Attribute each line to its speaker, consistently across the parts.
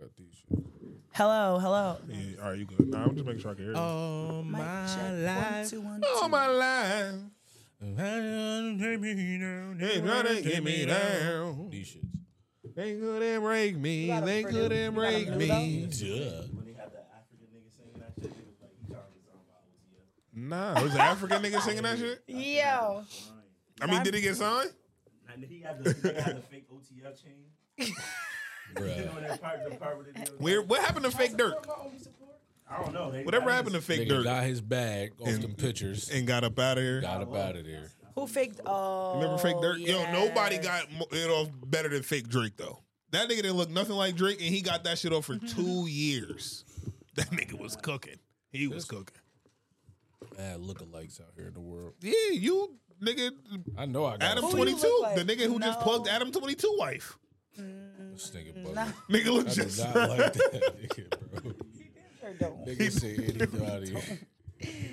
Speaker 1: Got these shit.
Speaker 2: Hello, hello.
Speaker 1: Yeah, all right, you good. Nah, I'm just making sure I can hear you.
Speaker 3: Oh
Speaker 1: Um,
Speaker 2: Mic
Speaker 3: my
Speaker 2: check. One,
Speaker 3: life.
Speaker 2: two, one,
Speaker 1: oh,
Speaker 2: two.
Speaker 1: my life. They try to
Speaker 3: They
Speaker 1: get me down.
Speaker 3: These shits.
Speaker 1: They couldn't break me.
Speaker 2: gotta
Speaker 1: They
Speaker 2: bring it-
Speaker 1: couldn't
Speaker 2: you gotta
Speaker 1: break
Speaker 2: move
Speaker 1: me.
Speaker 3: Yeah.
Speaker 4: When they had that African nigga singing that shit, it was like he talking something about OTF.
Speaker 1: Nah, it was an African nigga singing that shit.
Speaker 2: Yo.
Speaker 1: I mean, did he get signed?
Speaker 4: And he had the, he had the fake OTF chain. You know
Speaker 3: Bruh.
Speaker 4: that part, the part where they do it,
Speaker 1: Where?
Speaker 4: like,
Speaker 1: What happened to fake Dirk?
Speaker 4: "My only support?" I don't know. They,
Speaker 1: Whatever
Speaker 4: I
Speaker 1: happened to
Speaker 4: just-
Speaker 1: fake
Speaker 3: Nigga
Speaker 1: Dirk?
Speaker 3: got his bag off them pictures.
Speaker 1: And got up out of here.
Speaker 3: Got up out of there.
Speaker 2: Who faked? Oh.
Speaker 1: Remember fake Dirk?
Speaker 2: yes.
Speaker 1: Yo, nobody got mo- it off better than fake Drake though. That nigga didn't look nothing like Drake, and he got that shit off
Speaker 2: Mm-hmm.
Speaker 1: for two years. That nigga was cooking. He was cooking.
Speaker 3: Mad lookalikes out here in the world.
Speaker 1: Yeah, you nigga,
Speaker 3: I know I got
Speaker 1: Adam
Speaker 2: Who you
Speaker 1: twenty two,
Speaker 2: look like?
Speaker 1: the nigga who just
Speaker 2: No.
Speaker 1: plugged Adam twenty two wife.
Speaker 3: this nigga bug.
Speaker 2: Nah,
Speaker 1: Nigga look
Speaker 3: I do
Speaker 1: just.
Speaker 3: not like that nigga, bro.
Speaker 2: sure don't.
Speaker 3: Nigga say anybody.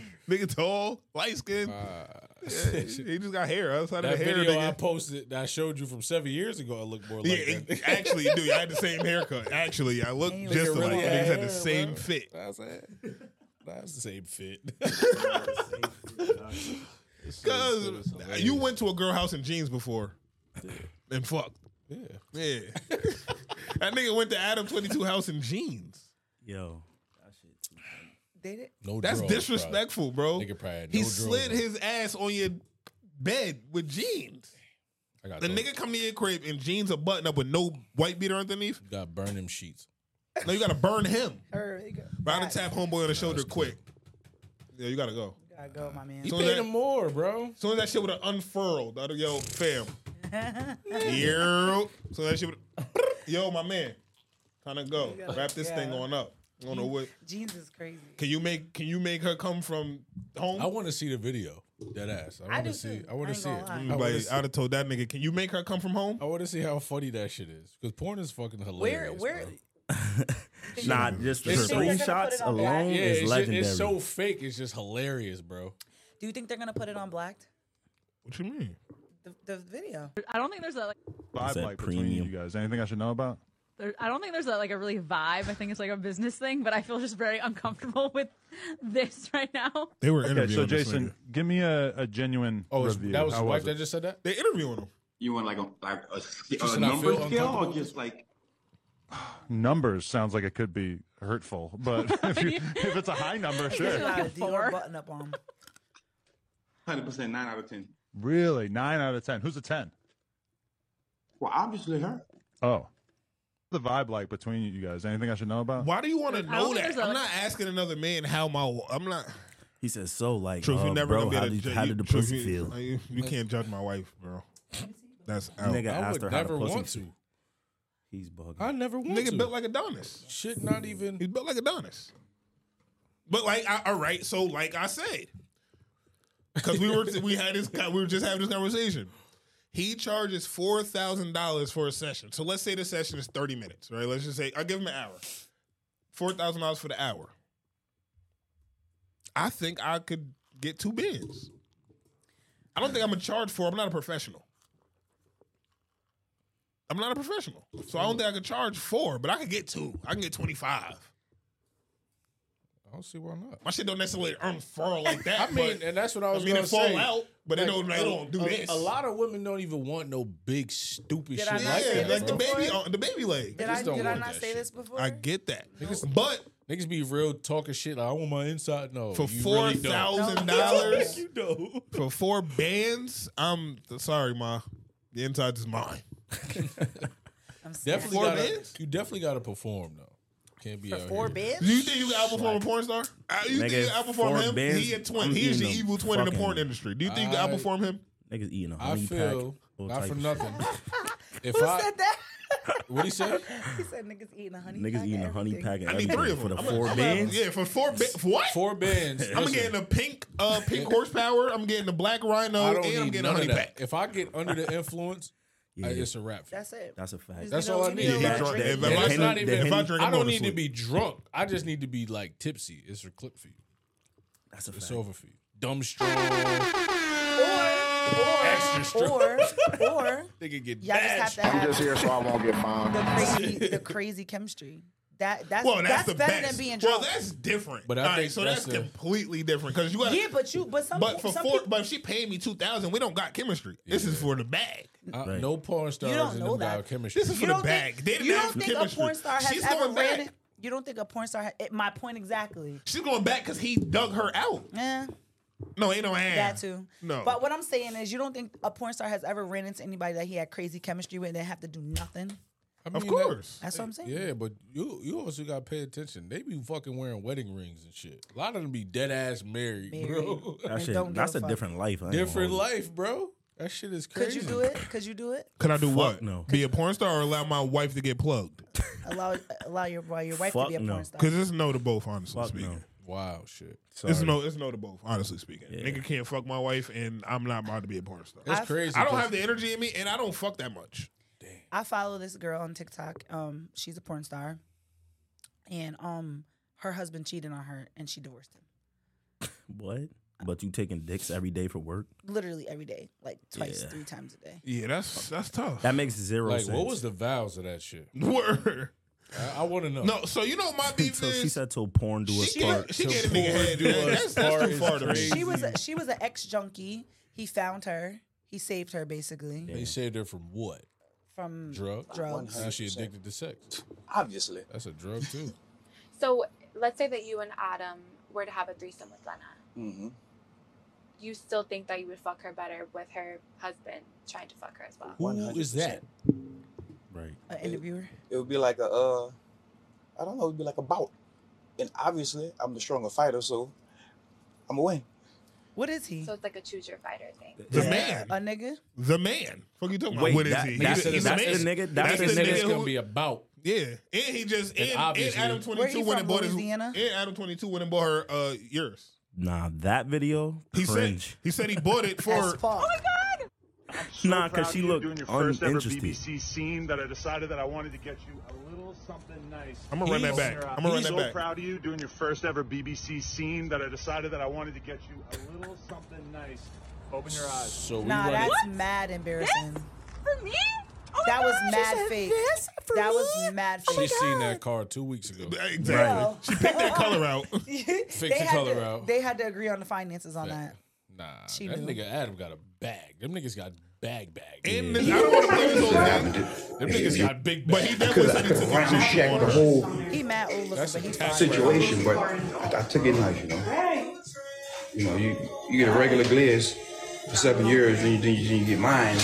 Speaker 1: nigga tall, light skin.
Speaker 3: Uh,
Speaker 1: he just got hair outside
Speaker 3: that
Speaker 1: of the hair.
Speaker 3: video I
Speaker 1: nigga.
Speaker 3: posted that I showed you from seven years ago, I look more like
Speaker 1: yeah,
Speaker 3: that.
Speaker 1: it- actually, dude, I had the same haircut. Actually, I looked
Speaker 2: He was
Speaker 1: just
Speaker 2: really
Speaker 1: like.
Speaker 2: had
Speaker 1: Niggas had the
Speaker 2: hair,
Speaker 1: same
Speaker 3: bro.
Speaker 1: fit.
Speaker 3: That's it. That's the same fit.
Speaker 1: Cause
Speaker 3: hilarious.
Speaker 1: you went to a girl house in jeans before, and fucked.
Speaker 3: yeah.
Speaker 1: Yeah. that nigga went to Adam 22 house in jeans.
Speaker 4: Yo, that shit too funny.
Speaker 2: Did it?
Speaker 3: No
Speaker 1: That's
Speaker 3: drawers,
Speaker 1: disrespectful, bro.
Speaker 3: Probably. Nigga probably had no
Speaker 1: he
Speaker 3: drawers
Speaker 1: slid
Speaker 3: on.
Speaker 1: his ass on your bed with jeans.
Speaker 3: I got
Speaker 1: The
Speaker 3: those-
Speaker 1: nigga come to your crib and jeans are button up with no white beater underneath.
Speaker 3: got burn them sheets.
Speaker 1: No, you gotta burn him.
Speaker 2: Or you er, go.
Speaker 1: Round and tap homeboy on the shoulder quick. Yeah, you gotta go.
Speaker 2: Gotta go, my man.
Speaker 3: He
Speaker 1: So
Speaker 3: paid
Speaker 1: that-
Speaker 3: him more, bro.
Speaker 1: As soon as that shit would have unfurled, I'd have yo, fam. yo. So that shit would Yo, my man. Kinda go.
Speaker 2: gotta-
Speaker 1: Wrap this
Speaker 2: yeah.
Speaker 1: thing on up. I don't know what
Speaker 2: Jeans is crazy.
Speaker 1: can you make can you make her come from home?
Speaker 3: I want to see the video. Dead ass. I want
Speaker 2: do
Speaker 3: to see.
Speaker 2: too.
Speaker 3: I want
Speaker 2: I
Speaker 3: to
Speaker 2: ain't
Speaker 3: see
Speaker 2: gonna
Speaker 3: it.
Speaker 2: lie.
Speaker 3: I wanna
Speaker 1: Like,
Speaker 3: see-
Speaker 1: I'd have told that nigga, can you make her come from home?
Speaker 3: I want to see how funny that shit is because porn is fucking
Speaker 2: Where?
Speaker 3: hilarious.
Speaker 2: Where?
Speaker 3: bro.
Speaker 4: Nah, just the
Speaker 3: It's so-
Speaker 4: screenshots alone
Speaker 3: Yeah,
Speaker 4: is
Speaker 3: it's, ju-
Speaker 4: legendary.
Speaker 3: it's so fake. It's just hilarious, bro.
Speaker 2: Do you think they're gonna put it on blacked?
Speaker 1: What you mean?
Speaker 2: The, the video.
Speaker 5: I don't think there's a like,
Speaker 6: vibe
Speaker 4: that
Speaker 6: like between
Speaker 4: premium?
Speaker 6: you guys? Anything I should know about?
Speaker 5: there, I don't think there's a, like a really vibe. I think it's like a business thing, but I feel just very uncomfortable with this right now.
Speaker 1: They were
Speaker 6: Okay, so Jason, give me a, a genuine
Speaker 3: Oh, it's,
Speaker 6: review.
Speaker 3: that was
Speaker 6: How
Speaker 3: his wife
Speaker 6: was
Speaker 3: that
Speaker 6: it?
Speaker 3: just said that.
Speaker 1: They interviewing him.
Speaker 7: You want like a like a, sc-
Speaker 3: Just
Speaker 7: a
Speaker 3: not
Speaker 7: number
Speaker 3: feel
Speaker 7: scale
Speaker 3: uncomfortable?
Speaker 7: or just like
Speaker 6: Numbers sounds like it could be hurtful, but if, you, if it's a high number, sure.
Speaker 2: Got a
Speaker 5: a
Speaker 2: Dior
Speaker 5: four.
Speaker 2: button up on.
Speaker 7: hundred percent nine out of ten?
Speaker 6: Really, nine out of ten. Who's a ten?
Speaker 7: Well, obviously her.
Speaker 6: Oh, the vibe like between you guys. Anything I should know about?
Speaker 1: Why do you want to
Speaker 5: don't
Speaker 1: know
Speaker 5: think
Speaker 1: that?
Speaker 5: there's a-
Speaker 1: I'm not asking another man how my. I'm not.
Speaker 4: He says so like,
Speaker 1: Truth,
Speaker 4: uh,
Speaker 1: you never
Speaker 4: bro,
Speaker 1: gonna be
Speaker 4: how,
Speaker 1: able
Speaker 4: did,
Speaker 1: to.
Speaker 4: how
Speaker 1: you-
Speaker 4: did the
Speaker 1: truth,
Speaker 4: pussy
Speaker 1: you,
Speaker 4: feel?
Speaker 1: You, you can't judge my wife, bro. That's out.
Speaker 4: Nigga
Speaker 1: Nigga,
Speaker 3: I
Speaker 4: asked
Speaker 3: would
Speaker 4: her how the
Speaker 3: never
Speaker 4: pussy
Speaker 3: want to.
Speaker 4: feel. He's bugging.
Speaker 3: I never want to.
Speaker 1: built like Adonis.
Speaker 3: shit. Not even.
Speaker 1: He's built like Adonis. But like, I, all right. So like I said, because we were we had this co- we were just having this conversation. He charges four thousand dollars for a session. So let's say the session is thirty minutes, right? Let's just say I give him an hour. Four thousand dollars for the hour. I think I could get two bids. I don't think I'm gonna charge for. I'm not a professional. I'm not a professional, so I don't think I could charge four, but I could get two. I can get twenty five.
Speaker 3: I don't see why not.
Speaker 1: My shit don't necessarily unfurl like that.
Speaker 3: I mean,
Speaker 1: but-
Speaker 3: and that's what I
Speaker 1: I
Speaker 3: was
Speaker 1: mean,
Speaker 3: gonna
Speaker 1: it fall
Speaker 3: say.
Speaker 1: out, but it
Speaker 3: Like,
Speaker 1: don't. They
Speaker 3: a-
Speaker 1: don't do
Speaker 3: a,
Speaker 1: this.
Speaker 3: A lot of women don't even want no big stupid
Speaker 2: Did
Speaker 3: shit
Speaker 2: I
Speaker 3: like
Speaker 2: not say
Speaker 1: yeah,
Speaker 3: that.
Speaker 2: this
Speaker 1: like
Speaker 3: bro.
Speaker 1: the baby, on, the baby leg.
Speaker 2: Did
Speaker 3: just
Speaker 2: I
Speaker 3: don't
Speaker 2: did I
Speaker 3: want
Speaker 2: not
Speaker 3: that
Speaker 2: say
Speaker 3: shit.
Speaker 2: this before?
Speaker 1: I get that, but
Speaker 3: Niggas be real talking shit. Like, I want my inside. No,
Speaker 1: for
Speaker 3: you
Speaker 1: four
Speaker 3: really don't.
Speaker 1: thousand dollars
Speaker 3: you know.
Speaker 1: for four bands, I'm sorry, ma. The inside is mine.
Speaker 2: I'm scared.
Speaker 3: Definitely
Speaker 1: Four
Speaker 3: gotta,
Speaker 1: bands?
Speaker 3: you definitely gotta perform though. Can't be
Speaker 2: For
Speaker 3: out
Speaker 2: four
Speaker 3: here.
Speaker 1: Do
Speaker 2: bids.
Speaker 1: you think you can outperform a porn star? Uh, You think
Speaker 4: Nigga,
Speaker 1: you can outperform
Speaker 4: four
Speaker 1: him?
Speaker 4: bands,
Speaker 1: he a twin.
Speaker 4: I'm
Speaker 1: He is the
Speaker 4: eating
Speaker 1: evil
Speaker 4: them
Speaker 1: twin in the
Speaker 4: fucking-
Speaker 1: porn industry. Do you think you can
Speaker 3: I-
Speaker 1: outperm him?
Speaker 4: Niggas eating a
Speaker 3: I
Speaker 4: honey pack.
Speaker 3: feel
Speaker 4: all
Speaker 3: not
Speaker 4: type
Speaker 3: for
Speaker 4: of
Speaker 3: nothing. if
Speaker 2: Who
Speaker 3: I
Speaker 2: said that?
Speaker 3: what he said,
Speaker 2: he said niggas eating a honey.
Speaker 4: Niggas
Speaker 2: pack
Speaker 4: eating
Speaker 2: and
Speaker 4: a honey
Speaker 2: everything.
Speaker 4: pack and
Speaker 1: I need
Speaker 4: everything
Speaker 1: three of
Speaker 4: for
Speaker 1: them.
Speaker 4: the
Speaker 1: I'm a-
Speaker 4: 4
Speaker 1: I'm a-
Speaker 4: bands.
Speaker 1: Yeah, for four bands. What?
Speaker 3: four bands.
Speaker 1: I'm
Speaker 3: listen,
Speaker 1: getting a pink, uh, pink horsepower. I'm getting a black rhino,
Speaker 3: I
Speaker 1: and
Speaker 3: don't
Speaker 1: I'm
Speaker 3: need
Speaker 1: getting
Speaker 3: none
Speaker 1: a
Speaker 3: of
Speaker 1: honey
Speaker 3: that.
Speaker 1: pack.
Speaker 3: If I get under the influence, I, it's a wrap.
Speaker 2: That's it.
Speaker 4: That's a fact.
Speaker 3: That's
Speaker 2: You know,
Speaker 3: all I
Speaker 2: you know,
Speaker 3: need.
Speaker 1: Yeah, he
Speaker 2: like,
Speaker 1: drunk.
Speaker 2: drink-
Speaker 1: If I-
Speaker 3: That's
Speaker 1: Henny-
Speaker 3: not even.
Speaker 1: the
Speaker 3: If
Speaker 1: Henny-
Speaker 3: I, I
Speaker 1: I'm going
Speaker 3: don't
Speaker 1: to
Speaker 3: need to
Speaker 1: sleep.
Speaker 3: be drunk. I just need to be like tipsy. It's a clip for you.
Speaker 4: That's a
Speaker 3: It's
Speaker 4: fact.
Speaker 3: over for you. Dumb straw.
Speaker 2: Or, or, or
Speaker 3: They could get
Speaker 2: y'all just
Speaker 3: bashed.
Speaker 2: have to have
Speaker 8: here so I won't get fined.
Speaker 2: the crazy, the crazy chemistry. That that's
Speaker 1: Well,
Speaker 2: that's,
Speaker 1: that's, the
Speaker 2: better
Speaker 1: best.
Speaker 2: than being
Speaker 1: well,
Speaker 2: drunk.
Speaker 1: that's different.
Speaker 3: But
Speaker 1: But
Speaker 3: I think
Speaker 1: so
Speaker 3: that's
Speaker 1: that's,
Speaker 3: the-
Speaker 1: completely different because you. Gotta,
Speaker 2: yeah, but you but some
Speaker 1: but
Speaker 2: people,
Speaker 1: for
Speaker 2: some
Speaker 1: four,
Speaker 2: people
Speaker 1: but if she paid me two thousand, we don't got chemistry. This is for the bag.
Speaker 3: I- No porn
Speaker 2: don't
Speaker 3: stars in
Speaker 2: know
Speaker 3: the
Speaker 2: that.
Speaker 3: biochemistry.
Speaker 1: This is for
Speaker 2: you
Speaker 1: the
Speaker 2: don't
Speaker 1: bag.
Speaker 2: think,
Speaker 1: They didn't
Speaker 2: you
Speaker 1: ask
Speaker 2: don't
Speaker 1: for
Speaker 2: think a
Speaker 1: chemistry.
Speaker 2: porn star has
Speaker 1: She's
Speaker 2: ever
Speaker 1: going
Speaker 2: ran.
Speaker 1: back.
Speaker 2: it- You don't think a porn star? Ha- it, my point exactly.
Speaker 1: She's going back because he dug her out.
Speaker 2: Yeah,
Speaker 1: No, ain't no ass.
Speaker 2: that too.
Speaker 1: No.
Speaker 2: But what I'm saying is, you don't think a porn star has ever ran into anybody that he had crazy chemistry with and didn't have to do nothing?
Speaker 3: I
Speaker 1: of
Speaker 3: mean, that-
Speaker 1: course.
Speaker 2: That's what I'm saying.
Speaker 3: Yeah, but you you also gotta pay attention. They be fucking wearing wedding rings and shit. A lot of them be dead ass married, bro.
Speaker 2: And
Speaker 4: That shit,
Speaker 2: don't give
Speaker 4: that's
Speaker 2: a
Speaker 4: a
Speaker 2: fuck.
Speaker 4: different life. I ain't
Speaker 3: Different
Speaker 4: gonna-
Speaker 3: life, bro. That shit is
Speaker 2: Could
Speaker 3: crazy.
Speaker 2: you do it? Could you do it?
Speaker 1: Could I do what?
Speaker 4: no.
Speaker 1: Be a porn star or allow my wife to get plugged?
Speaker 2: Allow allow your boy, your wife to
Speaker 4: Fuck
Speaker 2: be a porn
Speaker 4: no.
Speaker 2: star.
Speaker 1: Because it's no to both, honestly
Speaker 4: Fuck
Speaker 1: speaking.
Speaker 4: no.
Speaker 3: Wow, shit.
Speaker 4: Sorry.
Speaker 1: It's no, it's no to both, honestly speaking.
Speaker 4: Yeah.
Speaker 1: Nigga can't fuck my wife, and I'm not about to be a porn star.
Speaker 3: It's
Speaker 2: I've-
Speaker 3: crazy.
Speaker 1: I don't
Speaker 3: 'cause-
Speaker 1: have the energy in me, and I don't fuck that much.
Speaker 2: I follow this girl on TikTok. Um, she's a porn star, and um, her husband cheated on her, and she divorced him.
Speaker 4: What? But you taking dicks every day for work?
Speaker 2: Literally every day, like twice,
Speaker 4: Yeah.
Speaker 2: three times a day.
Speaker 1: Yeah, that's that's tough.
Speaker 4: That makes zero
Speaker 3: Like,
Speaker 4: sense.
Speaker 3: what was the vows of that shit?
Speaker 1: Word.
Speaker 3: I, I want to know.
Speaker 1: No, so you know my beef
Speaker 4: so
Speaker 1: is
Speaker 4: she said till porn do us
Speaker 1: she
Speaker 4: part.
Speaker 1: gave, she
Speaker 3: to
Speaker 1: gave a
Speaker 3: porn
Speaker 1: nigga head.
Speaker 3: do
Speaker 1: That- That's,
Speaker 3: us
Speaker 1: that's
Speaker 3: part
Speaker 1: too
Speaker 3: is
Speaker 1: far to me.
Speaker 3: crazy.
Speaker 2: She was a, she was an ex junkie. He found her. He saved her basically
Speaker 3: They saved her from what?
Speaker 2: from
Speaker 3: Drug.
Speaker 2: drugs.
Speaker 3: Now she addicted to sex.
Speaker 7: Obviously.
Speaker 3: That's a drug too.
Speaker 9: So let's say that you and Adam were to have a threesome with Lena.
Speaker 7: Mm-hmm.
Speaker 9: You still think that you would fuck her better with her husband trying to fuck her as well?
Speaker 3: Who is that?
Speaker 4: Right.
Speaker 2: An interviewer.
Speaker 10: it would be like a uh I don't know, it would be like a bout. And obviously I'm the stronger fighter, so I'm gonna win.
Speaker 2: What is he?
Speaker 9: So it's like a choose your fighter thing.
Speaker 1: The
Speaker 2: Yeah.
Speaker 1: man.
Speaker 2: A nigga.
Speaker 1: The man. Fuck you talking about?
Speaker 4: Wait,
Speaker 1: what is
Speaker 4: that-
Speaker 1: he?
Speaker 4: that's,
Speaker 1: he's,
Speaker 4: the,
Speaker 1: he's
Speaker 4: that's
Speaker 1: a
Speaker 4: the
Speaker 1: man.
Speaker 4: nigga. That's,
Speaker 1: That's
Speaker 4: the
Speaker 1: the
Speaker 4: nigga.
Speaker 3: It's
Speaker 1: who-
Speaker 3: gonna be about.
Speaker 1: Yeah, and he just and,
Speaker 3: And
Speaker 1: and,
Speaker 3: obviously-
Speaker 1: Adam
Speaker 2: Where
Speaker 1: twenty
Speaker 2: he
Speaker 1: two
Speaker 2: from,
Speaker 1: went and bought his
Speaker 2: Louisiana?
Speaker 1: and Adam twenty two went and bought her uh yours.
Speaker 4: Nah, that video.
Speaker 1: He
Speaker 4: cringe.
Speaker 1: said he said he bought it
Speaker 2: That's
Speaker 1: for
Speaker 2: Paul.
Speaker 4: nah, because she looked
Speaker 6: doing your first ever
Speaker 4: uninterested.
Speaker 6: BBC scene that I decided that I wanted to get you a little something nice.
Speaker 1: I'm gonna run that
Speaker 6: He's-
Speaker 1: back. I'm gonna run
Speaker 6: he's
Speaker 1: that
Speaker 6: so
Speaker 1: back.
Speaker 6: proud of you doing your first ever BBC scene that I decided that I wanted to get you a little something nice. Open your eyes.
Speaker 3: So we
Speaker 2: Nah,
Speaker 3: run
Speaker 2: that's
Speaker 3: it.
Speaker 2: mad embarrassing.
Speaker 11: For me? Oh my
Speaker 2: That was
Speaker 11: gosh, you
Speaker 2: mad
Speaker 11: said
Speaker 2: fake.
Speaker 11: this for
Speaker 2: That
Speaker 11: me?
Speaker 2: was mad
Speaker 3: Oh She
Speaker 2: fake.
Speaker 3: seen that car two weeks ago.
Speaker 1: exactly.
Speaker 2: Right.
Speaker 1: She picked that color out.
Speaker 2: Fix
Speaker 3: the color
Speaker 2: to,
Speaker 3: out.
Speaker 2: They had to agree on the finances on
Speaker 3: Yeah.
Speaker 2: that.
Speaker 3: Nah,
Speaker 2: She
Speaker 3: that
Speaker 2: knew.
Speaker 3: nigga Adam got a bag. Them niggas got bag bag.
Speaker 1: And this, I don't want to play this whole thing,
Speaker 3: Them niggas got big
Speaker 1: but he
Speaker 3: bag.
Speaker 1: definitely said he took
Speaker 7: Round
Speaker 1: a
Speaker 7: check
Speaker 1: shot
Speaker 7: the
Speaker 1: on her.
Speaker 7: whole
Speaker 2: He mad old looking, but he's fine.
Speaker 7: situation, but I, I took it nice, you know. You know, you, you get a regular glass for seven years, then you, then you, then you get mine.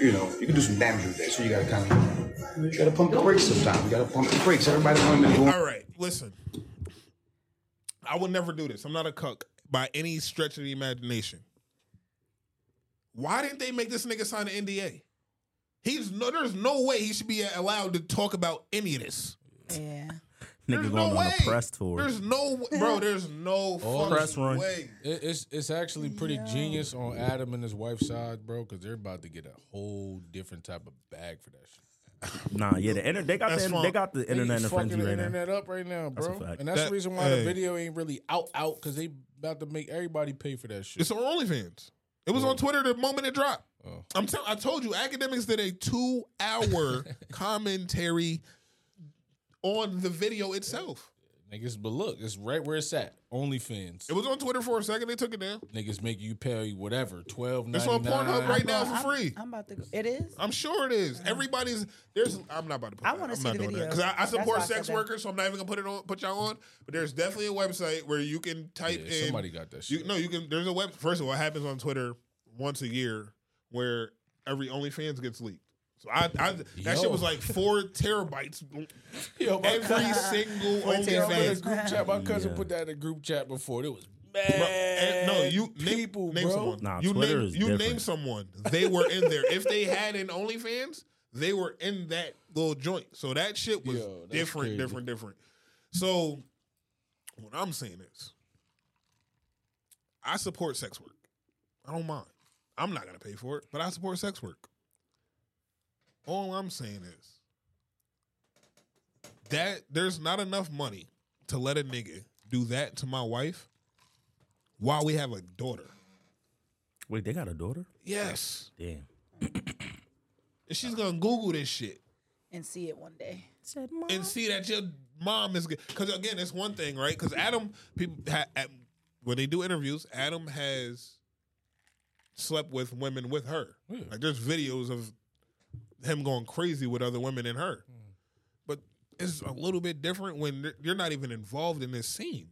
Speaker 7: You know, you can do some damage with that, so you gotta kind of, you gotta pump the brakes sometimes. You gotta pump the brakes. Everybody wanted to go
Speaker 1: All right, listen. I would never do this. I'm not a cuck by any stretch of the imagination. Why didn't they make this nigga sign an NDA? He's no, there's no way he should be allowed to talk about any of this.
Speaker 2: Yeah.
Speaker 4: Nigga
Speaker 1: There's
Speaker 4: going on
Speaker 1: no way.
Speaker 4: a press tour.
Speaker 1: There's no bro. There's no
Speaker 3: All
Speaker 1: fucking
Speaker 4: press run.
Speaker 1: way.
Speaker 3: It- It's it's actually pretty genius on Adam and his wife's side, bro, because they're about to get a whole different type of bag for that shit.
Speaker 4: Nah, yeah, the inter- they got
Speaker 1: That's
Speaker 4: the,
Speaker 1: wrong.
Speaker 4: they got the internet
Speaker 3: They
Speaker 4: in front of
Speaker 3: fucking
Speaker 4: you right now.
Speaker 3: internet up right now,
Speaker 4: That's a
Speaker 3: bro.
Speaker 4: fact.
Speaker 3: And that's
Speaker 1: That-
Speaker 3: the reason why
Speaker 1: hey.
Speaker 3: the video ain't really out out because they about to make everybody pay for that shit.
Speaker 1: It's on OnlyFans. It was on Twitter the moment it dropped.
Speaker 3: Oh.
Speaker 1: I'm tell- I told you, academics did a two hour commentary on the video itself.
Speaker 3: Niggas, but look, it's right where it's at. OnlyFans.
Speaker 1: It was on Twitter for a second. They took it down.
Speaker 3: Niggas make you pay whatever twelve
Speaker 1: It's
Speaker 3: ninety
Speaker 1: on
Speaker 3: nine.
Speaker 1: Pornhub right now for
Speaker 2: I'm-
Speaker 1: free.
Speaker 2: I'm about to go. It is?
Speaker 1: I'm sure it is. Everybody's there's. I'm not about to. Put
Speaker 2: I
Speaker 1: that.
Speaker 2: wanna
Speaker 1: I'm
Speaker 2: see
Speaker 1: not
Speaker 2: the
Speaker 1: doing
Speaker 2: video.
Speaker 1: because I, I
Speaker 2: That's why
Speaker 1: support
Speaker 2: I said
Speaker 1: sex
Speaker 2: that.
Speaker 1: workers, so I'm not even gonna put it on. Put y'all on. But there's definitely a website where you can type
Speaker 3: Yeah,
Speaker 1: in.
Speaker 3: somebody got that shit.
Speaker 1: You no, you can. There's a web. First of all, it happens on Twitter once a year where every OnlyFans gets leaked. So I, I that
Speaker 3: Yo.
Speaker 1: shit was like four terabytes.
Speaker 3: Yo, my
Speaker 1: Every
Speaker 3: cousin-
Speaker 1: single
Speaker 3: my cousin put in a
Speaker 1: OnlyFans.
Speaker 3: group chat. My cousin
Speaker 4: Yeah.
Speaker 3: put that in a group chat before. It was
Speaker 1: Bro,
Speaker 3: mad.
Speaker 1: and no, you name,
Speaker 3: people,
Speaker 1: name
Speaker 3: bro.
Speaker 1: someone.
Speaker 4: Nah,
Speaker 1: you
Speaker 4: Twitter
Speaker 1: name,
Speaker 4: is
Speaker 1: you name
Speaker 4: different.
Speaker 1: someone. They were in there. if they had an OnlyFans, they were in that little joint. So that shit was
Speaker 3: Yo, that's
Speaker 1: different,
Speaker 3: crazy.
Speaker 1: different, different. So what I'm saying is, I support sex work. I don't mind. I'm not gonna pay for it, but I support sex work. All I'm saying is that there's not enough money to let a nigga do that to my wife while we have a daughter.
Speaker 4: Wait, they got a daughter?
Speaker 1: Yes.
Speaker 4: Damn.
Speaker 1: And she's gonna Google this shit
Speaker 2: And see it one day.
Speaker 1: and see that your mom is because again, it's one thing, right? Because Adam, people ha, at, when they do interviews, Adam has slept with women with her. Like there's videos of him going crazy with other women and her.
Speaker 12: Hmm.
Speaker 1: But it's a little bit different when you're- you're not even involved in this scene.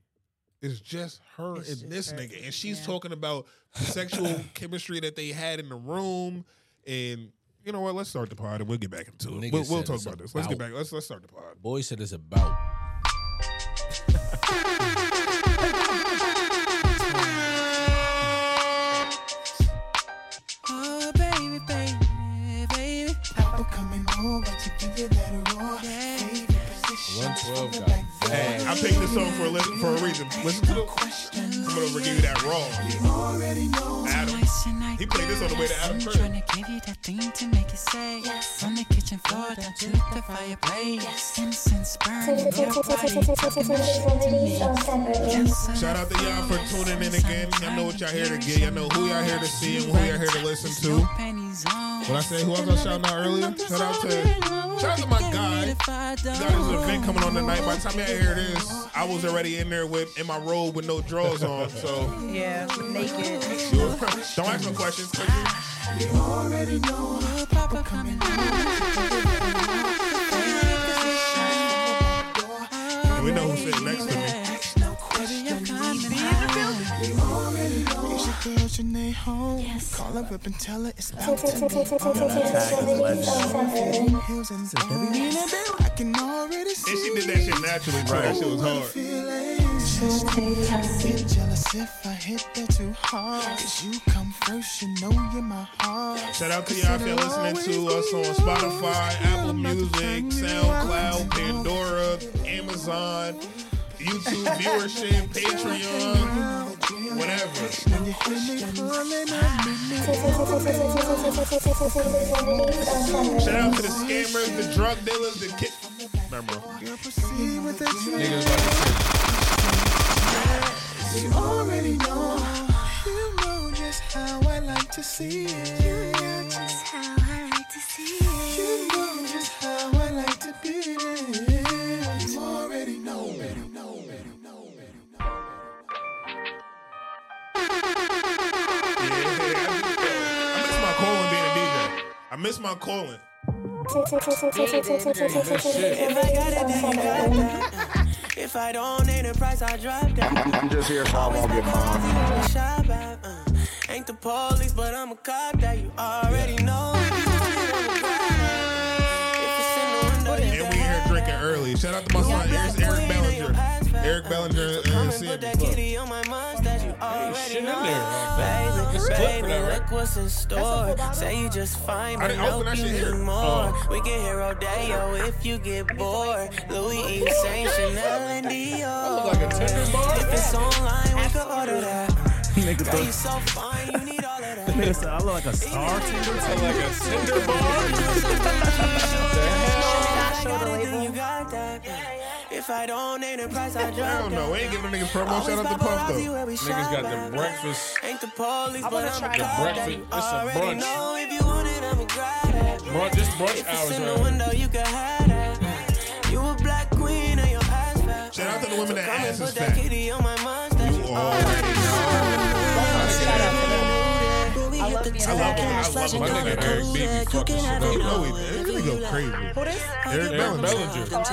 Speaker 1: It's just her
Speaker 13: It's
Speaker 1: and
Speaker 13: just
Speaker 1: this
Speaker 13: her,
Speaker 1: nigga, and she's
Speaker 13: yeah.
Speaker 1: talking about sexual chemistry that they had in the room, and you know what? Let's start the pod and we'll get back into it.
Speaker 12: Nigga
Speaker 1: We'll, we'll
Speaker 12: said
Speaker 1: talk
Speaker 12: it's
Speaker 1: about this. Let's get
Speaker 12: about-
Speaker 1: back. Let's let's start the pod.
Speaker 12: Boy said it's about.
Speaker 7: Oh, baby, baby, baby. I'm coming over to give you that raw. Favorite position.
Speaker 1: 112 Hey, I picked this song for a listen, for a reason. Listen to the I'm gonna over give you that raw. Adam. He played this on the way to Adam Curry.
Speaker 7: Trying to give you that thing to make you say yes. From the kitchen floor down to the fireplace. Incense burning in your body. Talking that shit to me. Yes, I
Speaker 1: Shout out to y'all for tuning in again. Y'all know what y'all here to get. Y'all know who y'all here to see and who y'all here to listen to. What I say, who I was shouting out earlier? Shout out to shout out to my guy. Got his event coming on tonight. By the time y'all hear this, I was already in there with in my robe with no drawers on. So
Speaker 2: Yeah, naked.
Speaker 1: don't ask no questions. And we know who's sitting next to me.
Speaker 7: Yes. Call up and tell her it's out to be I can already see
Speaker 1: And she did that shit naturally, bro. That shit was hard.
Speaker 7: Get jealous if I hit that too hard. 'Cause you come first, you know you're my heart.
Speaker 1: Shout out to y'all if you're listening to us on Spotify, Apple Music, SoundCloud, Pandora, Amazon, YouTube viewership, Patreon, whatever.
Speaker 7: When you hear me calling out my name.
Speaker 1: Shout out to the scammers, the drug dealers, the kid. Remember.
Speaker 7: See what that you
Speaker 1: Niggas like
Speaker 7: You already know. You know just how I like to see it. You know just how I like to see it. You know just how I like to be it. You already know.
Speaker 1: I miss my calling being a DJ. I miss my calling.
Speaker 7: If I got it, then you got that. If I don't, ain't the price I drop that.
Speaker 14: I'm, I'm just here so I won't get bombed.
Speaker 7: Shot back, uh. Ain't the police, but I'm a cop that you already know.
Speaker 1: And we here drinking early. Shout out to my son, Eric, Eric Bellinger. Eric Bellinger uh, and Sammy.
Speaker 7: Baby, look what's in store. Say you just fine,
Speaker 1: I
Speaker 7: but
Speaker 1: didn't
Speaker 7: no,
Speaker 1: open that
Speaker 7: you
Speaker 1: shit here. Oh.
Speaker 7: need more. We can hear Rodeo if you get bored. Louis Insane, Chanel, and Dior. If it's online, we can order that.
Speaker 4: Nigga
Speaker 7: Girl, you
Speaker 4: thought-
Speaker 7: so fine, you need all of that.
Speaker 4: nigga said, I look like a star tender.
Speaker 7: like a Tinder bar. If I don't ain't the price I drop.
Speaker 1: I don't know. We ain't giving niggas promo. Shout out to Puff though. Niggas got the breakfast.
Speaker 7: Ain't the police,
Speaker 1: I
Speaker 7: but
Speaker 1: wanna
Speaker 7: I'm
Speaker 1: try
Speaker 7: a cop
Speaker 1: that.
Speaker 7: that you
Speaker 1: Breakfast. It's a
Speaker 7: already
Speaker 1: brunch.
Speaker 7: know. If you want it, I'ma grab it.
Speaker 12: Brunch, this brunch
Speaker 7: If it's
Speaker 12: hours,
Speaker 7: in the
Speaker 12: man.
Speaker 7: window, you can have that. You a black queen and your ass fat.
Speaker 1: Shout out to the women that
Speaker 7: Come and
Speaker 1: ass is
Speaker 7: put that
Speaker 1: fat.
Speaker 7: kitty on my mustache. You already know. I love being
Speaker 1: I love him. I
Speaker 7: fat.
Speaker 1: love him. My nigga Eric B be fucking shit up. You know he did. He go crazy. Eric Bellinger. There you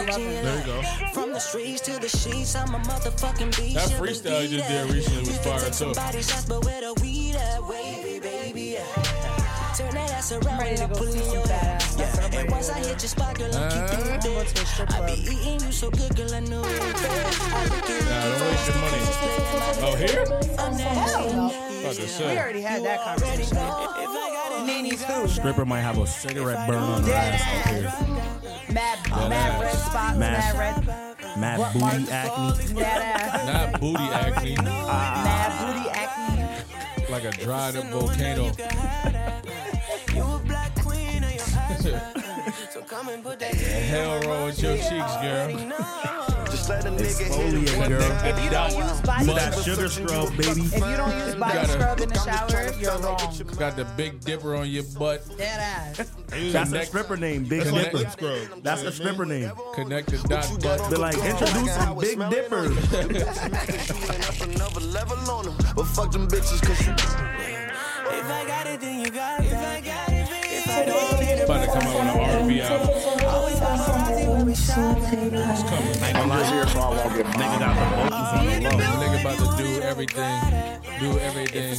Speaker 1: go.
Speaker 7: From the streets to the sheets, I'm a motherfucking beast.
Speaker 12: That freestyle you just did recently was fire too.
Speaker 7: Somebody's ass, but where the weed at? Wavy, baby, yeah. Turn that ass around and I'm pulling your head. Yeah. And once I hit your spot, girl, I'm keeping it there. I be eating you so good, girl, I know it. I look at
Speaker 12: Nah, don't waste your money. Oh, here? About to
Speaker 2: We
Speaker 12: say.
Speaker 2: already had that conversation. Nini's food.
Speaker 4: Stripper might have a cigarette burn on her ass out here.
Speaker 2: Mad,
Speaker 4: That
Speaker 2: mad
Speaker 4: ass.
Speaker 2: red
Speaker 4: Mad-
Speaker 2: spots, mad red,
Speaker 4: Mad
Speaker 2: What
Speaker 4: booty
Speaker 2: marks?
Speaker 4: acne.
Speaker 2: mad ass,
Speaker 12: Not booty acne.
Speaker 2: mad booty acne.
Speaker 12: Like a dried up volcano.
Speaker 7: So come and put that
Speaker 12: The hell wrong with your cheeks, girl?
Speaker 7: Just Just let a nigga hit it
Speaker 4: Exfoliate,
Speaker 7: one
Speaker 4: girl.
Speaker 7: time.
Speaker 4: If you don't use body-
Speaker 7: But-
Speaker 4: That sugar scrub, baby.
Speaker 2: If you don't use body
Speaker 3: Gotta-
Speaker 2: scrub in the shower, you're wrong.
Speaker 3: Got the big dipper on your butt.
Speaker 2: Dead ass.
Speaker 4: That's a stripper name, Big
Speaker 3: That's like lip
Speaker 4: Dipper.
Speaker 3: scrub.
Speaker 4: That's a stripper name.
Speaker 3: Connect the dot butt.
Speaker 4: They're like introducing Big Dipper.
Speaker 7: But fuck them bitches, cause you. If I got it, then you got it. If I got it, then if I don't, then
Speaker 3: About to come out on an R&B album.
Speaker 7: always by Ferrari when we shopping.
Speaker 4: I'm just here so I won't get Nigga got the vocals on the low.
Speaker 3: Nigga about to do everything, do everything,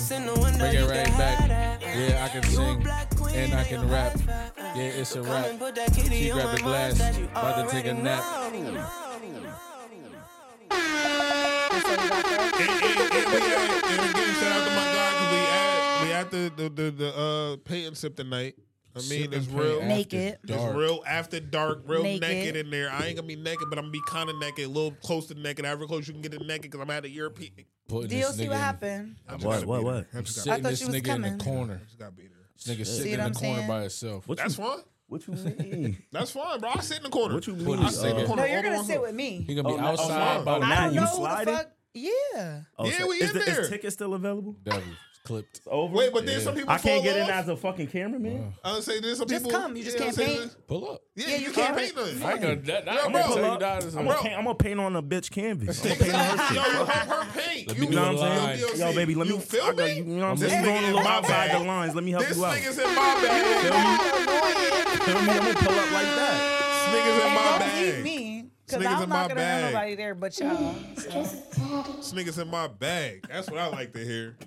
Speaker 3: bring it right back. Yeah, I can sing and I can rap. Yeah, it's a rap. She grabbed a glass, about to take a nap.
Speaker 1: We at the the the, the uh, Peyton sip tonight. I
Speaker 3: Sip
Speaker 1: mean,
Speaker 3: and
Speaker 1: it's
Speaker 3: Peyton
Speaker 1: real.
Speaker 3: after Naked.
Speaker 1: It's
Speaker 3: dark.
Speaker 1: real after dark, real
Speaker 2: Naked.
Speaker 1: naked. in there. I ain't gonna be naked, but I'm gonna be kind of naked, a little close to naked, however close you can get to naked, because I'm at a European.
Speaker 3: Putting
Speaker 2: Do you see what happened?
Speaker 1: I'm
Speaker 4: What, what, what?
Speaker 3: Sitting
Speaker 2: thought
Speaker 3: this
Speaker 2: she was
Speaker 3: nigga in
Speaker 2: coming.
Speaker 3: the corner. This nigga
Speaker 4: Shit.
Speaker 3: sitting
Speaker 4: See what
Speaker 3: in the
Speaker 4: I'm
Speaker 3: corner
Speaker 4: saying?
Speaker 3: by himself.
Speaker 4: What
Speaker 1: That's fine.
Speaker 4: What you mean?
Speaker 1: That's fine, bro. I sit in the corner.
Speaker 4: What you
Speaker 1: I
Speaker 4: mean?
Speaker 1: sit in the
Speaker 4: Uh,
Speaker 1: corner.
Speaker 2: No, you're
Speaker 1: all the
Speaker 2: gonna
Speaker 1: way
Speaker 2: sit
Speaker 1: through.
Speaker 2: with me.
Speaker 3: He gonna be
Speaker 4: Oh, now- oh,
Speaker 3: outside
Speaker 4: now-
Speaker 3: by
Speaker 4: oh,
Speaker 2: I
Speaker 4: now
Speaker 2: don't
Speaker 4: you
Speaker 2: know who the
Speaker 4: sliding?
Speaker 2: fuck. Yeah.
Speaker 4: Oh,
Speaker 1: Yeah,
Speaker 4: so
Speaker 1: we
Speaker 4: is,
Speaker 1: in
Speaker 4: the- is
Speaker 1: there.
Speaker 4: ticket still available?
Speaker 3: Devil, clipped.
Speaker 4: It's over.
Speaker 1: Wait, but there's some people.
Speaker 4: I can't
Speaker 1: fall
Speaker 4: get in
Speaker 1: off.
Speaker 4: as a fucking cameraman.
Speaker 1: I would say there's some
Speaker 2: Just
Speaker 1: people.
Speaker 2: come, you just
Speaker 1: yeah,
Speaker 2: can't
Speaker 1: I'm saying-
Speaker 2: paint.
Speaker 3: Pull up.
Speaker 1: Yeah,
Speaker 2: Yeah,
Speaker 1: you,
Speaker 2: you
Speaker 1: can't
Speaker 2: can't.
Speaker 1: paint nothing.
Speaker 3: I ain't gonna, that, that, I'm
Speaker 1: bro.
Speaker 3: gonna tell
Speaker 4: Pull
Speaker 3: you
Speaker 4: up.
Speaker 3: that is
Speaker 4: I'm
Speaker 1: Bro.
Speaker 4: gonna paint, I'm gonna paint on a bitch canvas. I'm gonna paint on her
Speaker 1: Yo,
Speaker 4: shit.
Speaker 1: you help her paint.
Speaker 3: me
Speaker 1: You
Speaker 3: do
Speaker 4: You
Speaker 1: know
Speaker 4: know what I'm
Speaker 3: line.
Speaker 4: saying?
Speaker 1: DLC.
Speaker 4: Yo, baby, let me.
Speaker 1: You feel
Speaker 4: I got,
Speaker 1: me?
Speaker 4: You, you know what I'm
Speaker 1: This
Speaker 4: saying?
Speaker 1: nigga
Speaker 4: Going
Speaker 1: in
Speaker 4: along
Speaker 1: my
Speaker 4: outside
Speaker 1: bag.
Speaker 4: the lines. Let me help
Speaker 1: This
Speaker 4: you out.
Speaker 1: nigga's in my bag.
Speaker 4: Feel me? I'm gonna pull up like that.
Speaker 1: This nigga's in my
Speaker 2: Don't leave
Speaker 1: bag.
Speaker 2: me,
Speaker 1: This
Speaker 2: cause
Speaker 1: nigga's in
Speaker 2: I'm
Speaker 1: my
Speaker 2: not gonna have
Speaker 1: bag.
Speaker 2: nobody there but y'all.
Speaker 1: This nigga's in my bag. That's what I like to hear. That's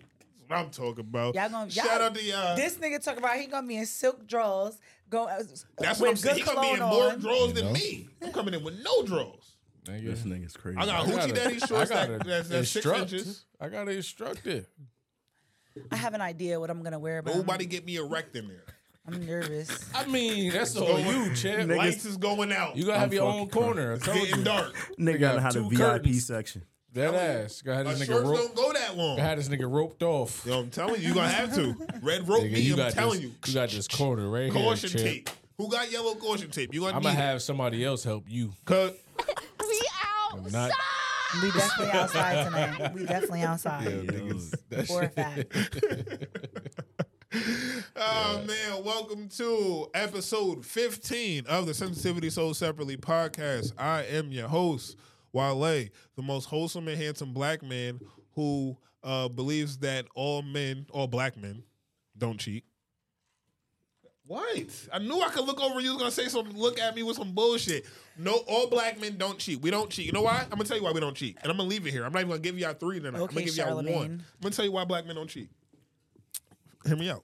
Speaker 1: what I'm talking about.
Speaker 2: Y'all gonna y'all,
Speaker 1: Shout out to y'all.
Speaker 2: This nigga talk about he gonna be in silk drawers. Go. uh,
Speaker 1: That's what I'm saying. He coming in more draws than
Speaker 3: You know?
Speaker 1: me. I'm coming in with no draws.
Speaker 3: Nigga.
Speaker 4: This nigga's crazy.
Speaker 1: I got
Speaker 3: gotta-
Speaker 1: hoochie daddy shorts
Speaker 3: I gotta
Speaker 1: that, that's, that's six
Speaker 3: instruct.
Speaker 1: inches.
Speaker 3: I got to instruct it.
Speaker 2: I have an idea what I'm gonna wear, but
Speaker 1: Nobody get me erect in there.
Speaker 2: I'm, I'm nervous.
Speaker 3: I mean, that's on you, champ.
Speaker 1: Lights is going out.
Speaker 3: You gotta have your own corner. I
Speaker 1: it's
Speaker 3: told
Speaker 1: getting
Speaker 3: you.
Speaker 1: dark.
Speaker 4: Nigga
Speaker 3: got
Speaker 4: don't know how to
Speaker 3: two
Speaker 4: VIP
Speaker 3: curtains.
Speaker 4: section.
Speaker 3: That ass. Gotta
Speaker 1: My
Speaker 3: have this
Speaker 1: shorts
Speaker 3: nigga
Speaker 1: don't
Speaker 3: roped.
Speaker 1: go that long.
Speaker 3: Gotta have this nigga roped off.
Speaker 1: Yo, I'm telling you, you gonna have to. Red rope
Speaker 3: Nigga,
Speaker 1: me.
Speaker 3: you
Speaker 1: I'm
Speaker 3: got
Speaker 1: telling
Speaker 3: this,
Speaker 1: you.
Speaker 3: You got this corner right here,
Speaker 1: Caution
Speaker 3: champ.
Speaker 1: tape. Who got yellow caution tape? You gonna
Speaker 3: I'm
Speaker 1: need
Speaker 3: gonna
Speaker 1: it.
Speaker 3: have somebody else help you.
Speaker 1: Cause
Speaker 15: We outside.
Speaker 3: Not
Speaker 2: We definitely outside tonight. We definitely outside. For a fact.
Speaker 1: Oh man, welcome to episode 15 of the Sensitivity Sold Separately podcast. I am your host, Wale, the most wholesome and handsome black man who uh, believes that all men, all black men, don't cheat. What? I knew I could look over you was gonna say some look at me with some bullshit. No, all black men don't cheat. We don't cheat. You know why? I'm gonna tell you why we don't cheat. And I'm gonna leave it here. I'm not even gonna give y'all three tonight. I'm gonna
Speaker 2: Okay,
Speaker 1: give y'all one.
Speaker 2: Charlemagne.
Speaker 1: I'm gonna tell you why black men don't cheat. Hear me out.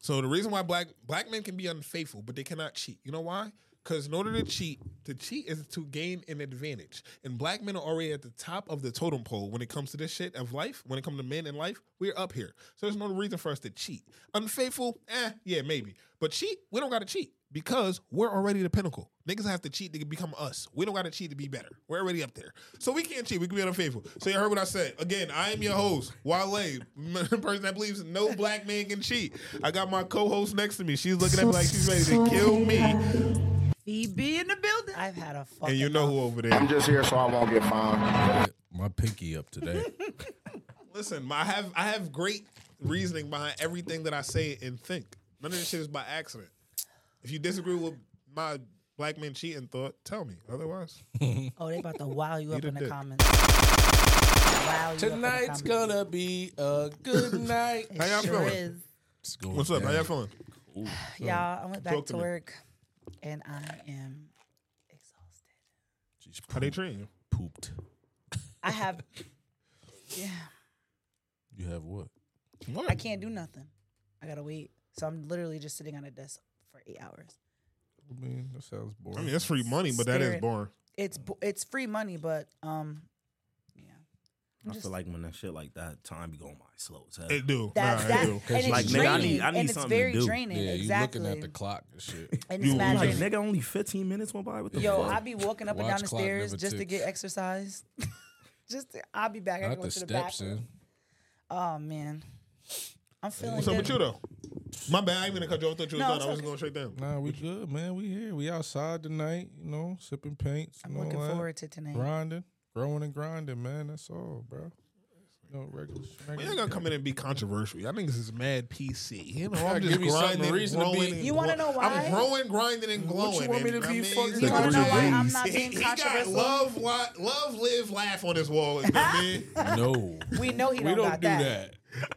Speaker 1: So the reason why black black men can be unfaithful, but they cannot cheat. You know why? Because in order to cheat, to cheat is to gain an advantage. And black men are already at the top of the totem pole when it comes to this shit of life. When it comes to men in life, we're up here. So there's no reason for us to cheat. Unfaithful, eh, yeah, maybe. But cheat, we don't gotta cheat because we're already the pinnacle. Niggas have to cheat to become us. We don't gotta cheat to be better. We're already up there. So we can't cheat. We can be unfaithful. So you heard what I said. Again, I am your host, Wale, the person that believes no black man can cheat. I got my co-host next to me. She's looking at me like she's ready to kill me.
Speaker 2: Phoebe in the building. I've had a fucking.
Speaker 1: And you know who over there.
Speaker 7: just here so I won't get fined.
Speaker 3: My pinky up today.
Speaker 1: Listen, my- I have I have great reasoning behind everything that I say and think. None of this shit is by accident. If you disagree with my black man cheating thought, tell me. Otherwise,
Speaker 2: Oh, they about to wow you up
Speaker 1: the
Speaker 2: in the
Speaker 1: dick.
Speaker 2: comments. Wow you up
Speaker 3: Tonight's
Speaker 2: in the comments.
Speaker 3: gonna be a good night.
Speaker 1: how y'all
Speaker 2: Sure
Speaker 1: feeling?
Speaker 2: is.
Speaker 3: It's going
Speaker 1: What's up? How
Speaker 3: down.
Speaker 1: y'all feeling?
Speaker 2: Y'all, I went back
Speaker 1: Talk to
Speaker 2: to
Speaker 1: me.
Speaker 2: work, and I am exhausted.
Speaker 3: She's
Speaker 1: How they treating you?
Speaker 3: pooped.
Speaker 2: I have, yeah,
Speaker 3: You have what?
Speaker 2: I can't do nothing. I gotta wait. So I'm literally just sitting on a desk for eight hours.
Speaker 3: I mean, that sounds boring.
Speaker 1: I mean, it's free money, but that is
Speaker 2: Spirit.
Speaker 1: boring.
Speaker 2: It's bo- it's free money, but um, yeah. I'm
Speaker 4: I
Speaker 2: just-
Speaker 4: feel like when that shit like that, time be going by slow as hell.
Speaker 1: It do.
Speaker 2: That's
Speaker 1: nah,
Speaker 2: that,
Speaker 1: It do.
Speaker 2: and it's
Speaker 4: Like, nigga, I
Speaker 2: draining,
Speaker 4: need- I need
Speaker 2: and it's
Speaker 4: something to
Speaker 2: very
Speaker 4: do.
Speaker 2: draining.
Speaker 3: yeah,
Speaker 2: exactly.
Speaker 3: you looking at the clock and shit.
Speaker 2: And it's
Speaker 1: You-
Speaker 2: mad
Speaker 4: Like,
Speaker 2: draining.
Speaker 4: nigga, only 15 minutes went by. What the
Speaker 2: Yo,
Speaker 4: fuck?
Speaker 2: I be walking up and
Speaker 3: Watch
Speaker 2: down the
Speaker 3: clock
Speaker 2: stairs
Speaker 3: never
Speaker 2: just to
Speaker 3: ticks.
Speaker 2: get exercise. just to, I'll be back. I
Speaker 3: Not
Speaker 2: can go
Speaker 3: the
Speaker 2: to the
Speaker 3: steps
Speaker 4: eh?
Speaker 3: eh?
Speaker 2: bathroom.
Speaker 3: in.
Speaker 2: Oh man, I'm feeling
Speaker 1: What's
Speaker 2: good.
Speaker 1: up with you though? My bad. I ain't gonna cut you off. I thought you was
Speaker 2: No,
Speaker 1: done.
Speaker 2: it's
Speaker 1: I was
Speaker 2: okay.
Speaker 1: going straight down.
Speaker 3: Nah, we good, man. We here. We outside tonight, you know, sipping paints.
Speaker 2: I'm
Speaker 3: and all
Speaker 2: looking
Speaker 3: that.
Speaker 2: forward to tonight.
Speaker 3: grinding. growing and grinding, man. That's all, bro. No regular.
Speaker 1: We ain't gonna come in and be controversial. Y'all niggas is mad PC. You know, I'm
Speaker 3: Give
Speaker 1: just
Speaker 3: me something,
Speaker 1: grinding,
Speaker 3: reason to be-
Speaker 1: growing. and
Speaker 3: You wanna
Speaker 1: glow-
Speaker 3: know why?
Speaker 1: I'm growing, grinding, and glowing.
Speaker 3: What you want me to
Speaker 1: and, I
Speaker 3: be
Speaker 1: mean,
Speaker 3: fucking
Speaker 1: You wanna know why I'm
Speaker 2: not being
Speaker 1: He got
Speaker 2: controversial?
Speaker 1: love, li- love, live, laugh on his wall. you know what I mean?
Speaker 3: No,
Speaker 2: We know he
Speaker 3: we
Speaker 2: don't
Speaker 3: don't
Speaker 2: got
Speaker 3: do
Speaker 2: that.
Speaker 3: that.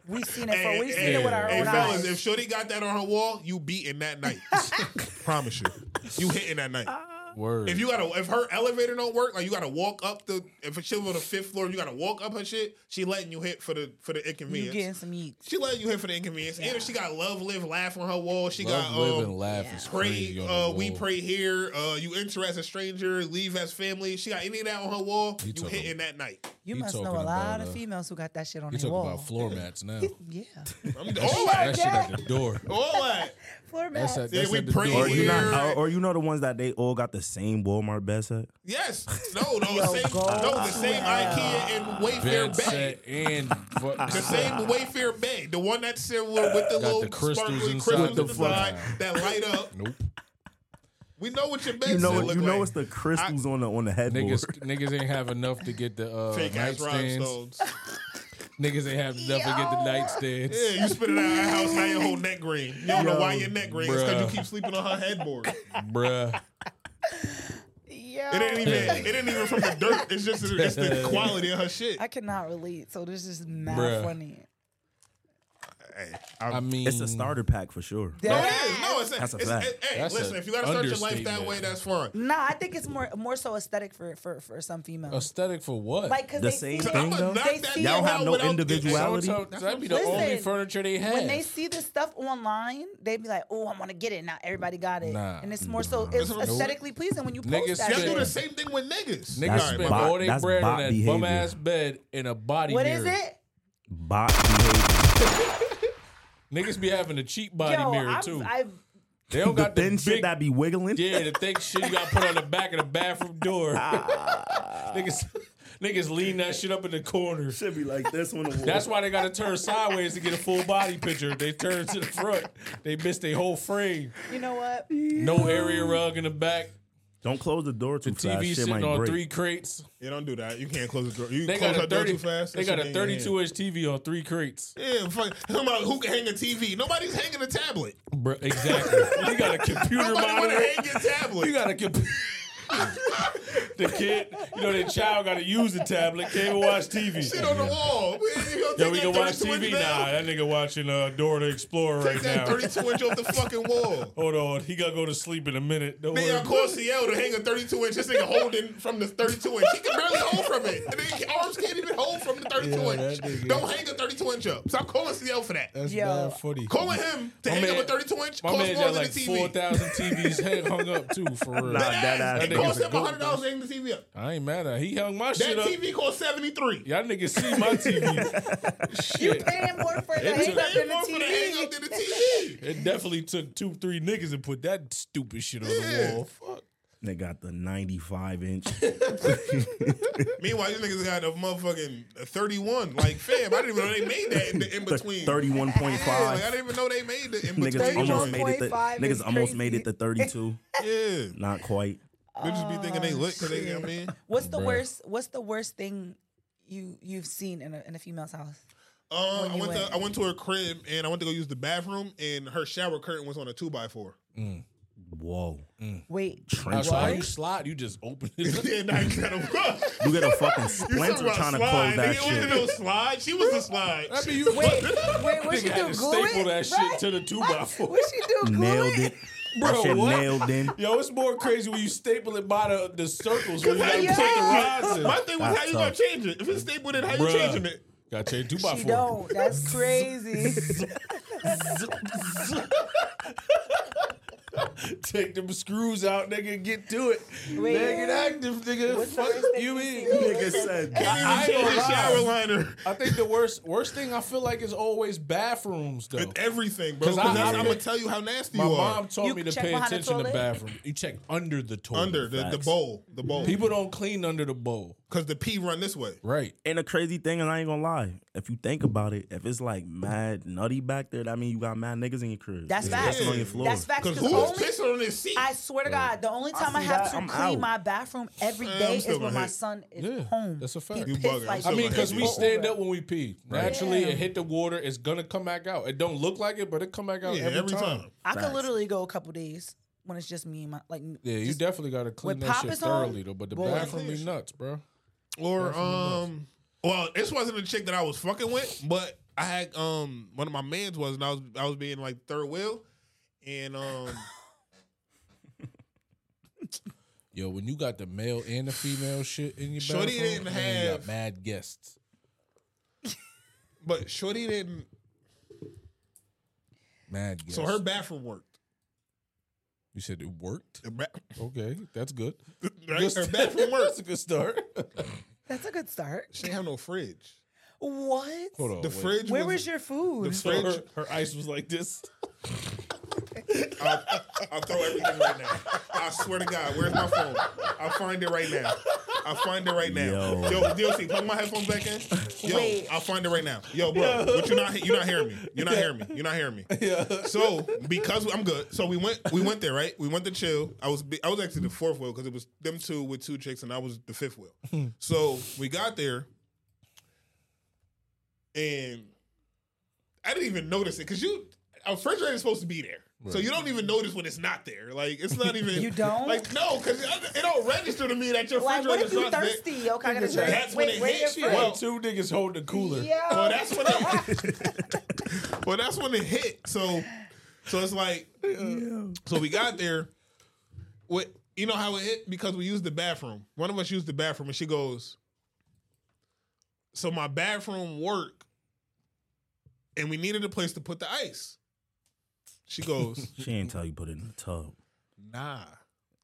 Speaker 2: We seen it for we seen it with our
Speaker 1: hey,
Speaker 2: own
Speaker 1: fellas,
Speaker 2: eyes.
Speaker 1: if Shorty got that on her wall, you beating that night. Promise you, you hitting that night.
Speaker 3: Word.
Speaker 1: If you gotta, if her elevator don't work, like you gotta walk up the, if she was on the fifth floor, you gotta walk up her shit. She letting you hit for the for the
Speaker 2: You
Speaker 1: inconvenience.
Speaker 2: getting some yeet.
Speaker 1: She letting you hit for the inconvenience. And if she got love, live, laugh on her wall, she
Speaker 3: Love,
Speaker 1: got
Speaker 3: live,
Speaker 1: um,
Speaker 3: and laugh is
Speaker 1: pray.
Speaker 3: crazy on
Speaker 1: Uh,
Speaker 3: the
Speaker 1: we
Speaker 3: wall.
Speaker 1: pray here. Uh, you enter as a stranger, leave as family. She got any of that on her wall.
Speaker 3: You
Speaker 1: You,
Speaker 3: talking-
Speaker 1: hitting that night.
Speaker 2: You
Speaker 3: He
Speaker 2: must know
Speaker 3: talking
Speaker 2: a lot
Speaker 3: about,
Speaker 2: of
Speaker 3: uh,
Speaker 2: females who got that shit on
Speaker 3: You
Speaker 2: their
Speaker 3: talking
Speaker 2: wall.
Speaker 3: about floor mats now?
Speaker 2: yeah.
Speaker 1: I'm
Speaker 3: That, shit, that shit at the door.
Speaker 1: All that.
Speaker 2: Floor
Speaker 3: That's
Speaker 2: mats.
Speaker 3: at, that's
Speaker 1: we
Speaker 3: at the
Speaker 1: pray
Speaker 3: door.
Speaker 4: Or you, not, or, or you know the ones that they all got the same Walmart bed set.
Speaker 1: Yes. No, no, same, no, the same IKEA and Wayfair bed.
Speaker 3: Bed set and fu-
Speaker 1: The same Wayfair bed. The one that's silver with the
Speaker 3: Got
Speaker 1: little
Speaker 3: the crystals
Speaker 1: sparkly
Speaker 3: inside
Speaker 1: crystals
Speaker 3: the
Speaker 1: inside
Speaker 3: fucking-
Speaker 1: that light up.
Speaker 3: Nope.
Speaker 1: We know what your bed
Speaker 4: You know,
Speaker 1: set
Speaker 4: you
Speaker 1: look
Speaker 4: know
Speaker 1: like.
Speaker 4: it's the crystals on the on the headboard.
Speaker 3: Niggas, niggas ain't have enough to get the uh,
Speaker 1: Fake ass
Speaker 3: nightstands.
Speaker 1: rhinestones.
Speaker 3: Niggas ain't have enough to get the nightstands.
Speaker 1: Yeah, you spit it out of our house, now your whole neck green. You don't know why your neck green. It's because
Speaker 3: bruh.
Speaker 1: you keep sleeping on her headboard.
Speaker 3: bruh.
Speaker 1: It ain't even. It ain't even from the dirt. It's just. It's the quality of her shit.
Speaker 2: I cannot relate, so this is not
Speaker 4: Bruh.
Speaker 2: funny.
Speaker 3: I mean,
Speaker 4: it's a starter pack for sure.
Speaker 1: No, it is. No, it's.
Speaker 4: That's a
Speaker 1: it's,
Speaker 4: fact.
Speaker 1: it- hey,
Speaker 4: That's
Speaker 1: listen.
Speaker 4: a
Speaker 1: If you gotta start your life that
Speaker 4: understatement.
Speaker 1: way, that's fine.
Speaker 2: Nah, I think it's more more so aesthetic for for, for some females.
Speaker 3: Aesthetic for what?
Speaker 2: Like, 'cause The they same see- thing, though? they see
Speaker 4: Y'all
Speaker 2: it
Speaker 4: have no
Speaker 2: without-
Speaker 4: individuality.
Speaker 3: So- so- that'd be the
Speaker 2: Listen,
Speaker 3: only furniture they had.
Speaker 2: When they see this stuff online, they be like, "Oh, I want to get it." Now everybody got it,
Speaker 3: Nah.
Speaker 2: and it's more so it's
Speaker 3: Nope.
Speaker 2: aesthetically pleasing when you post that.
Speaker 3: Niggas spend-
Speaker 2: shit.
Speaker 3: Do the
Speaker 1: Same thing with niggas.
Speaker 3: Niggas
Speaker 4: That's
Speaker 3: spend
Speaker 4: bot-
Speaker 3: all their
Speaker 4: that's
Speaker 3: bread
Speaker 4: bot
Speaker 3: on that
Speaker 4: behavior.
Speaker 3: bum ass bed in a body.
Speaker 2: What
Speaker 3: mirror.
Speaker 2: is it?
Speaker 4: Bot
Speaker 3: Niggas be having a cheap body
Speaker 2: Yo,
Speaker 3: mirror
Speaker 2: I'm-
Speaker 3: too.
Speaker 2: I've-
Speaker 3: they don't got the
Speaker 4: thin shit that be wiggling.
Speaker 3: yeah, the thick shit you got put on the back of the bathroom door.
Speaker 4: Ah.
Speaker 3: niggas, niggas lean that shit up in the corner.
Speaker 4: Should be like this one.
Speaker 3: That's why they got to turn sideways to get a full body picture. They turn to the front. They miss their whole frame.
Speaker 2: You know what?
Speaker 3: No area rug in the back.
Speaker 4: Don't close the door too fast.
Speaker 3: TV
Speaker 4: Shit
Speaker 3: sitting
Speaker 4: might
Speaker 3: on
Speaker 4: break.
Speaker 3: three crates.
Speaker 1: Yeah, don't do that. You can't close the door. You
Speaker 3: They
Speaker 1: close
Speaker 3: got a
Speaker 1: her door
Speaker 3: thirty.
Speaker 1: too fast.
Speaker 3: They
Speaker 1: that
Speaker 3: got
Speaker 1: shit get in
Speaker 3: a
Speaker 1: your hand.
Speaker 3: thirty-two inch TV on three crates.
Speaker 1: Yeah, fuck. Somebody who can hang a TV. Nobody's hanging a tablet.
Speaker 3: Bro, exactly. you got a computer
Speaker 1: Nobody wanna
Speaker 3: monitor.
Speaker 1: hang your tablet.
Speaker 3: You got a computer. the kid, you know, the child got to use the tablet. Can't even watch TV.
Speaker 1: Shit on the wall. We, you gonna
Speaker 3: Yo,
Speaker 1: take
Speaker 3: we
Speaker 1: that
Speaker 3: can watch
Speaker 1: 32 inch
Speaker 3: TV
Speaker 1: down.
Speaker 3: now. That nigga watching uh, Dora the Explorer
Speaker 1: Take
Speaker 3: right
Speaker 1: that
Speaker 3: now. Oh,
Speaker 1: 32 inch off the fucking wall.
Speaker 3: Hold on, he gotta go to sleep in a minute. Don't
Speaker 1: Nigga, I
Speaker 3: worry.
Speaker 1: called CL to hang a 32 inch. This nigga holding from the 32 inch. He can barely hold from it. And then arms can't even hold from the 32
Speaker 3: Yeah, that
Speaker 1: inch.
Speaker 3: nigga-
Speaker 1: Don't hang a 32 inch up. Stop calling CL for that.
Speaker 3: That's
Speaker 1: Yo.
Speaker 3: bad footy.
Speaker 1: Calling him to
Speaker 3: My
Speaker 1: hang
Speaker 3: man-
Speaker 1: up a 32 inch
Speaker 3: My
Speaker 1: costs more
Speaker 3: man got
Speaker 1: than
Speaker 3: like
Speaker 1: the TV.
Speaker 3: four thousand TVs hang- hung up too for real.
Speaker 4: Nah, that ass-
Speaker 1: it
Speaker 3: nigga's
Speaker 1: costs
Speaker 3: a
Speaker 1: him
Speaker 3: goat,
Speaker 1: $100 to hang the TV up.
Speaker 3: I ain't mad at. He hung my
Speaker 1: That
Speaker 3: shit up.
Speaker 1: TV costs 73
Speaker 3: Y'all niggas see my TV.
Speaker 2: You paying more for the
Speaker 3: It
Speaker 2: hang
Speaker 3: took-
Speaker 2: up than the
Speaker 1: more for the hang
Speaker 2: TV.
Speaker 1: up than the TV.
Speaker 3: It definitely took two, three niggas and put that stupid shit on
Speaker 1: Yeah,
Speaker 3: the wall.
Speaker 4: They got the ninety-five inch.
Speaker 1: Meanwhile, these niggas got a motherfucking 31. Like, fam, I didn't even know they made that in the in between.
Speaker 4: Thirty-one point
Speaker 1: Yeah, like, I
Speaker 4: five.
Speaker 1: didn't even know they made the in between.
Speaker 4: Niggas almost made it. The,
Speaker 2: 31.5 is
Speaker 4: niggas almost made it to thirty-two.
Speaker 1: Yeah.
Speaker 4: Not quite.
Speaker 1: They just be thinking they lit because they, you know what I mean?
Speaker 2: What's the
Speaker 4: Bruh.
Speaker 2: worst? What's the worst thing you you've seen in a, in a female's house?
Speaker 1: Uh,
Speaker 2: When
Speaker 1: I
Speaker 2: you
Speaker 1: went
Speaker 2: went.
Speaker 1: to I went to her crib and I went to go use the bathroom and her shower curtain was on a two by four.
Speaker 4: Whoa.
Speaker 2: Wait,
Speaker 4: Trench
Speaker 3: Mm. That's why
Speaker 4: light?
Speaker 3: you slide. You just open it. up.
Speaker 1: yeah, now you gotta
Speaker 4: You got a fucking
Speaker 1: You talking
Speaker 4: splinter
Speaker 1: about
Speaker 4: trying to
Speaker 1: slide?
Speaker 4: close that
Speaker 1: Nigga, wasn't
Speaker 4: shit.
Speaker 1: no slide. She was the slide.
Speaker 3: I mean, you
Speaker 2: Wait, wait, what
Speaker 3: nigga
Speaker 2: she
Speaker 3: had
Speaker 2: do?
Speaker 3: to
Speaker 2: Glue
Speaker 3: staple
Speaker 2: it?
Speaker 3: that shit
Speaker 2: Right?
Speaker 3: to the two by four.
Speaker 2: What she do? Glue
Speaker 4: Nailed it. That
Speaker 3: Bro,
Speaker 4: shit
Speaker 3: what?
Speaker 4: nailed in.
Speaker 3: Yo, it's more crazy when you staple it by the, the circles when you gotta
Speaker 1: Yeah.
Speaker 3: put the rods in.
Speaker 1: My thing was
Speaker 4: That's
Speaker 1: how you gonna
Speaker 4: tough.
Speaker 1: change it? If it's stapled in, how you
Speaker 3: Bruh.
Speaker 1: changing it?
Speaker 3: Gotta change two by
Speaker 2: She
Speaker 3: four.
Speaker 2: don't. That's crazy.
Speaker 3: Take them screws out, nigga, get to it.
Speaker 2: Wait.
Speaker 3: Nigga, active, nigga.
Speaker 2: What's the
Speaker 3: Fuck
Speaker 2: worst thing
Speaker 3: you
Speaker 2: you
Speaker 3: mean?
Speaker 2: seen?
Speaker 4: Nigga said.
Speaker 3: I,
Speaker 1: Change
Speaker 3: ain't
Speaker 1: the shower
Speaker 3: gonna lie.
Speaker 1: liner.
Speaker 3: I think the worst worst thing I feel like is always bathrooms though.
Speaker 1: With everything, bro.
Speaker 3: 'Cause
Speaker 1: Because
Speaker 3: I- I-
Speaker 1: I'm gonna tell you how nasty
Speaker 3: My
Speaker 1: you
Speaker 3: mom
Speaker 1: are.
Speaker 3: taught
Speaker 2: You
Speaker 3: me to
Speaker 2: check
Speaker 3: pay
Speaker 2: behind the
Speaker 3: attention to
Speaker 2: toilet?
Speaker 3: bathroom. You check under the toilet.
Speaker 1: Under the, the
Speaker 4: Facts.
Speaker 1: bowl. The bowl.
Speaker 3: People don't clean under the bowl.
Speaker 1: Cause the pee run this way.
Speaker 3: Right.
Speaker 4: And the crazy thing, and I ain't gonna lie, if you think about it, if it's like mad nutty back there, that mean you got mad niggas in your crib.
Speaker 2: That's
Speaker 4: Niggas
Speaker 2: facts.
Speaker 4: pissing on your floor.
Speaker 2: That's facts.
Speaker 1: Cause
Speaker 2: Because
Speaker 1: who's
Speaker 2: only
Speaker 1: pissing on his seat?
Speaker 2: I swear to God, the only
Speaker 4: I
Speaker 2: time I,
Speaker 4: see
Speaker 2: have
Speaker 4: that,
Speaker 2: to
Speaker 4: I'm
Speaker 2: clean
Speaker 4: out.
Speaker 2: my bathroom every
Speaker 1: Man, I'm
Speaker 2: day
Speaker 1: still
Speaker 2: is when
Speaker 1: gonna
Speaker 2: my
Speaker 1: hate.
Speaker 2: son is
Speaker 3: Yeah,
Speaker 2: home.
Speaker 3: that's a
Speaker 2: He
Speaker 3: fact.
Speaker 2: pissed like
Speaker 3: I mean, because we stand
Speaker 2: over.
Speaker 3: up when we pee.
Speaker 1: Right.
Speaker 3: Naturally,
Speaker 2: Yeah.
Speaker 3: it hit the water. It's gonna come back out. It don't look like it, but it come back out
Speaker 1: Yeah,
Speaker 3: every,
Speaker 1: every
Speaker 3: time.
Speaker 1: time.
Speaker 2: I could
Speaker 3: Facts.
Speaker 2: literally go a couple days when it's just me and my like.
Speaker 3: Yeah, you
Speaker 2: just-
Speaker 3: definitely gotta clean
Speaker 2: when
Speaker 3: that
Speaker 2: Pop
Speaker 3: shit
Speaker 2: is home,
Speaker 3: thoroughly though. But the
Speaker 2: boy.
Speaker 3: bathroom be nuts, bro.
Speaker 1: Or
Speaker 3: Definitely does.
Speaker 1: um, well, this wasn't a chick that I was fucking with, but I had um one of my mans was, and I was I was being like third wheel, and um
Speaker 3: Yo, when you got the male and the female shit in your
Speaker 1: Shorty
Speaker 3: bathroom,
Speaker 1: didn't
Speaker 3: man, you
Speaker 1: have-
Speaker 3: got mad guests.
Speaker 1: but Shorty didn't.
Speaker 3: Mad guests.
Speaker 1: So her bathroom worked.
Speaker 3: You said it worked.
Speaker 1: Her, ba-
Speaker 3: Okay, that's good.
Speaker 1: right? her bathroom
Speaker 3: That's
Speaker 1: worked.
Speaker 3: a good start.
Speaker 2: That's a good start.
Speaker 1: She didn't have no fridge.
Speaker 2: What?
Speaker 3: Hold on.
Speaker 1: The
Speaker 3: Oh, wait.
Speaker 1: fridge.
Speaker 2: Where
Speaker 1: was,
Speaker 2: was your food?
Speaker 1: The
Speaker 3: So
Speaker 1: fridge.
Speaker 3: her, her ice was like this.
Speaker 1: I'll, I'll throw everything right now. I swear to God, where's my phone? I'll find it right now. I'll find it right now. Yo,
Speaker 4: Yo.
Speaker 1: DLC, plug my headphones back in. Yo,
Speaker 2: Wait.
Speaker 1: I'll find it right now. Yo, bro, but you're not you're not hearing me. You're not hearing me. You're not hearing me. So because I'm good. So we went we went there right. We went to chill. I was I was actually the fourth wheel because it was them two with two chicks and I was the fifth wheel. so we got there, and I didn't even notice it because you a refrigerator is supposed to be there. So
Speaker 3: Right.
Speaker 1: you don't even notice when it's not there. Like it's not even
Speaker 2: You don't?
Speaker 1: like no because it don't register to me that your
Speaker 2: Like, what if
Speaker 1: refrigerator's
Speaker 2: you
Speaker 1: not there.
Speaker 2: thirsty? Yo, can I get a drink?
Speaker 1: That's when
Speaker 2: Wait,
Speaker 1: it
Speaker 2: where's your
Speaker 1: hits you.
Speaker 2: fridge?
Speaker 1: Well,
Speaker 3: Two niggas holding the cooler.
Speaker 2: Yo.
Speaker 1: well, that's when it. well, that's when it hit. So, so it's like, so we got there. What you know how it hit because we used the bathroom. One of us used the bathroom, and she goes. So my bathroom work, and we needed a place to put the ice. She goes,
Speaker 4: She ain't tell you put it in the tub.
Speaker 1: Nah.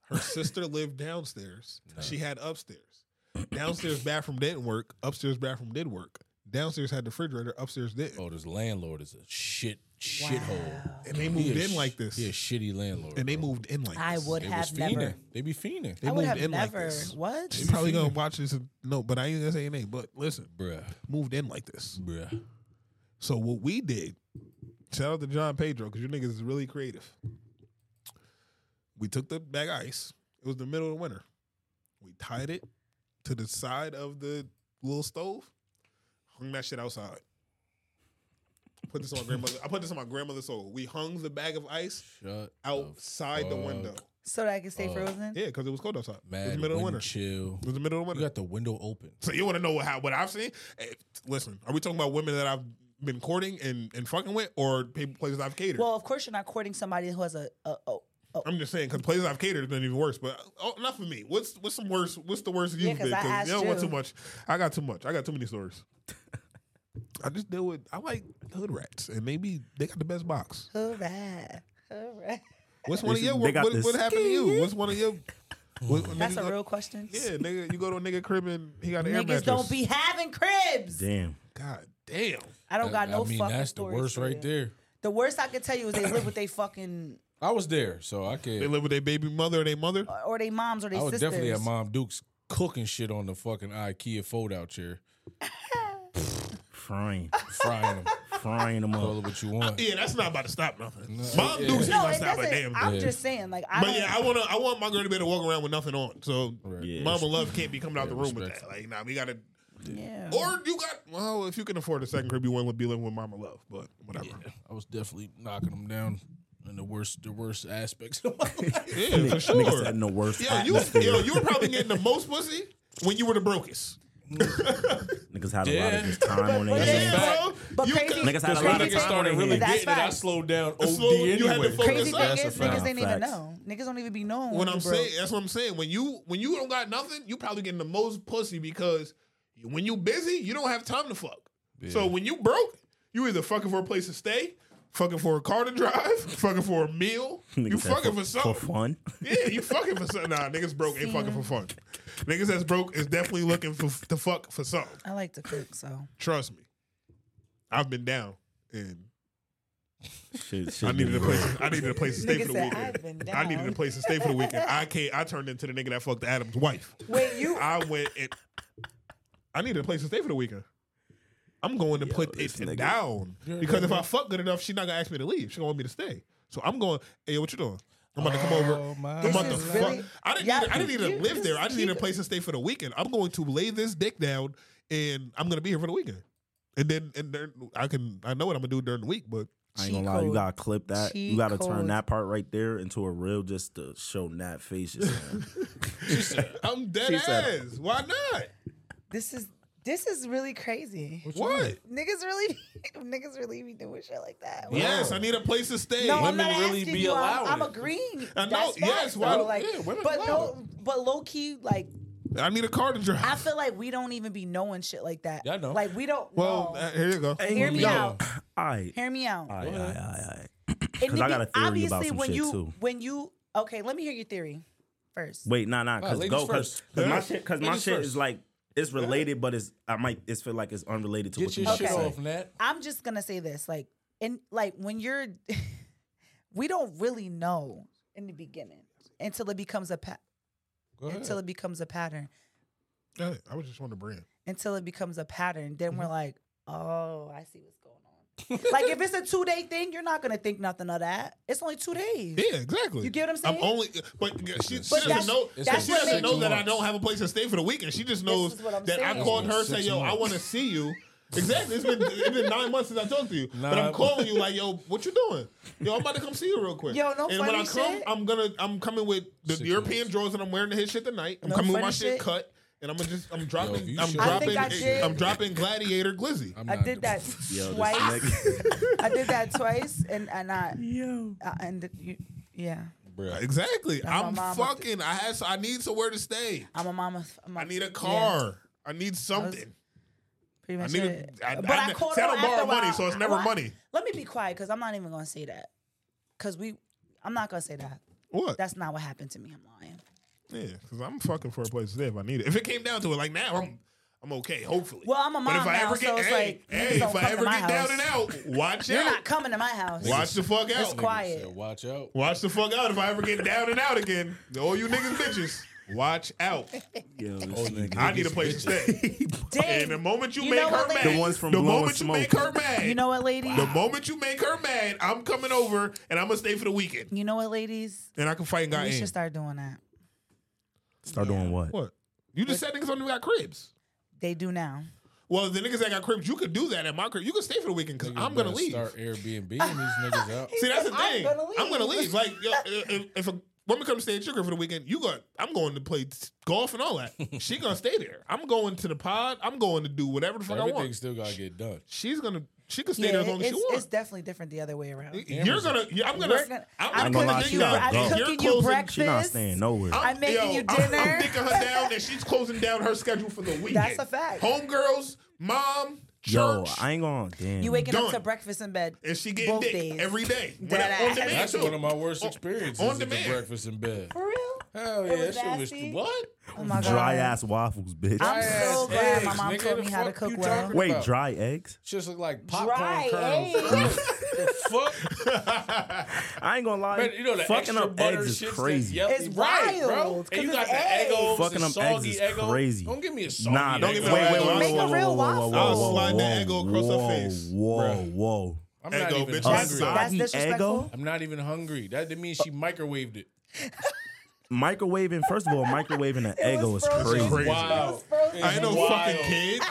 Speaker 1: Her sister lived downstairs. She had upstairs. Downstairs bathroom didn't work. Upstairs bathroom did work. Downstairs had the refrigerator. Upstairs didn't.
Speaker 3: Oh, this landlord is a shit shithole.
Speaker 1: And they
Speaker 3: He
Speaker 1: moved
Speaker 3: a
Speaker 1: in
Speaker 3: sh-
Speaker 1: like this.
Speaker 3: He a shitty landlord.
Speaker 1: and they
Speaker 3: bro.
Speaker 1: moved in like
Speaker 2: I
Speaker 1: this.
Speaker 2: would
Speaker 3: They
Speaker 2: have
Speaker 3: was
Speaker 2: never.
Speaker 3: fiending. They be fiending,
Speaker 1: They
Speaker 2: I would
Speaker 1: moved
Speaker 2: have
Speaker 1: in like
Speaker 2: never.
Speaker 1: this.
Speaker 2: what?
Speaker 1: She's probably gonna watch this. and- No, but I ain't gonna say your name. But listen,
Speaker 3: bruh,
Speaker 1: moved in like this.
Speaker 3: bruh.
Speaker 1: So what we did, shout out to John Pedro because your niggas is really creative. We took the bag of ice. It was the middle of winter. We tied it to the side of the little stove, hung that shit outside. Put this on my grandmother. I put this on my grandmother's soul. We hung the bag of ice
Speaker 3: Shut
Speaker 1: outside the
Speaker 3: fuck
Speaker 1: window.
Speaker 2: So that I can stay
Speaker 3: Oh.
Speaker 2: frozen?
Speaker 1: Yeah, because it was cold outside. it was
Speaker 3: Mad
Speaker 1: the middle of
Speaker 3: wind
Speaker 1: winter.
Speaker 3: chill.
Speaker 1: It was the middle of
Speaker 3: You
Speaker 1: winter.
Speaker 3: got the window open.
Speaker 1: So you want to know what, how, what I've seen? Eh, listen, are we talking about women that I've been courting and, and fucking with, or people places I've catered?
Speaker 2: Well, of course you're not courting somebody who has a. a, a
Speaker 1: I'm just saying because places I've catered have been even worse. But oh, enough of me. What's what's some worse? What's the worst
Speaker 2: Yeah,
Speaker 1: you've
Speaker 2: 'cause
Speaker 1: been?
Speaker 2: I asked
Speaker 1: you don't want
Speaker 2: you.
Speaker 1: too much. I got too much. I got too many stories. I just deal with. I like hood rats, and maybe they got the best box.
Speaker 2: hooray. Hooray.
Speaker 1: What's one of
Speaker 4: They
Speaker 1: your?
Speaker 4: should-
Speaker 1: What,
Speaker 4: they got
Speaker 1: what,
Speaker 4: this-
Speaker 1: what happened to you? What's one of your? what-
Speaker 2: That's
Speaker 1: niggas
Speaker 2: a
Speaker 1: go-
Speaker 2: real question.
Speaker 1: Yeah, nigga, you go to a nigga crib and he got an air mattress.
Speaker 2: Niggas don't be having cribs.
Speaker 4: Damn.
Speaker 1: God damn.
Speaker 2: I don't got
Speaker 3: I-
Speaker 2: no
Speaker 3: I mean,
Speaker 2: fucking
Speaker 3: that's the
Speaker 2: stories
Speaker 3: worst
Speaker 2: for
Speaker 3: right
Speaker 2: you.
Speaker 3: there.
Speaker 2: The worst I could tell you is they live with their fucking
Speaker 3: I was there, so I
Speaker 1: They
Speaker 3: could.
Speaker 1: live with their baby mother or their mother.
Speaker 2: or they moms or they
Speaker 3: I was
Speaker 2: sisters.
Speaker 3: definitely at Mom Duke's cooking shit on the fucking IKEA fold out chair,
Speaker 4: Frying.
Speaker 3: frying them.
Speaker 4: Frying them
Speaker 3: Call
Speaker 4: up.
Speaker 3: it what you want.
Speaker 1: Yeah, that's not about to stop nothing. Mom
Speaker 3: yeah.
Speaker 1: Duke's ain't
Speaker 2: No,
Speaker 1: gonna
Speaker 2: it
Speaker 1: stop a
Speaker 2: doesn't.
Speaker 1: damn thing.
Speaker 2: I'm
Speaker 3: thing.
Speaker 2: just saying, like, I
Speaker 1: But
Speaker 2: don't,
Speaker 1: yeah, I wanna I want my girl to be able to walk around with nothing on. So
Speaker 3: Right.
Speaker 4: Yeah.
Speaker 1: mama love can't be coming out
Speaker 3: Yeah,
Speaker 1: the room with that.
Speaker 3: respectful.
Speaker 1: Like, nah, we gotta
Speaker 2: yeah.
Speaker 1: or you got well, if you can afford a second crib, you wouldn't be living with mama love, but whatever.
Speaker 3: I was definitely knocking them down in the worst, the worst aspects of my life.
Speaker 1: Yeah, for
Speaker 4: Niggas
Speaker 1: sure.
Speaker 4: had no worst
Speaker 1: Yo, you
Speaker 4: atmosphere.
Speaker 1: yo, you were probably getting the most pussy when you were the brokest.
Speaker 4: Niggas had a lot
Speaker 3: Yeah.
Speaker 4: of just time on their
Speaker 2: But
Speaker 4: hands.
Speaker 2: yeah,
Speaker 1: Yeah,
Speaker 2: bro.
Speaker 1: bro.
Speaker 2: But
Speaker 1: You
Speaker 2: crazy,
Speaker 1: could-
Speaker 4: Niggas had
Speaker 3: That's
Speaker 4: a
Speaker 3: when
Speaker 4: lot
Speaker 3: I
Speaker 4: of
Speaker 2: crazy
Speaker 3: niggas
Speaker 4: time on
Speaker 3: started
Speaker 4: their
Speaker 3: really
Speaker 4: hands.
Speaker 2: That's
Speaker 3: getting it. I
Speaker 2: facts.
Speaker 3: slowed down OD
Speaker 1: That's slow- you had to
Speaker 3: anyway.
Speaker 1: focus
Speaker 2: crazy thing
Speaker 1: That's
Speaker 4: a
Speaker 2: is,
Speaker 4: fact.
Speaker 2: niggas didn't even
Speaker 4: Facts.
Speaker 2: know. Niggas don't even be known.
Speaker 1: What
Speaker 2: you
Speaker 1: I'm
Speaker 2: broke.
Speaker 1: saying, that's what I'm saying. When you when you don't got nothing, you probably getting the most pussy because when you busy, you don't have time to fuck. So when you broke, you either fucking for a place to stay, fucking for a car to drive, fucking for a meal, you
Speaker 4: Niggas had
Speaker 1: fucking for,
Speaker 4: for
Speaker 1: something.
Speaker 4: fun.
Speaker 1: Yeah, you fucking for something. Nah, niggas broke ain't fucking for fun. Niggas that's broke is definitely looking for to fuck for something.
Speaker 2: I like to cook, so
Speaker 1: Trust me, I've been down and
Speaker 4: Shit, shit
Speaker 1: I needed a
Speaker 4: get
Speaker 1: place.
Speaker 4: real.
Speaker 1: I needed a place to stay
Speaker 2: Nigga
Speaker 1: for the
Speaker 2: said,
Speaker 1: weekend.
Speaker 2: "I've been
Speaker 1: I needed a
Speaker 2: down."
Speaker 1: place to stay for the weekend. I can't. I turned into the nigga that fucked Adam's wife.
Speaker 2: wait, you
Speaker 1: I went and I need a place to stay for the weekend. I'm going to put it down
Speaker 3: Yeah,
Speaker 1: because if
Speaker 3: nigga.
Speaker 1: I fuck good enough, she's not gonna ask me to leave. She gonna want me to stay. So I'm going. Hey, what you doing? I'm about to come over.
Speaker 3: my
Speaker 1: I'm about to
Speaker 3: Oh, This is
Speaker 1: fuck.
Speaker 3: really-
Speaker 1: I didn't.
Speaker 3: Yeah,
Speaker 1: need, I didn't need
Speaker 3: you
Speaker 1: to live there. I just
Speaker 3: just
Speaker 1: need a
Speaker 3: keep-
Speaker 1: place to stay for the weekend. I'm going to lay this dick down, and I'm gonna be here for the weekend. And then, and then I can. I know what I'm gonna do during the week, but
Speaker 4: I ain't gonna lie, you gotta clip that. you
Speaker 1: Cheat
Speaker 4: gotta turn
Speaker 1: code.
Speaker 4: that part right there into a reel just to show Nat faces.
Speaker 1: I'm dead
Speaker 4: She
Speaker 1: ass.
Speaker 4: said-
Speaker 1: Why not?
Speaker 2: This is this is really crazy.
Speaker 1: What? one?
Speaker 2: Niggas really niggas really be doing shit like that.
Speaker 1: Yes, I need a place to stay.
Speaker 2: No, I'm not really asking you. I'm, I'm agreeing.
Speaker 1: I know,
Speaker 2: That's fine,
Speaker 1: yes, why
Speaker 2: though,
Speaker 1: do-
Speaker 2: like,
Speaker 1: yeah, women
Speaker 2: but
Speaker 1: allow
Speaker 2: no, but low key, like
Speaker 1: I need a car to drive.
Speaker 2: I feel like we don't even be knowing shit like that.
Speaker 1: Yeah, I know.
Speaker 2: Like we don't.
Speaker 1: Well,
Speaker 2: know.
Speaker 1: uh, here you go.
Speaker 2: Hear me out.
Speaker 4: All right.
Speaker 2: Hear me out.
Speaker 4: All right, all right, all right.
Speaker 2: And
Speaker 4: 'Cause I
Speaker 2: nigga,
Speaker 4: got a theory about
Speaker 2: obviously
Speaker 4: some
Speaker 2: when
Speaker 4: shit,
Speaker 2: you
Speaker 4: too.
Speaker 2: when you okay, let me hear your theory first.
Speaker 4: Wait, nah, nah,
Speaker 2: Wow,
Speaker 4: cause
Speaker 2: ladies
Speaker 4: go, cause,
Speaker 2: first.
Speaker 4: 'cause
Speaker 2: Yeah.
Speaker 4: my shit, cause my
Speaker 2: Ladies
Speaker 4: shit
Speaker 2: first.
Speaker 4: is like it's related, but it's I might it's feel like it's unrelated to
Speaker 3: Get
Speaker 4: what
Speaker 3: your
Speaker 4: you just
Speaker 3: shit
Speaker 4: said.
Speaker 3: off, Nat.
Speaker 2: I'm just gonna say this, like, and like when you're, we don't really know in the beginning until it becomes a pa-
Speaker 1: Go ahead.
Speaker 2: until it becomes a pattern
Speaker 1: Yeah, I was just on the brand.
Speaker 2: until it becomes a pattern. Then
Speaker 4: Mm-hmm.
Speaker 2: we're like, oh, I see what's going on. like if it's a two day thing, you're not gonna think nothing of that. It's only two days.
Speaker 1: Yeah, exactly.
Speaker 2: You get what I'm saying?
Speaker 1: I'm only, but she, she
Speaker 2: But that's-
Speaker 1: doesn't know. She
Speaker 2: that's what
Speaker 1: doesn't
Speaker 2: makes-
Speaker 1: know that I don't have a place to stay for the weekend. She just knows
Speaker 2: is what I'm
Speaker 1: that I
Speaker 2: saying.
Speaker 1: called her, say,
Speaker 3: Six
Speaker 1: "Yo, I
Speaker 3: months.
Speaker 1: want to see you." Exactly. It's been it's been nine months since I talked to you, but
Speaker 3: Nah.
Speaker 1: I'm calling you like, "Yo, what you doing? Yo, I'm about to come see you real quick."
Speaker 2: Yo, no
Speaker 1: And when I
Speaker 2: funny
Speaker 1: come,
Speaker 2: shit.
Speaker 1: I'm gonna I'm coming with the European drawers and I'm wearing the his shit tonight. I'm
Speaker 2: No
Speaker 1: coming with my
Speaker 2: funny
Speaker 1: shit
Speaker 2: shit.
Speaker 1: cut. And I'm gonna just I'm dropping
Speaker 3: you
Speaker 1: I'm
Speaker 3: sure- I
Speaker 1: dropping
Speaker 3: think
Speaker 2: I did.
Speaker 1: I'm dropping Gladiator Glizzy.
Speaker 2: I did that
Speaker 4: Yo, this
Speaker 2: twice.
Speaker 4: nigga.
Speaker 2: I did that twice, and and I yo, I, and you, yeah.
Speaker 1: Exactly.
Speaker 2: I'm a
Speaker 1: I'm,
Speaker 2: mama.
Speaker 1: fucking. I have. I need somewhere to stay.
Speaker 2: I'm a mama. i
Speaker 1: I need a car. I need something.
Speaker 2: Pretty
Speaker 1: I
Speaker 2: much
Speaker 1: need.
Speaker 2: it.
Speaker 1: A, I,
Speaker 2: but
Speaker 1: I,
Speaker 2: I, called
Speaker 1: see, I
Speaker 2: her
Speaker 1: don't
Speaker 2: after
Speaker 1: borrow
Speaker 2: a while.
Speaker 1: money, so it's never
Speaker 2: Well, I-
Speaker 1: money.
Speaker 2: Let me be quiet because I'm not even gonna say that. Cause we, I'm not gonna say that.
Speaker 1: What?
Speaker 2: That's not what happened to me. I'm lying.
Speaker 1: Yeah, because I'm fucking for a place to stay if I need it. If it came down to it, like now, I'm I'm okay. Hopefully.
Speaker 2: Well, I'm a
Speaker 1: But if
Speaker 2: mom
Speaker 1: I
Speaker 2: now,
Speaker 1: ever
Speaker 2: so
Speaker 1: get,
Speaker 2: it's
Speaker 1: hey,
Speaker 2: like, niggas
Speaker 1: hey,
Speaker 2: don't
Speaker 1: if I
Speaker 2: come
Speaker 1: ever
Speaker 2: to my
Speaker 1: get down and
Speaker 2: house.
Speaker 1: out, watch
Speaker 2: You're
Speaker 1: out.
Speaker 2: not coming to my house.
Speaker 1: Watch the fuck out.
Speaker 2: It's quiet.
Speaker 3: Watch out.
Speaker 1: Watch the fuck out if I ever get down and out again. All you niggas bitches, watch out. I need a place to stay. And the moment you,
Speaker 2: You
Speaker 1: make
Speaker 2: know
Speaker 1: her
Speaker 2: what,
Speaker 1: mad,
Speaker 2: lady? The ones from
Speaker 1: the
Speaker 4: Blowing
Speaker 1: moment you make her mad,
Speaker 2: You know what, ladies?
Speaker 1: the moment you make her mad, I'm coming over and I'm gonna stay for the weekend.
Speaker 2: You know what, ladies?
Speaker 1: And I can fight and got
Speaker 2: we
Speaker 1: in.
Speaker 2: should start doing that.
Speaker 4: Start doing what?
Speaker 1: What? You just said niggas only got cribs.
Speaker 2: They do now.
Speaker 1: Well, the niggas that got cribs, you could do that at my crib. You could stay for the weekend because I'm gonna
Speaker 3: better
Speaker 1: leave.
Speaker 3: Start Airbnb these niggas out.
Speaker 1: See, that's the
Speaker 2: I'm
Speaker 1: thing.
Speaker 2: gonna
Speaker 1: I'm gonna
Speaker 2: leave.
Speaker 1: leave. Like, yo, if, if a woman comes stay at your crib for the weekend, you got. I'm going to play t- golf and all that. She gonna stay there. I'm going to the pod. I'm going to do whatever the fuck I
Speaker 3: Everything
Speaker 1: want.
Speaker 3: still gotta get done.
Speaker 1: She's gonna. She could stay there as long as
Speaker 2: it's,
Speaker 1: she wants.
Speaker 2: it's definitely different the other way around.
Speaker 1: You're gonna. Yeah, I'm gonna.
Speaker 2: We're gonna-
Speaker 1: I'm
Speaker 4: I'm gonna
Speaker 1: gonna. put
Speaker 4: lie,
Speaker 1: the
Speaker 4: she
Speaker 1: nigga
Speaker 4: gotta
Speaker 1: out.
Speaker 4: go. I'm
Speaker 1: You're
Speaker 2: cooking you
Speaker 1: closing-
Speaker 2: breakfast.
Speaker 4: She not staying nowhere.
Speaker 2: I'm making
Speaker 1: yo,
Speaker 2: you
Speaker 1: I'm- I'm,
Speaker 2: dinner.
Speaker 1: dicking her down, and she's closing down her schedule for the weekend.
Speaker 2: That's a fact.
Speaker 1: Homegirls, mom,
Speaker 4: Yo,
Speaker 1: church,
Speaker 4: I ain't gonna damn.
Speaker 2: You waking up
Speaker 1: Done.
Speaker 2: to breakfast in bed.
Speaker 1: and she getting
Speaker 2: both
Speaker 1: dick
Speaker 2: days.
Speaker 1: every day. When-
Speaker 2: Dead
Speaker 1: on
Speaker 2: ass.
Speaker 1: demand,
Speaker 3: That's
Speaker 1: too.
Speaker 3: one of my worst
Speaker 1: On-
Speaker 3: experiences.
Speaker 1: on
Speaker 3: is the
Speaker 1: demand.
Speaker 3: breakfast in bed.
Speaker 2: For real?
Speaker 3: Hell yeah,
Speaker 2: It was
Speaker 3: that shit was
Speaker 2: nasty?
Speaker 3: what?
Speaker 2: Oh my god.
Speaker 4: dry ass waffles, bitch.
Speaker 2: I'm so
Speaker 3: ass
Speaker 2: glad my
Speaker 3: eggs,
Speaker 2: mom
Speaker 3: nigga.
Speaker 2: told
Speaker 3: The
Speaker 2: me how to
Speaker 3: fuck
Speaker 2: cook
Speaker 3: you
Speaker 2: well.
Speaker 3: talking
Speaker 4: Wait,
Speaker 3: about?
Speaker 4: dry eggs?
Speaker 3: Just look like popcorn
Speaker 2: Dry
Speaker 3: kernels.
Speaker 2: eggs.
Speaker 3: the fuck?
Speaker 4: I ain't gonna lie.
Speaker 3: Man, you know the
Speaker 4: fucking
Speaker 3: extra
Speaker 4: up
Speaker 3: butter
Speaker 4: eggs is
Speaker 3: shits
Speaker 4: crazy.
Speaker 3: That's, yep,
Speaker 2: It's
Speaker 3: right, bro.
Speaker 2: wild, 'cause
Speaker 3: And you
Speaker 2: it's
Speaker 3: got the
Speaker 2: eggs.
Speaker 3: eggs.
Speaker 4: Fucking
Speaker 3: the
Speaker 4: up eggs
Speaker 3: soggy
Speaker 4: is
Speaker 3: eggo.
Speaker 4: crazy.
Speaker 3: Don't give me a soggy
Speaker 4: Nah, don't
Speaker 3: egg.
Speaker 4: give me
Speaker 1: Eggo.
Speaker 4: wait, wait,
Speaker 1: Eggo.
Speaker 4: wait,
Speaker 1: Make
Speaker 4: whoa,
Speaker 2: a
Speaker 4: whoa, whoa, whoa,
Speaker 2: real waffle.
Speaker 4: whoa,
Speaker 1: I'll
Speaker 4: whoa,
Speaker 1: slide
Speaker 4: whoa,
Speaker 1: the Eggo across her
Speaker 4: whoa,
Speaker 1: face.
Speaker 4: Whoa, whoa.
Speaker 3: I'm
Speaker 1: Eggo,
Speaker 3: not even
Speaker 1: bitch,
Speaker 4: A
Speaker 3: hungry.
Speaker 1: That's- that's
Speaker 4: soggy
Speaker 2: disrespectful.
Speaker 4: Eggo?
Speaker 3: I'm not even hungry. That didn't mean she microwaved it.
Speaker 4: Microwaving, first of all, microwaving an Eggo
Speaker 2: was
Speaker 4: is
Speaker 2: frozen.
Speaker 4: crazy.
Speaker 1: Crazy.
Speaker 3: Wow.
Speaker 2: frozen.
Speaker 1: I ain't no
Speaker 3: Wild.
Speaker 1: fucking kid.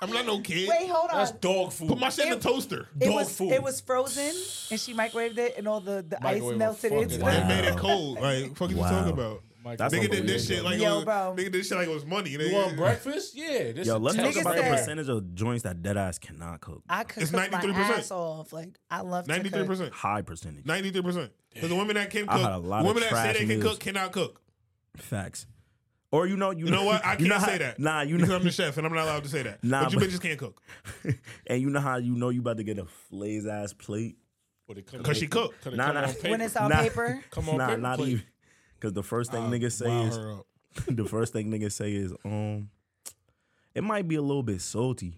Speaker 1: I'm not no kid.
Speaker 2: Wait, hold on.
Speaker 3: That's dog food.
Speaker 1: Put my shit in the toaster.
Speaker 2: it
Speaker 3: dog
Speaker 2: was
Speaker 3: food.
Speaker 2: it was frozen and she microwaved it and all the, the ice
Speaker 3: Microwave
Speaker 2: melted
Speaker 3: a
Speaker 2: into
Speaker 3: fucking
Speaker 1: It
Speaker 2: it.
Speaker 3: egg.
Speaker 1: made it cold. Like, fuck you
Speaker 4: Wow.
Speaker 1: talking about?
Speaker 4: That's
Speaker 1: nigga did
Speaker 4: unbelievable.
Speaker 1: this shit like it
Speaker 2: Yo,
Speaker 1: was,
Speaker 2: bro.
Speaker 1: nigga did this shit like it was money.
Speaker 3: You
Speaker 1: nigga.
Speaker 3: want breakfast? Yeah. This
Speaker 4: Yo, let's talk
Speaker 2: Nigga
Speaker 4: about the
Speaker 2: said-
Speaker 4: percentage of joints that dead ass cannot cook.
Speaker 2: I could
Speaker 1: It's
Speaker 2: cook my
Speaker 1: 93%.
Speaker 2: ass off. Like I love to cook.
Speaker 1: 93%.
Speaker 4: High percentage.
Speaker 1: 93%. Because the women that can
Speaker 4: I had a
Speaker 1: cook,
Speaker 4: lot of
Speaker 1: women that say
Speaker 4: trash
Speaker 1: they can
Speaker 4: meals.
Speaker 1: cook cannot cook.
Speaker 4: Facts. Or you know, you,
Speaker 1: You know what? I
Speaker 4: you
Speaker 1: can't
Speaker 4: know how-
Speaker 1: say that.
Speaker 4: Nah, you
Speaker 1: because
Speaker 4: know,
Speaker 1: I'm the chef and I'm not allowed to say that.
Speaker 4: Nah,
Speaker 1: but you
Speaker 4: but-
Speaker 1: bitches can't cook
Speaker 4: and you know how you know you about to get a flays ass plate.
Speaker 1: because she cooked.
Speaker 3: Coulda
Speaker 4: Nah,
Speaker 3: come
Speaker 4: nah.
Speaker 3: on paper.
Speaker 2: When it's on
Speaker 4: Nah.
Speaker 2: paper.
Speaker 3: Come on,
Speaker 4: nah,
Speaker 3: paper
Speaker 4: not
Speaker 3: plate.
Speaker 4: even. Because the first thing niggas say
Speaker 1: Wow,
Speaker 4: is,
Speaker 1: her up.
Speaker 4: the first thing niggas say is, um, it might be a little bit salty.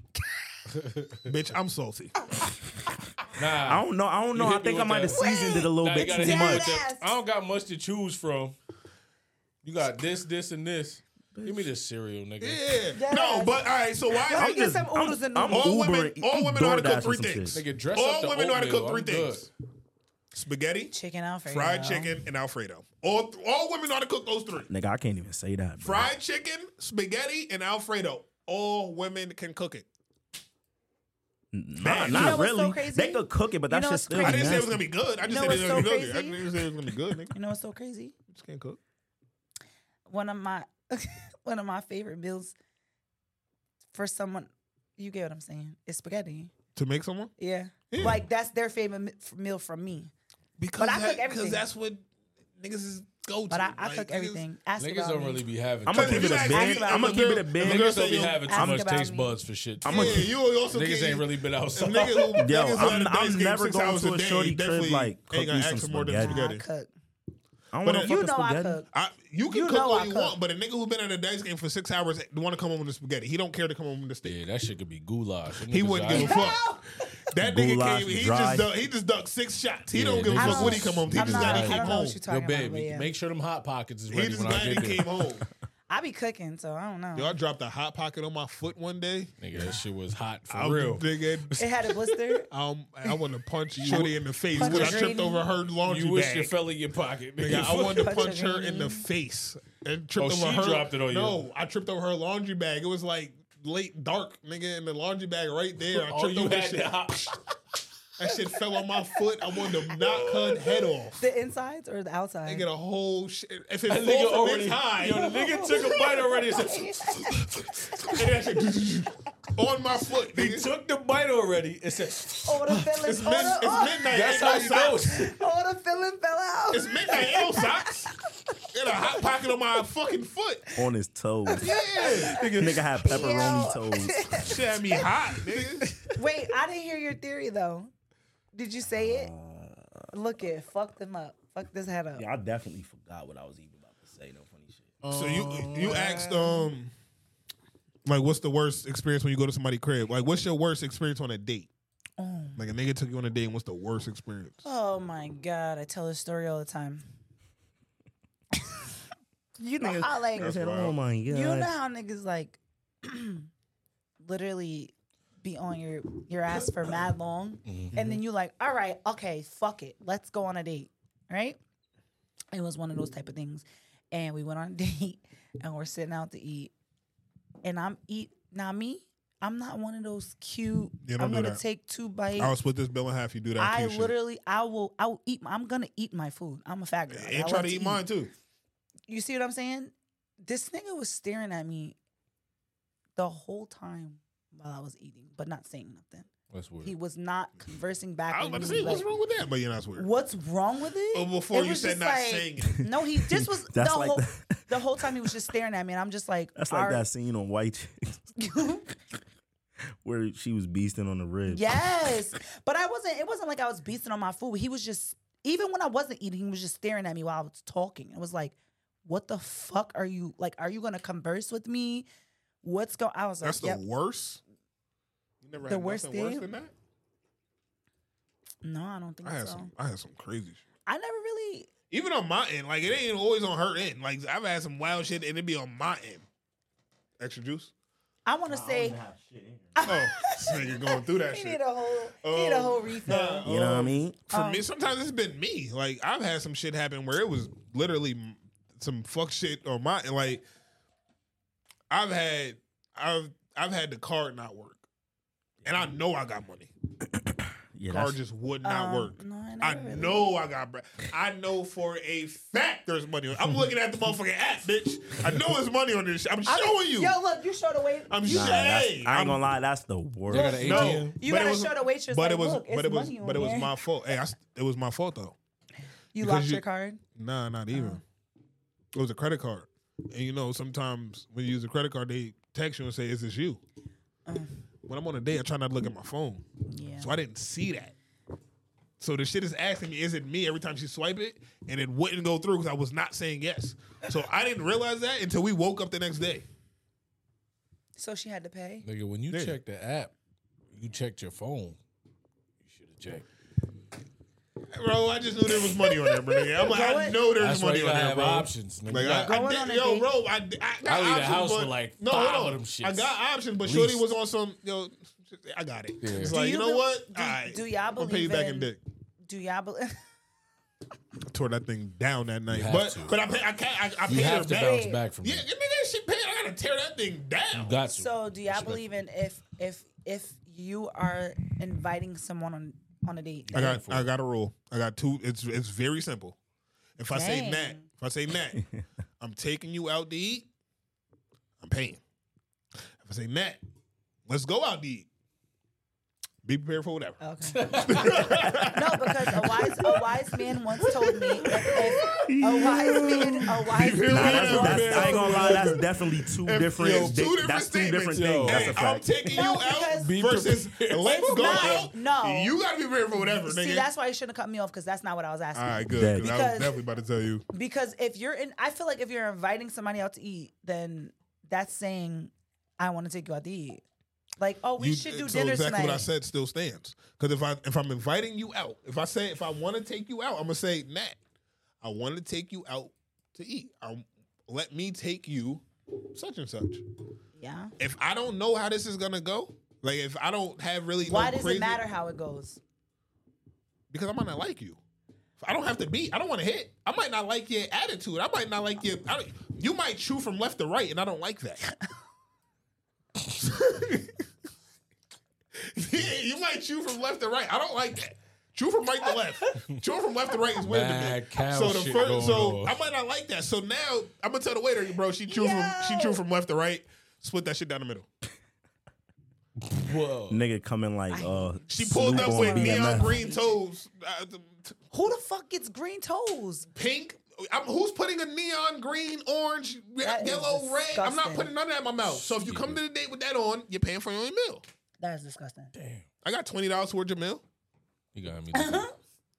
Speaker 1: Bitch, I'm salty.
Speaker 3: Nah.
Speaker 4: I don't know. I don't know.
Speaker 3: hit
Speaker 4: I
Speaker 3: me
Speaker 4: think I
Speaker 3: with
Speaker 4: might have
Speaker 3: that.
Speaker 4: seasoned it a little
Speaker 3: Nah, you
Speaker 4: bit
Speaker 3: gotta
Speaker 4: too
Speaker 3: hit me with
Speaker 4: much.
Speaker 3: that. I don't got much to choose from. You got this, this, and this. Give me this cereal, nigga.
Speaker 1: Yeah. No, but all right. So why?
Speaker 3: I'm just- I'm- I'm
Speaker 1: all
Speaker 3: Uber
Speaker 1: women,
Speaker 3: and eat
Speaker 1: all women know how to
Speaker 3: DoorDash
Speaker 1: cook
Speaker 3: and
Speaker 1: three
Speaker 3: some
Speaker 1: things.
Speaker 3: shit. Nigga, dress
Speaker 1: all
Speaker 3: up the
Speaker 1: women know how to cook
Speaker 3: oatmeal.
Speaker 1: three
Speaker 3: I'm
Speaker 1: things: spaghetti,
Speaker 2: chicken Alfredo,
Speaker 1: fried chicken, and Alfredo. All all women know how to cook those three:
Speaker 4: Nigga, I can't even say that. Bro.
Speaker 1: fried chicken, spaghetti, and Alfredo. All women can cook it.
Speaker 4: Nah, not
Speaker 1: You know what's so
Speaker 4: really.
Speaker 1: crazy?
Speaker 4: They could cook it, but
Speaker 1: You
Speaker 4: that's
Speaker 1: know
Speaker 4: just
Speaker 1: what's crazy? I didn't say it was gonna be good. I just said it was gonna be good. I
Speaker 2: crazy?
Speaker 1: didn't say it was gonna be good, nigga.
Speaker 2: You know what's so crazy?
Speaker 1: Just can't cook.
Speaker 2: One of my one of my favorite meals for someone. You get what I'm saying? It's spaghetti.
Speaker 1: To make someone?
Speaker 2: Yeah. Like that's their favorite mi- f- meal from me.
Speaker 1: Because
Speaker 2: but I
Speaker 1: that-
Speaker 2: cook
Speaker 1: 'cause
Speaker 2: everything.
Speaker 1: that's what niggas is go to.
Speaker 2: But I, I
Speaker 1: Like,
Speaker 2: cook
Speaker 1: niggas-
Speaker 2: everything. Ask
Speaker 3: Niggas
Speaker 2: about
Speaker 3: don't
Speaker 2: me.
Speaker 3: really be having.
Speaker 4: I'ma
Speaker 3: too
Speaker 4: keep it a
Speaker 3: much-
Speaker 4: band. I'ma keep it a band.
Speaker 3: Niggas don't be having too
Speaker 4: Ask
Speaker 3: much
Speaker 4: about
Speaker 3: taste
Speaker 4: me.
Speaker 3: buds for shit.
Speaker 4: I'ma- Yeah,
Speaker 1: you also
Speaker 3: niggas
Speaker 1: can't-
Speaker 3: ain't really been outside.
Speaker 1: nigga who- niggas
Speaker 4: Yo,
Speaker 1: who
Speaker 4: I'm,
Speaker 1: had a
Speaker 4: I'm
Speaker 1: Thanksgiving
Speaker 4: never
Speaker 1: six
Speaker 4: going
Speaker 1: hours
Speaker 4: to
Speaker 1: a
Speaker 4: a
Speaker 1: day
Speaker 4: shorty crib
Speaker 1: definitely
Speaker 4: like cook
Speaker 1: ain't gonna
Speaker 4: me
Speaker 1: ask
Speaker 4: some
Speaker 1: for more than
Speaker 4: spaghetti.
Speaker 1: spaghetti.
Speaker 2: I cook.
Speaker 4: I don't
Speaker 1: But
Speaker 4: want to
Speaker 1: it-
Speaker 4: fucking
Speaker 1: You know
Speaker 2: I
Speaker 4: spaghetti.
Speaker 2: cook.
Speaker 1: I, you can
Speaker 2: You
Speaker 1: cook
Speaker 2: know
Speaker 1: all
Speaker 2: I
Speaker 1: you
Speaker 2: cook.
Speaker 1: want, but a nigga who been at a dice game for six hours want to come home with the spaghetti. He don't care to come home with the steak.
Speaker 3: Yeah, that shit could be goulash. Them
Speaker 1: He
Speaker 3: niggas
Speaker 1: wouldn't give a
Speaker 3: are-
Speaker 1: fuck. That nigga
Speaker 3: Goulash
Speaker 1: came. He
Speaker 3: dry.
Speaker 1: just ducked, he just ducked six shots. He
Speaker 3: Yeah,
Speaker 1: don't give a
Speaker 3: niggas
Speaker 1: fuck
Speaker 3: is-
Speaker 1: when he come home. He
Speaker 2: I'm
Speaker 1: just
Speaker 2: not-
Speaker 1: glad
Speaker 2: I
Speaker 1: he came
Speaker 2: don't know
Speaker 1: home.
Speaker 2: what you're talking
Speaker 3: Yo,
Speaker 2: about,
Speaker 3: babe,
Speaker 2: but yeah.
Speaker 3: make sure them hot pockets is
Speaker 1: He
Speaker 3: ready
Speaker 1: just
Speaker 3: when I
Speaker 1: glad he
Speaker 3: get there.
Speaker 1: came home.
Speaker 2: I be cooking, so I don't know.
Speaker 1: Yo, I dropped a hot pocket on my foot one day.
Speaker 3: Nigga, that shit was hot for
Speaker 1: I'm
Speaker 3: Oh, real.
Speaker 1: Nigga,
Speaker 2: It had a blister.
Speaker 1: um, I want to punch Shorty in the face
Speaker 2: Punch
Speaker 1: when I
Speaker 2: a
Speaker 1: tripped
Speaker 2: granny.
Speaker 1: over her laundry
Speaker 3: You wish
Speaker 1: bag.
Speaker 3: your fella in your pocket.
Speaker 1: Nigga, I wanted to
Speaker 2: Punch a
Speaker 1: punch her in
Speaker 2: granny.
Speaker 1: the face and
Speaker 3: Oh,
Speaker 1: tripped over
Speaker 3: she
Speaker 1: her.
Speaker 3: dropped it on you.
Speaker 1: No, I tripped over her laundry bag. It was like late dark, nigga, in the laundry bag right there. I
Speaker 3: Oh,
Speaker 1: tripped
Speaker 3: you
Speaker 1: over that
Speaker 3: had
Speaker 1: shit.
Speaker 3: the hot-
Speaker 1: That shit fell on my foot. I wanted to knock her head off.
Speaker 2: The insides or the outside?
Speaker 1: and get a whole shit. If it
Speaker 3: That
Speaker 1: falls
Speaker 3: nigga
Speaker 1: from
Speaker 3: already-
Speaker 1: this high,
Speaker 3: yo, the nigga took a bite already and
Speaker 1: and that shit on my foot.
Speaker 3: He took the bite already and said,
Speaker 2: Oh, the feeling.
Speaker 1: It's,
Speaker 2: oh,
Speaker 1: mid-
Speaker 2: the,
Speaker 1: it's
Speaker 2: oh,
Speaker 1: midnight.
Speaker 3: That's
Speaker 1: ain't
Speaker 3: how
Speaker 1: no
Speaker 3: you know.
Speaker 1: socks.
Speaker 2: oh, the feeling fell out.
Speaker 1: It's midnight. ain't no socks. Got a hot pocket on my fucking foot.
Speaker 4: on his toes.
Speaker 1: Yeah,
Speaker 4: Nigga had pepperoni
Speaker 2: Yo.
Speaker 4: toes.
Speaker 1: shit had me hot, nigga.
Speaker 2: Wait, I didn't hear your theory though. Did you say it? Look it. Fuck them up. Fuck this head up.
Speaker 4: Yeah, I definitely forgot what I was even about to say. No funny shit.
Speaker 1: So you
Speaker 2: Oh,
Speaker 1: you asked um like what's the worst experience when you go to somebody's crib? Like what's your worst experience on a date? Like a nigga took you on a date and what's the worst experience?
Speaker 2: Oh my god, I tell this story all the time. you know how like
Speaker 4: Niggas said, oh my god.
Speaker 2: you know how niggas like literally be on your your ass for mad long,
Speaker 1: Mm-hmm.
Speaker 2: and then you like, all right, okay, fuck it, let's go on a date, right? It was one of those type of things, and we went on a date, and we're sitting out to eat, and I'm eat now me. I'm not one of those cute.
Speaker 1: Yeah, don't
Speaker 2: I'm
Speaker 1: do
Speaker 2: gonna
Speaker 1: that.
Speaker 2: take two bites.
Speaker 1: I'll split this bill in half. You do that.
Speaker 2: I
Speaker 1: cute shit.
Speaker 2: literally, I will, I will eat. my- I'm gonna eat my food. I'm a fat girl. I
Speaker 1: and
Speaker 2: love
Speaker 1: try to eat mine too.
Speaker 2: You see what I'm saying? This nigga was staring at me the whole time while I was eating, but not saying nothing.
Speaker 3: That's weird.
Speaker 2: He was not
Speaker 4: Mm-hmm.
Speaker 2: conversing back.
Speaker 1: I was
Speaker 2: with
Speaker 1: about to
Speaker 2: me,
Speaker 1: say, what's
Speaker 2: like,
Speaker 1: wrong with that? But you're not weird.
Speaker 2: What's wrong with it?
Speaker 1: But before
Speaker 2: It
Speaker 1: you
Speaker 2: was
Speaker 1: said
Speaker 2: just
Speaker 1: not
Speaker 2: like-
Speaker 1: saying it.
Speaker 2: No, he just was
Speaker 4: Oh.
Speaker 2: the
Speaker 4: That's like
Speaker 2: whole
Speaker 4: the-
Speaker 2: the whole time he was just staring at me, and I'm just like,
Speaker 4: That's like
Speaker 2: "All
Speaker 4: that scene on White Chicks
Speaker 2: right."
Speaker 4: where she was beasting on the ribs.
Speaker 2: Yes, but I wasn't. It wasn't like I was beasting on my food. He was just even when I wasn't eating, he was just staring at me while I was talking. It was like, what the fuck are you like? Are you gonna converse with me? What's going? I was like,
Speaker 1: That's the
Speaker 2: yep.
Speaker 1: worst. You never
Speaker 2: The
Speaker 1: had
Speaker 2: worst
Speaker 1: nothing worse
Speaker 2: thing?
Speaker 1: than that.
Speaker 2: No, I don't think
Speaker 1: I had
Speaker 2: so.
Speaker 1: some. I had some crazy shit.
Speaker 2: I never really.
Speaker 1: Even on my end, like it ain't always on her end. Like I've had some wild shit, and it be on my end. Extra juice.
Speaker 2: I want to say
Speaker 1: Oh, this nigga going through that
Speaker 2: he
Speaker 1: shit.
Speaker 2: need a whole he need a
Speaker 1: Um,
Speaker 2: whole refill.
Speaker 1: nah,
Speaker 4: You know what I
Speaker 1: um,
Speaker 4: mean?
Speaker 1: For
Speaker 2: Um,
Speaker 1: me, sometimes it's been me. Like I've had some shit happen where it was literally m- some fuck shit on my like. I've had I've I've had the card not work, and I know I got money.
Speaker 4: Yeah,
Speaker 1: card
Speaker 4: that's,
Speaker 1: just would not
Speaker 2: Um,
Speaker 1: work.
Speaker 2: No, I, never
Speaker 1: I
Speaker 2: really-
Speaker 1: know I got bread. I know for a fact there's money. on I'm looking at the motherfucking app, bitch. I know there's money on this. shit. I'm
Speaker 2: I mean,
Speaker 1: showing you.
Speaker 2: Yo, look, you showed the wait.
Speaker 1: I'm
Speaker 4: nah,
Speaker 1: showing.
Speaker 4: that's-
Speaker 1: Hey,
Speaker 4: I
Speaker 1: I'm-
Speaker 4: ain't gonna lie, that's the worst.
Speaker 3: got an
Speaker 1: no,
Speaker 3: ATM?
Speaker 2: You
Speaker 1: but
Speaker 2: gotta
Speaker 1: it was-
Speaker 2: show the waitress,
Speaker 1: But
Speaker 2: like,
Speaker 1: it was,
Speaker 2: look,
Speaker 1: but
Speaker 2: it's
Speaker 1: it was,
Speaker 2: money on
Speaker 1: but it was
Speaker 2: here.
Speaker 1: my fault. Hey, I s it was my fault though.
Speaker 2: You
Speaker 1: because
Speaker 2: locked
Speaker 1: you-
Speaker 2: your card.
Speaker 1: Nah, not even.
Speaker 2: Oh.
Speaker 1: It was a credit card, and you know sometimes when you use a credit card, they text you and say, "Is this you?" When I'm on a date, I try not to look at my phone,
Speaker 2: Uh. Yeah.
Speaker 1: so I didn't see that. So the shit is asking me, "Is it me?" Every time she swipe it, and it wouldn't go through because I was not saying yes. So I didn't realize that until we woke up the next day.
Speaker 2: So she had to pay.
Speaker 3: Nigga, when you
Speaker 1: Yeah.
Speaker 3: check the app, you checked your phone. You should have checked.
Speaker 1: Bro, I just knew there was money on there, bro. nigga. I'm like, I know there's
Speaker 3: That's why
Speaker 1: money
Speaker 3: you
Speaker 1: on
Speaker 3: gotta
Speaker 1: there,
Speaker 3: have
Speaker 1: bro.
Speaker 3: options, nigga.
Speaker 1: Like,
Speaker 3: You
Speaker 1: I,
Speaker 3: gotta-
Speaker 1: I
Speaker 3: Going
Speaker 1: did-
Speaker 3: on a
Speaker 1: yo,
Speaker 3: date.
Speaker 1: bro, I, d- I got
Speaker 3: I leave the
Speaker 1: options,
Speaker 3: house
Speaker 1: but-
Speaker 3: with, like,
Speaker 1: no,
Speaker 3: five
Speaker 1: hold
Speaker 3: of
Speaker 1: on.
Speaker 3: them shits.
Speaker 1: I got options, but
Speaker 3: At
Speaker 1: Shorty
Speaker 3: least.
Speaker 1: was on some. Yo, I got it.
Speaker 3: Yeah.
Speaker 1: It's
Speaker 3: Do
Speaker 1: like,
Speaker 2: you
Speaker 1: you know
Speaker 2: be-
Speaker 1: what?
Speaker 2: do-
Speaker 1: Alright,
Speaker 2: do y'all
Speaker 1: I'll pay you
Speaker 2: believe
Speaker 1: back
Speaker 2: in-
Speaker 1: in dick.
Speaker 2: Do y'all believe?
Speaker 1: I tore that thing down that night,
Speaker 3: have
Speaker 1: but
Speaker 3: to.
Speaker 1: but I pay, I can't I, I
Speaker 3: You
Speaker 1: paid
Speaker 3: have
Speaker 1: her
Speaker 3: to
Speaker 1: back.
Speaker 3: bounce back from
Speaker 1: yeah,
Speaker 3: that.
Speaker 1: give me that shit paid. I gotta tear that thing down.
Speaker 3: You got to.
Speaker 2: So, do y'all believe in if if if you are inviting someone on on a date?
Speaker 1: I got I got a rule. I got two. It's it's very simple. If I say
Speaker 2: Dang.
Speaker 1: Nat, if I say Nat, I'm taking you out to eat. I'm paying. If I say Nat, let's go out to eat. Be prepared for whatever.
Speaker 2: Okay. no, because a wise a wise man once told me if, if a wise man a wise
Speaker 4: Nah,
Speaker 2: man.
Speaker 4: that's,
Speaker 2: once-
Speaker 4: that's, I ain't gonna lie, that's definitely two different.
Speaker 1: yo, two
Speaker 4: di-
Speaker 1: different
Speaker 4: that's two different
Speaker 1: statements, yo.
Speaker 4: things. That's
Speaker 1: Hey,
Speaker 4: a
Speaker 1: I'm
Speaker 4: fact.
Speaker 1: taking you out versus let's
Speaker 2: It's
Speaker 1: go
Speaker 2: not-
Speaker 1: out.
Speaker 2: no.
Speaker 1: you gotta be prepared for whatever,
Speaker 2: See,
Speaker 1: nigga.
Speaker 2: that's why you shouldn't have cut me off because that's not what I was
Speaker 1: All
Speaker 2: asking.
Speaker 1: right, good. 'cause I was
Speaker 2: Because-
Speaker 1: definitely about to tell you.
Speaker 2: Because if you're in, I feel like if you're inviting somebody out to eat, then that's saying, I want to take you out to eat. Like, oh, we
Speaker 1: You-
Speaker 2: should do
Speaker 1: so
Speaker 2: dinner
Speaker 1: exactly
Speaker 2: tonight.
Speaker 1: what I said still stands. Because if I if I'm inviting you out, if I say if I want to take you out, I'm gonna say Nat, I want to take you out to eat. i let me take you such and such.
Speaker 2: Yeah.
Speaker 1: If I don't know how this is gonna go, like if I don't have really,
Speaker 2: Why
Speaker 1: no
Speaker 2: does
Speaker 1: crazy-
Speaker 2: it matter how it goes?
Speaker 1: Because I might not like you. I don't have to be. I don't want to hit. I might not like your attitude. I might not like your. I don't, you might chew from left to right, and I don't like that. yeah, you might chew from left to right. I don't like that. Chew from right to left. Chew from left to right is weird to
Speaker 3: Mad
Speaker 1: me.
Speaker 3: cow
Speaker 1: so the
Speaker 3: shit
Speaker 1: first,
Speaker 3: going
Speaker 1: so
Speaker 3: on.
Speaker 1: I might not like that. So now I'm gonna tell the waiter, bro. She chew from she chew from left to right. Split that shit down the middle.
Speaker 3: Whoa.
Speaker 4: Nigga coming like uh.
Speaker 1: She pulled
Speaker 4: Snoop
Speaker 1: up
Speaker 4: on
Speaker 1: with neon
Speaker 4: BMF.
Speaker 1: green toes. Uh, th- th-
Speaker 2: Who the fuck gets green toes?
Speaker 1: pink. I'm, who's putting a neon green, orange, re-
Speaker 2: That is
Speaker 1: yellow, red? I'm not
Speaker 2: disgusting.
Speaker 1: putting none of that in my mouth. So if you come to the date with that on, you're paying for your own meal.
Speaker 2: That is disgusting.
Speaker 1: I got twenty dollars towards your meal.
Speaker 3: You got me.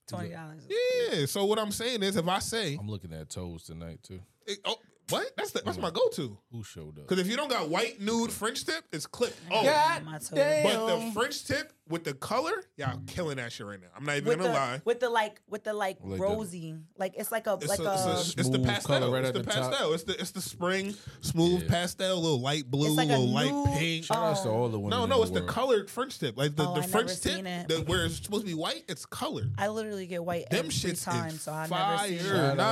Speaker 2: Twenty dollars.
Speaker 1: Yeah. So what I'm saying is, if I say,
Speaker 3: I'm looking at toes tonight too.
Speaker 1: eh, oh, what? That's the, that's my go-to.
Speaker 3: Who showed up?
Speaker 1: Because if you don't got white nude French tip, it's clipped. Oh,
Speaker 2: My toes.
Speaker 1: but the French tip with the color, y'all killing that shit right now. I'm not even
Speaker 2: with
Speaker 1: gonna
Speaker 2: the,
Speaker 1: lie.
Speaker 2: with the like with the like,
Speaker 1: Like the-
Speaker 2: rosy, like it's like a
Speaker 1: It's,
Speaker 2: like uh,
Speaker 1: a-
Speaker 2: a,
Speaker 1: it's a- it's the
Speaker 3: smooth
Speaker 1: pastel.
Speaker 3: color right
Speaker 1: it's
Speaker 3: at
Speaker 1: the,
Speaker 3: the top.
Speaker 1: pastel. It's the it's the spring smooth pastel, little light blue,
Speaker 2: like a
Speaker 1: little light
Speaker 2: nude-
Speaker 1: pink.
Speaker 3: Shout outs to all the women.
Speaker 1: No,
Speaker 3: in
Speaker 1: no,
Speaker 3: the
Speaker 1: it's the
Speaker 3: world.
Speaker 1: colored French tip. Like the,
Speaker 2: Oh,
Speaker 1: the
Speaker 2: I never
Speaker 1: French tip,
Speaker 2: seen it.
Speaker 1: the- where it's supposed to be white, it's colored.
Speaker 2: I literally get white
Speaker 1: Them
Speaker 2: every
Speaker 1: shits
Speaker 2: time,
Speaker 1: is
Speaker 2: so I never seen it.
Speaker 1: fire. Nah,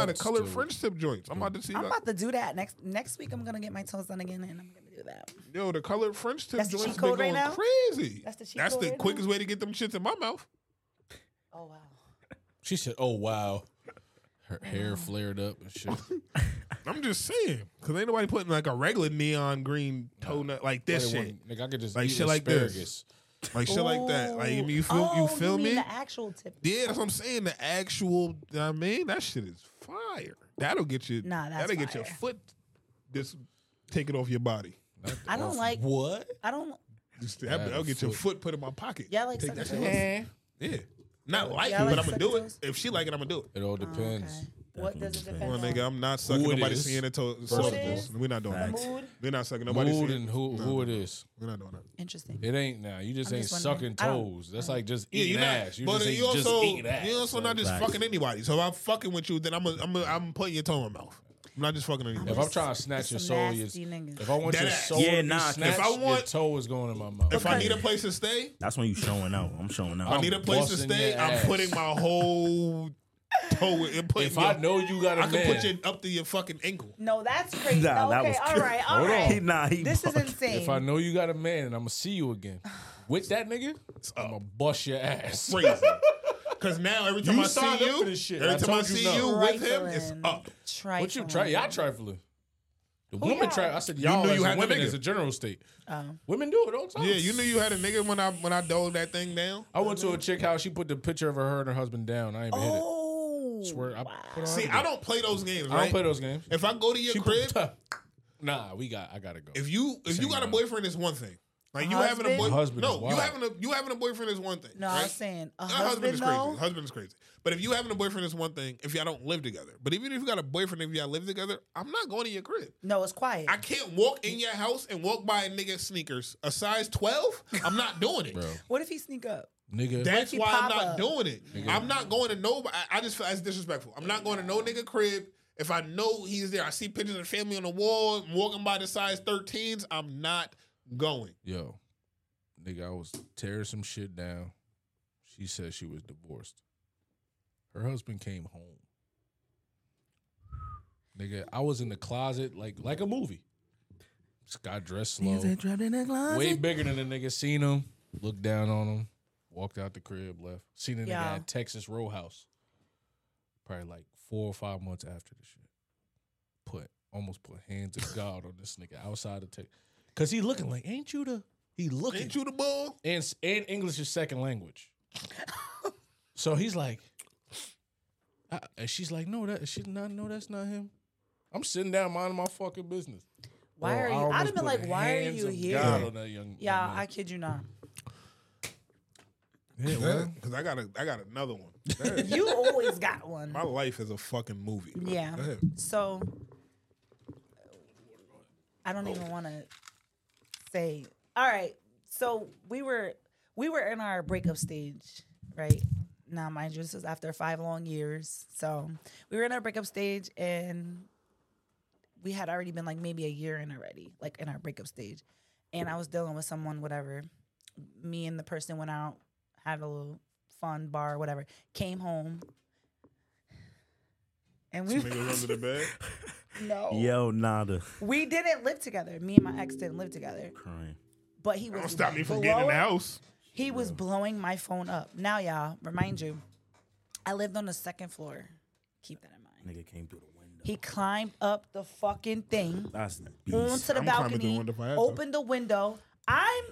Speaker 3: Shout
Speaker 1: the
Speaker 3: outs
Speaker 1: colored
Speaker 3: to-
Speaker 1: French tip joints. I'm about to see.
Speaker 2: I'm
Speaker 1: that.
Speaker 2: about to do that next next week. I'm gonna get my toes done again, and I'm gonna do that.
Speaker 1: Yo, the colored French tip
Speaker 2: That's the
Speaker 1: joints
Speaker 2: cheat
Speaker 1: been
Speaker 2: code right
Speaker 1: going
Speaker 2: now?
Speaker 1: crazy.
Speaker 2: That's the cheat
Speaker 1: That's
Speaker 2: code
Speaker 1: the
Speaker 2: right now?
Speaker 1: quickest way to get them shits in my mouth.
Speaker 2: Oh wow.
Speaker 3: She said, "Oh wow." Her hair flared up and shit.
Speaker 1: I'm just saying, because ain't nobody putting like a regular neon green toe nut like this
Speaker 3: Like,
Speaker 1: shit,
Speaker 3: Nigga, I could just
Speaker 1: like
Speaker 3: eat
Speaker 1: shit like this,
Speaker 3: asparagus.
Speaker 1: like shit like that. Like I mean, you feel
Speaker 2: Oh,
Speaker 1: you feel
Speaker 2: mean
Speaker 1: me?
Speaker 2: The actual tip.
Speaker 1: Yeah, that's what I'm saying. The actual, I mean, that shit is fire. That'll get you.
Speaker 2: Nah, that's
Speaker 1: that'll get your
Speaker 2: fire.
Speaker 1: foot. Just take it off your body.
Speaker 2: I don't like.
Speaker 3: What?
Speaker 2: I don't.
Speaker 1: Just, that,
Speaker 3: Have
Speaker 1: I'll
Speaker 3: a
Speaker 1: get your
Speaker 3: foot.
Speaker 1: foot put in my pocket.
Speaker 2: Y'all like
Speaker 1: Take that
Speaker 2: suck
Speaker 1: shit off. Yeah. Not like
Speaker 2: Y'all like
Speaker 1: it, but I'm gonna
Speaker 2: suck
Speaker 1: do it.
Speaker 2: toes?
Speaker 1: If she like it, I'm gonna do it.
Speaker 2: Oh,
Speaker 3: It all depends.
Speaker 2: What does it depend
Speaker 1: Well,
Speaker 2: on?
Speaker 1: nigga, I'm not sucking
Speaker 3: Who it
Speaker 1: nobody's
Speaker 3: is.
Speaker 1: seeing it. To,
Speaker 3: First
Speaker 2: of all.
Speaker 1: we're not doing
Speaker 2: Facts.
Speaker 1: that.
Speaker 2: Mood?
Speaker 1: We're not sucking nobody's
Speaker 3: Mood
Speaker 1: seeing
Speaker 3: and who
Speaker 1: No,
Speaker 3: who
Speaker 1: no,
Speaker 3: it
Speaker 1: no.
Speaker 3: is.
Speaker 1: We're not doing that.
Speaker 2: Interesting.
Speaker 3: It ain't now. You just
Speaker 2: I'm
Speaker 3: ain't
Speaker 2: just wondering.
Speaker 3: sucking
Speaker 2: I don't-
Speaker 3: toes. That's like just
Speaker 1: Yeah,
Speaker 3: eating
Speaker 1: you're not.
Speaker 3: ass. You
Speaker 1: but
Speaker 3: just ain't
Speaker 1: you also,
Speaker 3: just eating ass.
Speaker 1: you also not just
Speaker 4: Facts.
Speaker 1: fucking anybody. So if I'm fucking with you, then I'm a, I'm a, I'm putting your toe in my mouth. I'm not just fucking anybody.
Speaker 3: If I'm trying to snatch your
Speaker 2: Some
Speaker 3: soul, your,
Speaker 2: nasty niggas.
Speaker 3: if I want
Speaker 1: Dead
Speaker 3: your
Speaker 1: ass.
Speaker 3: soul
Speaker 4: Yeah,
Speaker 3: to be
Speaker 4: nah, 'cause-
Speaker 3: snatched,
Speaker 1: If I
Speaker 3: your
Speaker 1: want-
Speaker 3: toe is going in my mouth.
Speaker 1: if I need a place to stay,
Speaker 4: That's when you showing out. I'm showing out.
Speaker 1: I need a place to
Speaker 3: busting your
Speaker 1: stay. I'm
Speaker 3: ass.
Speaker 1: putting my whole toe. in- putting
Speaker 3: if I
Speaker 1: your-
Speaker 3: know you got a
Speaker 1: I
Speaker 3: man,
Speaker 1: can put you up to your fucking ankle.
Speaker 2: No, that's crazy.
Speaker 4: Nah, that
Speaker 2: okay,
Speaker 4: was
Speaker 2: all
Speaker 4: crazy.
Speaker 2: right, all
Speaker 3: Hold on.
Speaker 2: right.
Speaker 4: He- nah, he
Speaker 2: this is
Speaker 4: bugged.
Speaker 2: insane.
Speaker 3: if I know you got a man, and I'm gonna see you again with that nigga, I'm gonna bust your ass.
Speaker 1: Crazy. Because now every time
Speaker 3: You
Speaker 1: I see
Speaker 3: signed up
Speaker 1: you,
Speaker 3: for this shit.
Speaker 1: every
Speaker 3: I
Speaker 1: time I
Speaker 3: told you
Speaker 1: see
Speaker 3: no.
Speaker 1: you with him, it's
Speaker 2: Trifling.
Speaker 1: up.
Speaker 2: Trifling.
Speaker 3: What you try? Y'all trifling. The
Speaker 2: y'all?
Speaker 3: woman try. I said y'all.
Speaker 1: knew
Speaker 3: as
Speaker 1: you
Speaker 3: a
Speaker 1: had a
Speaker 3: women
Speaker 1: nigga.
Speaker 3: as a general state.
Speaker 2: Oh.
Speaker 3: Women do it all the time.
Speaker 1: Yeah, you knew you had a nigga when I when I dove that thing down.
Speaker 3: I went to a chick house. She put the picture of her and her husband down. I ain't even hit it.
Speaker 2: Oh.
Speaker 3: Swear, I put her
Speaker 1: See,
Speaker 3: under.
Speaker 1: I don't play those games.
Speaker 3: I
Speaker 1: Right?
Speaker 3: don't play those games.
Speaker 1: If I go to your
Speaker 3: She
Speaker 1: crib,
Speaker 3: put- Nah, we got. I gotta go.
Speaker 1: if you if you
Speaker 3: Same
Speaker 1: got a
Speaker 3: amount.
Speaker 1: boyfriend, it's one thing. Like you having a boy,
Speaker 2: Husband? Husband is
Speaker 1: no, you
Speaker 2: wild.
Speaker 1: having a you having a boyfriend is one thing.
Speaker 2: No, I
Speaker 1: right?
Speaker 2: was saying a
Speaker 1: Not
Speaker 2: husband,
Speaker 1: is
Speaker 2: though.
Speaker 1: crazy. Husband is crazy. But if you having a boyfriend is one thing. If y'all don't live together, but even if you got a boyfriend, if y'all live together, I'm not going to your crib.
Speaker 2: No, it's quiet.
Speaker 1: I can't walk in your house and walk by a nigga sneakers a size twelve. I'm not doing it.
Speaker 2: What if he sneak up?
Speaker 3: Nigga,
Speaker 1: That's
Speaker 2: Mikey
Speaker 1: why I'm
Speaker 2: Papa.
Speaker 1: not doing it.
Speaker 3: Nigga.
Speaker 1: I'm not going to no. I, I just feel that's disrespectful. I'm not going to no nigga crib if I know he's there. I see pictures of the family on the wall, I'm walking by the size 13s. I'm not going.
Speaker 3: Yo, nigga, I was tearing some shit down. She said she was divorced. Her husband came home. Nigga, I was in the closet like like a movie. Just got dressed slow.
Speaker 4: Niggas ain't trapped in that closet.
Speaker 3: Way bigger than the nigga. Seen him, looked down on him, walked out the crib, left. Seen the nigga
Speaker 4: Yeah.
Speaker 3: at Texas Row House. Probably like four or five months after the shit. Put almost put hands of God on this nigga outside of Texas. Cause he looking like, ain't you the he looking
Speaker 1: Ain't you the bull?
Speaker 3: And s- and English is second language. so he's like, I- and she's like, no, that she's not, no, that's not him. I'm sitting down minding my fucking business.
Speaker 2: Why
Speaker 3: Bro,
Speaker 2: are
Speaker 3: Oh, I
Speaker 2: you? I'd
Speaker 3: almost
Speaker 2: have been
Speaker 3: put
Speaker 2: like, why are
Speaker 3: hands
Speaker 2: you
Speaker 3: of
Speaker 2: here?
Speaker 3: God on that young-
Speaker 2: yeah, I kid you not.
Speaker 3: Yeah,
Speaker 1: well, because I got a, I got another one.
Speaker 2: you always got one.
Speaker 1: My life is a fucking movie. bro.
Speaker 2: Yeah.
Speaker 1: Go ahead.
Speaker 2: So I don't even want to say. All right. So we were we were in our breakup stage, right? Now, mind you, this is after five long years. So we were in our breakup stage, and we had already been like maybe a year in already, like in our breakup stage. And I was dealing with someone, whatever. Me and the person went out, had a little fun bar, whatever. Came home, and we
Speaker 1: Some niggas under the bed.
Speaker 2: no.
Speaker 4: Yo, nada.
Speaker 2: We didn't live together. Me and my ex didn't live together.
Speaker 4: Crying.
Speaker 2: But he was
Speaker 1: Don't stop me from getting in the
Speaker 2: blowing-
Speaker 1: house.
Speaker 2: He was blowing my phone up. Now, y'all, remind you, I lived on the second floor. Keep that in mind.
Speaker 4: Nigga came through the window.
Speaker 2: He climbed up the fucking thing
Speaker 4: That's the beast.
Speaker 2: onto the
Speaker 4: I'm climbing through the window
Speaker 2: balcony,
Speaker 4: if I had to.
Speaker 2: opened the window. I'm,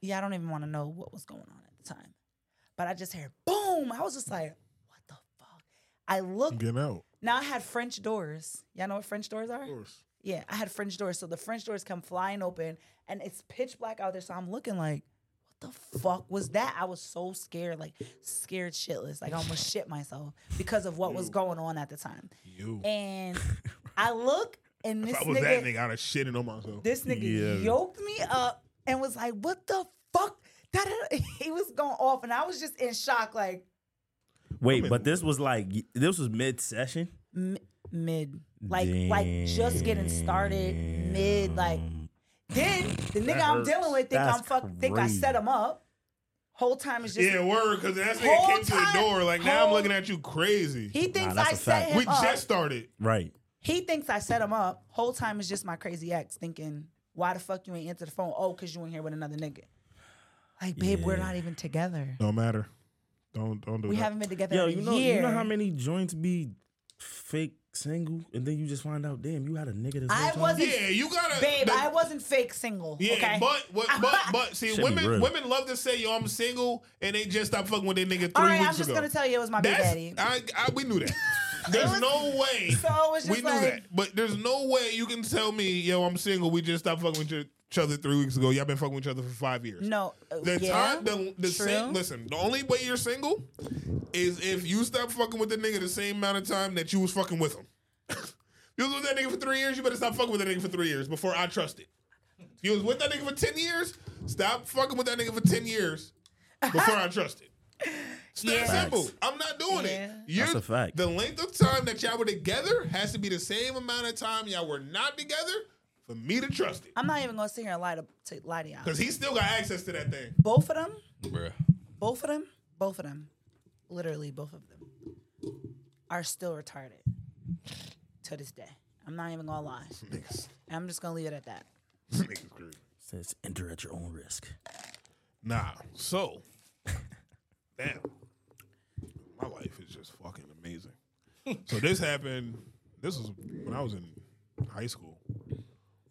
Speaker 2: yeah, I don't even want to know what was going on at the time, but I just heard boom. I was just like, what the fuck? I looked.
Speaker 1: Get out.
Speaker 2: Now I had French doors. Y'all know what French doors are? Of
Speaker 1: course.
Speaker 2: Yeah, I had French doors. So the French doors come flying open and it's pitch black out there. So I'm looking like, what the fuck was that? I was so scared, like scared shitless. Like I almost shit myself because of what was going on at the time.
Speaker 1: You.
Speaker 2: And I look and this
Speaker 1: if I was
Speaker 2: nigga,
Speaker 1: that nigga, I'd have shitted on myself.
Speaker 2: this nigga yoked me up and was like, what the fuck? Da-da-da. He was going off and I was just in shock, like
Speaker 4: Wait, but this was like this was mid session.
Speaker 2: m- mid, like like just getting started, mid, like then the
Speaker 4: That
Speaker 2: nigga I'm
Speaker 4: hurts.
Speaker 2: dealing with think I'm
Speaker 4: That's
Speaker 2: fuck, think I
Speaker 4: crazy.
Speaker 2: set him up. Whole time is just
Speaker 1: yeah, word, because that nigga
Speaker 2: Whole
Speaker 1: came to the
Speaker 2: time-
Speaker 1: door. Like, now I'm
Speaker 2: whole-
Speaker 1: looking at you crazy.
Speaker 2: He thinks Nah, that's I a set fact. him
Speaker 1: We
Speaker 2: up.
Speaker 1: just started.
Speaker 4: Right.
Speaker 2: He thinks I set him up. Whole time is just my crazy ex thinking, why the fuck you ain't answer the phone? Oh, cause you in here with another nigga. Like, babe, we're
Speaker 1: Yeah.
Speaker 2: not even together.
Speaker 1: Don't matter. Don't don't do
Speaker 2: We
Speaker 1: that.
Speaker 2: haven't been together
Speaker 4: Yo,
Speaker 2: in a
Speaker 4: you know
Speaker 2: year.
Speaker 4: you know how many joints be fake single, and then you just find out, damn, you had a nigga. This
Speaker 2: I
Speaker 4: whole time?
Speaker 2: wasn't.
Speaker 1: gotta-
Speaker 2: babe.
Speaker 1: the-
Speaker 2: I wasn't fake single.
Speaker 1: Yeah,
Speaker 2: okay?
Speaker 1: but but but, but see,
Speaker 4: Should be
Speaker 1: women
Speaker 4: real.
Speaker 1: women love to say, "Yo, I'm single," and they just stopped fucking with their nigga three
Speaker 2: All right,
Speaker 1: weeks
Speaker 2: I'm just
Speaker 1: ago.
Speaker 2: gonna tell you it was my
Speaker 1: That's-
Speaker 2: big daddy.
Speaker 1: I, I, we knew that. There's no way.
Speaker 2: So it's just
Speaker 1: we knew
Speaker 2: like-
Speaker 1: that, but there's no way you can tell me, "Yo, I'm single." We just stopped fucking with each other three weeks ago. Y'all been fucking with each other for five years.
Speaker 2: No, uh,
Speaker 1: The
Speaker 2: yeah,
Speaker 1: time, the, the
Speaker 2: true.
Speaker 1: same. Listen, the only way you're single is if you stop fucking with the nigga the same amount of time that you was fucking with him. you was with that nigga for three years. You better stop fucking with that nigga for three years before I trust it. You was with that nigga for ten years. Stop fucking with that nigga for ten years before I trust it. It's that
Speaker 4: Yeah.
Speaker 1: simple. I'm not doing it. You're,
Speaker 4: That's a fact.
Speaker 1: The length of time that y'all were together has to be the same amount of time y'all were not together for me to trust it.
Speaker 2: I'm not even gonna sit here and lie to, to lie to y'all.
Speaker 1: Because he still got access to that thing.
Speaker 2: both of them,
Speaker 3: Bruh.
Speaker 2: both of them, both of them, literally both of them are still retarded to this day. I'm not even gonna lie. And I'm just gonna leave it at that.
Speaker 4: Says enter at your own risk.
Speaker 1: Nah. So, damn. My life is just fucking amazing. so this happened. This was when I was in high school.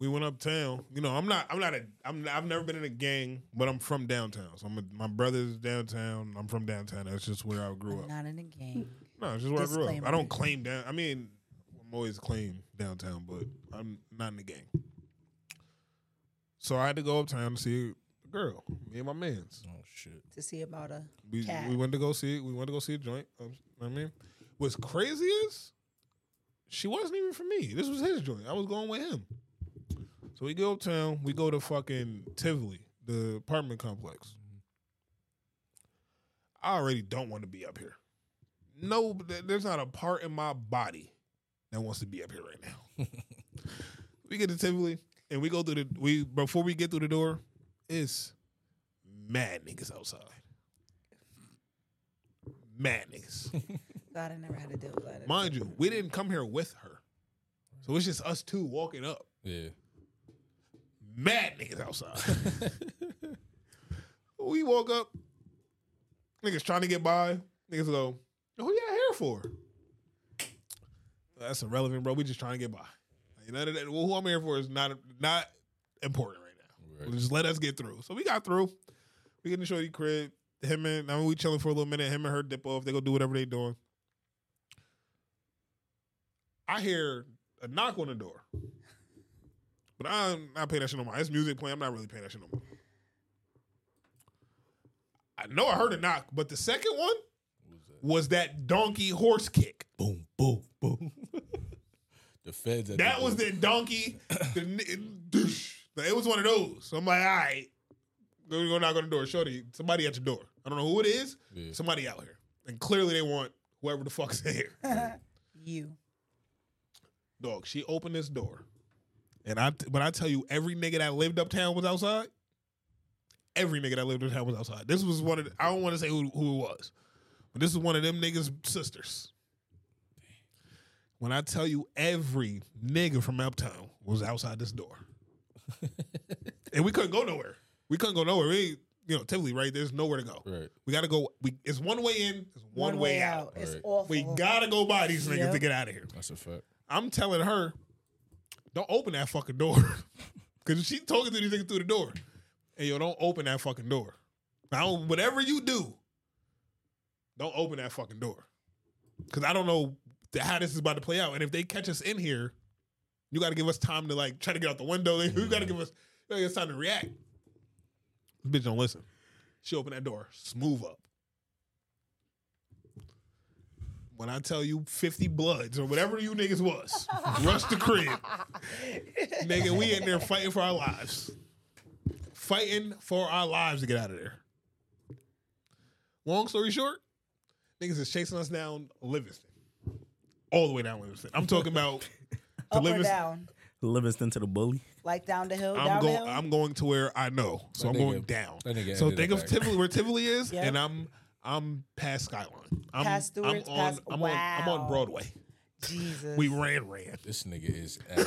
Speaker 1: We went uptown. You know, I'm not. I'm not a. I'm. I've never been in a gang, but I'm from downtown. So I'm. A, my brother's downtown. I'm from downtown. That's just where I grew up.
Speaker 2: Not in a game.
Speaker 1: No, it's just where I grew up. I
Speaker 2: Disclaimer.
Speaker 1: don't claim down. I mean, I'm always claim downtown, but I'm not in the gang. So I had to go uptown to see a girl. Me and my man's.
Speaker 3: Oh shit.
Speaker 2: to see about a
Speaker 1: We,
Speaker 2: cat.
Speaker 1: we went to go see we went to go see a joint. Um, I mean, what's crazy is she wasn't even for me. This was his joint. I was going with him. So we go uptown. We go to fucking Tivoli, the apartment complex. I already don't want to be up here. No, th- there's not a part in my body that wants to be up here right now. we get to Tivoli and we go through the we before we get through the door, it's mad niggas outside. Mad niggas.
Speaker 2: God, I never had to deal with that.
Speaker 1: Mind you, we didn't come here with her. So it's just us two walking up.
Speaker 3: Yeah.
Speaker 1: Mad niggas outside. we walk up, niggas trying to get by. Niggas go, who y'all here for? That's irrelevant, bro. We just trying to get by. Like, none of that, well, who I'm here for is not not important right now. Just let us get through. So we got through. We get in the shorty crib. Him and I mean, we chilling for a little minute. Him and her dip off. They go do whatever they doing. I hear a knock on the door. But I'm not paying that shit no mind. It's music playing. I'm not really paying that shit no mind. I know I heard a knock, but the second one was that donkey horse kick.
Speaker 3: Boom, boom, boom. the feds. At
Speaker 1: That
Speaker 3: the
Speaker 1: was
Speaker 3: door.
Speaker 1: the donkey. the n- doosh. Like, it was one of those. So I'm like, all right, go, go knock on the door. Shorty, somebody at your door. I don't know who it is. Somebody out here. And clearly they want whoever the fuck's in here.
Speaker 2: you.
Speaker 1: Dog, she opened this door. And I when I tell you every nigga that lived uptown was outside, every nigga that lived uptown was outside. This was one of the, I don't want to say who, who it was, but this is one of them niggas' sisters. When I tell you every nigga from uptown was outside this door. and we couldn't go nowhere. We couldn't go nowhere. We you know, Tivoli, right? There's nowhere to go. Right. We gotta go we it's one way in, it's one, way, out.
Speaker 2: It's awful.
Speaker 1: We gotta go by these niggas
Speaker 2: Yep.
Speaker 1: to get out of here.
Speaker 3: That's a fact.
Speaker 1: I'm telling her, don't open that fucking door. Cause she talking to these niggas through the door. Hey yo, don't open that fucking door. I don't whatever you do, don't open that fucking door. Cause I don't know th- how this is about to play out. And if they catch us in here, you gotta give us time to like try to get out the window. You gotta give us you gotta give us time to react. This bitch don't listen. She opened that door, smooth up. When I tell you 50 bloods or whatever you niggas was, rush the crib. Nigga, we in there fighting for our lives. Fighting for our lives to get out of there. Long story short, niggas is chasing us down Livingston. All the way down Livingston. I'm talking about
Speaker 2: Up or down?
Speaker 4: Livingston to the bully.
Speaker 2: Like down the hill,
Speaker 1: I'm
Speaker 2: down the
Speaker 1: going.
Speaker 2: hill.
Speaker 1: I'm going to where I know, so
Speaker 4: That
Speaker 1: I'm
Speaker 4: nigga-
Speaker 1: going down.
Speaker 4: that nigga
Speaker 1: So
Speaker 4: ended
Speaker 1: think
Speaker 4: up
Speaker 1: of
Speaker 4: back.
Speaker 1: Tivoli, where Tivoli is,
Speaker 2: Yep.
Speaker 1: and I'm I'm past Skyline. I'm,
Speaker 2: Past Stewart's,
Speaker 1: I'm on.
Speaker 2: past-
Speaker 1: I'm on. I'm on
Speaker 2: wow.
Speaker 1: Broadway.
Speaker 2: Jesus.
Speaker 1: We ran, ran.
Speaker 3: This nigga is. At,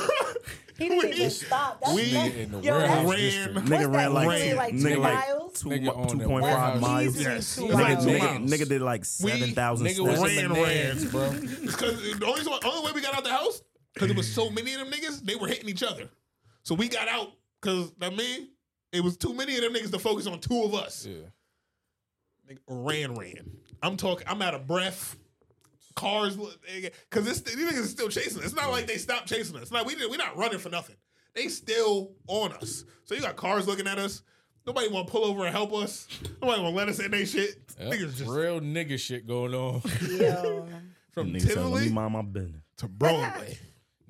Speaker 2: He didn't even stop. That's
Speaker 3: we
Speaker 2: that-
Speaker 3: in the
Speaker 2: Yo,
Speaker 3: warehouse
Speaker 2: that's-
Speaker 3: district.
Speaker 2: what's
Speaker 4: Nigga
Speaker 2: that,
Speaker 4: ran like,
Speaker 2: easily
Speaker 4: two,
Speaker 2: like
Speaker 4: nigga
Speaker 2: two
Speaker 4: like
Speaker 2: miles.
Speaker 4: two,
Speaker 3: Nigga on that
Speaker 4: 2.5
Speaker 3: wild
Speaker 4: miles.
Speaker 3: easily Yes. two
Speaker 4: Nigga,
Speaker 3: miles.
Speaker 4: nigga-
Speaker 3: miles.
Speaker 4: nigga did like
Speaker 3: We-
Speaker 4: 7,000
Speaker 3: nigga was
Speaker 4: steps.
Speaker 3: ran rans, bro.
Speaker 1: Because the only, the only way we got out the house because it was so many of them niggas. They were hitting each other, so we got out because I mean it was too many of them niggas to focus on two of us.
Speaker 3: Yeah.
Speaker 1: Nigga, ran, ran. I'm talking. I'm out of breath. Cars, because this these niggas are still chasing. us. It's not like they stopped chasing us. Like we did, we're not running for nothing. They still on us. So you got cars looking at us. Nobody want to pull over and help us. Nobody want to let us in they shit.
Speaker 3: Yep, real nigga shit going on.
Speaker 4: Nigga said, let
Speaker 1: From
Speaker 4: me
Speaker 1: Tivoli
Speaker 4: mind my business.
Speaker 1: to Broadway.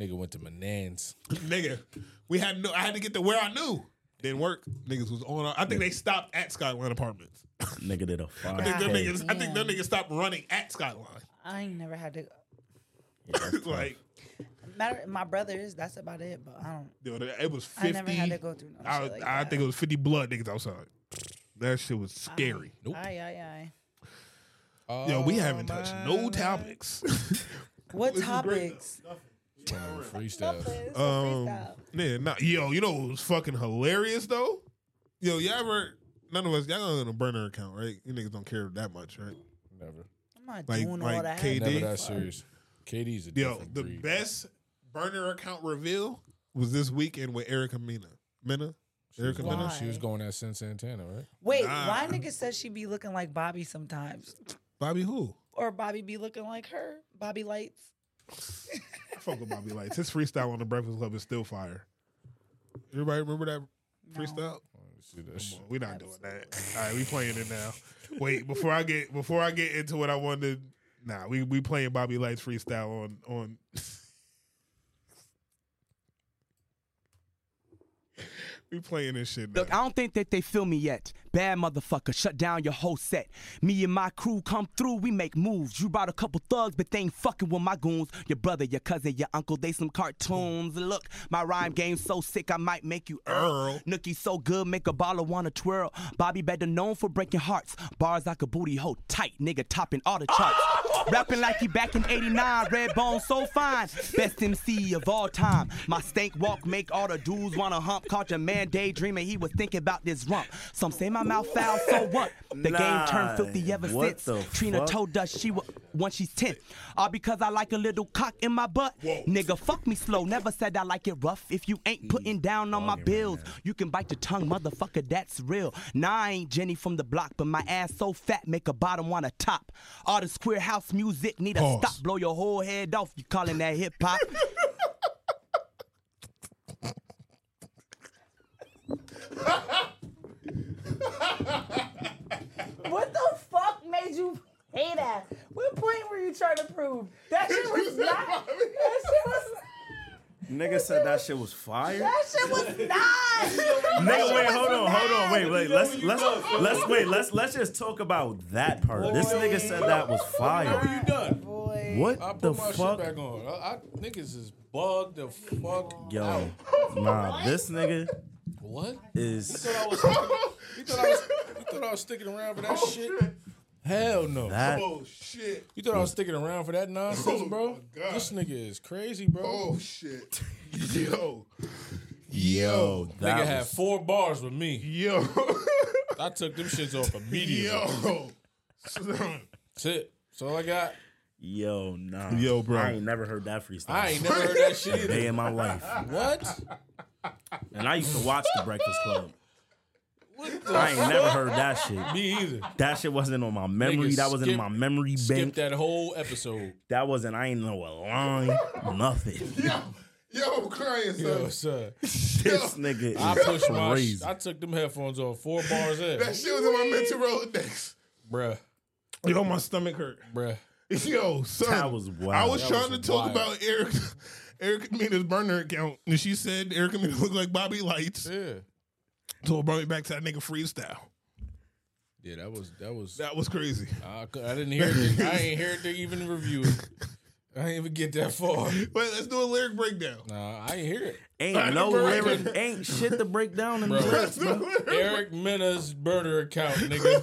Speaker 3: nigga went to Manans.
Speaker 1: nigga, we had no. I had to get to where I knew. Didn't work. Niggas was on. our- I think they stopped at Skyline Apartments.
Speaker 4: Nigga did a
Speaker 1: I think them
Speaker 4: 5K.
Speaker 1: niggas. I think them niggas stopped running at Skyline.
Speaker 2: I ain't never had to.
Speaker 1: like
Speaker 2: Matter, my brothers. That's about it. But I don't.
Speaker 1: Yo, that- it was
Speaker 2: I
Speaker 1: fifty.
Speaker 2: never had to go through no
Speaker 1: I,
Speaker 2: shit like
Speaker 1: I
Speaker 2: that.
Speaker 1: think it was fifty blood niggas outside. That shit was scary.
Speaker 2: Aye, aye, aye.
Speaker 1: Yo, we haven't touched no topics.
Speaker 2: What
Speaker 1: This is great, Uh,
Speaker 2: topics?
Speaker 3: Freestyle.
Speaker 1: Um, yeah, nah, yo, you know what was fucking hilarious though? Yo, y'all ever? None of us y'all gonna a burner account, right? You niggas don't care that much, right?
Speaker 3: Never.
Speaker 2: I'm not
Speaker 1: Like-
Speaker 2: doing all
Speaker 1: like
Speaker 2: that.
Speaker 1: KD?
Speaker 3: Never that serious. KD's a
Speaker 1: Yo,
Speaker 3: different
Speaker 1: the
Speaker 3: breed.
Speaker 1: best burner account reveal was this weekend with Erica Mina. Mina? Erica
Speaker 3: Well,
Speaker 1: Mina?
Speaker 3: She was going at Sin Santana, right?
Speaker 2: Wait,
Speaker 1: Nah.
Speaker 2: why nigga says she be looking like Bobby sometimes,
Speaker 1: Bobby who?
Speaker 2: or Bobby be looking like her? Bobby Lights.
Speaker 1: I fuck with Bobby Lights. His freestyle on the Breakfast Club is still fire. Everybody remember that freestyle? Come on, we not doing that. All right, we playing it now. Wait, before I get before I get into what I wanted. Nah, we we playing Bobby Light's freestyle on on. we playing this shit. Now.
Speaker 10: Look, I don't think that they feel me yet. Bad motherfucker, shut down your whole set. Me and my crew come through, we make moves. You brought a couple thugs, but they ain't fucking with my goons. Your brother, your cousin, your uncle, they some cartoons. Look, my rhyme game so sick, I might make you Earl. Nookie so good, make a baller wanna twirl. Bobby better known for breaking hearts. Bars like a booty hole, tight, nigga, topping all the charts. Rapping like he back in 89, red bone so fine. Best MC of all time. My stank walk make all the dudes wanna hump. Caught your man daydreaming, he was thinking about this rump. Some say my mouth foul, so what? The game turned filthy ever
Speaker 4: What the
Speaker 10: since. Trina
Speaker 4: fuck?
Speaker 10: told us she was when she's 10. All because I like a little cock in my butt. Nigga, fuck me slow. Never said I like it rough. If you ain't putting down on my bills, you can bite your tongue, motherfucker. That's real. Nah, I ain't Jenny from the block, but my ass so fat, make a bottom want a top. All this queer house music need a stop. Blow your whole head off. You calling that hip hop?
Speaker 2: What the fuck made you pay that? What point were you trying to prove? That shit was not. That shit was.
Speaker 4: Nigga said that shit was fire.
Speaker 2: That shit was not.
Speaker 4: Nigga, wait, hold on, hold on, wait, wait. Let's let's let's wait. Let's let's just talk about that part. This nigga said that was fire.
Speaker 3: you done?
Speaker 4: What
Speaker 3: I put
Speaker 4: the
Speaker 3: my
Speaker 4: fuck?
Speaker 3: shit back on. I, I niggas is bugged the fuck out.
Speaker 4: Yo, nah, this nigga
Speaker 3: What? You
Speaker 4: is
Speaker 3: thought I was you thought I was you thought I was sticking around for that Oh, shit? Hell no.
Speaker 4: That-
Speaker 3: oh shit. You thought I was sticking around for that nonsense, bro? This nigga is crazy, bro. Oh shit. Yo.
Speaker 4: yo. That
Speaker 3: nigga had
Speaker 4: was-
Speaker 3: four bars with me. Yo. I took them shits off immediately.
Speaker 1: Yo.
Speaker 3: That's it. That's all I got.
Speaker 4: Yo, nah.
Speaker 1: Yo, bro.
Speaker 4: I ain't never heard that freestyle.
Speaker 3: I ain't never heard that shit
Speaker 4: A
Speaker 3: either.
Speaker 4: day in my life.
Speaker 3: What?
Speaker 4: And I used to watch The Breakfast Club.
Speaker 3: the
Speaker 4: I ain't never
Speaker 3: fuck?
Speaker 4: heard that shit.
Speaker 3: Me either.
Speaker 4: That shit wasn't on my memory.
Speaker 3: Nigga,
Speaker 4: that wasn't in
Speaker 3: skip-
Speaker 4: my memory
Speaker 3: Skip
Speaker 4: bank.
Speaker 3: that whole episode.
Speaker 4: That wasn't. I ain't know a line. Nothing.
Speaker 1: Yo, I'm crying, son.
Speaker 3: Yo, sir.
Speaker 4: This nigga
Speaker 3: I
Speaker 4: is
Speaker 3: pushed my.
Speaker 4: crazy.
Speaker 3: I took them headphones off four bars in.
Speaker 1: That shit was in my mental Rolodex.
Speaker 3: Bruh.
Speaker 1: Yo, my stomach hurt.
Speaker 3: Bruh.
Speaker 1: Yo, son.
Speaker 4: That was wild.
Speaker 1: I was
Speaker 4: That
Speaker 1: trying
Speaker 4: was
Speaker 1: to talk
Speaker 4: wild.
Speaker 1: about Eric Eric Mina's burner account, and she said Eric Mina looked like Bobby Lights.
Speaker 3: Yeah.
Speaker 1: So it brought me back to that nigga freestyle.
Speaker 3: Yeah, that was that was
Speaker 1: That was crazy.
Speaker 3: I, cou- I didn't hear it. I ain't hear it to even review it. I ain't even get that far.
Speaker 1: Wait, let's do a lyric breakdown.
Speaker 3: Nah, I ain't hear it.
Speaker 4: Ain't no lyric. Ain't shit to break down in
Speaker 3: Bro.
Speaker 4: the lyrics, bro.
Speaker 3: Eric Mena's burner account, nigga.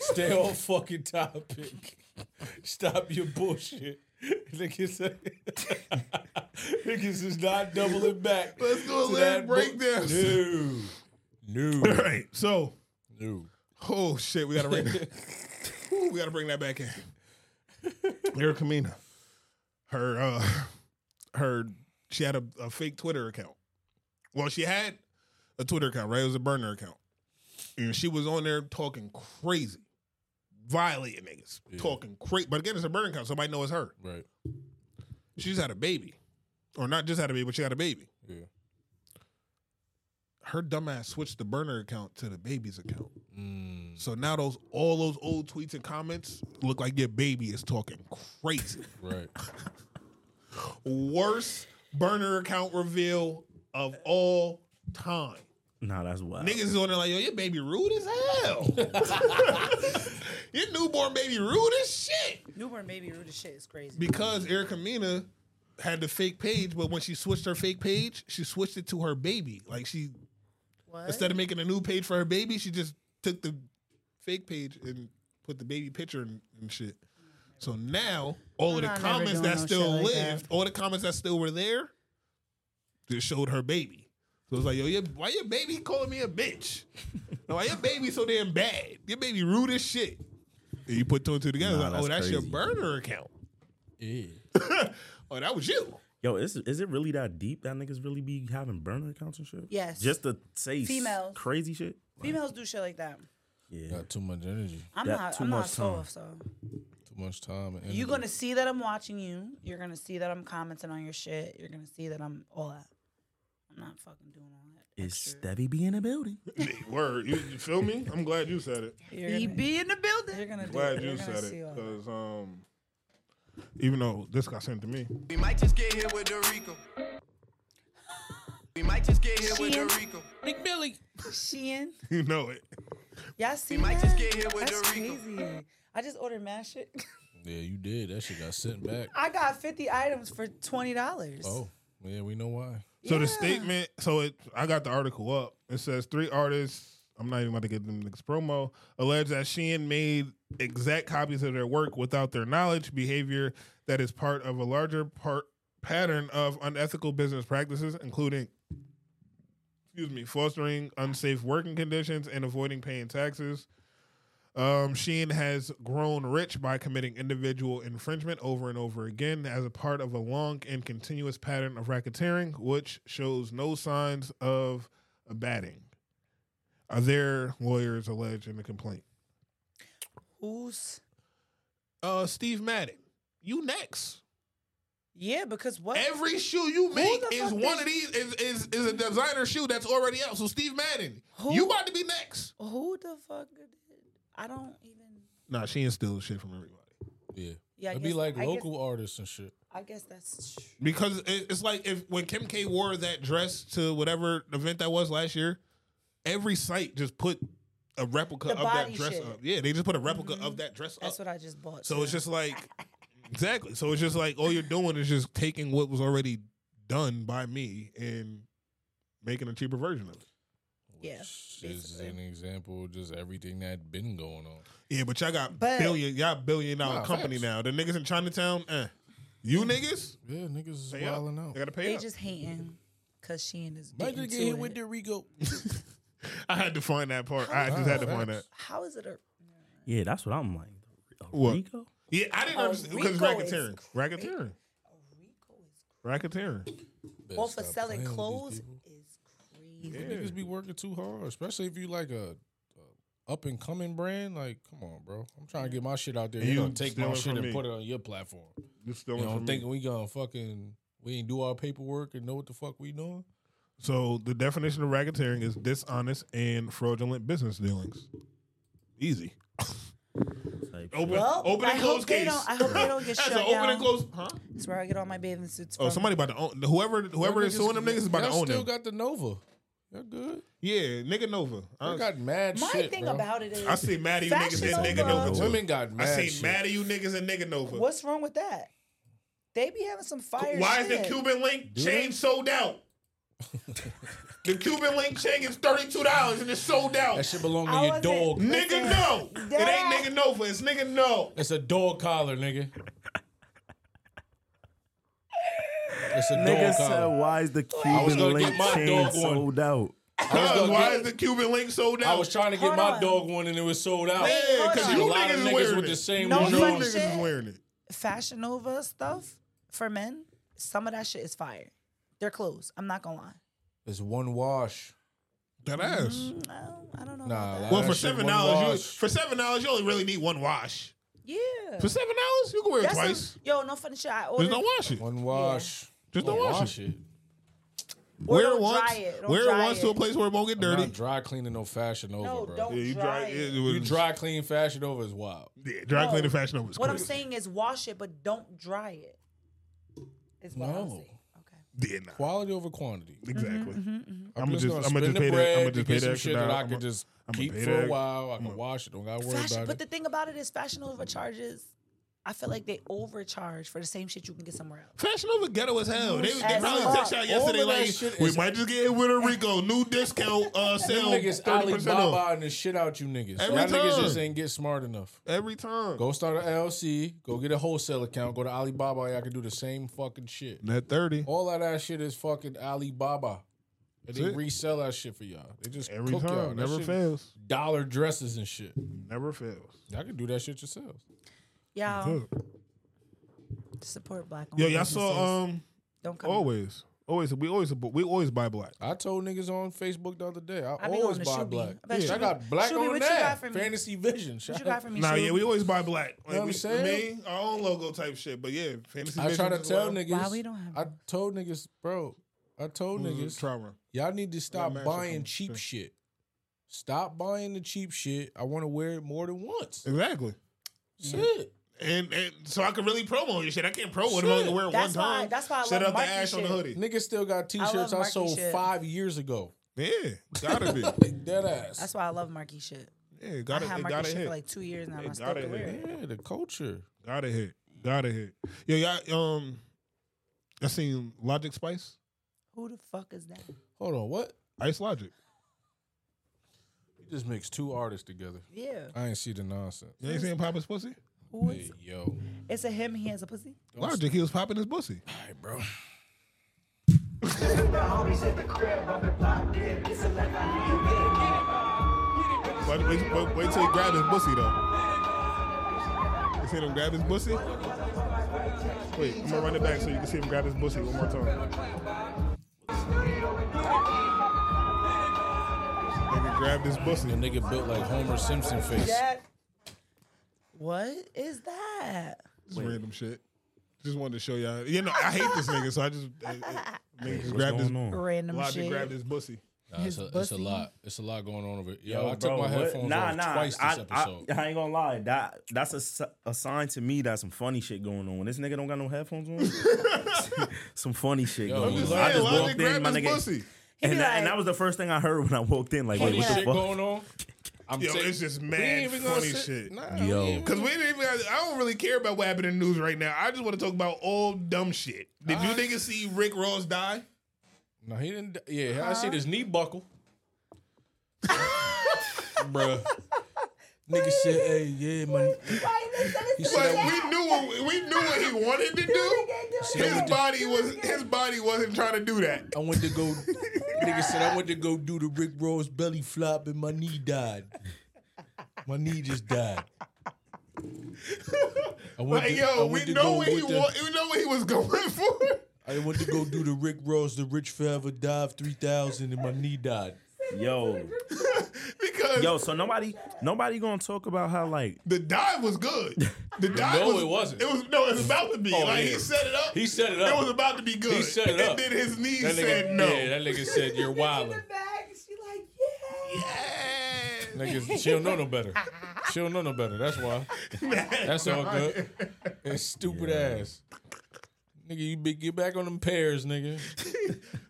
Speaker 3: Stay on fucking topic. Stop your bullshit. Niggas, niggas is not doubling back.
Speaker 1: Let's do a
Speaker 3: to
Speaker 1: lyric
Speaker 3: that bu-
Speaker 1: breakdown.
Speaker 3: No. No.
Speaker 1: All right, so.
Speaker 3: No.
Speaker 1: Oh, shit, we got to bring, Ooh, we gotta bring that back in. Eric Mina, her, uh, her, she had a, a fake Twitter account. Well, she had a Twitter account, right? It was a burner account. And she was on there talking crazy, violating niggas, talking crazy. But again, it's a burner account. Somebody knows it's her.
Speaker 3: Right.
Speaker 1: She just had a baby. Or not just had a baby, but she had a baby.
Speaker 3: Yeah.
Speaker 1: Her dumbass switched the burner account to the baby's account. So now those all those old tweets and comments look like your baby is talking crazy.
Speaker 3: Right.
Speaker 1: Worst burner account reveal of all time.
Speaker 4: Nah, that's wild.
Speaker 1: Niggas is on there like, yo, your baby rude as hell. your newborn baby rude as shit.
Speaker 2: Newborn baby rude as shit is crazy.
Speaker 1: Because Erica Mina had the fake page, but when she switched her fake page, she switched it to her baby. Like she
Speaker 2: What?
Speaker 1: instead of making a new page for her baby, she just took the fake page and put the baby picture and, and shit. So now all of the
Speaker 2: I'm never
Speaker 1: comments
Speaker 2: doing
Speaker 1: that
Speaker 2: no
Speaker 1: still
Speaker 2: shit like that.
Speaker 1: lived, all the comments that still were there, just showed her baby. So it's like, yo, your, why your baby calling me a bitch? why your baby so damn bad? Your baby rude as shit. And you put two and two together,
Speaker 4: Nah,
Speaker 1: like, oh,
Speaker 4: that's
Speaker 1: that's your
Speaker 4: crazy.
Speaker 1: burner account.
Speaker 3: Yeah.
Speaker 1: Oh, that was you.
Speaker 4: Yo, is is it really that deep that niggas really be having burner accounts and shit?
Speaker 2: Yes.
Speaker 4: Just to say s-
Speaker 2: Females.
Speaker 4: crazy shit.
Speaker 2: Females do shit like that.
Speaker 4: Yeah.
Speaker 3: Got too much energy.
Speaker 2: I'm
Speaker 4: That
Speaker 2: not.
Speaker 4: too
Speaker 2: I'm not
Speaker 4: much time.
Speaker 2: soft. So
Speaker 3: Too much time. And energy.
Speaker 2: you're gonna see that I'm watching you. You're gonna see that I'm commenting on your shit. You're gonna see that I'm all that. I'm not fucking doing all that.
Speaker 4: Is Stevie B in the building?
Speaker 1: Word, you, you feel me? I'm glad you said it.
Speaker 2: He be in the building. You're gonna
Speaker 1: I'm
Speaker 2: do
Speaker 1: glad
Speaker 2: it.
Speaker 1: you
Speaker 2: You're gonna
Speaker 1: said
Speaker 2: see
Speaker 1: it
Speaker 2: all-
Speaker 1: because um, even though this got sent to me,
Speaker 7: We might just get hit with Dorico. We might just get hit with
Speaker 2: Shein.
Speaker 7: Dorico.
Speaker 3: Big Billy.
Speaker 2: Shein.
Speaker 1: you know it.
Speaker 2: Y'all see
Speaker 7: might
Speaker 2: that?
Speaker 7: just get hit with
Speaker 2: That's
Speaker 7: the Rico.
Speaker 2: crazy. I just ordered mad shit.
Speaker 3: Yeah, you did. That shit got sent back.
Speaker 2: I got 50 items for $20.
Speaker 3: Oh, yeah, we know why.
Speaker 1: So the statement, so it, I got the article up. It says three artists. I'm not even about to get them next promo. Allege that Sheehan made exact copies of their work without their knowledge, behavior that is part of a larger part pattern of unethical business practices, including, excuse me, fostering unsafe working conditions and avoiding paying taxes. Um, Sheehan has grown rich by committing individual infringement over and over again as a part of a long and continuous pattern of racketeering, which shows no signs of abating. Are there lawyers alleged in the complaint?
Speaker 2: Who's?
Speaker 1: Uh, Steve Madden. You next.
Speaker 2: Yeah, because what?
Speaker 1: Every shoe you
Speaker 2: Who
Speaker 1: make
Speaker 2: the
Speaker 1: is
Speaker 2: fuck
Speaker 1: one of these is, is is a designer shoe that's already out. So Steve Madden, you about to be next.
Speaker 2: Who the fuck? did- I don't even.
Speaker 1: Nah, Sheehan steals shit from everybody.
Speaker 3: Yeah.
Speaker 2: Yeah, I
Speaker 3: It'd be
Speaker 2: guess-
Speaker 3: like
Speaker 2: I guess-
Speaker 3: local artists and shit.
Speaker 2: I guess that's true.
Speaker 1: Because it- it's like if when Kim K wore that dress to whatever event that was last year, every site just put a replica
Speaker 2: The
Speaker 1: of that
Speaker 2: body
Speaker 1: dress
Speaker 2: shit.
Speaker 1: up. Yeah, they just put a replica of
Speaker 2: Mhm.
Speaker 1: that dress
Speaker 2: That's
Speaker 1: up.
Speaker 2: what I just bought.
Speaker 1: Uh, So
Speaker 2: too.
Speaker 1: it's just like exactly. So it's just like all you're doing is just taking what was already done by me and making a cheaper version of it.
Speaker 2: yeah.
Speaker 3: Is an example of just everything that been going on.
Speaker 1: Yeah, but y'all got
Speaker 3: But-
Speaker 1: billion y'all billion dollar
Speaker 3: Nah,
Speaker 1: company
Speaker 3: facts.
Speaker 1: now. The niggas in Chinatown, eh. You niggas?
Speaker 3: Yeah, niggas is
Speaker 1: Pay up.
Speaker 3: wilding out.
Speaker 1: They gotta pay
Speaker 2: They
Speaker 1: up.
Speaker 2: just hating because Shein is.
Speaker 3: Might
Speaker 2: getting
Speaker 3: just
Speaker 2: to
Speaker 3: get hit
Speaker 2: it.
Speaker 3: with the Rico.
Speaker 1: I had to find that part. I just had to find that.
Speaker 2: How is it a
Speaker 4: Yeah, that's what I'm like.
Speaker 1: What?
Speaker 4: Rico?
Speaker 1: Yeah, I didn't
Speaker 2: Oh,
Speaker 1: understand because
Speaker 2: Rico is
Speaker 1: racketeering, racketeering, racketeering.
Speaker 2: Well, for selling clothes is
Speaker 3: You
Speaker 2: crazy.
Speaker 3: Niggas be working too hard, especially if you like a, a up and coming brand. Like, come on, bro. I'm trying to get my shit out there.
Speaker 1: And
Speaker 3: You
Speaker 1: you
Speaker 3: gonna take my
Speaker 1: stealing
Speaker 3: shit
Speaker 1: from
Speaker 3: and
Speaker 1: me.
Speaker 3: put it on your platform.
Speaker 1: You
Speaker 3: You
Speaker 1: stealing
Speaker 3: know,
Speaker 1: from me.
Speaker 3: thinking we gonna fucking we ain't do our paperwork and know what the fuck we doing.
Speaker 1: So the definition of racketeering is dishonest and fraudulent business dealings. Easy.
Speaker 3: Oh,
Speaker 1: open,
Speaker 2: Well,
Speaker 1: open
Speaker 2: I
Speaker 1: and close
Speaker 2: hope they
Speaker 1: case.
Speaker 2: don't. I hope they don't get
Speaker 1: That's
Speaker 2: shut
Speaker 1: an
Speaker 2: down.
Speaker 1: open and close. Huh?
Speaker 2: That's where I get all my bathing suits.
Speaker 1: Oh,
Speaker 2: from.
Speaker 1: somebody about to own whoever whoever is suing them niggas is about to
Speaker 3: Y'all
Speaker 1: own
Speaker 3: still
Speaker 1: them.
Speaker 3: got the Nova. Y'all good.
Speaker 1: yeah, nigga Nova.
Speaker 3: I got mad
Speaker 2: My
Speaker 3: shit.
Speaker 2: thing
Speaker 3: bro.
Speaker 2: about it is
Speaker 1: I see mad of you niggas
Speaker 2: Fashion
Speaker 1: and nigga
Speaker 2: Nova-
Speaker 1: Nova. too.
Speaker 3: Women got mad
Speaker 1: I see
Speaker 3: shit.
Speaker 1: mad of you niggas and nigga Nova.
Speaker 2: What's wrong with that? They be having some fire.
Speaker 1: Why
Speaker 2: shit.
Speaker 1: is the Cuban link
Speaker 3: Do
Speaker 1: chain
Speaker 3: they?
Speaker 1: sold out? the Cuban link chain is thirty two dollars and it's sold out.
Speaker 3: That shit belong
Speaker 2: I
Speaker 3: to your
Speaker 2: wasn't-
Speaker 3: dog.
Speaker 1: Nigga, no. It ain't nigga Nova. It's nigga no.
Speaker 3: It's a dog collar, nigga. It's a
Speaker 4: Nigga
Speaker 3: dog
Speaker 4: said,
Speaker 3: collar.
Speaker 4: "Why is the
Speaker 3: I was
Speaker 4: Cuban
Speaker 3: gonna get
Speaker 4: link
Speaker 3: my
Speaker 4: chain
Speaker 3: dog one.
Speaker 4: sold out?"
Speaker 1: Cause
Speaker 3: gonna
Speaker 1: why
Speaker 3: get-
Speaker 1: is the Cuban link sold out?
Speaker 3: I was trying to get
Speaker 2: Hold
Speaker 3: my
Speaker 2: on.
Speaker 3: dog one and it was sold out.
Speaker 2: Wait,
Speaker 1: Yeah,
Speaker 2: hold
Speaker 1: cause
Speaker 2: on.
Speaker 1: you
Speaker 3: A lot of
Speaker 1: niggas
Speaker 3: niggas
Speaker 1: wearing
Speaker 3: with
Speaker 1: it.
Speaker 3: the same
Speaker 2: No
Speaker 1: you
Speaker 2: result.
Speaker 1: niggas
Speaker 2: funny
Speaker 1: is
Speaker 2: shit.
Speaker 1: wearing it.
Speaker 2: Fashion Nova stuff for men. Some of that shit is fire. Their clothes. I'm not gonna lie.
Speaker 3: It's one wash.
Speaker 1: That ass.
Speaker 2: Mm, no, I don't know.
Speaker 3: Nah, that
Speaker 1: Well,
Speaker 3: shit
Speaker 1: for seven
Speaker 3: one
Speaker 1: dollars, you
Speaker 3: wash.
Speaker 1: for seven dollars you only really need one wash.
Speaker 2: Yeah.
Speaker 1: For seven dollars, you can wear it
Speaker 2: That's some-
Speaker 1: twice.
Speaker 2: yo, no funny shit. I
Speaker 1: Just
Speaker 2: ordered.
Speaker 1: don't wash it.
Speaker 3: one wash.
Speaker 1: Just don't
Speaker 3: Don't
Speaker 1: wash,
Speaker 3: wash
Speaker 1: it.
Speaker 3: it.
Speaker 2: Or
Speaker 1: Wear it
Speaker 2: don't
Speaker 1: once.
Speaker 2: dry it. Don't
Speaker 1: Wear it
Speaker 2: dry
Speaker 1: once to a place where it won't get
Speaker 3: I'm not
Speaker 1: dirty.
Speaker 3: dry cleaning no fashion over,
Speaker 2: No,
Speaker 3: bro.
Speaker 2: don't
Speaker 1: Yeah, you
Speaker 2: dry,
Speaker 1: dry.
Speaker 2: it.
Speaker 1: it was-
Speaker 3: You dry clean fashion over is wild.
Speaker 1: yeah, dry
Speaker 2: No.
Speaker 1: clean the fashion over. is
Speaker 2: What I'm
Speaker 1: crazy.
Speaker 2: saying is wash it, but don't dry it. Is what I'm
Speaker 3: No.
Speaker 2: saying.
Speaker 1: Yeah, nah.
Speaker 3: Quality over quantity.
Speaker 1: Exactly.
Speaker 3: Mm-hmm, I'm,
Speaker 1: I'ma
Speaker 3: just,
Speaker 1: just-
Speaker 3: gonna
Speaker 1: I'ma
Speaker 3: spend
Speaker 1: just
Speaker 3: the
Speaker 1: pay that-
Speaker 3: bread
Speaker 1: I'ma
Speaker 3: to
Speaker 1: just
Speaker 3: get
Speaker 1: pay
Speaker 3: some
Speaker 1: that
Speaker 3: shit
Speaker 1: shit
Speaker 3: that
Speaker 1: out.
Speaker 3: I can
Speaker 1: I'ma-
Speaker 3: just
Speaker 1: I'ma
Speaker 3: keep
Speaker 1: pay
Speaker 3: for a
Speaker 1: that.
Speaker 3: while. I can wash it. Don't gotta worry
Speaker 2: Fashion,
Speaker 3: about
Speaker 2: but
Speaker 3: it.
Speaker 2: the thing about it is fashion overcharges. I feel like they overcharge for the same shit you can get somewhere else.
Speaker 1: Fashion over ghetto as hell. They, they
Speaker 2: As
Speaker 1: probably
Speaker 2: fuck.
Speaker 1: text y'all yesterday
Speaker 3: All of that
Speaker 1: like
Speaker 3: shit
Speaker 1: we
Speaker 3: is-
Speaker 1: might just get hit with a Rico new discount uh
Speaker 3: Them
Speaker 1: sale
Speaker 3: niggas
Speaker 1: thirty percent off
Speaker 3: Alibaba and the shit out you niggas.
Speaker 1: Every
Speaker 3: Y'all niggas just
Speaker 1: time.
Speaker 3: ain't get smart enough.
Speaker 1: every time.
Speaker 3: Go start an LLC. Go get a wholesale account. Go to Alibaba. Y'all can do the same fucking shit.
Speaker 1: That thirty.
Speaker 3: All of that shit is fucking Alibaba. And
Speaker 1: That's
Speaker 3: they
Speaker 1: it.
Speaker 3: resell that shit for y'all. They just
Speaker 1: Every
Speaker 3: cook y'all.
Speaker 1: time,
Speaker 3: That
Speaker 1: never
Speaker 3: shit-
Speaker 1: fails.
Speaker 3: Dollar dresses and shit.
Speaker 1: Never fails.
Speaker 3: Y'all can do that shit yourselves.
Speaker 2: Yeah,
Speaker 1: Good.
Speaker 2: support black.
Speaker 1: Yo,
Speaker 2: owned
Speaker 1: y'all saw
Speaker 2: businesses.
Speaker 1: um
Speaker 2: Don't come.
Speaker 1: always always we always we always buy black.
Speaker 3: I told niggas on Facebook the other day. I,
Speaker 2: I be on
Speaker 3: always
Speaker 2: the
Speaker 3: buy
Speaker 2: Shubi.
Speaker 3: black.
Speaker 2: I bet
Speaker 3: I
Speaker 2: Shubi-
Speaker 3: got black
Speaker 2: Shubi,
Speaker 3: on
Speaker 2: what you
Speaker 3: that.
Speaker 2: got for me?
Speaker 3: Fantasy Vision.
Speaker 2: What you got for me?
Speaker 1: Nah,
Speaker 2: Shu?
Speaker 1: yeah, we always buy black. Like,
Speaker 3: know what I'm
Speaker 1: we,
Speaker 3: saying?
Speaker 1: Me, our own logo type shit. But yeah, fantasy.
Speaker 3: I try to
Speaker 1: Visions as
Speaker 3: tell
Speaker 1: well.
Speaker 3: niggas.
Speaker 2: Why we don't have
Speaker 3: I told niggas, bro, I told
Speaker 1: Who's
Speaker 3: niggas
Speaker 1: the trauma?
Speaker 3: Y'all need to stop
Speaker 1: Master
Speaker 3: buying
Speaker 1: Plan.
Speaker 3: cheap shit. Stop buying the cheap shit. I want to wear it more than once.
Speaker 1: Exactly.
Speaker 3: Shit.
Speaker 1: And, and so I can really promo your shit. I can't promo it. I'm
Speaker 3: Shit.
Speaker 1: only gonna wear it one
Speaker 3: That's why-
Speaker 1: time.
Speaker 3: that's why I
Speaker 1: Set
Speaker 3: love
Speaker 1: up the
Speaker 3: Marky
Speaker 1: ash on the
Speaker 3: shit.
Speaker 1: hoodie.
Speaker 3: Niggas still got T-shirts I,
Speaker 2: Marky
Speaker 3: sold
Speaker 2: shit.
Speaker 3: five years ago.
Speaker 1: Yeah, gotta be.
Speaker 3: Dead ass.
Speaker 2: That's why I love Marky shit.
Speaker 1: Yeah, gotta-
Speaker 2: I have
Speaker 1: it
Speaker 2: Marky
Speaker 1: gotta
Speaker 2: shit
Speaker 1: hit.
Speaker 2: for like two years now.
Speaker 1: It
Speaker 2: and I still
Speaker 1: gotta
Speaker 2: can wear
Speaker 1: hit.
Speaker 2: it.
Speaker 3: Yeah, the culture.
Speaker 1: Gotta hit. Gotta hit. Yo, y'all, um, I seen Logic Spice.
Speaker 2: Who the fuck is that?
Speaker 3: Hold on, what?
Speaker 1: Ice Logic.
Speaker 3: You just mixed two artists together.
Speaker 2: Yeah.
Speaker 3: I ain't see the nonsense.
Speaker 1: You ain't seen Papa's pussy?
Speaker 2: Who
Speaker 3: Hey, yo.
Speaker 2: It's a him. He has a pussy.
Speaker 1: Logic, he was popping his pussy.
Speaker 3: All right, bro.
Speaker 1: Wait, wait, wait, wait till he grab his pussy though. You see him grab his pussy? Wait, I'm gonna run it back so you can see him grab his pussy one more time. Nigga grabbed his pussy.
Speaker 3: The nigga built like Homer Simpson face.
Speaker 2: That. What is that?
Speaker 1: Just random shit. Just wanted to show y'all. You know, I hate this nigga, so I just uh, uh, nigga just
Speaker 3: what's
Speaker 1: grabbed his
Speaker 3: going on?
Speaker 2: Random
Speaker 1: Logic
Speaker 2: shit.
Speaker 1: grabbed his pussy.
Speaker 3: Nah, it's, a, it's a lot. It's a lot going on over. Yo, Yo I took
Speaker 4: Oh, bro,
Speaker 3: my
Speaker 4: what?
Speaker 3: headphones
Speaker 4: nah,
Speaker 3: off
Speaker 4: nah,
Speaker 3: twice
Speaker 4: I,
Speaker 3: this episode.
Speaker 4: I, I ain't gonna lie. That that's a, s- a sign to me that some funny shit going on. When this nigga don't got no headphones on, some funny shit
Speaker 3: Yo,
Speaker 4: going
Speaker 3: I'm
Speaker 4: on.
Speaker 3: just
Speaker 4: I
Speaker 3: saying,
Speaker 4: just
Speaker 3: why
Speaker 4: walked in,
Speaker 3: they
Speaker 4: my
Speaker 3: grab his
Speaker 4: nigga,
Speaker 3: pussy?
Speaker 4: and,
Speaker 3: He
Speaker 4: that,
Speaker 3: like-
Speaker 4: and that was the first thing I heard when I walked in. Like, wait,
Speaker 3: Funny
Speaker 4: what the
Speaker 3: shit
Speaker 4: fuck?
Speaker 3: going on. I'm
Speaker 1: Yo,
Speaker 3: saying-
Speaker 1: it's just
Speaker 3: we
Speaker 1: mad
Speaker 3: ain't even gonna
Speaker 1: funny shit.
Speaker 3: sit-
Speaker 4: Yo.
Speaker 3: Nah, we ain't even-
Speaker 1: Cause we didn't even. I don't really care about what happened in the news right now. I just want to talk about all dumb shit. Did you niggas see Rick Ross die?
Speaker 3: No, he didn't. Yeah, I see this knee buckle. Bruh. Nigga said, hey, yeah, man. He
Speaker 1: But
Speaker 3: said,
Speaker 1: we knew what, we knew what he wanted to do. His body was his body wasn't trying to do that.
Speaker 3: I went to go. nigga said, I went to go do the Rick Ross belly flop and my knee died. My knee just died. I went
Speaker 1: Like
Speaker 3: to- I
Speaker 1: yo, we
Speaker 3: went to
Speaker 1: know
Speaker 3: uh, go
Speaker 1: what he
Speaker 3: with the-
Speaker 1: wa- we know what he was going for.
Speaker 3: I went to go do the Rick Ross, the Rich Forever Dive 3000, and my knee died.
Speaker 4: Yo,
Speaker 1: because
Speaker 4: yo, so nobody nobody gonna talk about how like
Speaker 1: the dive was good. The dive
Speaker 3: No,
Speaker 1: was,
Speaker 3: it wasn't.
Speaker 1: It was no, it was about to be.
Speaker 3: Oh,
Speaker 1: like
Speaker 3: yeah.
Speaker 1: he set it up.
Speaker 3: He set it up.
Speaker 1: It was about to be good.
Speaker 3: He set it
Speaker 1: and
Speaker 3: up.
Speaker 1: then his knees
Speaker 3: That nigga-
Speaker 1: said no.
Speaker 3: Yeah, that nigga said, you're wildin'. Niggas, she don't know no better. She don't know no better. That's why. That's all good. It's stupid ass. Nigga, you be, get back on them pairs, nigga.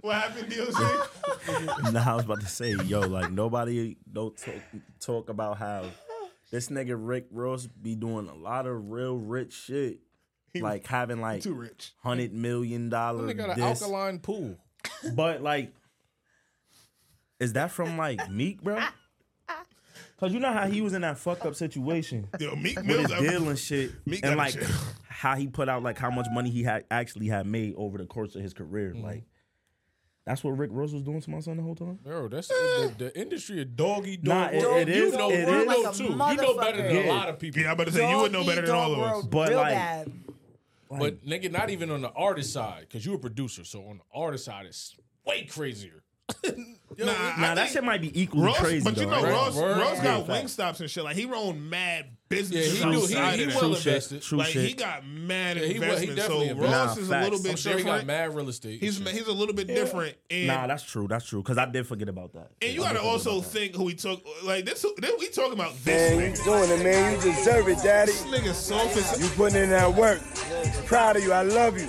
Speaker 1: What happened, DLC?
Speaker 4: nah, I was about to say, yo, like nobody don't talk, talk about how this nigga Rick Ross be doing a lot of real rich shit, like having like
Speaker 1: too rich.
Speaker 4: hundred million dollar
Speaker 3: They got an
Speaker 4: this,
Speaker 3: alkaline pool.
Speaker 4: but like, is that from like Meek, bro? Cause you know how he was in that fucked up situation
Speaker 1: Yo, Meek
Speaker 4: with his
Speaker 1: Mill's
Speaker 4: deal and shit,
Speaker 1: Meek
Speaker 4: and
Speaker 1: gotta
Speaker 4: like
Speaker 1: chill.
Speaker 4: how he put out like how much money he had actually had made over the course of his career, like. That's what Rick Ross was doing to my son the whole time.
Speaker 3: Bro, that's the, the, the industry of doggy dog.
Speaker 4: Nah, it- it
Speaker 3: world. you
Speaker 4: is-
Speaker 3: know,
Speaker 4: it
Speaker 3: you
Speaker 4: is.
Speaker 3: know
Speaker 4: Like a
Speaker 3: too. You know better than a
Speaker 4: Yeah.
Speaker 3: lot of people.
Speaker 1: Yeah, I'm about to say you would know better than all of us.
Speaker 4: But like,
Speaker 3: But nigga, not even on the artist side, because you're a producer. So on the artist side, it's way crazier.
Speaker 1: nah,
Speaker 4: nah, that shit might be equally
Speaker 1: Ross,
Speaker 4: crazy.
Speaker 1: but you
Speaker 4: though,
Speaker 1: know,
Speaker 4: right?
Speaker 1: Ross,
Speaker 3: Word.
Speaker 1: Ross
Speaker 3: Yeah,
Speaker 1: got wing
Speaker 3: facts.
Speaker 1: stops and shit. Like he owned mad
Speaker 3: Yeah,
Speaker 1: business.
Speaker 3: he knew he,
Speaker 1: outside
Speaker 3: he
Speaker 1: of that.
Speaker 3: well
Speaker 4: True shit.
Speaker 3: invested.
Speaker 4: True
Speaker 1: like
Speaker 4: shit.
Speaker 1: he got mad
Speaker 3: Yeah, he wa- he
Speaker 1: investment.
Speaker 3: definitely
Speaker 1: so
Speaker 3: invested.
Speaker 1: Ross is
Speaker 4: Nah,
Speaker 1: a little
Speaker 4: facts.
Speaker 1: bit
Speaker 3: I'm sure he
Speaker 1: different.
Speaker 3: got mad real estate.
Speaker 1: he's
Speaker 3: and shit.
Speaker 1: he's a little bit different. And,
Speaker 4: nah, that's true. That's true. Cause I did forget about that.
Speaker 1: and you
Speaker 4: I did
Speaker 1: gotta
Speaker 4: forget
Speaker 1: also
Speaker 4: about that.
Speaker 1: think who we took. Like this, this we talking about this
Speaker 16: Man,
Speaker 1: nigga.
Speaker 16: you doing it, man. You deserve it, daddy.
Speaker 1: This nigga selfish.
Speaker 16: You putting in that work. Proud of you. I love you.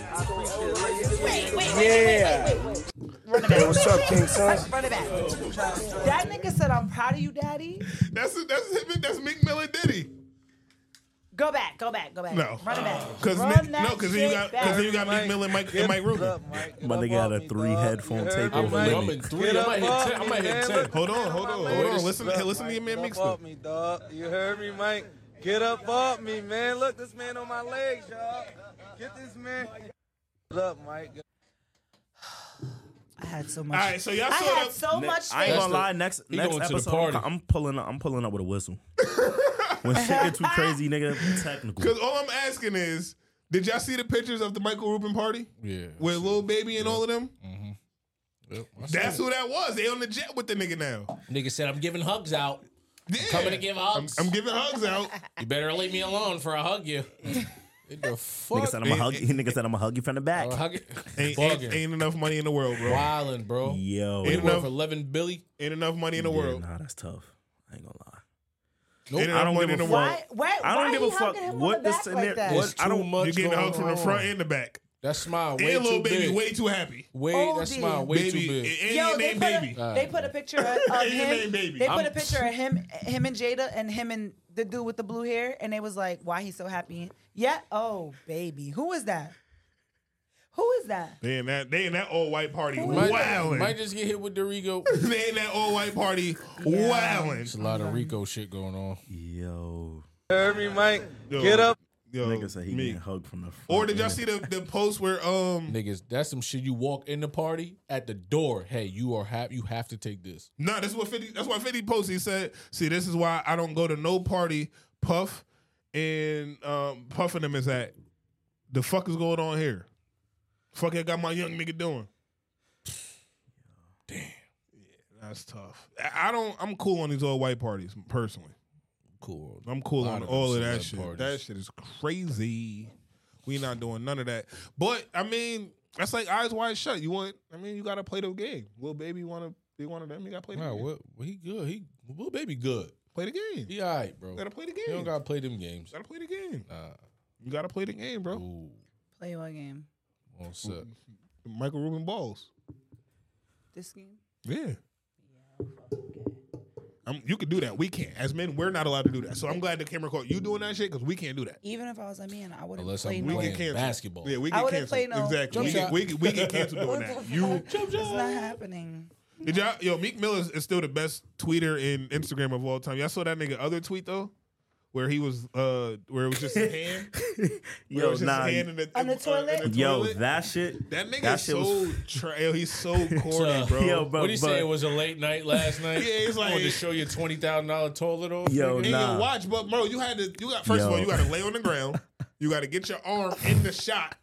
Speaker 16: Yeah. Hey, what's up, King Son?
Speaker 2: Run it back. That nigga said, "I'm proud of you, daddy."
Speaker 1: That's that's him. That's Meek Mill and Diddy.
Speaker 2: Go back. Go back. Go back.
Speaker 1: No,
Speaker 2: Run it back.
Speaker 1: Cause
Speaker 2: Run
Speaker 1: Meek-
Speaker 2: that
Speaker 1: no, cause then you
Speaker 2: shit
Speaker 1: got
Speaker 2: back.
Speaker 1: cause then you got Meek Mill and Mike and Mike Rubin.
Speaker 4: My nigga had a three headphone
Speaker 3: I'm
Speaker 4: takeover
Speaker 3: rubbing
Speaker 4: limit.
Speaker 3: three. I might hit ten. I might hit ten.
Speaker 1: Hold on, hold on, hold on. Listen, hey, listen to your man Meek's.
Speaker 17: me, dog. You heard me, Mike? Get up off me, man. Look, this man on my legs, y'all. Get this man. up, Mike.
Speaker 2: I had so
Speaker 1: All
Speaker 2: much.
Speaker 1: right, so y'all
Speaker 2: I
Speaker 1: saw
Speaker 2: had
Speaker 1: that-
Speaker 2: so much.
Speaker 4: I ain't
Speaker 2: faith.
Speaker 4: gonna lie. Next
Speaker 3: He
Speaker 4: next
Speaker 3: going to the
Speaker 4: episode,
Speaker 3: party.
Speaker 4: I'm, I'm pulling. Up, I'm pulling up with a whistle. when shit get too crazy, nigga, technical.
Speaker 1: Because all I'm asking is, did y'all see the pictures of the Michael Rubin party
Speaker 3: Yeah. Mm-hmm.
Speaker 1: with Lil Baby and all of them?
Speaker 3: Yep, I see
Speaker 1: That's
Speaker 3: it.
Speaker 1: who that was. They on the jet with the nigga now.
Speaker 3: Nigga said, I'm giving hugs out.
Speaker 1: Yeah.
Speaker 3: Coming to give hugs.
Speaker 1: I'm giving hugs out.
Speaker 3: You better leave me alone for I hug you. The fuck?
Speaker 4: Nigga said I'm a hug. He nigga said I'm a hug you from the back.
Speaker 1: Ain't, ain't, ain't enough money in the world, bro.
Speaker 3: Wildin', bro.
Speaker 4: Yo,
Speaker 3: Ain't worth eleven billy.
Speaker 1: Ain't enough money in the
Speaker 4: Yeah,
Speaker 1: world.
Speaker 4: Nah, that's tough. I ain't gonna lie.
Speaker 1: Nope. Ain't
Speaker 4: I don't
Speaker 1: enough
Speaker 4: give
Speaker 1: money
Speaker 4: a
Speaker 1: in
Speaker 4: fuck.
Speaker 1: the world.
Speaker 2: Why-
Speaker 4: I
Speaker 2: why
Speaker 4: don't give
Speaker 2: you
Speaker 4: a fuck
Speaker 2: hugging him on
Speaker 4: what
Speaker 2: the
Speaker 4: the
Speaker 2: back like
Speaker 4: scenario.
Speaker 2: that?
Speaker 4: what
Speaker 3: It's
Speaker 4: I
Speaker 3: too
Speaker 4: don't.
Speaker 3: much
Speaker 1: You're getting a hug
Speaker 3: going
Speaker 1: from the front
Speaker 3: on.
Speaker 1: and the back.
Speaker 3: That smile way
Speaker 1: and
Speaker 3: too
Speaker 1: little baby
Speaker 3: big.
Speaker 1: way too happy.
Speaker 3: Way
Speaker 2: Oh,
Speaker 3: that
Speaker 2: dear.
Speaker 3: smile way
Speaker 1: Baby,
Speaker 3: too big.
Speaker 1: it- it-
Speaker 2: Yo,
Speaker 1: Alien
Speaker 2: they
Speaker 1: named
Speaker 2: put,
Speaker 1: baby.
Speaker 2: a, they put a picture of, of
Speaker 1: Alien
Speaker 2: him.
Speaker 1: named baby.
Speaker 2: They put
Speaker 1: I'm-
Speaker 2: a picture of him, him and Jada, and him and the dude with the blue hair, and they was like, "Why he's so happy?" Yeah. Oh, baby, who is that? Who is that?
Speaker 1: They in that they in that all white party
Speaker 3: might,
Speaker 1: wowing.
Speaker 3: might just get hit with Dorigo.
Speaker 1: they in that all white party
Speaker 3: Yeah.
Speaker 1: wowing.
Speaker 3: It's a lot of Rico shit going on.
Speaker 4: Yo,
Speaker 17: Heard me, Mike. Get up.
Speaker 1: Yo,
Speaker 4: nigga said he
Speaker 1: me.
Speaker 4: getting hugged from the. Front.
Speaker 1: Or did y'all see the, the post where um
Speaker 3: Niggas, that's some shit. You walk in the party at the door. Hey, you are happy. You have to take this.
Speaker 1: No, this is what fifty. That's why fifty posted. He said, "See, this is why I don't go to no party. Puff and um, puffing them is at the fuck is going on here. Fuck, I got my young nigga doing. Damn, yeah, that's tough. I I don't. I'm cool on these all white parties personally.
Speaker 3: Cool.
Speaker 1: I'm cool
Speaker 3: Lot
Speaker 1: on
Speaker 3: of
Speaker 1: all of
Speaker 3: them
Speaker 1: that
Speaker 3: celeb
Speaker 1: shit.
Speaker 3: parties.
Speaker 1: That shit is crazy. We not doing none of that. But I mean, that's like eyes wide shut. You want? I mean, you gotta play the game. Little baby want to be one of them. You gotta play the
Speaker 3: Nah,
Speaker 1: game.
Speaker 3: what, he good. He little baby good.
Speaker 1: Play the game.
Speaker 3: He all right, bro.
Speaker 1: Gotta play the game.
Speaker 3: You don't gotta play them games.
Speaker 1: gotta play the game.
Speaker 3: Nah.
Speaker 1: You gotta play the game, bro.
Speaker 3: Ooh,
Speaker 2: Play what game?
Speaker 3: on set.
Speaker 1: Michael Rubin balls.
Speaker 2: This game?
Speaker 1: Yeah. I'm, you can do that. We can't. As men, we're not allowed to do that. So I'm glad the camera caught you doing that shit because we can't do that.
Speaker 2: Even if I was a man, I wouldn't
Speaker 3: Unless
Speaker 2: play
Speaker 3: I'm
Speaker 2: no.
Speaker 1: We
Speaker 3: playing
Speaker 1: get canceled.
Speaker 3: basketball.
Speaker 1: Yeah, we
Speaker 2: I
Speaker 1: get
Speaker 2: wouldn't
Speaker 1: canceled.
Speaker 2: play no-
Speaker 1: Exactly.
Speaker 3: Jump
Speaker 1: We get,
Speaker 3: shot.
Speaker 1: we, get, we get canceled doing that. You
Speaker 2: It's not happening.
Speaker 1: did y'all? Yo, Meek Mill is, is still the best tweeter in Instagram of all time. Y'all saw that nigga other tweet though, where he was uh where it was just his hand. Where it
Speaker 4: Yo,
Speaker 1: was just his
Speaker 4: nah.
Speaker 1: hand in the,
Speaker 2: On the
Speaker 1: in
Speaker 2: toilet?
Speaker 1: in the
Speaker 4: Yo,
Speaker 1: toilet.
Speaker 4: that shit.
Speaker 1: That nigga
Speaker 4: that
Speaker 1: is
Speaker 4: shit
Speaker 1: so
Speaker 4: was-
Speaker 1: tra- yo, he's so corny,
Speaker 3: Uh,
Speaker 1: bro.
Speaker 4: Yo, bro,
Speaker 3: What he
Speaker 4: but-
Speaker 3: say? It was a late night last night.
Speaker 1: Yeah, he's
Speaker 3: I wanted to
Speaker 1: like-
Speaker 3: show you twenty thousand dollar toilet off.
Speaker 4: Yo,
Speaker 1: and
Speaker 4: nah.
Speaker 1: you watch, but bro, you had to. You got first of all,
Speaker 4: Yo.
Speaker 1: you got to lay on the ground. You got to get your arm in the shot,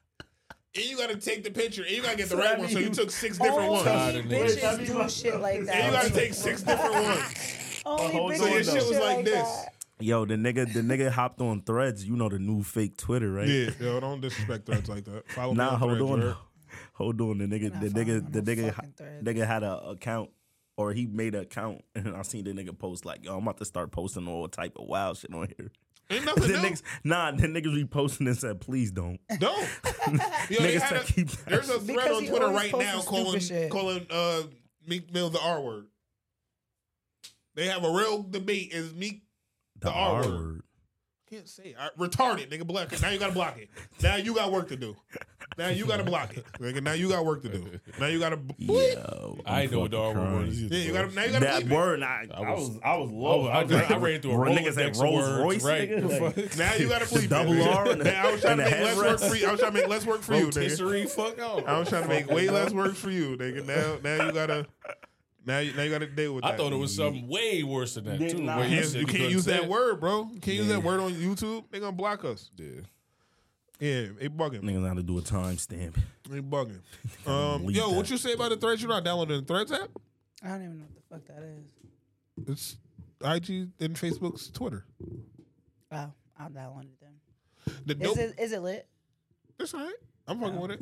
Speaker 1: and you got to take the picture, and you got to get the
Speaker 4: So
Speaker 1: right
Speaker 4: that
Speaker 1: one. So you
Speaker 4: means-
Speaker 1: took six different
Speaker 2: Only
Speaker 1: ones, and
Speaker 3: Tired of niggas.
Speaker 2: bitches do shit like
Speaker 1: you got to
Speaker 2: that.
Speaker 1: take six different ones.
Speaker 2: Only
Speaker 4: Hold
Speaker 2: bitches
Speaker 1: So
Speaker 4: on,
Speaker 1: your
Speaker 2: do
Speaker 1: shit was like this.
Speaker 2: that.
Speaker 4: Yo, the nigga, the nigga hopped on Threads. You know the new fake Twitter, right?
Speaker 1: Yeah, yo, don't disrespect threads like that. Follow me
Speaker 4: Nah,
Speaker 1: on
Speaker 4: hold
Speaker 1: Threads,
Speaker 4: on,
Speaker 1: right?
Speaker 4: hold on. The nigga, the
Speaker 2: not following
Speaker 4: nigga, the
Speaker 2: no
Speaker 4: nigga,
Speaker 2: fucking Threads.
Speaker 4: nigga had a account, or he made an account, and I seen the nigga post like, "Yo, I'm about to start posting all type of wild shit on here."
Speaker 1: Ain't
Speaker 4: The
Speaker 1: nothing new.
Speaker 4: niggas, nah, the niggas reposting and said, "Please don't."
Speaker 1: Don't. Yo, they
Speaker 4: Niggas
Speaker 1: had
Speaker 4: that
Speaker 1: a-
Speaker 4: keep-
Speaker 1: there's a thread
Speaker 2: Because
Speaker 1: on
Speaker 2: he
Speaker 1: Twitter
Speaker 2: always
Speaker 1: right now
Speaker 2: posting stupid
Speaker 1: calling
Speaker 2: shit.
Speaker 1: calling uh, Meek Mill the R word. They have a real debate. Is Meek
Speaker 4: The,
Speaker 1: R
Speaker 4: R
Speaker 1: word.
Speaker 4: word.
Speaker 1: Can't say it. I, retarded, nigga. Block it. Now you gotta block it. Now you got work to do. Now you gotta block it, nigga. Now you got work to do. Now you gotta. Yeah,
Speaker 4: Yo,
Speaker 3: I ain't know what the
Speaker 4: fucking
Speaker 3: R word
Speaker 4: crying.
Speaker 3: was. either,
Speaker 1: yeah you
Speaker 3: bro.
Speaker 1: gotta. Now you gotta.
Speaker 4: That
Speaker 1: bleep
Speaker 4: word, I, I
Speaker 3: was-
Speaker 4: was, I was low.
Speaker 3: I, I, I ran through a
Speaker 4: Niggas said
Speaker 3: Rolodex of
Speaker 4: Rolls
Speaker 3: words,
Speaker 4: Royce,
Speaker 3: right?
Speaker 4: nigga. Like,
Speaker 1: It. Now you gotta bleep it.
Speaker 4: double
Speaker 1: nigga.
Speaker 4: R and the-
Speaker 1: Now I was trying
Speaker 4: and
Speaker 1: to
Speaker 4: the
Speaker 1: make less work
Speaker 4: headrest.
Speaker 1: for you. I was trying to make less work for you, nigga.
Speaker 3: Rotisserie, fuck out.
Speaker 1: I was trying to make way less work for you, nigga. Now, now you gotta. Now you, now you gotta deal with that.
Speaker 3: I thought it was something way worse than that
Speaker 4: Did
Speaker 3: too.
Speaker 4: not.
Speaker 3: where
Speaker 1: You can't,
Speaker 3: said
Speaker 1: you can't
Speaker 3: couldn't
Speaker 1: use
Speaker 3: say
Speaker 1: that
Speaker 3: it.
Speaker 1: word, bro. You can't use
Speaker 3: Yeah.
Speaker 1: that word on YouTube. They gonna block us.
Speaker 3: Yeah.
Speaker 1: Yeah, they bugging.
Speaker 4: Niggas know how to do a timestamp.
Speaker 1: They bugging. Um,
Speaker 4: Bleep
Speaker 1: yo, what
Speaker 4: that.
Speaker 1: you say about the threads? You're not downloading the threads app?
Speaker 2: I don't even know what the fuck that is.
Speaker 1: It's IG and Facebook's Twitter.
Speaker 2: Oh, I'll download it then.
Speaker 1: The
Speaker 2: Is
Speaker 1: dope.
Speaker 2: it Oh. is it lit?
Speaker 1: It's all right. I'm fucking with it.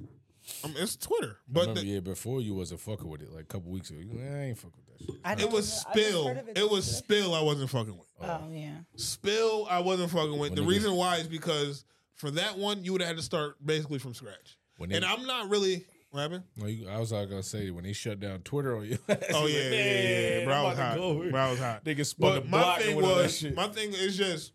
Speaker 1: Um, it's Twitter, but
Speaker 3: Remember,
Speaker 1: the,
Speaker 3: yeah, before you wasn't fucking with it. Like a couple weeks ago, you like, I ain't fucking with that shit.
Speaker 2: I
Speaker 1: it
Speaker 2: didn't
Speaker 1: was
Speaker 2: know- I just
Speaker 1: spill.
Speaker 2: heard of
Speaker 1: It was
Speaker 2: today.
Speaker 1: spill. I wasn't fucking with.
Speaker 2: Oh yeah.
Speaker 1: Spill. I wasn't fucking with.
Speaker 3: When
Speaker 1: The
Speaker 3: they
Speaker 1: reason why is because for that one you would have had to start basically from scratch.
Speaker 3: When they-
Speaker 1: And I'm not really. What happened?
Speaker 3: No, you, I was all gonna say when they shut down Twitter on you.
Speaker 1: Oh yeah, yeah, yeah, yeah. Bro, I was hot. Bro, I was hot.
Speaker 3: Nigga spun
Speaker 1: But
Speaker 3: the
Speaker 1: my
Speaker 3: block or
Speaker 1: thing
Speaker 3: whatever that
Speaker 1: was,
Speaker 3: shit.
Speaker 1: my thing is just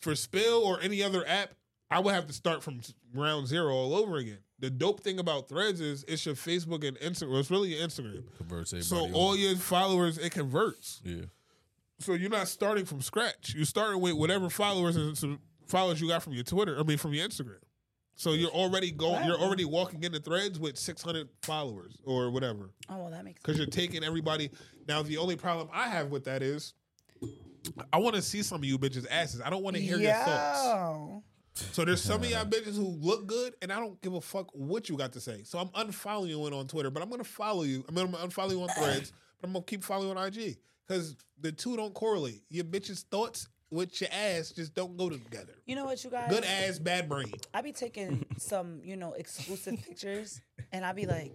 Speaker 1: for Spill or any other app, I would have to start from ground zero all over again. The dope thing about Threads is it's your Facebook and Instagram. Well, it's really your Instagram.
Speaker 3: Converts
Speaker 1: So
Speaker 3: everybody
Speaker 1: all
Speaker 3: over.
Speaker 1: your followers, it converts.
Speaker 3: yeah,
Speaker 1: So you're not starting from scratch. You're starting with whatever followers and some followers you got from your Twitter. I mean, from your Instagram. So you're already going. You're already walking into Threads with 600 followers or whatever
Speaker 2: Oh well, that makes sense.
Speaker 1: because you're taking everybody. Now, the only problem I have with that is I want to see some of you bitches' asses. I don't want to hear your thoughts.
Speaker 2: Yo.
Speaker 1: So there's some of y'all bitches who look good, and I don't give a fuck what you got to say. So I'm unfollowing you on Twitter, but I'm gonna follow you. I'm gonna unfollow you on Threads, but I'm gonna keep following on IG because the two don't correlate. Your bitches' thoughts with your ass just don't go together.
Speaker 2: You know what, you guys?
Speaker 1: Good ass, bad brain.
Speaker 2: I be taking some, you know, exclusive pictures, and I be like,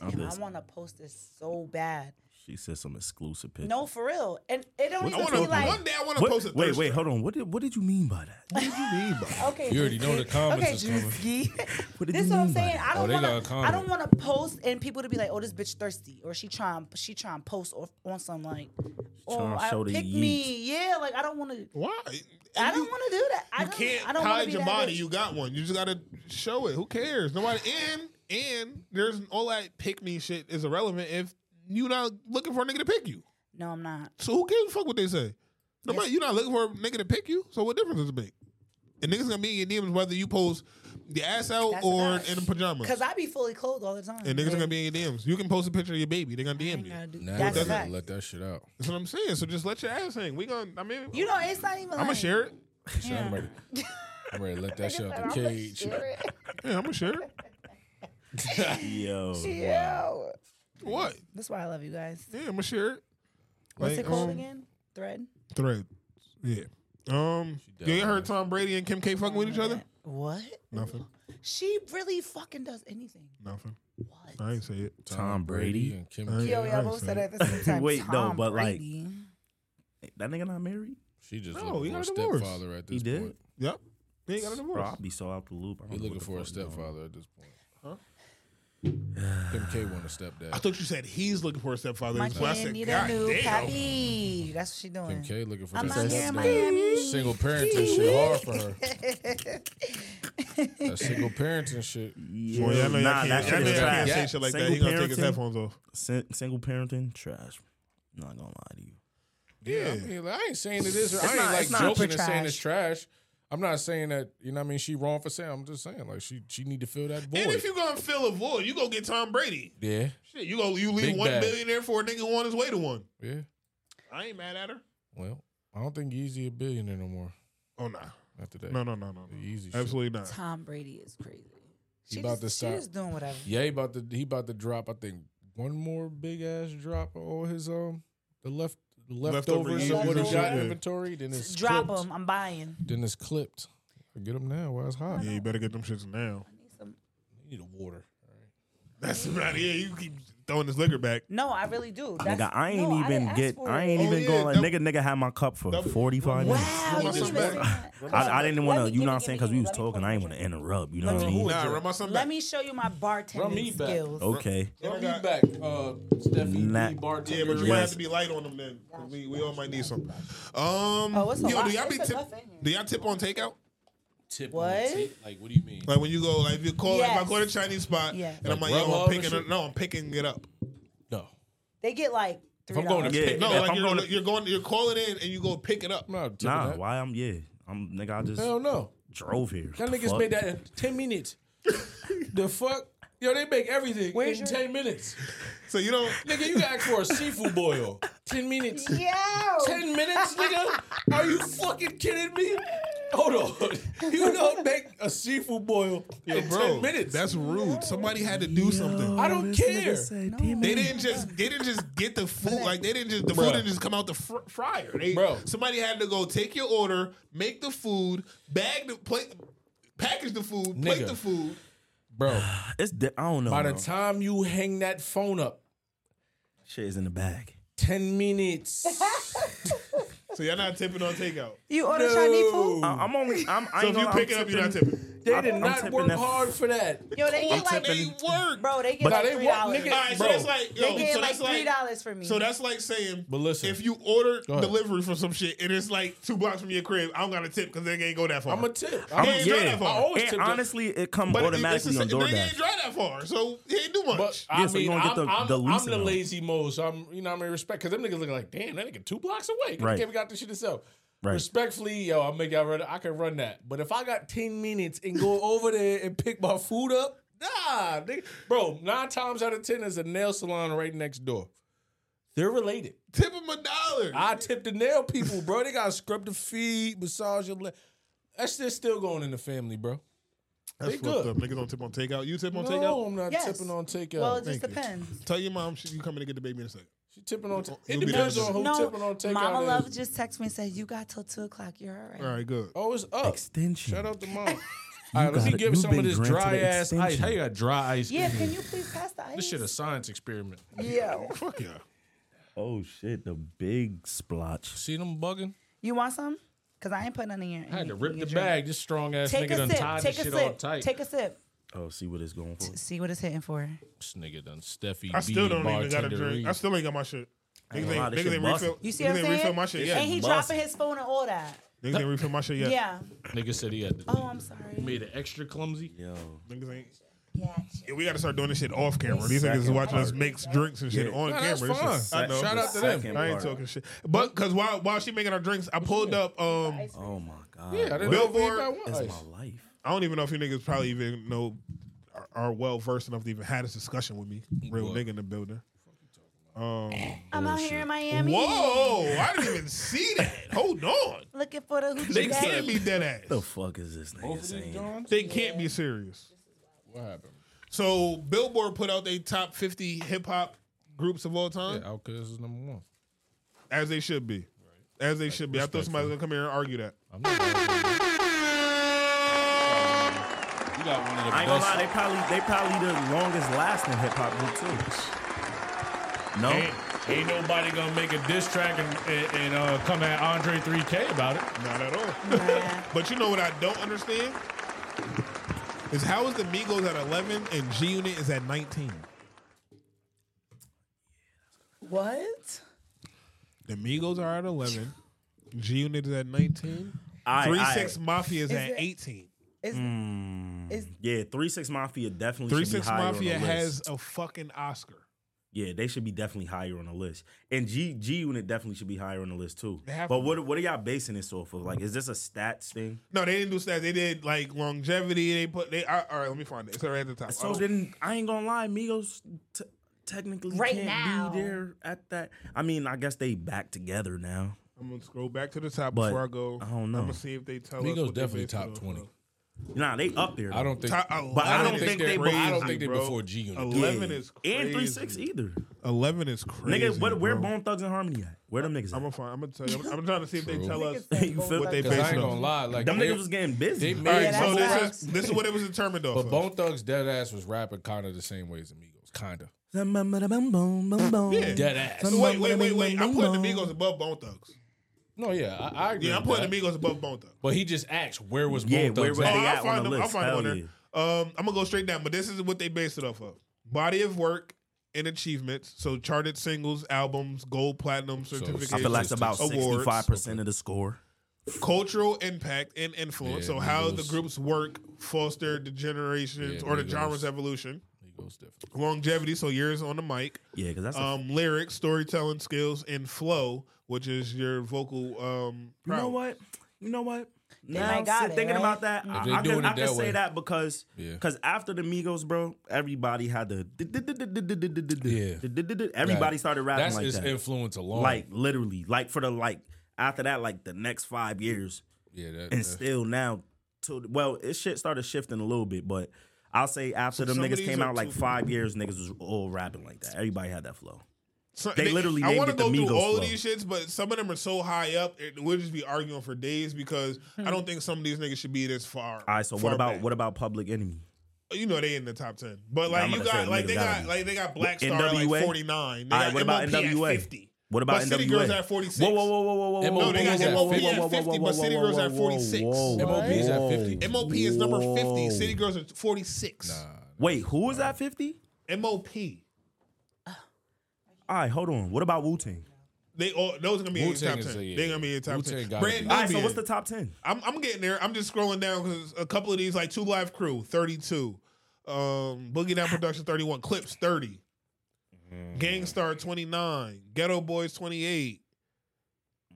Speaker 4: I'm
Speaker 2: "Damn, I
Speaker 4: just-
Speaker 2: want to post this so bad.
Speaker 4: She said some exclusive pictures.
Speaker 2: No, for real. And it don't
Speaker 4: What
Speaker 2: even
Speaker 4: you
Speaker 2: be
Speaker 4: talking
Speaker 2: like.
Speaker 4: about? What- Wait, wait, hold on. What did what did you mean by that? What did you mean by that?
Speaker 2: Okay, You already know the Drewski. comments Okay, is coming.
Speaker 4: What did
Speaker 2: This
Speaker 4: you
Speaker 2: is what I'm
Speaker 4: mean by
Speaker 2: saying.
Speaker 4: that?
Speaker 2: I
Speaker 4: Oh,
Speaker 2: don't
Speaker 4: they
Speaker 2: want
Speaker 4: got
Speaker 2: to.
Speaker 4: a
Speaker 2: I don't
Speaker 4: comment.
Speaker 2: want to post and people to be like, "Oh, this bitch thirsty," or she trying. She trying to post off on some like, "Oh,
Speaker 1: tryna
Speaker 2: I,
Speaker 1: show the
Speaker 2: pick
Speaker 1: yeet.
Speaker 2: me." Yeah, like I don't want to.
Speaker 1: Why?
Speaker 2: I don't want to do that. I
Speaker 1: you
Speaker 2: don't,
Speaker 1: can't
Speaker 2: I don't wanna
Speaker 1: hide
Speaker 2: be
Speaker 1: your
Speaker 2: that
Speaker 1: body.
Speaker 2: bitch.
Speaker 1: You got one. You just gotta show it. Who cares? Nobody. And and there's all that pick me shit is irrelevant if you're not looking for a nigga to pick you.
Speaker 2: No, I'm not.
Speaker 1: So who gives a fuck what they say? Nobody. You're not looking for a nigga to pick you. So what difference does it make? And niggas gonna be in your DMs whether you post your ass out
Speaker 2: That's
Speaker 1: or
Speaker 2: a fact.
Speaker 1: in the pajamas.
Speaker 2: Because I be fully clothed all the time.
Speaker 1: and niggas are gonna be in your DMs. You can post a picture of your baby. They're gonna DM
Speaker 2: gotta
Speaker 1: you.
Speaker 2: do- Nah, That's you a gotta fact.
Speaker 1: let that shit out. That's what I'm saying. So just let your ass hang. We gonna. I mean,
Speaker 2: You know, it's not even.
Speaker 1: I'm
Speaker 2: Like,
Speaker 1: gonna share it.
Speaker 2: Shit, I'm Yeah. ready.
Speaker 3: I'm ready to let that shit
Speaker 2: Nigga
Speaker 3: out
Speaker 2: said, "I'ma
Speaker 3: the cage.
Speaker 2: share it."
Speaker 1: Yeah, I'm gonna share it.
Speaker 4: Yo.
Speaker 2: Oh, Yeah.
Speaker 1: What?
Speaker 2: That's why I love you guys.
Speaker 1: Yeah, I'm gonna share it.
Speaker 2: What's
Speaker 1: Like,
Speaker 2: it called
Speaker 1: um,
Speaker 2: again? Thread.
Speaker 1: Thread. Yeah. Um. You ain't heard Tom Brady and Kim K fucking with each other?
Speaker 2: What?
Speaker 1: Nothing.
Speaker 2: She really fucking does anything.
Speaker 1: Nothing. I ain't say it.
Speaker 4: Tom Brady and
Speaker 3: Kim
Speaker 1: I ain't-
Speaker 2: Yo,
Speaker 1: I
Speaker 2: we
Speaker 1: ain't
Speaker 2: both
Speaker 1: say
Speaker 2: said
Speaker 1: it.
Speaker 2: it at the same time.
Speaker 4: Wait, no,
Speaker 2: Tom
Speaker 4: but like
Speaker 2: Brady.
Speaker 4: that nigga not married?
Speaker 3: She just
Speaker 1: No, looking Oh, he for a got a divorce. stepfather
Speaker 3: at
Speaker 4: he
Speaker 3: this
Speaker 4: did?
Speaker 3: point.
Speaker 1: Yep. He ain't got a
Speaker 4: Bro,
Speaker 1: divorce.
Speaker 4: I'll be so out the loop. I
Speaker 3: He
Speaker 4: don't know
Speaker 3: looking
Speaker 4: what the
Speaker 3: for a
Speaker 4: fuck is going on.
Speaker 3: stepfather at this point.
Speaker 1: Huh?
Speaker 3: Kim K want a stepdad.
Speaker 1: I thought you said he's looking for a stepfather.
Speaker 2: My
Speaker 1: That's why I
Speaker 2: kid
Speaker 1: said,
Speaker 2: need a
Speaker 1: God
Speaker 2: new
Speaker 1: damn.
Speaker 2: pappy. That's what she
Speaker 3: Kim
Speaker 2: doing.
Speaker 3: K looking for
Speaker 2: I'm
Speaker 3: that
Speaker 2: out here in
Speaker 3: stepdad.
Speaker 2: Miami.
Speaker 3: Single parenting shit hard for her. That single parenting shit.
Speaker 4: Yeah,
Speaker 1: Boy, y'all know y'all
Speaker 4: nah,
Speaker 1: can't-
Speaker 4: that
Speaker 1: y'all know
Speaker 4: shit
Speaker 1: y'all can't
Speaker 4: trash.
Speaker 1: say shit like that. He gonna take his headphones off.
Speaker 4: Sin- single parenting, trash. Not gonna lie to you.
Speaker 3: Yeah, I, mean, like, I ain't saying it is.
Speaker 4: It's
Speaker 3: I ain't
Speaker 4: not-
Speaker 3: like
Speaker 4: it's not
Speaker 3: joking
Speaker 4: super
Speaker 3: and saying
Speaker 4: trash.
Speaker 3: it's trash. I'm not saying that. You know, what I mean, she wrong for saying. I'm just saying like she she need to fill that void.
Speaker 1: And if you gonna fill a void, you gonna get Tom Brady.
Speaker 3: yeah,
Speaker 1: Shit, you go you leave
Speaker 3: Big
Speaker 1: one
Speaker 3: bag.
Speaker 1: billionaire for a nigga who on his way to one.
Speaker 3: yeah.
Speaker 1: I ain't mad at her.
Speaker 3: Well, I don't think Yeezy a billionaire no more.
Speaker 1: Oh no.
Speaker 3: After that,
Speaker 1: No, no, no, no, no.
Speaker 3: Yeezy, shit.
Speaker 1: Absolutely not.
Speaker 2: Tom Brady is crazy.
Speaker 3: He
Speaker 2: She
Speaker 3: about
Speaker 2: just,
Speaker 3: to
Speaker 2: she
Speaker 3: stop.
Speaker 2: just doing whatever.
Speaker 3: Yeah, he about to he about to drop. I think one more big ass drop on his um the left the
Speaker 1: Leftover
Speaker 3: leftovers
Speaker 1: Yeezys
Speaker 3: of what he
Speaker 1: and
Speaker 3: got
Speaker 1: shit, yeah.
Speaker 3: inventory. Then it's
Speaker 2: Drop
Speaker 3: clipped.
Speaker 2: him. I'm buying.
Speaker 3: Then it's clipped. Get them now while it's hot.
Speaker 1: Yeah, you better get them shits now.
Speaker 3: You need a water.
Speaker 1: That's about it. Yeah, you keep throwing this liquor back.
Speaker 2: No, I really do. That's,
Speaker 4: Nigga, I ain't
Speaker 2: no,
Speaker 4: even
Speaker 2: didn't ask
Speaker 4: get.
Speaker 2: for
Speaker 4: I
Speaker 2: it.
Speaker 4: ain't even going. Like, nigga, nigga had my cup for forty five minutes.
Speaker 2: Wow, you didn't even
Speaker 4: I, I didn't want to. You know what I'm saying? Because we was talking. I didn't want to interrupt. You know what I mean?
Speaker 1: Nah, run my son
Speaker 2: Let
Speaker 1: back.
Speaker 2: me show you my
Speaker 3: Run me
Speaker 2: bartending
Speaker 3: back.
Speaker 2: skills.
Speaker 4: Okay.
Speaker 3: Run me back, uh, Steffi,
Speaker 4: Nah.
Speaker 3: the bartender.
Speaker 1: Yeah, but you might
Speaker 3: Yes.
Speaker 1: have to be light on them then. 'cause We, we all might need some. Um,
Speaker 2: Oh, it's a
Speaker 1: yo,
Speaker 2: lot.
Speaker 1: do y'all be
Speaker 2: It's
Speaker 1: tip,
Speaker 2: enough in here.
Speaker 1: do y'all tip on takeout?
Speaker 3: Tip
Speaker 2: What? tape?
Speaker 3: Like, what do you mean?
Speaker 1: Like when you go, like if you call, like if I
Speaker 2: Yes.
Speaker 1: go to a Chinese spot,
Speaker 2: Yes.
Speaker 1: and I'm
Speaker 3: Like
Speaker 1: like, yo,
Speaker 3: Grubhub
Speaker 1: I'm
Speaker 3: and
Speaker 1: picking
Speaker 3: shit?
Speaker 1: it. No, I'm picking it up.
Speaker 3: No.
Speaker 2: They get like
Speaker 3: If
Speaker 2: three
Speaker 3: I'm going to
Speaker 2: dollars.
Speaker 4: Yeah,
Speaker 3: pick
Speaker 1: No,
Speaker 3: it up,
Speaker 1: like
Speaker 3: I'm
Speaker 1: you're,
Speaker 3: going
Speaker 1: you're going, you're calling in, and you go pick it up.
Speaker 3: No, tipping
Speaker 4: Nah,
Speaker 3: that.
Speaker 4: why I'm yeah. I'm nigga. I just
Speaker 3: Hell no.
Speaker 4: drove here.
Speaker 3: That
Speaker 4: The
Speaker 3: niggas
Speaker 4: fuck?
Speaker 3: made that in ten minutes. the fuck? Yo, they make everything
Speaker 2: Where's
Speaker 3: in
Speaker 2: your-
Speaker 3: ten minutes.
Speaker 1: So you don't.
Speaker 3: Nigga, you gotta ask for a seafood boil. Ten minutes.
Speaker 2: Yo,
Speaker 3: Ten minutes, nigga? Are you fucking kidding me? Hold on. You don't make a seafood boil in ten minutes.
Speaker 1: That's rude. Somebody had to do something.
Speaker 3: I don't care.
Speaker 1: They didn't just they didn't just get the food like they didn't just the
Speaker 3: Bruh.
Speaker 1: food didn't just come out the fr- fryer. They,
Speaker 3: Bro.
Speaker 1: somebody had to go take your order, make the food, bag the plate, package the food, plate
Speaker 3: Nigga.
Speaker 1: the food.
Speaker 3: Bro,
Speaker 4: It's di- I don't know.
Speaker 3: by the
Speaker 4: bro.
Speaker 3: time you hang that phone up,
Speaker 4: Shit is in the bag.
Speaker 3: ten minutes.
Speaker 1: So you're not tipping on takeout.
Speaker 2: You order Chinese food?
Speaker 4: I, am only. I'm. I
Speaker 1: So
Speaker 4: ain't
Speaker 1: if you
Speaker 4: gonna-
Speaker 1: pick
Speaker 4: I'm
Speaker 1: it up, you're not
Speaker 4: tipping-
Speaker 1: tipping.
Speaker 3: They
Speaker 4: I'm-
Speaker 3: did
Speaker 4: I'm
Speaker 3: not
Speaker 4: tipping
Speaker 3: work
Speaker 4: that-
Speaker 3: hard for that.
Speaker 2: Yo, they
Speaker 4: I'm
Speaker 2: get like
Speaker 1: They
Speaker 4: tipping.
Speaker 1: work.
Speaker 2: bro, they get
Speaker 4: But-
Speaker 3: Nah,
Speaker 2: like
Speaker 3: they
Speaker 2: three
Speaker 3: want
Speaker 2: dollars.
Speaker 3: niggas-
Speaker 1: All right, so
Speaker 3: Bro.
Speaker 1: that's like yo,
Speaker 2: They get
Speaker 1: so
Speaker 2: like
Speaker 1: that's
Speaker 2: three
Speaker 1: like
Speaker 2: dollars for me.
Speaker 1: so that's like saying
Speaker 3: But listen,
Speaker 1: if you order
Speaker 3: Go ahead.
Speaker 1: delivery for some shit and it's like two blocks from your crib, I don't got a tip because they ain't go that far.
Speaker 3: I'm a tip.
Speaker 1: I'm-
Speaker 3: I'm-
Speaker 1: ain't drive
Speaker 4: yeah.
Speaker 1: that far. I
Speaker 3: always
Speaker 4: and
Speaker 3: tip that-
Speaker 4: honestly, it come
Speaker 1: but it-
Speaker 4: automatically
Speaker 1: it's
Speaker 4: on
Speaker 1: the, they ain't
Speaker 4: DoorDash.
Speaker 1: drive that far, so he ain't do much.
Speaker 3: But I
Speaker 4: Yeah, so you
Speaker 3: mean,
Speaker 4: don't
Speaker 3: I'm,
Speaker 4: get the-
Speaker 3: I'm,
Speaker 4: the
Speaker 3: I'm
Speaker 4: least
Speaker 3: the
Speaker 4: amount.
Speaker 3: lazy mo, so I'm you know what I mean respect because them niggas looking like damn that nigga two blocks away. Right.
Speaker 4: Right.
Speaker 3: Can't got this shit itself.
Speaker 4: Right.
Speaker 3: Respectfully, yo, I'll make y'all run. I can run that, but if I got ten minutes and go over there and pick my food up, nah, nigga. bro. Nine times out of ten is a nail salon right next door. They're related.
Speaker 1: tip him a dollar.
Speaker 3: I tip the nail people, bro. They gotta scrub the feet, massage your leg. That shit's still going in the family, bro.
Speaker 1: That's
Speaker 3: They
Speaker 1: fucked
Speaker 3: good.
Speaker 1: up. Niggas don't tip on takeout. You tip on
Speaker 3: no,
Speaker 1: takeout?
Speaker 3: I'm not
Speaker 2: Yes.
Speaker 3: tipping on takeout.
Speaker 2: well, it just
Speaker 1: Thank you.
Speaker 2: depends.
Speaker 1: Tell your mom she, you coming to get the baby in a second.
Speaker 3: She tipping on. T- it
Speaker 1: you'll be
Speaker 3: depends
Speaker 1: there.
Speaker 3: on who
Speaker 2: no,
Speaker 3: tipping on takeout.
Speaker 2: Mama
Speaker 3: is.
Speaker 2: Love just texted me and said, You got till 2 o'clock. You're all right.
Speaker 1: All right, good.
Speaker 3: Oh, it's up.
Speaker 4: Extension.
Speaker 3: Shout out to mom. All right, let
Speaker 4: got
Speaker 3: me
Speaker 4: it.
Speaker 3: give
Speaker 4: You've
Speaker 3: some of
Speaker 4: been
Speaker 3: this
Speaker 4: granted
Speaker 3: dry
Speaker 4: an
Speaker 3: ass ice.
Speaker 4: extension.
Speaker 3: How you got dry ice?
Speaker 2: Yeah, can you please pass the ice?
Speaker 3: This shit a science experiment.
Speaker 2: Yo.
Speaker 3: Fuck yeah.
Speaker 4: Oh shit, the big splotch.
Speaker 3: See them bugging?
Speaker 2: You want some? Because I ain't putting none in your.
Speaker 3: I had to
Speaker 2: in
Speaker 3: rip
Speaker 2: your
Speaker 3: the
Speaker 2: drink.
Speaker 3: bag. This strong ass
Speaker 2: Take
Speaker 3: nigga
Speaker 2: a
Speaker 3: done
Speaker 2: sip.
Speaker 3: tied
Speaker 2: Take
Speaker 3: this
Speaker 2: a
Speaker 3: shit all
Speaker 2: sip.
Speaker 3: tight.
Speaker 2: Take a sip.
Speaker 4: Oh, see what it's going for.
Speaker 2: See what it's hitting for.
Speaker 3: This nigga done Steffi.
Speaker 1: I still
Speaker 3: B,
Speaker 1: don't even got a
Speaker 3: bartender
Speaker 1: drink.
Speaker 3: Reed.
Speaker 1: I still ain't got my shit.
Speaker 3: I ain't
Speaker 1: Niggas
Speaker 3: gonna lie,
Speaker 1: ain't,
Speaker 3: this
Speaker 1: niggas
Speaker 3: shit
Speaker 1: ain't
Speaker 3: busted.
Speaker 1: refill.
Speaker 2: You see
Speaker 1: niggas
Speaker 2: what I'm
Speaker 1: ain't
Speaker 2: saying?
Speaker 1: refill my shit yet.
Speaker 2: And he dropping his phone and all that.
Speaker 1: Niggas ain't refill my shit
Speaker 2: Yeah.
Speaker 1: yet.
Speaker 3: Nigga said he had. To,
Speaker 2: Oh, I'm sorry.
Speaker 3: Made it extra clumsy.
Speaker 4: Yo.
Speaker 1: Niggas ain't.
Speaker 2: Yeah.
Speaker 1: Yeah, we got to start doing this shit off camera. These
Speaker 3: Second
Speaker 1: niggas is watching us
Speaker 3: part.
Speaker 1: make drinks and shit
Speaker 3: Yeah.
Speaker 1: on
Speaker 3: No, that's
Speaker 1: camera. This
Speaker 3: fine.
Speaker 1: is- I know.
Speaker 3: Shout out to
Speaker 1: I
Speaker 3: them.
Speaker 1: ain't
Speaker 3: Second part.
Speaker 1: talking shit. But because while while she making our drinks, I pulled up. Um,
Speaker 4: oh my god.
Speaker 3: Yeah, I didn't know if anybody
Speaker 1: Billboard.
Speaker 3: want That's ice. my
Speaker 4: life.
Speaker 1: I don't even know if you niggas probably even know are, are well versed enough to even had this discussion with me. Real
Speaker 3: What?
Speaker 1: nigga in the building. Um,
Speaker 2: I'm out here in Miami.
Speaker 1: Whoa! I didn't even see that. Hold on.
Speaker 2: Looking for the
Speaker 1: They
Speaker 2: hoochie
Speaker 1: can't
Speaker 2: daddy.
Speaker 1: be dead ass.
Speaker 4: The fuck is this nigga saying?
Speaker 1: They can't be serious.
Speaker 3: What happened?
Speaker 1: So Billboard put out their top 50 hip hop groups of all time,
Speaker 3: Yeah, Outkast is number one.
Speaker 1: as they should be, as they should be. I thought somebody was gonna come here and argue that.
Speaker 3: I'm not gonna- You got one of the
Speaker 4: I ain't gonna
Speaker 3: best.
Speaker 4: lie, they probably they probably the longest lasting hip hop group too. No,
Speaker 3: Ain't, ain't nobody gonna make a diss track and, and, and, uh, come at Andre 3K about it.
Speaker 1: Not at all. but you know what I don't understand is how is the Migos at 11 and G Unit is at 19.
Speaker 2: What?
Speaker 1: The Migos are at 11. G Unit is at 19.
Speaker 4: Aye,
Speaker 1: Three
Speaker 4: aye.
Speaker 1: Six Mafia is,
Speaker 2: Is
Speaker 1: at
Speaker 2: it-
Speaker 1: 18.
Speaker 2: Is is
Speaker 4: yeah, Three Six Mafia definitely.
Speaker 1: Three
Speaker 4: should be
Speaker 1: Six
Speaker 4: higher on the
Speaker 1: Mafia
Speaker 4: list.
Speaker 1: has a fucking Oscar.
Speaker 4: Yeah, they should be definitely higher on the list, and G G Unit definitely should be higher on the list too.
Speaker 1: They have
Speaker 4: But
Speaker 1: to.
Speaker 4: what what are y'all basing this off of? Like, is this a stats thing?
Speaker 1: No, they didn't do stats. They did like longevity. They put they all all right. Let me find it. It's right at the top.
Speaker 4: So
Speaker 1: Oh.
Speaker 4: then I ain't gonna lie, Migos t- technically
Speaker 2: Right
Speaker 4: can't
Speaker 2: now.
Speaker 4: be there at that. I mean, I guess they back together now.
Speaker 1: I'm gonna scroll back to the top
Speaker 4: But,
Speaker 1: before I go.
Speaker 4: I don't know.
Speaker 1: I'm gonna see if they tell us.
Speaker 3: Migos
Speaker 1: what they
Speaker 3: definitely
Speaker 1: based it
Speaker 3: top
Speaker 1: off
Speaker 3: 20.
Speaker 1: of.
Speaker 4: Nah, they up there.
Speaker 3: I don't think.
Speaker 1: Top
Speaker 4: But I
Speaker 1: 11
Speaker 4: don't
Speaker 1: is
Speaker 4: think they-
Speaker 1: crazy,
Speaker 3: I don't think they
Speaker 1: bro.
Speaker 3: before G Unit.
Speaker 1: Eleven is crazy.
Speaker 4: and Three Six either.
Speaker 1: Eleven is crazy.
Speaker 4: Nigga, what, where
Speaker 1: bro.
Speaker 4: Bone Thugs and Harmony at? Where them niggas
Speaker 1: I'm
Speaker 4: at?
Speaker 1: gonna find. I'm gonna tell you. I'm, I'm trying to see if they
Speaker 3: True.
Speaker 1: tell us.
Speaker 4: you feel
Speaker 1: what they
Speaker 3: Because
Speaker 1: based
Speaker 3: I
Speaker 1: it
Speaker 3: ain't
Speaker 1: on.
Speaker 3: gonna lie, like
Speaker 4: them
Speaker 3: they-
Speaker 4: niggas was getting busy.
Speaker 3: They
Speaker 1: All right,
Speaker 3: made,
Speaker 2: Yeah,
Speaker 1: so
Speaker 2: that's
Speaker 1: this
Speaker 2: facts.
Speaker 1: is this is what it was determined off.
Speaker 3: but
Speaker 1: of.
Speaker 3: Bone Thugs dead ass was rapping kind of the same way as Amigos, kind of
Speaker 4: Yeah.
Speaker 3: dead ass.
Speaker 1: Wait, wait, wait, wait. I'm putting Amigos above Bone Thugs.
Speaker 3: No, yeah, I, I agree.
Speaker 1: Yeah, I'm
Speaker 3: with
Speaker 1: putting
Speaker 3: that.
Speaker 1: Amigos above Bone Thugs.
Speaker 3: But he just asked, where was
Speaker 4: Yeah,
Speaker 3: Bone
Speaker 4: where
Speaker 3: Thugs?
Speaker 4: were
Speaker 3: at?
Speaker 4: they
Speaker 1: Oh,
Speaker 4: at
Speaker 1: I'll
Speaker 4: on
Speaker 1: find
Speaker 4: the
Speaker 1: them. I'll
Speaker 4: list?
Speaker 1: find them
Speaker 4: Hell
Speaker 1: on there.
Speaker 4: yeah.
Speaker 1: Um, I'm gonna go straight down, but this is what they based it off of: body of work and achievements. So charted singles, albums, gold platinum certificates,
Speaker 4: I feel like it's about
Speaker 1: awards,
Speaker 4: sixty five percent of the score.
Speaker 1: cultural impact and influence.
Speaker 3: Yeah,
Speaker 1: so how
Speaker 3: Migos.
Speaker 1: the group's work fostered the generations
Speaker 3: Yeah,
Speaker 1: or the
Speaker 3: Migos.
Speaker 1: genre's evolution,
Speaker 3: Amigos different.
Speaker 1: longevity. So years on the mic,
Speaker 4: Yeah, because that's a,
Speaker 1: um, lyrics, storytelling skills, and flow, which is your vocal. Um,
Speaker 4: you know
Speaker 1: prowess.
Speaker 4: what? You know what?
Speaker 2: might
Speaker 4: Now I'm
Speaker 2: got
Speaker 4: sit-
Speaker 2: it,
Speaker 4: thinking
Speaker 2: right?
Speaker 4: about that, I,
Speaker 3: they
Speaker 4: I
Speaker 3: doing
Speaker 4: can,
Speaker 3: it
Speaker 4: I can
Speaker 3: that
Speaker 4: say
Speaker 3: way.
Speaker 4: that because
Speaker 3: Yeah.
Speaker 4: because after the Migos, bro, everybody had the
Speaker 3: Yeah.
Speaker 4: everybody started rapping
Speaker 3: That's
Speaker 4: like
Speaker 3: his
Speaker 4: that.
Speaker 3: influence alone.
Speaker 4: like literally like for the like after that like the next five years
Speaker 3: yeah, that,
Speaker 4: and
Speaker 3: that-
Speaker 4: still now to well it shit started shifting a little bit but i'll say after them
Speaker 1: some of
Speaker 4: niggas
Speaker 1: these
Speaker 4: came
Speaker 1: are
Speaker 4: out like
Speaker 1: too-
Speaker 4: five years niggas was all rapping like that everybody had that flow
Speaker 1: So-
Speaker 4: They literally
Speaker 1: I
Speaker 4: named
Speaker 1: want to
Speaker 4: it the
Speaker 1: go through
Speaker 4: Migos
Speaker 1: all of
Speaker 4: flow.
Speaker 1: these shits, but some of them are so high up, it, we'll just be arguing for days because
Speaker 3: Hmm.
Speaker 1: I don't think some of these niggas should be this far.
Speaker 4: all right so what
Speaker 1: far
Speaker 4: about
Speaker 1: back.
Speaker 4: what about public enemy
Speaker 1: you know they in the top ten, but like
Speaker 4: I'm
Speaker 1: you
Speaker 4: gonna say
Speaker 1: got like
Speaker 4: niggas
Speaker 1: they
Speaker 4: gotta
Speaker 1: got
Speaker 4: be.
Speaker 1: like they got Black Star at
Speaker 4: NWA?
Speaker 1: like forty nine.
Speaker 4: all right what about nwa
Speaker 1: Fifty.
Speaker 4: what about
Speaker 1: But
Speaker 4: nwa
Speaker 1: City Girls at 46.
Speaker 4: whoa whoa whoa whoa whoa whoa
Speaker 1: No, they got
Speaker 3: Whoa, whoa,
Speaker 1: MOP
Speaker 3: whoa,
Speaker 1: at fifty, but City Girls at forty six.
Speaker 3: MOP is at 50.
Speaker 1: MOP is number fifty. City Girls are forty six.
Speaker 4: wait who was at 50
Speaker 1: MOP.
Speaker 4: all right hold on what about wu-tang
Speaker 1: They all those are gonna be in the
Speaker 3: Wu-Tang
Speaker 1: top
Speaker 3: is
Speaker 1: ten.
Speaker 3: a- yeah.
Speaker 1: They're gonna be in the top
Speaker 3: Wu-Tang
Speaker 1: ten.
Speaker 3: gotta
Speaker 1: Brand
Speaker 3: be.
Speaker 1: new.
Speaker 4: all right so
Speaker 1: being-
Speaker 4: what's the top 10
Speaker 1: I'm, I'm getting there. I'm just scrolling down because a couple of these, like Two Live Crew, 32, um, Boogie Down Production, 31, Clips, 30,
Speaker 4: Mm-hmm.
Speaker 1: Gangstar, 29, Ghetto Boys, 28.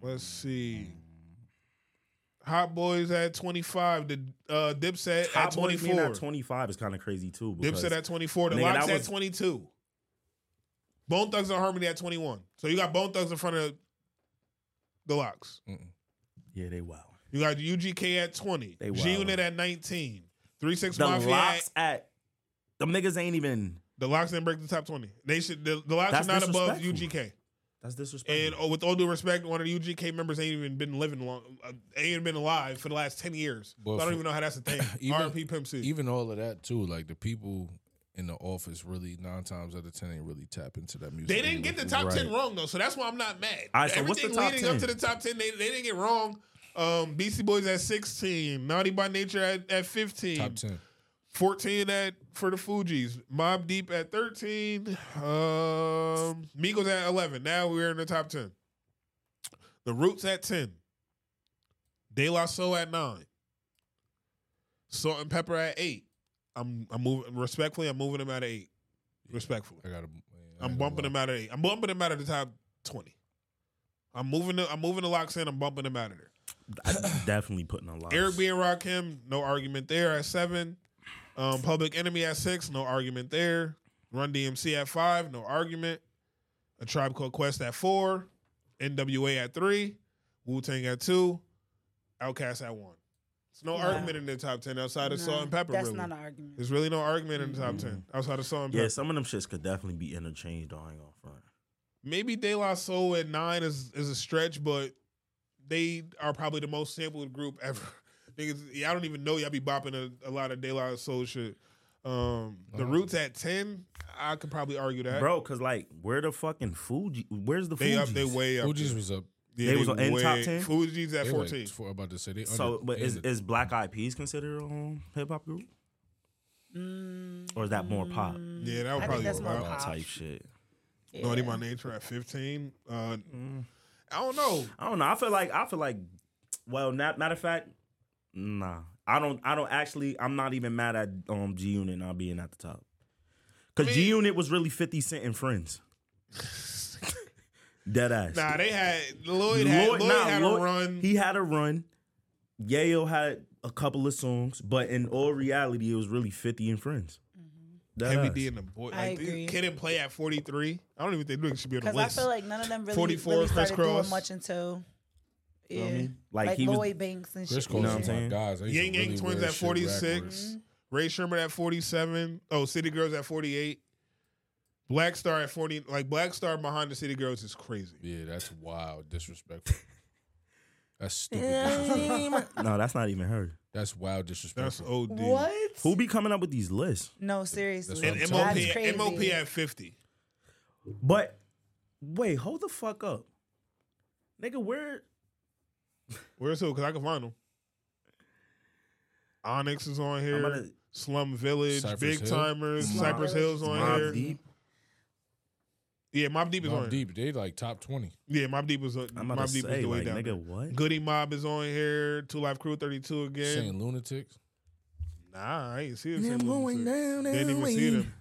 Speaker 1: Let's see.
Speaker 4: Mm-hmm.
Speaker 1: Hot Boys at 25, the uh, Dipset at
Speaker 4: Hot Boys being
Speaker 1: 24.
Speaker 4: at 25 is kind of crazy too because
Speaker 1: Dipset at 24, the
Speaker 4: Nigga,
Speaker 1: Locks
Speaker 4: that
Speaker 1: at
Speaker 4: was-
Speaker 1: 22. Bone Thugs and Harmony at 21. So you got Bone Thugs in front of the Locks.
Speaker 4: yeah they wild
Speaker 1: You got UGK at 20.
Speaker 4: They
Speaker 1: G
Speaker 4: wild.
Speaker 1: Unit at 19. 36
Speaker 4: the
Speaker 1: Mafia
Speaker 4: locks
Speaker 1: at,
Speaker 4: at them niggas ain't even
Speaker 1: the locks didn't break the top 20. They should the, the locks
Speaker 4: That's
Speaker 1: are not above
Speaker 4: disrespectful.
Speaker 1: UGK.
Speaker 4: That's disrespectful.
Speaker 1: And oh, with all due respect, one of the UGK members ain't even been living long, uh, ain't been alive for the last ten years.
Speaker 3: Well,
Speaker 1: so I don't
Speaker 3: for-
Speaker 1: even know how that's a thing.
Speaker 3: Even-
Speaker 1: R.P. Pimp C.
Speaker 3: Even all of that too, like the people in the office really nine times out of ten ain't really tap into that music.
Speaker 1: They didn't get the top ten
Speaker 3: Right.
Speaker 1: wrong though, so that's why I'm not mad.
Speaker 3: All right, so
Speaker 1: Everything
Speaker 3: what's the top
Speaker 1: leading up
Speaker 3: 10?
Speaker 1: to the top ten, they, they didn't get wrong. Um, Beastie Boys at 16, Naughty by Nature at, at 15,
Speaker 3: Top 10.
Speaker 1: 14 at for the Fugees, Mob Deep at 13, um, Migos at 11. Now we're in the top 10. The Roots at 10, De La Soul at 9, Salt and Pepper at 8. I'm I'm moving respectfully. I'm moving them out of eight. Respectfully,
Speaker 3: I gotta.
Speaker 1: I'm bumping them out of eight. I'm bumping them out of the top twenty. I'm moving. The, I'm moving the locks in. I'm bumping them out of there.
Speaker 4: Definitely putting a lot.
Speaker 1: Eric B and Rakim, no argument there at seven. Um, Public Enemy at six, no argument there. Run DMC at five, no argument. A Tribe Called Quest at four. NWA at three. Wu Tang at two. Outcast at one. It's no
Speaker 2: Wow.
Speaker 1: argument in the top ten outside of
Speaker 2: No,
Speaker 1: Salt and Pepper.
Speaker 2: that's
Speaker 1: really.
Speaker 2: not an argument.
Speaker 1: There's really no argument in the top ten outside of Salt and Pepper.
Speaker 4: Yeah, some of them shits could definitely be interchanged. I ain't gonna front.
Speaker 1: Maybe De La Soul at nine is is a stretch, but they are probably the most sampled group ever. Niggas, yeah, I don't even know y'all be bopping a, a lot of De La Soul shit. Um, the
Speaker 4: Oh.
Speaker 1: Roots at ten, I could probably argue that.
Speaker 4: Bro, cause like where the fucking Fuji? Where's the
Speaker 1: They
Speaker 4: Fuji?
Speaker 1: up- they way up Fugees there. was up. Yeah,
Speaker 4: they
Speaker 1: they
Speaker 4: was in top
Speaker 1: way-
Speaker 4: ten.
Speaker 1: Fuji's at They like 14.
Speaker 3: four- about to say they
Speaker 4: so,
Speaker 3: under-
Speaker 4: but
Speaker 3: they
Speaker 4: is,
Speaker 3: under-
Speaker 4: is Black Eyed Peas considered a um, hip hop group? Or is that more pop?
Speaker 1: Yeah, that would I think probably Mm. that's be more pop. pop.
Speaker 4: type shit.
Speaker 1: Naughty by Nature at fifteen. Uh,
Speaker 4: Mm.
Speaker 1: I don't know.
Speaker 4: I don't know. I feel like I feel like. Well, not, matter of fact, nah. I don't. I don't actually. I'm not even mad at um G Unit not being at the top. Cause G Unit was really Fifty Cent and Friends. Dead ass.
Speaker 1: Nah, they had Lloyd had Lloyd,
Speaker 4: nah,
Speaker 1: had
Speaker 4: Lloyd-
Speaker 1: a run.
Speaker 4: He had a run. Yayo had a couple of songs, but in all reality, it was really Fifty and Friends.
Speaker 1: Mm-hmm.
Speaker 4: Dead
Speaker 1: Heavy
Speaker 4: ass.
Speaker 1: D and the boy.
Speaker 2: I
Speaker 1: Like,
Speaker 2: agree.
Speaker 1: this kid didn't play at forty three. I don't even think Drake should be on the
Speaker 2: Because I
Speaker 1: list.
Speaker 2: feel like none of them really,
Speaker 1: 44
Speaker 2: really started
Speaker 1: crisscross.
Speaker 2: doing much until yeah,
Speaker 1: You know what I mean?
Speaker 2: like,
Speaker 1: Like, he was-
Speaker 2: Lloyd Banks and shit.
Speaker 3: Crisscross You know what I'm saying? guys, they used to
Speaker 1: Yang Yang
Speaker 3: really
Speaker 1: Twins
Speaker 3: wear
Speaker 1: at
Speaker 3: shit
Speaker 1: 46.
Speaker 3: backwards.
Speaker 1: Ray Sherman at 47. Oh, City Girls at 48. Black Star at 40. Like, Black Star behind the City Girls is crazy.
Speaker 3: Yeah, that's wild, disrespectful. that's stupid. disrespectful.
Speaker 4: no, that's not even her.
Speaker 3: That's wild disrespectful.
Speaker 1: That's OD.
Speaker 2: What?
Speaker 4: Who be coming up with these lists?
Speaker 2: No, seriously,
Speaker 1: And MOP, MOP at 50.
Speaker 4: But wait, hold the fuck up, nigga. Where
Speaker 1: Where's who? Because I can find them. Onyx is on here.
Speaker 4: gonna-
Speaker 1: Slum Village,
Speaker 3: Cypress
Speaker 1: Big
Speaker 3: Hill?
Speaker 1: Timers,
Speaker 3: Mobb-
Speaker 1: Cypress Hills on
Speaker 3: Mobb
Speaker 1: here.
Speaker 3: Deep?
Speaker 1: Yeah, Mob Deep is on
Speaker 3: Mob
Speaker 1: here.
Speaker 3: Deep, they like top twenty.
Speaker 1: Yeah, Mob Deep was on.
Speaker 3: I'm
Speaker 1: Mobb
Speaker 3: about to
Speaker 1: Deep was
Speaker 3: say,
Speaker 1: the way
Speaker 3: like,
Speaker 1: down.
Speaker 3: nigga,
Speaker 1: there.
Speaker 4: what?
Speaker 1: Goody Mob is on here. Two Life Crew 32 again.
Speaker 3: Saying lunatics.
Speaker 1: Nah, I ain't see it.
Speaker 3: And I'm going down that
Speaker 1: Didn't even see
Speaker 3: way.
Speaker 1: them.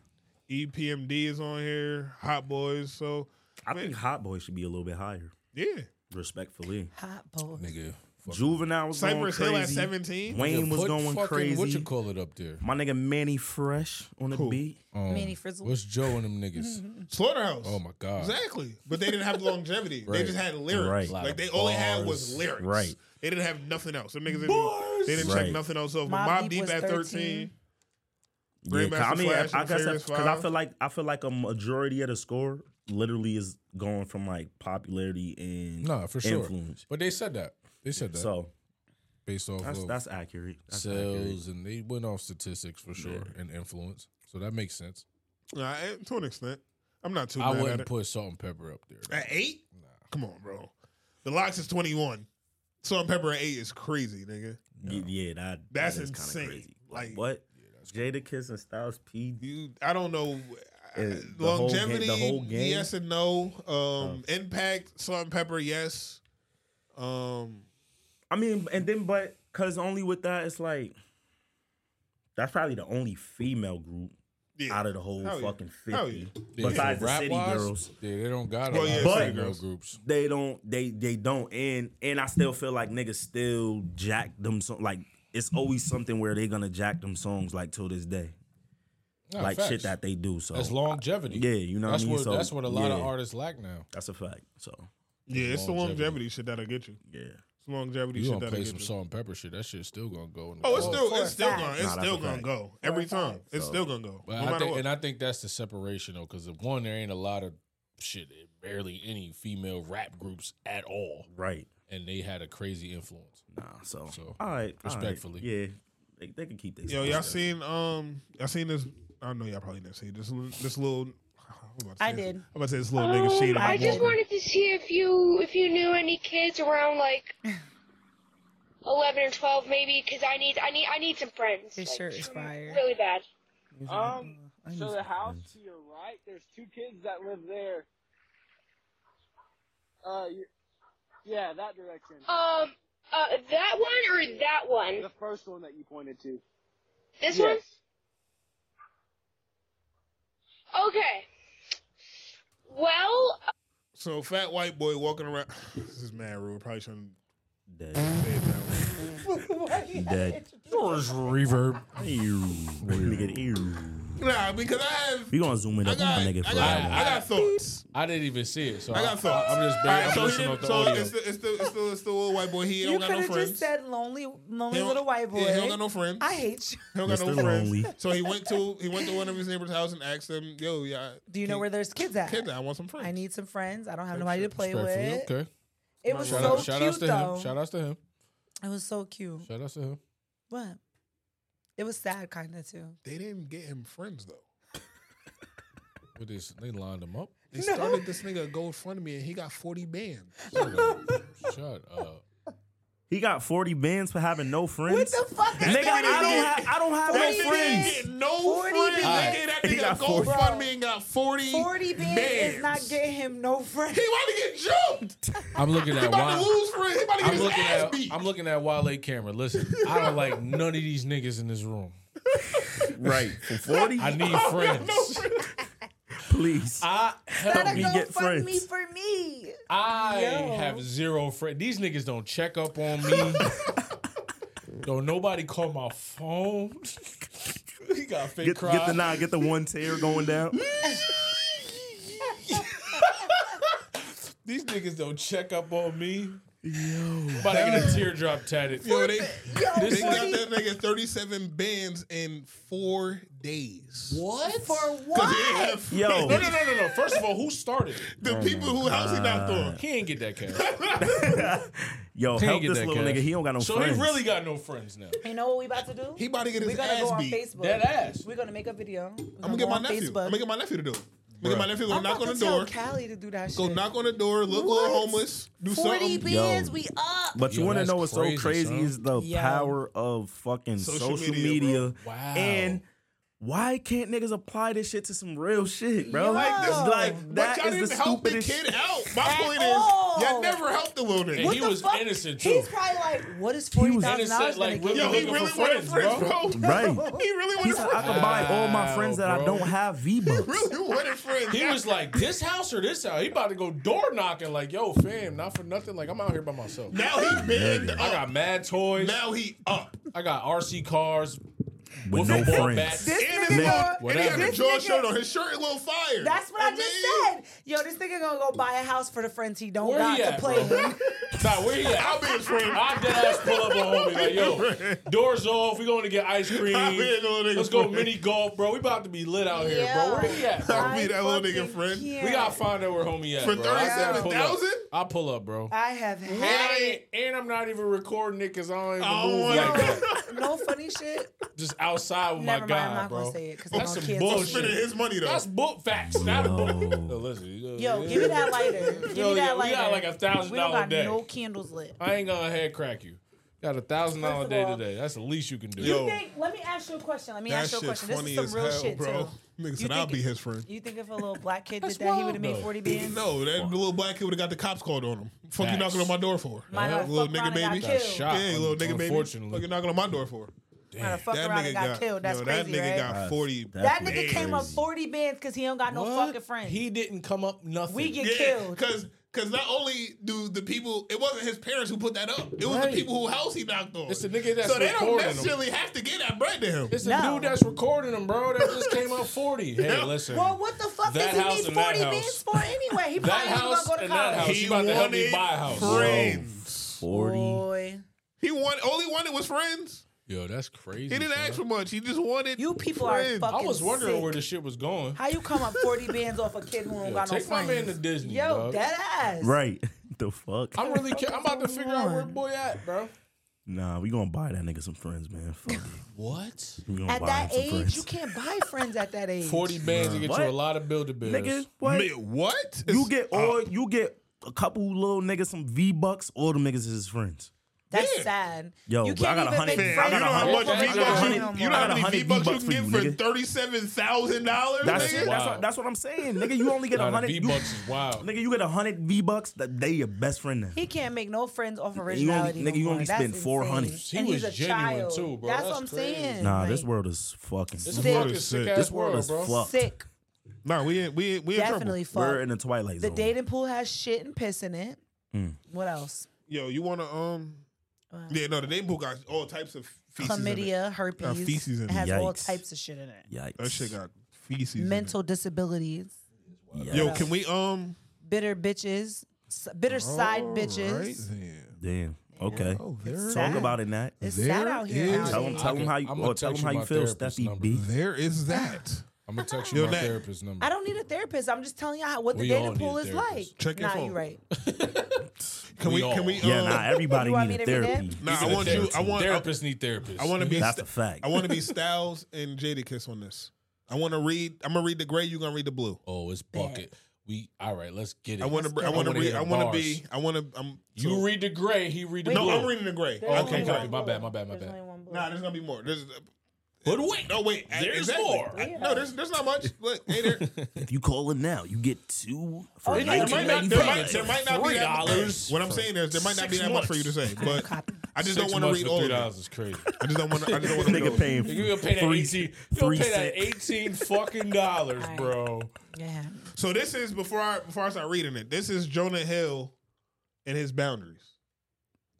Speaker 1: E EPMD is on here. Hot Boys. So
Speaker 4: I think Hot Boy should be a little bit higher.
Speaker 1: Yeah,
Speaker 4: respectfully.
Speaker 2: Hot Boy,
Speaker 3: nigga.
Speaker 4: Juvenile was
Speaker 1: Cypress
Speaker 4: going
Speaker 1: Hill at
Speaker 4: crazy.
Speaker 1: 17.
Speaker 4: Wayne
Speaker 3: Nigga,
Speaker 4: was
Speaker 3: put
Speaker 4: going
Speaker 3: fucking-
Speaker 4: crazy.
Speaker 3: what you call it up there?
Speaker 4: My nigga Manny Fresh on the
Speaker 3: Who?
Speaker 4: beat.
Speaker 3: Um,
Speaker 2: Manny Frizzle.
Speaker 3: What's Joe and them niggas?
Speaker 1: Slaughterhouse.
Speaker 3: Oh my god.
Speaker 1: exactly. But they didn't have longevity. They
Speaker 3: Right.
Speaker 1: just had lyrics.
Speaker 3: Right. Lot
Speaker 1: Like
Speaker 3: of
Speaker 1: they all they had was
Speaker 3: bars.
Speaker 1: lyrics.
Speaker 3: Right.
Speaker 1: They didn't have nothing else. Them niggas didn't, they didn't
Speaker 4: Right.
Speaker 1: check nothing else off. But
Speaker 2: Mobb
Speaker 1: Mob
Speaker 2: Deep
Speaker 1: Deep
Speaker 2: was
Speaker 1: at 13.
Speaker 2: 13.
Speaker 4: Yeah, 'cause I
Speaker 1: Grandmaster
Speaker 4: mean,
Speaker 1: Flash
Speaker 4: I, I
Speaker 1: and
Speaker 4: guess
Speaker 1: Furious
Speaker 4: because I
Speaker 1: Five.
Speaker 4: feel like I feel like a majority of the score literally is going from like popularity and
Speaker 3: No, for sure.
Speaker 4: influence.
Speaker 3: But they said that. They said that.
Speaker 4: So
Speaker 3: based off
Speaker 4: that's-
Speaker 3: of
Speaker 4: that's accurate. That's
Speaker 3: sales, and they went off statistics for sure and influence. So that makes sense.
Speaker 1: Nah, I- to an extent. I'm not too
Speaker 3: I
Speaker 1: mad at
Speaker 3: wouldn't
Speaker 1: it.
Speaker 3: put salt and pepper up there.
Speaker 1: At eight? Come on, bro. The locks is 21. Salt and pepper at eight is crazy, nigga.
Speaker 4: Y- yeah, that
Speaker 1: That's
Speaker 4: that is kinda
Speaker 1: insane.
Speaker 4: crazy.
Speaker 1: Like,
Speaker 4: what? Jada Kiss and Styles P.
Speaker 1: I don't know. uh,
Speaker 4: Is the whole ga-
Speaker 1: Longevity,
Speaker 4: the whole game.
Speaker 1: yes and no.
Speaker 3: Oh.
Speaker 1: Um, Impact, salt and pepper, yes. Um,
Speaker 4: I mean, and then but because only with that, it's like that's probably the only female group out of the whole
Speaker 3: Hell yeah.
Speaker 4: fucking
Speaker 3: Hell
Speaker 4: fifty.
Speaker 3: Yeah,
Speaker 4: Besides the
Speaker 3: rap
Speaker 4: City
Speaker 3: wise,
Speaker 4: Girls,
Speaker 3: yeah, they don't got a
Speaker 4: Well,
Speaker 3: lot
Speaker 4: yeah,
Speaker 3: of
Speaker 4: But-
Speaker 3: female groups.
Speaker 4: they don't. They they don't. And and I still feel like niggas still jack them. So like it's always something where they gonna jack them songs like till this day.
Speaker 3: Nah,
Speaker 4: like shit
Speaker 3: facts.
Speaker 4: that they do. So
Speaker 3: That's longevity.
Speaker 4: Yeah, you know
Speaker 3: that's
Speaker 4: what I mean.
Speaker 3: What,
Speaker 4: so,
Speaker 3: that's what a lot of
Speaker 4: yeah,
Speaker 3: artists lack now.
Speaker 4: That's a fact. So
Speaker 1: yeah, it's the
Speaker 3: Longevity.
Speaker 1: longevity shit that'll get you.
Speaker 4: Yeah.
Speaker 1: It's longevity
Speaker 3: You
Speaker 1: shit
Speaker 3: gonna
Speaker 1: that'll
Speaker 3: play
Speaker 1: get
Speaker 3: some
Speaker 1: you.
Speaker 3: salt and pepper shit? That shit's still gonna go in. The
Speaker 1: Oh, it's still,
Speaker 3: club.
Speaker 1: it's still gonna,
Speaker 3: Nah,
Speaker 1: it's
Speaker 3: that's
Speaker 1: still
Speaker 3: a
Speaker 1: gonna
Speaker 3: fact.
Speaker 1: go every time. It's still gonna go.
Speaker 3: But
Speaker 1: no
Speaker 3: I
Speaker 1: matter
Speaker 3: think,
Speaker 1: what.
Speaker 3: and I think that's the separation though, because one, there ain't a lot of shit eh, barely any female rap groups at all.
Speaker 4: Right.
Speaker 3: And they had a crazy influence.
Speaker 4: Nah, so,
Speaker 3: so
Speaker 4: all right, all right.
Speaker 3: respectfully,
Speaker 4: Yeah, they, they can keep this.
Speaker 1: Yo, y'all seen um? Y'all seen this? I know y'all probably never seen this. li- This little. I'm about to
Speaker 2: I
Speaker 1: say this-
Speaker 2: did.
Speaker 1: I'm about to say this little nigga shade.
Speaker 9: Oh, I just wanted to see if you if you knew any kids around like eleven or twelve, maybe, because I need I need I need some friends.
Speaker 2: His
Speaker 9: like,
Speaker 2: shirt is fire.
Speaker 9: Really bad.
Speaker 18: Um, so
Speaker 2: I need
Speaker 18: the
Speaker 2: some
Speaker 18: house to your right, there's two kids that live there. Uh, you, yeah, that direction.
Speaker 9: Um, uh, that one or that one?
Speaker 18: The first one that you pointed to.
Speaker 9: This
Speaker 18: Yes.
Speaker 9: one? Okay. Well, uh,
Speaker 1: So fat white boy walking around. This is mad rude. Probably shouldn't.
Speaker 4: Dead.
Speaker 1: Dead.
Speaker 3: Yours reverb.
Speaker 4: Ew. Nigga, ew.
Speaker 1: Nah, because I have.
Speaker 4: We gonna zoom in up on my nigga for that
Speaker 1: I
Speaker 4: one.
Speaker 1: got thoughts.
Speaker 3: I didn't even see it, so
Speaker 1: I
Speaker 3: I
Speaker 1: got thoughts.
Speaker 3: am just
Speaker 1: All
Speaker 3: barely,
Speaker 1: right,
Speaker 3: I'm
Speaker 1: so he
Speaker 3: listening off
Speaker 1: didn't-
Speaker 3: the
Speaker 1: so
Speaker 3: audio.
Speaker 1: it's the it's the it's the it's the old white boy. He
Speaker 2: You
Speaker 1: don't
Speaker 2: could
Speaker 1: got no
Speaker 2: have
Speaker 1: friends.
Speaker 2: just said lonely, lonely
Speaker 1: don't-
Speaker 2: little white boy.
Speaker 1: yeah, he don't got no friends.
Speaker 2: I hate you.
Speaker 1: He don't got no
Speaker 4: Mr.
Speaker 1: friends.
Speaker 4: Lonely.
Speaker 1: So he went to he went to one of his neighbor's house and asked them, "Yo, yeah,
Speaker 2: Do you know where there's kids at?
Speaker 1: Kids, I want some friends.
Speaker 2: I need some friends. I don't have nobody to play
Speaker 3: Respectfully,
Speaker 2: with.
Speaker 3: Okay.
Speaker 2: It was
Speaker 3: shout
Speaker 2: so
Speaker 3: out, shout
Speaker 2: cute
Speaker 3: outs to
Speaker 2: though.
Speaker 3: him. Shout outs to him.
Speaker 2: It was so cute.
Speaker 3: Shout outs to him.
Speaker 2: What? It was sad, kind of too.
Speaker 1: They didn't get him friends though.
Speaker 3: With this, they lined him up.
Speaker 1: They started this nigga a GoFundMe and he got forty bands.
Speaker 3: Shut up.
Speaker 4: He got 40 bands for having no friends. What
Speaker 2: the fuck?
Speaker 4: Nigga, I don't have I don't have no friends.
Speaker 1: No
Speaker 2: 40
Speaker 1: friends.
Speaker 2: bands.
Speaker 1: Nigga, that
Speaker 4: He
Speaker 1: nigga
Speaker 4: got
Speaker 1: GoFundMe
Speaker 4: 40.
Speaker 1: and got forty.
Speaker 2: 40 bands is not getting him no friends.
Speaker 1: He about to get jumped.
Speaker 3: I'm looking
Speaker 1: He
Speaker 3: at
Speaker 1: about to
Speaker 3: Wale.
Speaker 1: lose friends. He about to get
Speaker 3: I'm
Speaker 1: his
Speaker 3: looking
Speaker 1: ass
Speaker 3: at I'm looking at Wale camera. Listen, I don't like none of these niggas in this room.
Speaker 4: Right. For 40?
Speaker 3: I need friends.
Speaker 4: Please.
Speaker 3: I help
Speaker 2: Gotta
Speaker 3: me
Speaker 2: go
Speaker 3: get
Speaker 2: fuck
Speaker 3: friends.
Speaker 2: me for me.
Speaker 3: I
Speaker 2: Yo.
Speaker 3: have zero friends. These niggas don't check up on me. don't nobody call my phone. he got fake
Speaker 4: Get,
Speaker 3: cry.
Speaker 4: get the nah, get the one tear going down.
Speaker 3: These niggas don't check up on me. Yo. About to get a teardrop tatted.
Speaker 1: Yo, they,
Speaker 3: This
Speaker 1: they got
Speaker 3: is-
Speaker 1: that nigga 37 bands in four days.
Speaker 3: What?
Speaker 2: For
Speaker 1: Because he didn't have
Speaker 4: Yo.
Speaker 1: friends.
Speaker 3: No, no, no, no, no. First of all, who started? it?
Speaker 1: The people who house he knocked on.
Speaker 3: He ain't get that cash.
Speaker 4: Yo,
Speaker 3: He ain't
Speaker 4: help
Speaker 3: get
Speaker 4: this
Speaker 3: that
Speaker 4: little
Speaker 3: cash.
Speaker 4: nigga. He don't got no
Speaker 3: so
Speaker 4: friends.
Speaker 3: he really got no friends now.
Speaker 2: You know what we about to do?
Speaker 1: He about to get his
Speaker 2: We're gonna
Speaker 1: ass
Speaker 2: go on
Speaker 1: beat.
Speaker 2: Facebook.
Speaker 3: That ass.
Speaker 2: We're gonna make a video. We're
Speaker 1: I'm gonna
Speaker 2: go
Speaker 1: get my
Speaker 2: on
Speaker 1: nephew.
Speaker 2: Facebook.
Speaker 1: I'm gonna get my nephew to do it. I'm gonna get my nephew to go
Speaker 2: I'm
Speaker 1: knock
Speaker 2: about
Speaker 1: on the
Speaker 2: to tell
Speaker 1: door.
Speaker 2: Callie to do that
Speaker 1: Go
Speaker 2: shit.
Speaker 1: knock on the door, look little homeless, do
Speaker 2: 40
Speaker 1: something.
Speaker 2: bands,
Speaker 4: Yo.
Speaker 2: we up.
Speaker 4: But you
Speaker 3: Yo,
Speaker 4: want to
Speaker 3: that's
Speaker 4: know what's
Speaker 3: crazy,
Speaker 4: so crazy
Speaker 3: son.
Speaker 4: is the
Speaker 2: Yo.
Speaker 4: power of fucking
Speaker 1: Social
Speaker 4: social,
Speaker 1: media, bro.
Speaker 4: media,
Speaker 3: Wow.
Speaker 4: and why can't niggas apply this shit to some real shit, bro?
Speaker 2: Yo.
Speaker 4: Like, this,
Speaker 1: But
Speaker 4: like that
Speaker 1: y'all
Speaker 4: is
Speaker 1: didn't
Speaker 4: the
Speaker 1: help the
Speaker 4: stupidest.
Speaker 1: kid
Speaker 4: shit.
Speaker 1: out. My
Speaker 2: At
Speaker 1: point
Speaker 2: all.
Speaker 1: is, y'all never helped the little
Speaker 3: And
Speaker 1: nigga.
Speaker 3: he was innocent too.
Speaker 2: He's probably like, what is forty thousand dollars
Speaker 3: Innocent,
Speaker 2: gonna
Speaker 3: like,
Speaker 2: get?
Speaker 1: Yo,
Speaker 3: Yo,
Speaker 1: he
Speaker 3: looking
Speaker 1: really
Speaker 3: for
Speaker 1: wanted friends,
Speaker 3: friends,
Speaker 1: bro.
Speaker 3: bro.
Speaker 4: Right.
Speaker 1: He really
Speaker 4: He
Speaker 1: wanted
Speaker 4: said, I
Speaker 1: friends.
Speaker 4: can buy all my
Speaker 3: Wow,
Speaker 4: friends that I
Speaker 3: bro.
Speaker 4: don't have V bucks.
Speaker 1: Really wanted friends.
Speaker 3: He was like, this house or this house. He about to go door knocking, like, yo, fam, not for nothing. Like, I'm out here by myself.
Speaker 1: now he banned.
Speaker 3: I got mad toys.
Speaker 1: Now he up.
Speaker 3: I got RC cars.
Speaker 4: With no
Speaker 3: wiffle ball
Speaker 4: friends.
Speaker 3: bats.
Speaker 2: This nigga-
Speaker 1: And his little- and he
Speaker 3: Whatever.
Speaker 1: had a
Speaker 2: This
Speaker 1: George
Speaker 2: nigga-
Speaker 1: shirt on. His shirt a little fire.
Speaker 2: That's what I
Speaker 1: mean,
Speaker 2: just said. Yo, this nigga gonna go buy a house for the friends he don't
Speaker 3: Where
Speaker 2: got
Speaker 3: he
Speaker 2: to
Speaker 3: at,
Speaker 2: play
Speaker 3: bro?
Speaker 2: with.
Speaker 3: Nah, where he at?
Speaker 1: I'll be his friend.
Speaker 3: I dead ass pull up on homie like, yo, doors off. We going to get ice cream.
Speaker 1: I mean, little nigga
Speaker 3: Let's go
Speaker 1: friend.
Speaker 3: mini golf, bro. We about to be lit out here,
Speaker 2: Yo.
Speaker 3: bro. Where he at? Bro?
Speaker 1: I'll be that little nigga
Speaker 2: fucking
Speaker 1: friend.
Speaker 2: can't.
Speaker 3: We gotta find out where homie at.
Speaker 1: For
Speaker 3: bro. I gotta pull up.
Speaker 1: 37,000?
Speaker 3: I pull up, bro.
Speaker 2: I have
Speaker 3: And I
Speaker 2: had
Speaker 3: ain't, and I'm not even recording it because I don't even
Speaker 1: I don't
Speaker 3: move
Speaker 1: wanna-
Speaker 3: like that.
Speaker 2: no funny shit.
Speaker 3: Just outside with
Speaker 2: Never
Speaker 3: Oh my
Speaker 2: mind,
Speaker 3: guy,
Speaker 2: I'm not
Speaker 3: bro.
Speaker 2: gonna say it because I
Speaker 3: That's
Speaker 2: don't
Speaker 3: some
Speaker 2: care.
Speaker 1: Bull
Speaker 3: bullshit.
Speaker 1: spending his money though.
Speaker 3: That's book facts, not book. No, listen,
Speaker 2: Yo, give me that lighter. Give
Speaker 3: Yo,
Speaker 2: me
Speaker 3: yeah,
Speaker 2: that
Speaker 3: we
Speaker 2: lighter.
Speaker 3: got like a $1,000
Speaker 2: We don't got
Speaker 3: day.
Speaker 2: no candles lit.
Speaker 3: I ain't gonna head crack you. Got a thousand
Speaker 2: First
Speaker 3: dollar
Speaker 2: of
Speaker 3: day
Speaker 2: all-
Speaker 3: today. That's the least you can do.
Speaker 1: Yo.
Speaker 2: You think? Let me ask you a question. Let me
Speaker 1: Oh. That
Speaker 2: ask you a
Speaker 1: shit
Speaker 2: question. This
Speaker 1: funny
Speaker 2: is
Speaker 1: as
Speaker 2: some real
Speaker 1: hell,
Speaker 2: shit
Speaker 1: bro.
Speaker 2: too.
Speaker 1: Nigga
Speaker 2: You
Speaker 1: said, "I'll
Speaker 2: think-
Speaker 1: be his friend."
Speaker 2: You think if a little black kid did
Speaker 3: That's
Speaker 2: that, he
Speaker 3: wild,
Speaker 2: would have made
Speaker 3: though.
Speaker 2: forty bands?
Speaker 1: No, that little black kid would have got the cops called on him. Fuck you
Speaker 3: Facts.
Speaker 1: knocking on my door for?
Speaker 2: Might have
Speaker 1: little
Speaker 2: fucked around
Speaker 1: nigga
Speaker 2: and got
Speaker 1: baby.
Speaker 2: killed.
Speaker 3: Shot,
Speaker 1: yeah, you little nigga baby.
Speaker 3: unfortunately.
Speaker 1: Fuck you knocking on my door for?
Speaker 2: Might have fucked around and got, killed. That's
Speaker 1: yo,
Speaker 2: crazy,
Speaker 1: That nigga
Speaker 2: right?
Speaker 1: got forty.
Speaker 2: that nigga came up forty bands because he don't got no
Speaker 3: What?
Speaker 2: fucking friends.
Speaker 3: He didn't come up nothing.
Speaker 2: we get
Speaker 1: Yeah,
Speaker 2: killed.
Speaker 1: because because not only do the people, it wasn't his parents who put that up. It was
Speaker 3: Right.
Speaker 1: the people who house he knocked on.
Speaker 3: It's the nigga that's
Speaker 1: so they don't
Speaker 3: recording
Speaker 1: necessarily have to get that bread to him.
Speaker 3: it's a
Speaker 2: No.
Speaker 3: dude that's recording him, bro. That just came up forty. Hey, listen.
Speaker 2: Well, what the fuck
Speaker 3: That
Speaker 2: does he
Speaker 3: house
Speaker 2: need
Speaker 3: and that
Speaker 2: forty
Speaker 3: house.
Speaker 2: bands for anyway? He
Speaker 3: That
Speaker 2: probably ain't gonna
Speaker 3: house
Speaker 2: go to
Speaker 3: and that house.
Speaker 2: college.
Speaker 3: She about to help me buy a house.
Speaker 1: friends.
Speaker 4: Forty.
Speaker 2: Boy,
Speaker 1: He wanted only wanted was friends.
Speaker 3: Yo, that's crazy.
Speaker 1: He didn't ask for much. He just wanted
Speaker 2: You people are
Speaker 1: friends.
Speaker 3: I
Speaker 2: fucking
Speaker 3: was wondering
Speaker 2: sick.
Speaker 3: where the shit was going.
Speaker 2: How you come up 40 bands off a kid who don't
Speaker 3: Yo,
Speaker 2: got no
Speaker 3: take my
Speaker 2: friends?
Speaker 3: man to Disney,
Speaker 2: Yo,
Speaker 3: dog.
Speaker 2: dead ass.
Speaker 4: Right. the fuck?
Speaker 3: I'm really. Ca- I'm about to figure out where boy at, bro.
Speaker 4: Nah, we gonna buy that nigga some friends, man. Fuck it.
Speaker 3: What?
Speaker 4: We gonna
Speaker 2: At
Speaker 4: buy him
Speaker 2: that
Speaker 4: some
Speaker 2: age,
Speaker 4: friends.
Speaker 2: you can't buy friends at that age.
Speaker 3: Forty bands to get
Speaker 4: What?
Speaker 3: you a lot of builder bills.
Speaker 4: Nigga, what?
Speaker 1: what?
Speaker 4: You get all you get a couple little niggas some V bucks. All them niggas is his friends.
Speaker 2: That's sad.
Speaker 4: Yo,
Speaker 2: you
Speaker 4: I got a hundred. I
Speaker 2: make friends
Speaker 4: got a
Speaker 2: with
Speaker 4: hundred. I
Speaker 2: people
Speaker 4: got a
Speaker 2: that don't
Speaker 4: hundred-
Speaker 2: know them
Speaker 4: I
Speaker 1: You know
Speaker 4: got
Speaker 1: how
Speaker 4: a
Speaker 1: many
Speaker 4: hundred
Speaker 1: V bucks you
Speaker 4: for
Speaker 1: get for thirty-seven thousand dollars?
Speaker 4: That's, that's,
Speaker 1: nigga?
Speaker 4: what, that's what I'm saying, nigga. You only get
Speaker 3: Nah,
Speaker 4: a
Speaker 3: the
Speaker 4: hundred
Speaker 3: V-Bucks is wild.
Speaker 4: Nigga, you get a hundred V bucks. That they your best friend now.
Speaker 2: He can't make no friends off
Speaker 4: You only,
Speaker 2: originality.
Speaker 4: nigga, you
Speaker 2: no more.
Speaker 4: only
Speaker 2: That's
Speaker 4: spend
Speaker 2: insane.
Speaker 4: four hundred.
Speaker 3: He
Speaker 2: And
Speaker 3: was
Speaker 2: he's a
Speaker 3: genuine
Speaker 2: child.
Speaker 3: too, bro.
Speaker 2: That's,
Speaker 3: That's
Speaker 2: what I'm
Speaker 3: crazy.
Speaker 2: saying.
Speaker 4: Nah,
Speaker 2: Like,
Speaker 4: this world is fucking.
Speaker 3: This
Speaker 4: sick.
Speaker 3: world is sick.
Speaker 4: This world is
Speaker 3: bro.
Speaker 4: fucked.
Speaker 2: sick.
Speaker 1: Nah, we in, we in, we in
Speaker 2: Definitely
Speaker 1: trouble.
Speaker 2: fucked.
Speaker 4: We're in the twilight
Speaker 2: The
Speaker 4: zone.
Speaker 2: dating pool has shit and piss in it.
Speaker 4: Mm.
Speaker 2: What else?
Speaker 1: Yo, you want to um? Yeah, no, the name book got all types of feces in it.
Speaker 2: Chlamydia, herpes.
Speaker 1: Got feces
Speaker 2: it
Speaker 1: in it.
Speaker 2: has all types of shit in it.
Speaker 4: Yikes.
Speaker 1: That shit got feces. in it.
Speaker 2: Mental disabilities.
Speaker 1: Yo, can we um?
Speaker 2: Bitter bitches. S- Bitter side bitches.
Speaker 4: Damn. Okay.
Speaker 1: Oh, there-
Speaker 4: Talk about it, Nat.
Speaker 2: It's sad out here.
Speaker 1: is-
Speaker 4: Tell him, tell him how you,
Speaker 3: I'ma
Speaker 4: or tell him
Speaker 3: text
Speaker 4: how
Speaker 3: you
Speaker 4: you
Speaker 3: my
Speaker 4: feel,
Speaker 3: therapist
Speaker 4: Steffi
Speaker 3: number.
Speaker 4: B.
Speaker 1: There is that.
Speaker 3: I'm gonna text you
Speaker 1: Yo,
Speaker 3: my
Speaker 1: that-
Speaker 3: therapist number.
Speaker 2: I don't need a therapist. I'm just telling y'all what the
Speaker 3: We all
Speaker 2: dating
Speaker 3: need
Speaker 2: pool
Speaker 3: a
Speaker 2: is like.
Speaker 3: therapist.
Speaker 1: Check your
Speaker 2: nah,
Speaker 1: phone.
Speaker 2: you right.
Speaker 1: Can we? Can we?
Speaker 4: Yeah,
Speaker 1: um,
Speaker 4: nah. Everybody
Speaker 2: You want
Speaker 4: need
Speaker 2: me
Speaker 4: a
Speaker 2: to be there?
Speaker 4: therapy.
Speaker 1: Nah, I
Speaker 4: Need a
Speaker 1: want you. I
Speaker 4: therapy.
Speaker 1: want.
Speaker 3: Therapists need therapists.
Speaker 1: I want to be.
Speaker 4: That's
Speaker 1: St-
Speaker 4: a fact.
Speaker 1: I want to be Styles and Jada Kiss on this. I want to read. I'm gonna read the gray. You gonna read the blue.
Speaker 3: Oh, it's bucket. We all right. Let's get it.
Speaker 1: I want to. I
Speaker 3: Let's
Speaker 1: want to
Speaker 3: get it.
Speaker 1: read. I
Speaker 3: hear
Speaker 1: want to
Speaker 3: bars.
Speaker 1: be. I want to. I'm.
Speaker 3: You
Speaker 1: so-
Speaker 3: read the gray. He read the
Speaker 1: No,
Speaker 3: blue.
Speaker 1: I'm reading the gray.
Speaker 3: Oh, okay,
Speaker 1: I'm reading
Speaker 3: copy.
Speaker 1: the
Speaker 3: My
Speaker 1: gray.
Speaker 3: bad. My bad. My bad.
Speaker 1: Nah, there's gonna be more. There's.
Speaker 3: But wait,
Speaker 1: No, wait.
Speaker 3: There's
Speaker 1: exactly.
Speaker 3: more.
Speaker 1: I- no, there's there's not much. Look, hey, there.
Speaker 4: If you call it now, you get two for
Speaker 2: Oh,
Speaker 1: There might not- there might- there might not be that much.
Speaker 3: $3
Speaker 1: What I'm saying is, there might not be that much for you to say, but I just don't want
Speaker 3: Six
Speaker 1: to
Speaker 3: months
Speaker 1: read
Speaker 3: for
Speaker 1: all
Speaker 3: three
Speaker 1: of
Speaker 3: dollars
Speaker 1: it.
Speaker 3: is crazy.
Speaker 1: I just don't want to. I just don't want to.
Speaker 4: Nigga paying
Speaker 3: You gonna pay that
Speaker 4: Three-
Speaker 3: eighteen? You gonna
Speaker 4: three
Speaker 3: pay that eighteen fucking dollars, bro?
Speaker 2: Yeah.
Speaker 1: So this is before I before I start reading it. This is Jonah Hill and his boundaries.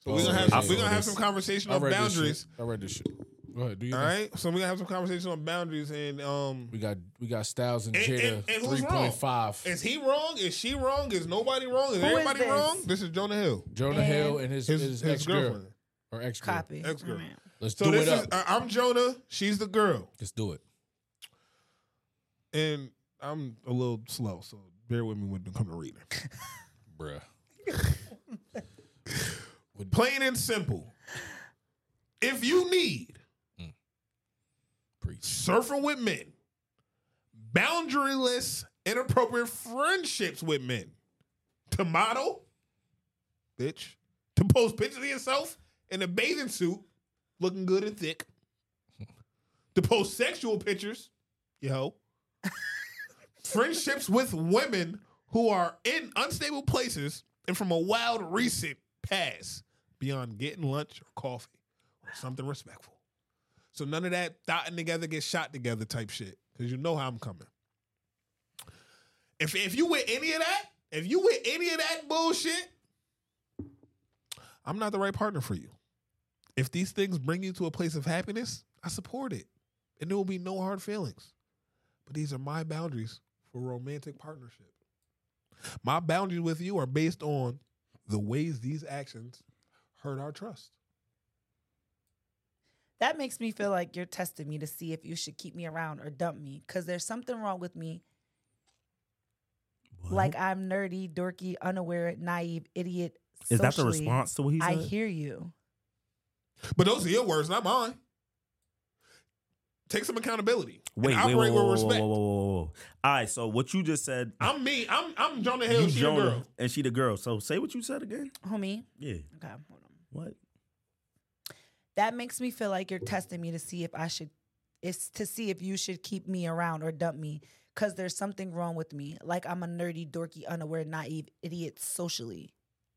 Speaker 1: So we're gonna have
Speaker 3: Oh, I
Speaker 1: some, we're
Speaker 3: saw
Speaker 1: gonna have
Speaker 3: this.
Speaker 1: some conversation
Speaker 3: I
Speaker 1: on
Speaker 3: read this
Speaker 1: boundaries.
Speaker 3: shit. I read this shit. Go ahead. Do you?
Speaker 1: All right, so we're gonna have some conversation on boundaries and um.
Speaker 3: We got we got Styles and
Speaker 1: And, and,
Speaker 3: Jada
Speaker 1: and
Speaker 3: three
Speaker 1: who's wrong?
Speaker 3: point five.
Speaker 1: Is he wrong? Is she wrong? Is nobody wrong? Is
Speaker 2: Who is
Speaker 1: everybody
Speaker 2: this?
Speaker 1: wrong? This is Jonah Hill.
Speaker 3: Jonah Hill and his his, ex girl
Speaker 1: girlfriend.
Speaker 3: or ex girl.
Speaker 2: Copy. Mm-hmm.
Speaker 1: Ex girl.
Speaker 3: Let's
Speaker 1: So
Speaker 3: do
Speaker 1: this
Speaker 3: it
Speaker 1: is
Speaker 3: up.
Speaker 1: uh, I'm Jonah. She's the girl,
Speaker 3: Let's do it.
Speaker 1: and I'm a little slow, so bear with me when it comes to reading.
Speaker 3: Bruh.
Speaker 1: Plain and simple. If you need surfing with men, boundaryless, inappropriate friendships with men, to model, bitch, to post pictures of yourself in a bathing suit, looking good and thick, to post sexual pictures, yo, friendships with women who are in unstable places and from a wild recent past beyond getting lunch or coffee or something respectful. So none of that dotting together, get shot together type shit. Cause you know how I'm coming. If if you with any of that, if you with any of that bullshit, I'm not the right partner for you. If these things bring you to a place of happiness, I support it. And there will be no hard feelings. But these are my boundaries for romantic partnership. My boundaries with you are based on the ways these actions hurt our trust.
Speaker 2: That makes me feel like you're testing me to see if you should keep me around or dump me because there's something wrong with me. Like I'm nerdy, dorky, unaware, naive, idiot.
Speaker 4: Is that the
Speaker 2: socially.
Speaker 4: response to what he
Speaker 2: I
Speaker 4: said?
Speaker 2: hear you.
Speaker 1: But those are your words, not mine. Take some accountability. and
Speaker 4: Wait, wait,
Speaker 1: operate
Speaker 4: wait, wait,
Speaker 1: with
Speaker 4: wait,
Speaker 1: respect.
Speaker 4: wait, All right, so what you just said,
Speaker 1: I'm me. I'm I'm Jonah
Speaker 4: you
Speaker 1: Hill. She a
Speaker 4: Jonah,
Speaker 1: girl.
Speaker 4: and she the girl. So say what you said again.
Speaker 2: Homie.
Speaker 4: Yeah.
Speaker 2: Okay, hold on.
Speaker 4: What?
Speaker 2: That makes me feel like you're testing me to see if I should it's to see if you should keep me around or dump me because there's something wrong with me. Like I'm a nerdy, dorky, unaware, naive, idiot socially.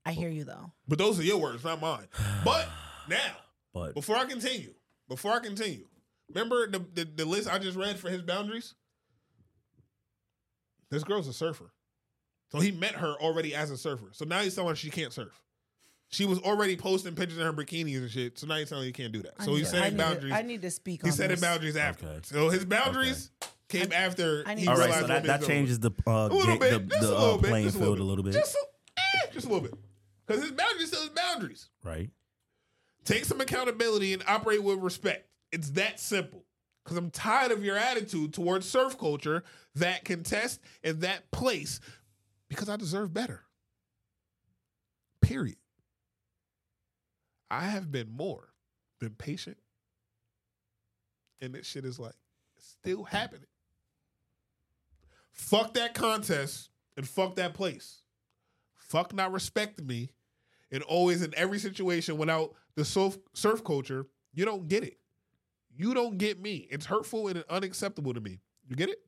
Speaker 2: I hear you though.
Speaker 1: But those are your words, not mine. But now,
Speaker 4: But-
Speaker 1: before I continue, before I continue, remember the, the, the list I just read for his boundaries? This girl's a surfer. So he met her already as a surfer. So now he's telling her she can't surf. She was already posting pictures in her bikinis and shit. So now he's telling her you can't do that.
Speaker 2: I
Speaker 1: So
Speaker 2: need-
Speaker 1: he's
Speaker 2: I
Speaker 1: setting
Speaker 2: need to-
Speaker 1: boundaries.
Speaker 2: I need to speak
Speaker 1: He's
Speaker 2: on
Speaker 1: setting
Speaker 2: this.
Speaker 1: boundaries after. So his boundaries came after
Speaker 2: I need
Speaker 1: he
Speaker 2: to-
Speaker 4: All right,
Speaker 1: realized
Speaker 4: so
Speaker 1: what
Speaker 4: that,
Speaker 1: he
Speaker 4: that
Speaker 1: was doing.
Speaker 4: changes the uh,
Speaker 1: A little
Speaker 4: ga-
Speaker 1: bit,
Speaker 4: the,
Speaker 1: just
Speaker 4: the
Speaker 1: a
Speaker 4: uh,
Speaker 1: little bit,
Speaker 4: playing
Speaker 1: just a
Speaker 4: field
Speaker 1: little
Speaker 4: a little bit.
Speaker 1: Just, a- eh, just a little bit. Because his boundaries still his boundaries.
Speaker 4: right.
Speaker 1: Take some accountability and operate with respect. It's that simple. Because I'm tired of your attitude towards surf culture, that contest, and that place, because I deserve better. Period. I have been more than patient, and this shit is like still happening. Fuck that contest and fuck that place. Fuck not respecting me, and always in every situation without the surf, surf culture, you don't get it. You don't get me. It's hurtful and unacceptable to me. You get it?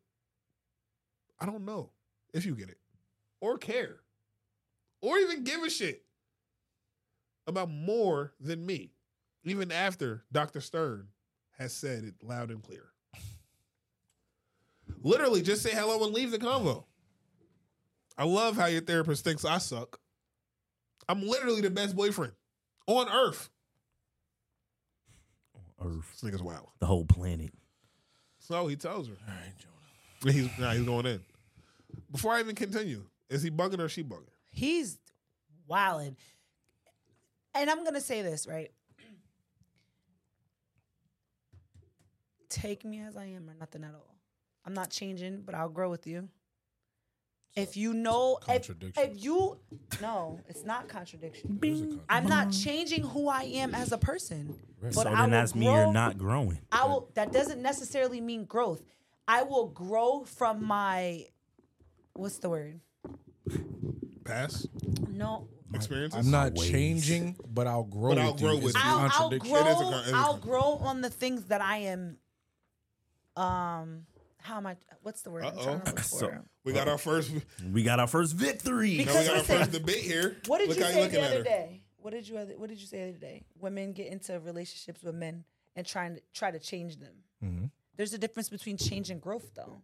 Speaker 1: I don't know if you get it or care or even give a shit about more than me, even after Dr. Stern has said it loud and clear. Literally, just say hello and leave the convo. I love how your therapist thinks I suck. I'm literally the best boyfriend on earth.
Speaker 4: Earth,
Speaker 1: this nigga's wild.
Speaker 4: the whole planet.
Speaker 1: So he tells her. All right, Jonah. He's, nah, he's going in. Before I even continue, is he bugging or she bugging?
Speaker 2: He's wilding. And I'm gonna say this, right? Take me as I am or nothing at all. I'm not changing, but I'll grow with you. if you know if,
Speaker 3: contradiction.
Speaker 2: if you no, it's not contradiction. I'm not changing who I am as a person. But
Speaker 4: so
Speaker 2: I
Speaker 4: then
Speaker 2: will
Speaker 4: that's me.
Speaker 2: grow-
Speaker 4: You're not growing.
Speaker 2: I will. That doesn't necessarily mean growth. I will grow from my, what's the word?
Speaker 1: Pass?
Speaker 2: No,
Speaker 1: Experiences?
Speaker 3: I'm not changing, but I'll grow.
Speaker 1: But I'll
Speaker 3: with
Speaker 1: grow
Speaker 3: you.
Speaker 1: with
Speaker 3: It's
Speaker 1: you.
Speaker 3: a
Speaker 1: I'll- I'll
Speaker 2: I'll
Speaker 3: contradiction.
Speaker 2: grow.
Speaker 1: con- it is a
Speaker 2: I'll
Speaker 1: con-
Speaker 2: grow on the things that I am. Um, how am I? What's the word? I'm trying to look for?
Speaker 4: So
Speaker 1: we got our first.
Speaker 4: We got our first victory.
Speaker 1: Now we got our first debate here.
Speaker 2: What did
Speaker 1: Look
Speaker 2: you
Speaker 1: how
Speaker 2: say
Speaker 1: looking
Speaker 2: the
Speaker 1: at
Speaker 2: other
Speaker 1: her.
Speaker 2: day? What did you other- What did you say the other day? Women get into relationships with men and trying to try to change them.
Speaker 1: Mm-hmm.
Speaker 7: Mhm.
Speaker 2: There's a difference between change and growth, though.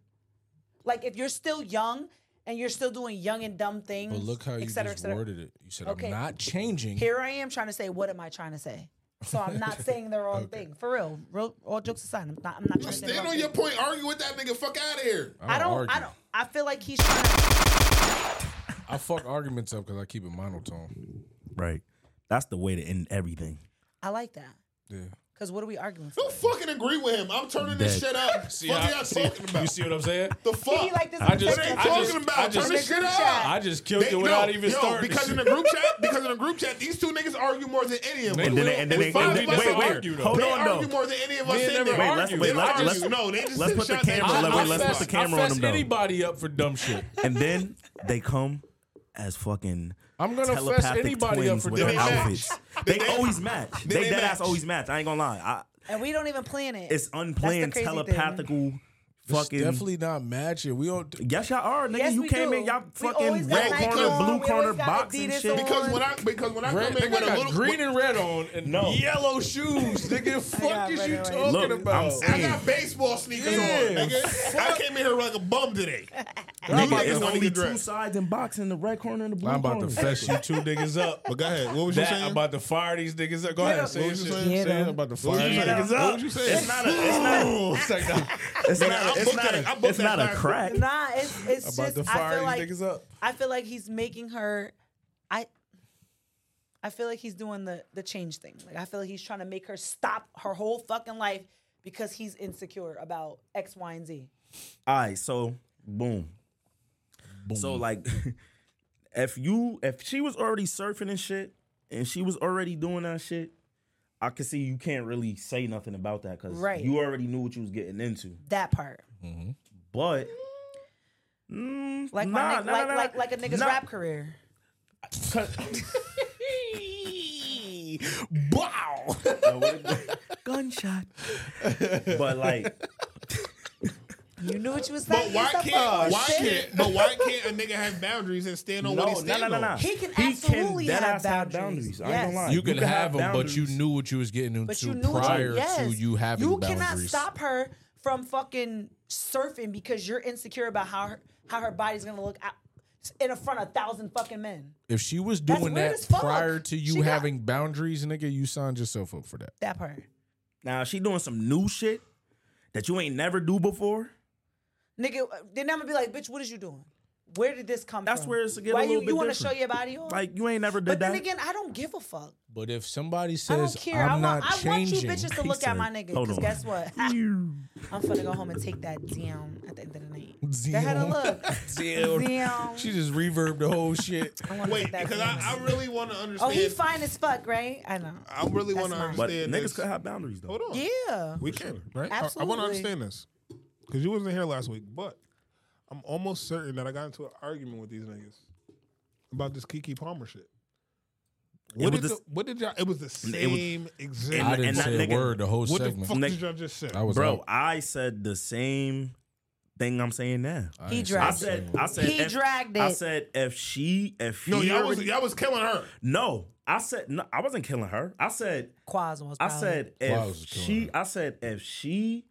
Speaker 2: Like if you're still young and you're still doing young and dumb things,
Speaker 3: But look how you
Speaker 2: et cetera,
Speaker 3: just
Speaker 2: et cetera.
Speaker 3: worded it. You said
Speaker 2: Okay.
Speaker 3: I'm not changing.
Speaker 2: Here I am trying to say, what am I trying to say? So I'm not saying the wrong thing. For real, real. All jokes aside, I'm not. I'm not trying to say the
Speaker 1: Stand
Speaker 2: wrong
Speaker 1: on your
Speaker 2: thing.
Speaker 1: point. Argue with that nigga. Fuck out of here.
Speaker 3: Uh,
Speaker 2: I don't. I don't. I feel like he's trying to.
Speaker 3: I fuck arguments up because I keep it monotone.
Speaker 4: Right. That's the way to end everything.
Speaker 2: I like that.
Speaker 3: Yeah.
Speaker 2: Cause what are we arguing for?
Speaker 1: Don't fucking agree with him. I'm turning this
Speaker 3: That-
Speaker 1: shit up.
Speaker 3: See,
Speaker 1: fuck
Speaker 3: I-
Speaker 1: are y'all
Speaker 3: see-
Speaker 1: talking about?
Speaker 3: you see what I'm saying?
Speaker 1: The fuck?
Speaker 2: He like this
Speaker 3: I just,
Speaker 1: What are you
Speaker 3: I just,
Speaker 1: talking about?
Speaker 3: I just,
Speaker 1: Turn this shit up.
Speaker 3: I just killed
Speaker 1: They-
Speaker 3: it
Speaker 1: no,
Speaker 3: without even
Speaker 1: yo,
Speaker 3: starting.
Speaker 1: Because in the group chat, because in the group chat, these two niggas argue more than any of us.
Speaker 4: And then they- and then
Speaker 1: There's
Speaker 4: they-
Speaker 1: five
Speaker 4: and
Speaker 1: of us
Speaker 4: then-
Speaker 1: in
Speaker 4: wait, wait,
Speaker 1: here.
Speaker 4: hold
Speaker 1: they
Speaker 4: on, though.
Speaker 1: argue more than any of us
Speaker 3: Me and
Speaker 1: in
Speaker 3: them
Speaker 1: there.
Speaker 3: Wait, let's- argue.
Speaker 4: wait,
Speaker 1: They
Speaker 4: let's-
Speaker 1: argue.
Speaker 4: let's-
Speaker 1: no, they just
Speaker 4: let's
Speaker 1: send
Speaker 4: put the
Speaker 1: shots at
Speaker 4: camera-
Speaker 1: each
Speaker 4: let-
Speaker 1: other.
Speaker 4: wait, let's put the camera
Speaker 3: I
Speaker 4: on
Speaker 3: fess
Speaker 4: him, though.
Speaker 3: anybody up for dumb shit.
Speaker 4: And then they come as fucking.
Speaker 3: I'm gonna fess
Speaker 4: telepathic
Speaker 3: anybody up
Speaker 4: twins
Speaker 3: for
Speaker 4: with their
Speaker 3: doing that.
Speaker 4: outfits. They always match.
Speaker 1: They-
Speaker 4: They
Speaker 1: they
Speaker 4: dead ass
Speaker 1: match.
Speaker 4: always match. I ain't gonna lie. I,
Speaker 2: And we don't even plan it.
Speaker 4: it's
Speaker 2: That's the
Speaker 4: unplanned
Speaker 2: crazy thing.
Speaker 4: telepathical.
Speaker 3: It's
Speaker 4: Fucking
Speaker 3: definitely not matching. We don't.
Speaker 4: Yes, y'all are, nigga.
Speaker 2: Yes,
Speaker 4: you
Speaker 2: we
Speaker 4: came
Speaker 2: do.
Speaker 4: in, y'all
Speaker 2: We
Speaker 4: fucking
Speaker 2: always got
Speaker 4: red
Speaker 2: Nike
Speaker 4: corner,
Speaker 2: on,
Speaker 4: blue
Speaker 2: we
Speaker 4: corner,
Speaker 2: always got
Speaker 4: box and
Speaker 2: Adidas
Speaker 4: shit.
Speaker 2: on.
Speaker 1: Because when I because when I
Speaker 3: Red,
Speaker 1: come in
Speaker 3: nigga
Speaker 1: with a
Speaker 3: got
Speaker 1: little
Speaker 3: green and red on and
Speaker 4: No.
Speaker 3: yellow shoes. Nigga, fuck is
Speaker 2: red
Speaker 3: you
Speaker 2: and white.
Speaker 3: talking
Speaker 4: Look, I'm
Speaker 3: about?
Speaker 1: I
Speaker 4: saying-
Speaker 1: got baseball sneakers
Speaker 3: Yeah.
Speaker 1: on, nigga. I came in here like a bum today.
Speaker 4: Nigga,
Speaker 1: niggas
Speaker 4: it's
Speaker 1: wanna
Speaker 4: only
Speaker 1: get
Speaker 4: two
Speaker 1: dressed.
Speaker 4: sides in boxing, the red corner and the blue
Speaker 3: I'm about to
Speaker 4: corner.
Speaker 3: fess you two niggas up.
Speaker 1: But go ahead. What was you
Speaker 3: That,
Speaker 1: saying?
Speaker 3: I'm about to fire these niggas up. Go
Speaker 1: Yeah.
Speaker 3: ahead. Say
Speaker 1: What was
Speaker 3: your
Speaker 1: you
Speaker 3: shit.
Speaker 1: saying?
Speaker 3: Say I'm about to fire these
Speaker 1: Yeah.
Speaker 3: niggas
Speaker 1: What
Speaker 3: up.
Speaker 1: was you saying?
Speaker 4: It's not a, it's not,
Speaker 3: It's like that.
Speaker 4: it's
Speaker 1: Nigga,
Speaker 4: not,
Speaker 1: I
Speaker 4: a, it's
Speaker 1: booked
Speaker 4: not,
Speaker 1: that- I
Speaker 4: a,
Speaker 1: booked
Speaker 4: it's
Speaker 1: that
Speaker 4: not a
Speaker 1: class.
Speaker 4: crack.
Speaker 2: Nah, it's it's
Speaker 3: About to
Speaker 2: just I
Speaker 3: fire
Speaker 2: feel
Speaker 3: these
Speaker 2: like
Speaker 3: niggas up.
Speaker 2: I feel like he's making her I I feel like he's doing the the change thing. Like I feel like he's trying to make her stop her whole fucking life because he's insecure about X, Y, and Z.
Speaker 4: All right, so boom. So like, if you if she was already surfing and shit, and she was already doing that shit, I could see you can't really say nothing about that because
Speaker 2: Right.
Speaker 4: you already knew what you was getting into.
Speaker 2: That part.
Speaker 4: But mm,
Speaker 2: Like
Speaker 4: nah,
Speaker 2: my nigga-
Speaker 4: nah,
Speaker 2: like,
Speaker 4: nah,
Speaker 2: like
Speaker 4: nah.
Speaker 2: like a nigga's
Speaker 4: Nah.
Speaker 2: rap career.
Speaker 4: wow. No, what it-
Speaker 2: Gunshot.
Speaker 4: but like,
Speaker 2: You knew what you was
Speaker 1: But
Speaker 2: saying.
Speaker 1: why
Speaker 2: Stop
Speaker 1: can't
Speaker 2: fucking
Speaker 1: why
Speaker 2: shit.
Speaker 1: can't but why can't a nigga have boundaries and stand on what
Speaker 4: no,
Speaker 1: he's
Speaker 4: no, no,
Speaker 1: standing
Speaker 4: no, no.
Speaker 1: on?
Speaker 2: He can absolutely
Speaker 4: dead
Speaker 2: have
Speaker 4: ass
Speaker 2: boundaries.
Speaker 4: I ain't
Speaker 2: Yes.
Speaker 4: gonna lie.
Speaker 3: You can have them, but
Speaker 4: boundaries.
Speaker 3: you knew what you was getting
Speaker 2: But
Speaker 3: into
Speaker 2: you knew
Speaker 3: prior
Speaker 2: what you, yes.
Speaker 3: to you having
Speaker 2: You
Speaker 3: boundaries.
Speaker 2: cannot stop her from fucking surfing because you're insecure about how her, how her body's gonna look out in front of a thousand fucking men.
Speaker 3: If she was
Speaker 2: That's
Speaker 3: doing
Speaker 2: weird
Speaker 3: that
Speaker 2: as fuck.
Speaker 3: prior to you
Speaker 2: She got-
Speaker 3: having boundaries, nigga, you signed yourself up for that.
Speaker 2: That part,
Speaker 4: Now she doing some new shit that you ain't never do before.
Speaker 2: nigga. Then I'm gonna be like, bitch, what is you doing? Where did this come
Speaker 4: That's
Speaker 2: from?
Speaker 4: where it's get a
Speaker 2: Why
Speaker 4: little
Speaker 2: you,
Speaker 4: bit
Speaker 2: you wanna
Speaker 4: different.
Speaker 2: show your body off?
Speaker 4: Like, you ain't never did
Speaker 2: But then
Speaker 4: that.
Speaker 2: again, I don't give a fuck.
Speaker 3: But if somebody
Speaker 2: I
Speaker 3: says
Speaker 2: don't care. I want,
Speaker 3: I'm not
Speaker 2: I want you
Speaker 3: changing,
Speaker 2: bitches to look at my nigga.
Speaker 3: Hold
Speaker 2: Because
Speaker 3: on.
Speaker 2: guess what? I'm finna go home and take that down at the end of the night. That had a
Speaker 3: Damn.
Speaker 2: look.
Speaker 3: Damn.
Speaker 2: Damn.
Speaker 3: She just reverbed the whole shit.
Speaker 1: Wait, because I, Uh, I really want to
Speaker 2: Oh, he
Speaker 1: understand.
Speaker 2: fine as fuck, right? I know.
Speaker 1: I really want to
Speaker 2: That's mine.
Speaker 4: But
Speaker 1: understand.
Speaker 4: niggas
Speaker 1: this.
Speaker 4: could have boundaries, though.
Speaker 1: Hold on.
Speaker 2: Yeah.
Speaker 1: We can, right? I- I, want
Speaker 2: Absolutely.
Speaker 1: to understand this because you wasn't here last week, but I'm almost certain that I got into an argument with these niggas about this Kiki Palmer shit.
Speaker 4: It
Speaker 1: What
Speaker 4: was
Speaker 1: did,
Speaker 4: the-
Speaker 1: the, what did y'all? It was the
Speaker 4: And it was-
Speaker 1: same exact.
Speaker 4: and- and that nigga-
Speaker 1: What the fuck did y'all just say?
Speaker 4: bro? I said the same thing I'm saying now.
Speaker 2: He dragged
Speaker 4: I said.
Speaker 2: it.
Speaker 4: I said.
Speaker 2: He
Speaker 4: if-
Speaker 2: dragged
Speaker 4: I
Speaker 2: it.
Speaker 4: said if she, if
Speaker 1: No,
Speaker 4: he
Speaker 1: y'all was
Speaker 4: already-
Speaker 1: y'all was killing her.
Speaker 4: No, I said no. I wasn't killing her. I said
Speaker 2: Quaz was.
Speaker 4: I
Speaker 2: probably-
Speaker 4: said
Speaker 3: Quaz was
Speaker 4: if she. I said if she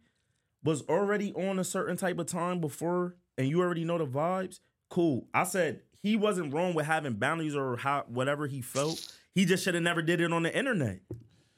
Speaker 4: was already on a certain type of time before, and you already know the vibes. Cool. I said he wasn't wrong with having boundaries or how whatever he felt. He just should have never did it on the internet.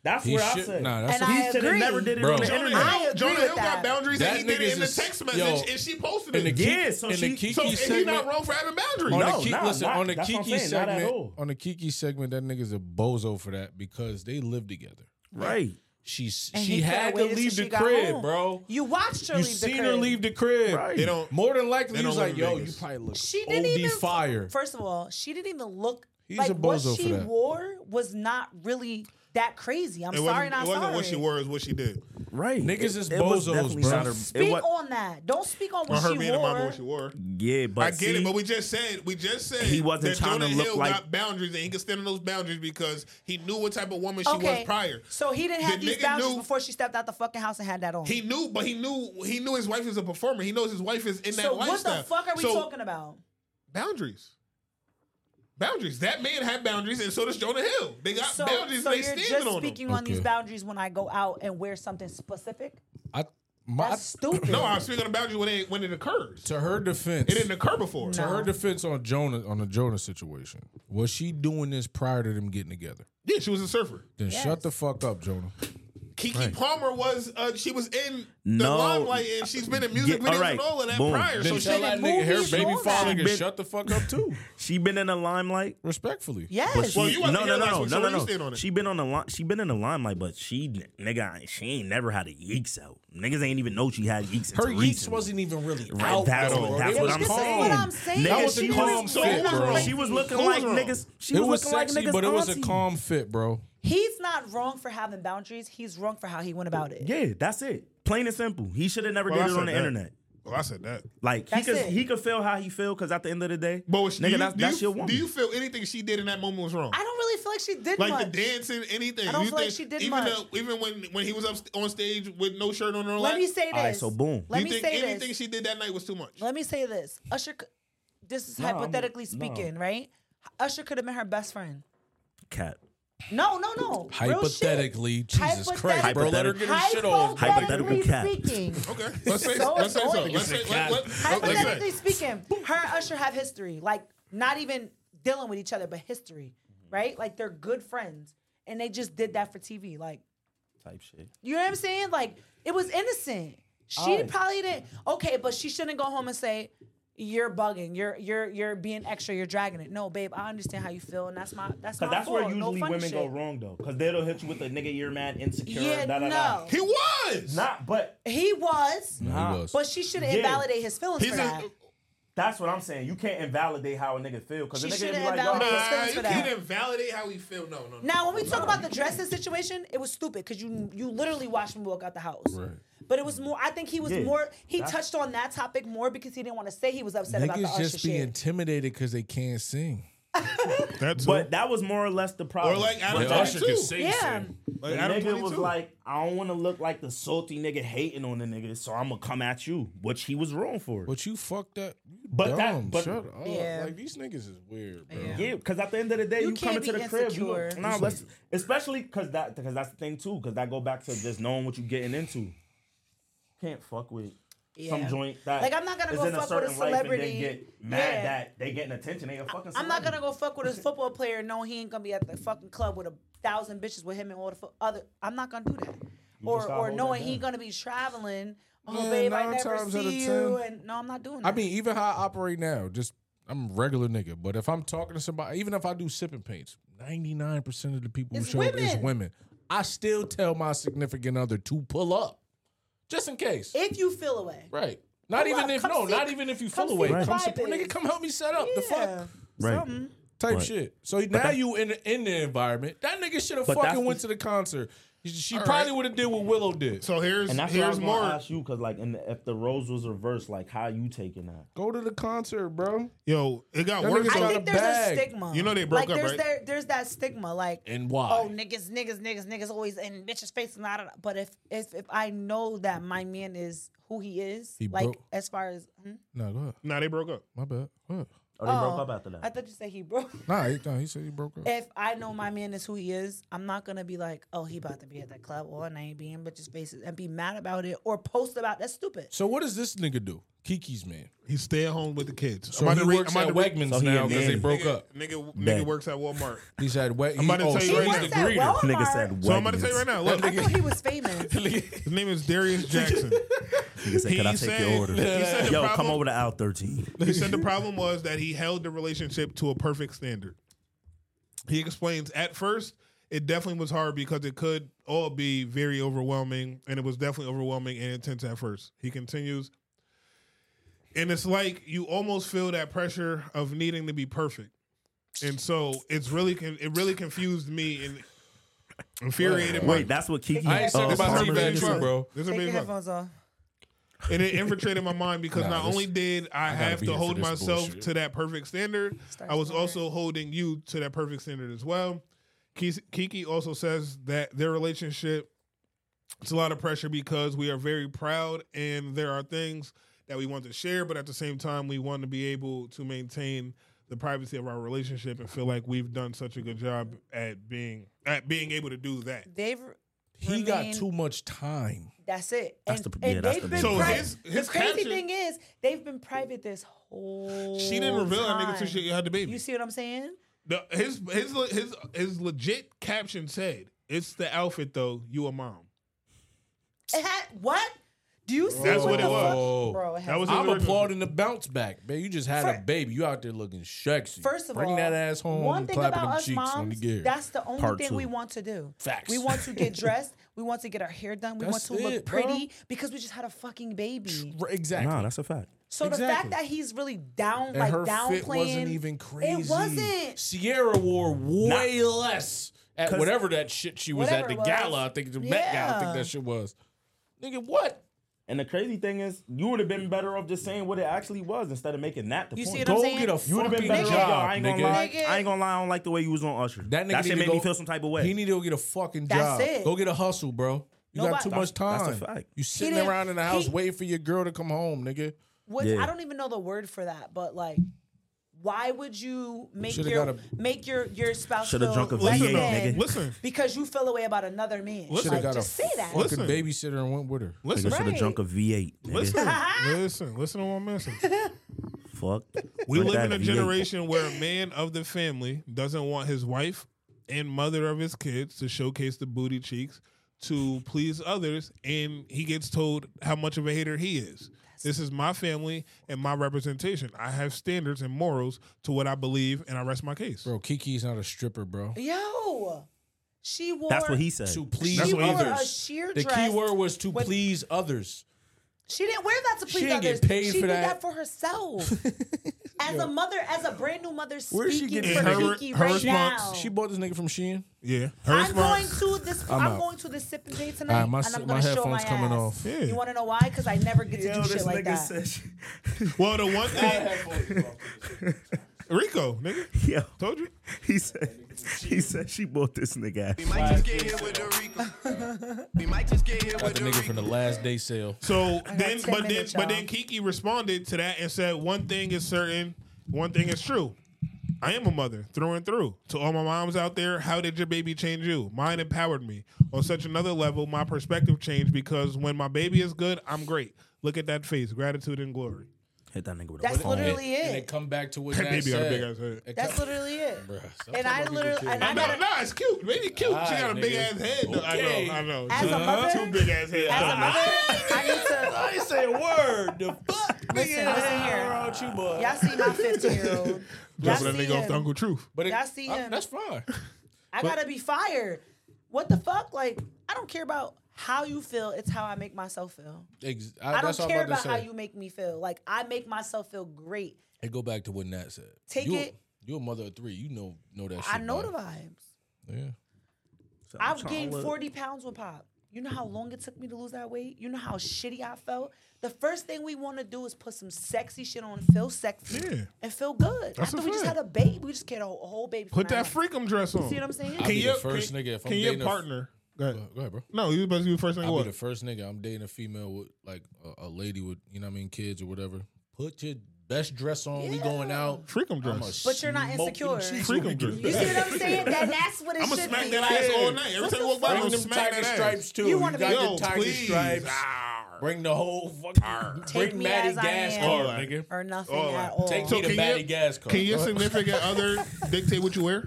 Speaker 4: That's
Speaker 3: He
Speaker 4: what I
Speaker 3: should-
Speaker 4: said.
Speaker 3: nah, that's And
Speaker 4: he
Speaker 3: a- I
Speaker 4: should have
Speaker 3: agree.
Speaker 4: never did it
Speaker 3: Bro.
Speaker 4: on the
Speaker 3: Jonah
Speaker 4: internet.
Speaker 3: Hill- I agree
Speaker 1: Jonah
Speaker 3: with
Speaker 1: Hill got
Speaker 3: that.
Speaker 1: boundaries
Speaker 3: That
Speaker 1: and he did
Speaker 3: nigga's
Speaker 1: it in the
Speaker 3: just-
Speaker 1: text message
Speaker 3: yo,
Speaker 1: and she posted
Speaker 3: in
Speaker 1: it.
Speaker 3: the Kiki- Yeah, so
Speaker 1: so
Speaker 3: in the she- Kiki
Speaker 1: so is he
Speaker 3: segment-
Speaker 1: not wrong for having boundaries?
Speaker 3: On
Speaker 4: No,
Speaker 3: the Ki-
Speaker 4: nah,
Speaker 3: listen,
Speaker 4: not-
Speaker 3: on the
Speaker 4: that's what I'm
Speaker 3: Kiki
Speaker 4: saying, not at
Speaker 3: segment,
Speaker 4: all.
Speaker 3: on the Kiki segment, that nigga's a bozo for that because they live together.
Speaker 4: Right.
Speaker 3: She's
Speaker 2: And
Speaker 3: she
Speaker 2: he
Speaker 3: had
Speaker 2: coulda
Speaker 3: to
Speaker 2: waited till
Speaker 3: leave the
Speaker 2: she got
Speaker 3: crib,
Speaker 2: home.
Speaker 3: bro.
Speaker 2: You watched her
Speaker 3: you
Speaker 2: leave the
Speaker 3: seen
Speaker 2: crib.
Speaker 3: her leave the crib.
Speaker 1: Right. They don't-
Speaker 3: More than likely,
Speaker 1: they
Speaker 3: he
Speaker 1: don't
Speaker 3: was like,
Speaker 1: live in
Speaker 3: "Yo,
Speaker 1: Vegas.
Speaker 3: you probably look
Speaker 2: She
Speaker 3: OD
Speaker 2: didn't even
Speaker 3: fire."
Speaker 2: First of all, she didn't even look
Speaker 3: He's
Speaker 2: like
Speaker 3: a
Speaker 2: what
Speaker 3: bozo
Speaker 2: she
Speaker 3: for that.
Speaker 2: wore was not really that crazy. I'm
Speaker 1: it
Speaker 2: sorry,
Speaker 1: wasn't,
Speaker 2: not
Speaker 1: it wasn't
Speaker 2: sorry.
Speaker 1: what she wore, it's what she did.
Speaker 4: Right.
Speaker 3: Niggas is
Speaker 4: it was
Speaker 3: bozos,
Speaker 4: definitely
Speaker 3: bro.
Speaker 4: not her- it
Speaker 2: Speak
Speaker 4: wa-
Speaker 2: on that. Don't speak on
Speaker 1: On
Speaker 2: what
Speaker 1: her
Speaker 2: she
Speaker 1: being a mama,
Speaker 2: wore.
Speaker 1: what she wore.
Speaker 4: yeah, but
Speaker 1: I get
Speaker 4: see,
Speaker 1: it, but we just said we just said
Speaker 4: He wasn't
Speaker 1: that
Speaker 4: trying to
Speaker 1: Jonah
Speaker 4: look
Speaker 1: Hill
Speaker 4: like-
Speaker 1: got boundaries and he could stand on those boundaries because he knew what type of woman she was prior.
Speaker 2: So he didn't
Speaker 1: The
Speaker 2: have these
Speaker 1: nigga
Speaker 2: boundaries
Speaker 1: knew-
Speaker 2: before she stepped out the fucking house and had that on.
Speaker 1: He knew, but he knew he knew his wife is a performer. He knows his wife is in that
Speaker 2: so what
Speaker 1: lifestyle.
Speaker 2: the fuck are we
Speaker 1: So,
Speaker 2: talking about?
Speaker 1: Boundaries. Boundaries. That man had boundaries, and so does Jonah Hill. They got
Speaker 2: So,
Speaker 1: boundaries.
Speaker 2: so
Speaker 1: and
Speaker 2: you're
Speaker 1: they standing
Speaker 2: just
Speaker 1: on
Speaker 2: speaking
Speaker 1: them.
Speaker 2: on these
Speaker 3: Okay.
Speaker 2: boundaries when I go out and wear something specific?
Speaker 3: I, my,
Speaker 2: That's stupid.
Speaker 1: No, I'm speaking on the boundaries when it when it occurs.
Speaker 3: to her defense,
Speaker 1: It didn't occur before.
Speaker 3: To her defense on Jonah on the Jonah situation, was she doing this prior to them getting together?
Speaker 1: Yeah, she was a surfer.
Speaker 3: Then shut the fuck up, Jonah.
Speaker 1: Kiki
Speaker 3: Right.
Speaker 1: Palmer was uh, she was in the
Speaker 3: No.
Speaker 1: limelight and she's been in music
Speaker 4: Yeah,
Speaker 1: videos
Speaker 4: all right.
Speaker 1: and all of that
Speaker 4: Boom.
Speaker 1: prior.
Speaker 3: Then
Speaker 1: so
Speaker 3: tell
Speaker 1: she
Speaker 3: that
Speaker 1: didn't
Speaker 3: nigga her
Speaker 1: movies
Speaker 3: baby
Speaker 1: and all
Speaker 3: father
Speaker 1: that.
Speaker 3: nigga, shut the fuck up too.
Speaker 4: She been in the limelight.
Speaker 3: Respectfully.
Speaker 4: But
Speaker 2: Yes.
Speaker 4: she,
Speaker 1: Well, you wasn't
Speaker 4: no,
Speaker 1: here
Speaker 4: no, no,
Speaker 1: last
Speaker 4: no,
Speaker 1: week, so
Speaker 4: no,
Speaker 1: where you
Speaker 4: no,
Speaker 1: stand on it?
Speaker 4: She been on the line. She been in the limelight, but she, nigga, she ain't never had a yeeks out. Niggas ain't even know she had yeeks.
Speaker 3: Her
Speaker 4: until
Speaker 3: yeeks
Speaker 4: recently.
Speaker 3: wasn't even really
Speaker 4: Right,
Speaker 3: out.
Speaker 4: that's
Speaker 3: though,
Speaker 4: what-
Speaker 3: bro.
Speaker 4: that's
Speaker 3: It
Speaker 4: what
Speaker 3: was
Speaker 4: I'm
Speaker 3: calm.
Speaker 4: saying. This is what I'm saying.
Speaker 3: That
Speaker 4: Nigga,
Speaker 3: was a
Speaker 4: she
Speaker 3: calm
Speaker 4: was-
Speaker 3: fit,
Speaker 4: so
Speaker 3: bro.
Speaker 4: she was looking Who was like wrong? niggas- she
Speaker 3: it
Speaker 4: was
Speaker 3: was
Speaker 4: looking like
Speaker 3: sexy,
Speaker 4: niggas'
Speaker 3: but it was a
Speaker 4: auntie.
Speaker 3: calm fit, bro.
Speaker 2: He's not wrong for having boundaries. He's wrong for how he went about it.
Speaker 4: Yeah, that's it. Plain and simple. He should have never
Speaker 1: Well, I
Speaker 4: did it
Speaker 1: said
Speaker 4: on the
Speaker 1: that.
Speaker 4: internet.
Speaker 1: Well, I said that.
Speaker 4: Like
Speaker 2: That's
Speaker 4: he could
Speaker 2: it.
Speaker 4: he could feel how he feel because at the end of the day,
Speaker 1: But was, do
Speaker 4: nigga,
Speaker 1: you,
Speaker 4: that's,
Speaker 1: do
Speaker 4: that's
Speaker 1: you,
Speaker 4: your woman.
Speaker 1: Do you feel anything she did in that moment was wrong?
Speaker 2: I don't really feel like she did
Speaker 1: like
Speaker 2: much.
Speaker 1: the dancing, anything.
Speaker 2: I don't
Speaker 1: You
Speaker 2: feel like
Speaker 1: think
Speaker 2: she did
Speaker 1: even
Speaker 2: much.
Speaker 1: though- even when when he was up st- on stage with no shirt on or all
Speaker 2: Let
Speaker 1: that?
Speaker 2: me say
Speaker 4: All right,
Speaker 2: this.
Speaker 4: so boom.
Speaker 2: Let
Speaker 1: you
Speaker 2: me
Speaker 1: think
Speaker 2: say
Speaker 1: anything
Speaker 2: this.
Speaker 1: she did that night was too much?
Speaker 2: Let me say this. Usher, c- this is
Speaker 1: No, I'm-
Speaker 2: hypothetically
Speaker 1: no.
Speaker 2: speaking, right? Usher could have been her best friend.
Speaker 4: Cat.
Speaker 2: No, no, no. Real shit.
Speaker 3: Hypothetically, Jesus Christ, bro.
Speaker 4: Hypothetically-
Speaker 3: Let her get her shit off. bro.
Speaker 4: Hypothetically cat.
Speaker 2: Speaking.
Speaker 1: Okay. Let's say
Speaker 2: So
Speaker 1: let's say
Speaker 2: annoying.
Speaker 1: something. Let's say let, let, let, let's say.
Speaker 2: Hypothetically speaking, her and Usher have history. Like, not even dealing with each other, but history,
Speaker 4: Mm-hmm.
Speaker 2: right? Like, they're good friends. And they just did that for TV. Like,
Speaker 4: type shit.
Speaker 2: you know what I'm saying? Like, it was innocent. She
Speaker 4: Aye.
Speaker 2: probably didn't. Okay, but she shouldn't go home and say, "You're bugging. You're you're you're being extra. You're dragging it." No, babe, I understand how you feel, and that's my that's my
Speaker 4: Because that's
Speaker 2: fault.
Speaker 4: where usually
Speaker 2: no funny
Speaker 4: women
Speaker 2: shit.
Speaker 4: go wrong though. Because they'll hit you with the nigga, you're mad, insecure.
Speaker 2: Yeah,
Speaker 4: da, da,
Speaker 2: no.
Speaker 4: da.
Speaker 1: He was.
Speaker 4: Not, but
Speaker 2: He was,
Speaker 4: Nah. was.
Speaker 2: but she shouldn't
Speaker 4: Yeah.
Speaker 2: invalidate his feelings
Speaker 4: He's
Speaker 2: for
Speaker 4: a-
Speaker 2: that.
Speaker 4: that's what I'm saying. You can't invalidate how a nigga feel because a
Speaker 2: She
Speaker 4: nigga be
Speaker 2: shouldn't
Speaker 4: like,
Speaker 2: invalidate his
Speaker 4: nah,
Speaker 2: feelings
Speaker 1: You
Speaker 2: for that.
Speaker 1: can't invalidate how he feel. No, no, no.
Speaker 2: Now, when we talk about the dressing situation, it was stupid because you you literally watched him walk out the house.
Speaker 3: Right.
Speaker 2: But it was more. I think he was
Speaker 3: Yeah,
Speaker 2: more. He
Speaker 3: that's-
Speaker 2: touched on that topic more because he didn't want to say he was upset about the
Speaker 3: Niggas
Speaker 2: Usher
Speaker 3: just be
Speaker 2: shit.
Speaker 3: intimidated because they can't sing.
Speaker 1: That's
Speaker 4: but that was more or less the problem.
Speaker 3: Or like Adam
Speaker 4: But
Speaker 3: Yeah,
Speaker 4: that-
Speaker 3: Usher could sing,
Speaker 2: Yeah.
Speaker 3: sing.
Speaker 1: Like
Speaker 4: the
Speaker 1: Adam
Speaker 4: nigga was
Speaker 1: 22.
Speaker 4: like, I don't want to look like the salty nigga hating on the nigga, so I'm gonna come at you, which he was wrong for.
Speaker 3: But you fucked up.
Speaker 4: But that-
Speaker 3: Dumb,
Speaker 4: but-
Speaker 3: shut up.
Speaker 4: Yeah.
Speaker 3: Like these niggas is weird, bro.
Speaker 4: Yeah, because at the end of the day,
Speaker 2: You
Speaker 4: you,
Speaker 2: can't
Speaker 4: come into
Speaker 2: be
Speaker 4: the crib. You,
Speaker 2: insecure.
Speaker 4: nah, let's especially because that because that's the thing too. Because that go back to just knowing what you getting into. Can't fuck with some
Speaker 2: Yeah.
Speaker 4: joint that
Speaker 2: Like, I'm not gonna
Speaker 4: is
Speaker 2: go
Speaker 4: in
Speaker 2: fuck with a
Speaker 4: certain life and then
Speaker 2: celebrity.
Speaker 4: get mad
Speaker 2: Yeah.
Speaker 4: that they getting attention. They a fucking.
Speaker 2: I'm not
Speaker 4: celebrity.
Speaker 2: gonna go fuck with a football player knowing he ain't gonna be at the fucking club with a thousand bitches with him and all the fu- other. I'm not gonna do that.
Speaker 3: just
Speaker 2: or
Speaker 3: gotta
Speaker 2: or
Speaker 3: hold
Speaker 2: knowing
Speaker 3: that
Speaker 2: he
Speaker 3: down.
Speaker 2: gonna be traveling. Oh
Speaker 3: Yeah,
Speaker 2: babe, I
Speaker 3: nine
Speaker 2: never
Speaker 3: times out of
Speaker 2: see you.
Speaker 3: 10.
Speaker 2: And no, I'm not doing that.
Speaker 3: I mean, even how I operate now, just I'm a regular nigga, but if I'm talking to somebody, even if I do sipping paints, 99% of the people who
Speaker 2: It's
Speaker 3: show up is
Speaker 2: women.
Speaker 3: women. I still tell my significant other to pull up, just in case.
Speaker 2: If you feel away.
Speaker 3: Right. Not
Speaker 2: Pull
Speaker 3: even
Speaker 2: up,
Speaker 3: if
Speaker 2: come
Speaker 3: no,
Speaker 2: see-
Speaker 3: not even if you
Speaker 2: come
Speaker 3: feel away.
Speaker 2: see what the
Speaker 3: Come support,
Speaker 2: vibe
Speaker 3: nigga.
Speaker 2: is.
Speaker 3: Come help me set up the fuck
Speaker 4: Right.
Speaker 2: Something.
Speaker 3: type
Speaker 4: Right.
Speaker 3: shit. So now
Speaker 4: that-
Speaker 3: you in the, in the environment. That nigga should have
Speaker 4: But that's
Speaker 3: fucking
Speaker 4: the-
Speaker 3: went to the concert. She- She
Speaker 1: All
Speaker 3: probably would have did what Willow did.
Speaker 1: So here's
Speaker 4: And that's what I was
Speaker 1: here's
Speaker 4: gonna
Speaker 1: more.
Speaker 4: ask you because, like, in the, if the roles was reversed, like, how you taking that?
Speaker 3: Go to the concert, bro.
Speaker 1: Yo, it got
Speaker 3: That
Speaker 1: worse.
Speaker 3: nigga
Speaker 1: though.
Speaker 3: got
Speaker 2: I think there's a stigma.
Speaker 1: You know they broke
Speaker 2: like,
Speaker 1: up,
Speaker 2: there's
Speaker 1: right?
Speaker 2: There, there's that stigma, like
Speaker 3: And why?
Speaker 2: Oh, niggas, niggas, niggas, niggas, always in bitches' face. And not. But if if if I know that my man is who he is,
Speaker 3: He
Speaker 2: like
Speaker 3: broke-
Speaker 2: as far as hmm?
Speaker 3: No, go ahead.
Speaker 1: Nah, they broke up.
Speaker 3: My bad. What?
Speaker 2: Oh, I thought you said he broke.
Speaker 3: Nah, he, nah, he said he broke up.
Speaker 2: If I know my man is who he is, I'm not gonna be like, oh, he about to be at that club all night, be in bitches' faces, and be mad about it or post about. That's stupid.
Speaker 3: So what does this nigga do? Kiki's man.
Speaker 1: He stay at home with the kids.
Speaker 3: So
Speaker 1: I'm about
Speaker 3: he
Speaker 1: to read-
Speaker 3: works
Speaker 1: I'm
Speaker 3: at
Speaker 1: about to read-
Speaker 3: Wegmans So he now a 'cause they nanny. broke
Speaker 1: Nigga-
Speaker 3: up.
Speaker 1: Nigga,
Speaker 3: Bet.
Speaker 1: nigga works at Walmart.
Speaker 3: He's at Wet.
Speaker 1: I'm about to tell you right now.
Speaker 3: the greeter.
Speaker 4: Nigga said
Speaker 1: So I'm about to tell you right now. Look,
Speaker 2: I thought he was famous.
Speaker 1: his name is Darius Jackson.
Speaker 4: Nigga said,
Speaker 1: He
Speaker 4: "Can I take
Speaker 1: said-
Speaker 4: your order?"
Speaker 1: he said the
Speaker 4: Yo, come
Speaker 1: problem-
Speaker 4: over to aisle thirteen.
Speaker 1: He said the problem was that he held the relationship to a perfect standard. He explains at first it definitely was hard because it could all be very overwhelming, and it was definitely overwhelming and intense at first. He continues, and it's like you almost feel that pressure of needing to be perfect, and so it's really con- it really confused me and infuriated. my-
Speaker 4: Wait, that's what Kiki.
Speaker 1: I ain't talking about
Speaker 4: Palmer
Speaker 1: T-Bag
Speaker 4: did?
Speaker 1: too, bro. This is a
Speaker 2: Take your
Speaker 1: big fuck.
Speaker 2: headphones off.
Speaker 1: and it infiltrated my mind because
Speaker 3: Nah,
Speaker 1: not
Speaker 3: this-
Speaker 1: only did I,
Speaker 3: I gotta
Speaker 1: have
Speaker 3: be
Speaker 1: to
Speaker 3: here for
Speaker 1: hold
Speaker 3: this
Speaker 1: myself
Speaker 3: bullshit.
Speaker 1: to that perfect standard,
Speaker 2: Start
Speaker 1: I was
Speaker 2: somewhere.
Speaker 1: also holding you to that perfect standard as well. Kis- Kiki also says that their relationship it's a lot of pressure because we are very proud and there are things that we want to share, but at the same time we want to be able to maintain the privacy of our relationship and feel like we've done such a good job at being at being able to do that.
Speaker 2: They've
Speaker 3: He got
Speaker 2: remained-
Speaker 3: too much time.
Speaker 2: That's it.
Speaker 3: That's
Speaker 2: and
Speaker 3: the- yeah,
Speaker 2: and
Speaker 3: that's
Speaker 2: they've
Speaker 3: the
Speaker 2: been
Speaker 3: big So
Speaker 2: pri-
Speaker 3: his-
Speaker 1: his
Speaker 2: the crazy
Speaker 1: caption-
Speaker 2: thing is they've been private this whole.
Speaker 1: She didn't reveal that nigga
Speaker 2: time.
Speaker 1: till she had the baby.
Speaker 2: You see what I'm saying?
Speaker 1: The, his his his his legit caption said, "It's the outfit though. You a mom."
Speaker 2: It had, what? Do you see
Speaker 1: That's what
Speaker 2: the
Speaker 1: it was.
Speaker 2: fuck- Bro, it
Speaker 1: That
Speaker 2: has
Speaker 1: was
Speaker 3: I'm
Speaker 1: his original-
Speaker 3: applauding the bounce back, man. You just had a
Speaker 2: Fir-
Speaker 3: baby. You out there looking sexy.
Speaker 2: First of
Speaker 3: bring
Speaker 2: all,
Speaker 3: that ass home.
Speaker 2: One
Speaker 3: and
Speaker 2: thing
Speaker 3: clapping
Speaker 2: about
Speaker 3: them
Speaker 2: us
Speaker 3: cheeks on the
Speaker 2: moms,
Speaker 3: gear.
Speaker 2: that's the only
Speaker 3: Part
Speaker 2: thing
Speaker 3: two.
Speaker 2: we want to do.
Speaker 3: Facts.
Speaker 2: We want to get dressed. We want to get our hair done. We
Speaker 3: That's
Speaker 2: want to look
Speaker 3: it, bro.
Speaker 2: pretty because we just had a fucking baby.
Speaker 3: Exactly.
Speaker 4: Nah, that's a fact.
Speaker 2: So the fact
Speaker 3: Exactly.
Speaker 2: that he's really down,
Speaker 3: and
Speaker 2: like
Speaker 3: her
Speaker 2: downplaying,
Speaker 3: fit wasn't even crazy.
Speaker 2: It wasn't.
Speaker 3: Sierra wore way less at
Speaker 4: 'Cause-
Speaker 3: whatever that shit she was
Speaker 2: Whatever
Speaker 3: at the
Speaker 2: it was.
Speaker 3: gala. I think the Met gala. I think
Speaker 2: Yeah.
Speaker 3: that shit was. Nigga, what?
Speaker 4: And the crazy thing is, you would have been better off just saying what it actually was instead of making that the
Speaker 2: You
Speaker 4: point.
Speaker 2: see what I'm Go saying? get a
Speaker 4: You would've been
Speaker 3: fucking
Speaker 4: better off,
Speaker 3: job,
Speaker 4: yo, I ain't gonna
Speaker 3: nigga.
Speaker 4: lie.
Speaker 2: Nigga.
Speaker 4: I ain't gonna lie. I don't like the way you was on Usher.
Speaker 3: That nigga
Speaker 4: that
Speaker 3: need
Speaker 4: shit
Speaker 3: to
Speaker 4: made me
Speaker 3: go-
Speaker 4: feel some type of way.
Speaker 3: He need to go get a fucking job.
Speaker 2: That's it.
Speaker 3: Go get a hustle, bro. You got
Speaker 2: Nobody-
Speaker 3: too much time.
Speaker 4: That's- that's a fact.
Speaker 3: You sitting
Speaker 2: didn't-
Speaker 3: around in the house
Speaker 2: he-
Speaker 3: waiting for your girl to come home, nigga.
Speaker 2: Which
Speaker 3: Yeah.
Speaker 2: I don't even know the word for that, but like, why would you make
Speaker 3: Shoulda
Speaker 2: your
Speaker 3: got
Speaker 2: make your your spouse
Speaker 3: Shoulda
Speaker 2: feel
Speaker 3: drunk a
Speaker 2: less
Speaker 3: V8,
Speaker 2: than
Speaker 3: nigga.
Speaker 1: Listen.
Speaker 2: because you feel away about another man?
Speaker 3: Should
Speaker 2: Like,
Speaker 3: have got a
Speaker 2: just say that.
Speaker 3: fucking babysitter and went with her.
Speaker 1: Listen.
Speaker 4: Nigga should have
Speaker 2: Right.
Speaker 4: drunk a V8. Nigga.
Speaker 1: Listen, listen, listen to one message.
Speaker 4: Fuck.
Speaker 1: We
Speaker 4: Drink
Speaker 1: live in
Speaker 4: that
Speaker 1: a
Speaker 4: V8.
Speaker 1: generation where a man of the family doesn't want his wife and mother of his kids to showcase the booty cheeks to please others, and he gets told how much of a hater he is. This is my family and my representation. I have standards and morals to what I believe, and I rest my case.
Speaker 3: Bro, Kiki's not a stripper, bro.
Speaker 2: Yo, she wore.
Speaker 3: That's what he said. To please That's what he
Speaker 2: wore
Speaker 3: said.
Speaker 2: a sheer
Speaker 3: The key
Speaker 2: dress.
Speaker 3: word was to please others.
Speaker 2: She didn't wear that to
Speaker 3: She
Speaker 2: please
Speaker 3: didn't get
Speaker 2: others.
Speaker 3: paid
Speaker 2: she
Speaker 3: for
Speaker 2: did
Speaker 3: that.
Speaker 2: that. for herself. as a mother, as a brand new mother,
Speaker 3: Where's she
Speaker 2: speaking
Speaker 3: getting
Speaker 2: for
Speaker 3: her,
Speaker 2: Kiki
Speaker 3: her
Speaker 2: right
Speaker 3: response?
Speaker 2: now.
Speaker 3: She bought this nigga from Shein.
Speaker 1: Yeah,
Speaker 2: I'm going to this.
Speaker 3: I'm
Speaker 2: I'm,
Speaker 3: out.
Speaker 2: going to this sip and date
Speaker 3: All
Speaker 2: tonight,
Speaker 3: right, my
Speaker 2: and
Speaker 3: si-
Speaker 2: I'm
Speaker 3: my
Speaker 2: going to show my
Speaker 3: headphones
Speaker 2: ass.
Speaker 3: coming off. Yeah.
Speaker 2: You want to know why? Because I never get to
Speaker 4: Yo,
Speaker 2: do
Speaker 4: this
Speaker 2: shit like
Speaker 4: nigga
Speaker 2: that.
Speaker 4: said she-
Speaker 1: Well, the one thing, Rico, nigga,
Speaker 4: Yo,
Speaker 1: told you.
Speaker 4: He said, he said she bought this nigga.
Speaker 7: We might just get here with the Rico. We might just get here
Speaker 3: Got
Speaker 7: with
Speaker 3: the
Speaker 7: the
Speaker 3: nigga from the last day sale.
Speaker 1: So
Speaker 7: I got
Speaker 1: then,
Speaker 7: 10
Speaker 1: but then,
Speaker 7: minutes,
Speaker 1: but
Speaker 7: y'all.
Speaker 1: then Kiki responded to that and said, "One thing is certain, one thing is true. I am a mother through and through. To all my moms out there, how did your baby change you? Mine empowered me on such another level. My perspective changed because when my baby is good, I'm great. Look at that face, gratitude and glory.
Speaker 4: Hit that nigga with
Speaker 2: That's literally
Speaker 3: And
Speaker 2: it.
Speaker 3: it come back to what
Speaker 1: That
Speaker 3: Nat
Speaker 1: baby got a
Speaker 3: said.
Speaker 1: big ass head.
Speaker 3: It
Speaker 2: That's
Speaker 3: come-
Speaker 2: literally it.
Speaker 3: Bruh, stop
Speaker 2: And I
Speaker 3: talking about
Speaker 2: literally,
Speaker 3: Kiki.
Speaker 2: and I
Speaker 1: No,
Speaker 2: got
Speaker 1: no, it's cute. Baby cute. she got a
Speaker 3: Alright,
Speaker 1: big
Speaker 3: nigga.
Speaker 1: ass head. though. I
Speaker 3: Okay.
Speaker 1: know, I know.
Speaker 2: As a
Speaker 1: Two-
Speaker 2: mother-
Speaker 1: two big ass head.
Speaker 2: as a mother, I need to.
Speaker 3: I ain't say a word. The fuck?
Speaker 2: Listen, listen here.
Speaker 3: Out you, boy.
Speaker 2: Y'all see my 15 year old.
Speaker 1: Just that nigga off the Uncle Truth.
Speaker 3: But
Speaker 2: Y'all see
Speaker 3: I-
Speaker 2: him.
Speaker 3: That's fine.
Speaker 2: I
Speaker 3: But-
Speaker 2: gotta be fired. What the fuck? Like, I don't care about how you feel. It's how I make myself feel.
Speaker 3: Ex- I,
Speaker 1: Uh,
Speaker 2: I, don't
Speaker 3: that's all I'm
Speaker 2: care
Speaker 3: about,
Speaker 2: about,
Speaker 3: to
Speaker 2: how
Speaker 3: say.
Speaker 2: you make me feel. Like, I make myself feel great.
Speaker 3: And go back to what Nat said.
Speaker 2: Take
Speaker 3: you,
Speaker 2: it-
Speaker 3: You're a mother of three. You know know that.
Speaker 2: I
Speaker 3: shit,
Speaker 2: know
Speaker 3: man.
Speaker 2: the vibes.
Speaker 3: Yeah.
Speaker 2: I've gained 40 pounds with pop. You know how long it took me to lose that weight? You know how shitty I felt? The first thing we want to do is put some sexy shit on, feel sexy,
Speaker 1: Yeah.
Speaker 2: and feel good.
Speaker 1: That's
Speaker 2: After
Speaker 1: a
Speaker 2: we just
Speaker 1: fact.
Speaker 2: had a baby, we just carried a whole- whole baby. for
Speaker 1: Put
Speaker 2: nine
Speaker 1: that freakum dress
Speaker 2: You
Speaker 1: on.
Speaker 2: see what I'm saying?
Speaker 3: I'll
Speaker 1: Can
Speaker 3: be
Speaker 1: your-
Speaker 3: the first
Speaker 1: can-
Speaker 3: nigga if I'm
Speaker 1: can your
Speaker 3: dating a-
Speaker 1: partner? Go ahead.
Speaker 3: Go ahead, bro.
Speaker 1: No, you supposed to be the first nigga.
Speaker 3: I'll
Speaker 1: What?
Speaker 3: be the first nigga. I'm dating a female with like a, a lady with you know what I mean kids or whatever. Put your best dress on. We going out.
Speaker 1: Freakum
Speaker 3: I'ma
Speaker 1: dress.
Speaker 2: But you're not
Speaker 3: smoke them
Speaker 2: insecure.
Speaker 3: cheeks
Speaker 1: Freakum
Speaker 3: on
Speaker 1: dress.
Speaker 2: You see what I'm saying? That, that's what it
Speaker 1: I'ma
Speaker 2: should
Speaker 1: smack
Speaker 2: be.
Speaker 1: that
Speaker 2: like-
Speaker 1: ass all night. Every
Speaker 2: What
Speaker 1: time
Speaker 2: the
Speaker 1: you walk by,
Speaker 2: fuck?
Speaker 1: I'm
Speaker 3: Bring
Speaker 1: gonna
Speaker 3: them
Speaker 1: smack
Speaker 3: tiger
Speaker 1: that ass.
Speaker 3: stripes too.
Speaker 2: You
Speaker 3: You,
Speaker 2: wanna
Speaker 3: got
Speaker 2: be-
Speaker 3: the
Speaker 1: Yo,
Speaker 3: tiger
Speaker 1: please.
Speaker 3: stripes. Bring the whole fucking.
Speaker 2: Take
Speaker 3: bring
Speaker 2: me
Speaker 3: Maddie
Speaker 2: as I
Speaker 3: Gas
Speaker 2: am,
Speaker 3: card, nigga.
Speaker 2: Or nothing
Speaker 3: All
Speaker 2: at
Speaker 3: that.
Speaker 2: all.
Speaker 3: Take me to
Speaker 1: can your-
Speaker 3: Maddie Gas card.
Speaker 1: Can your significant other dictate what you wear?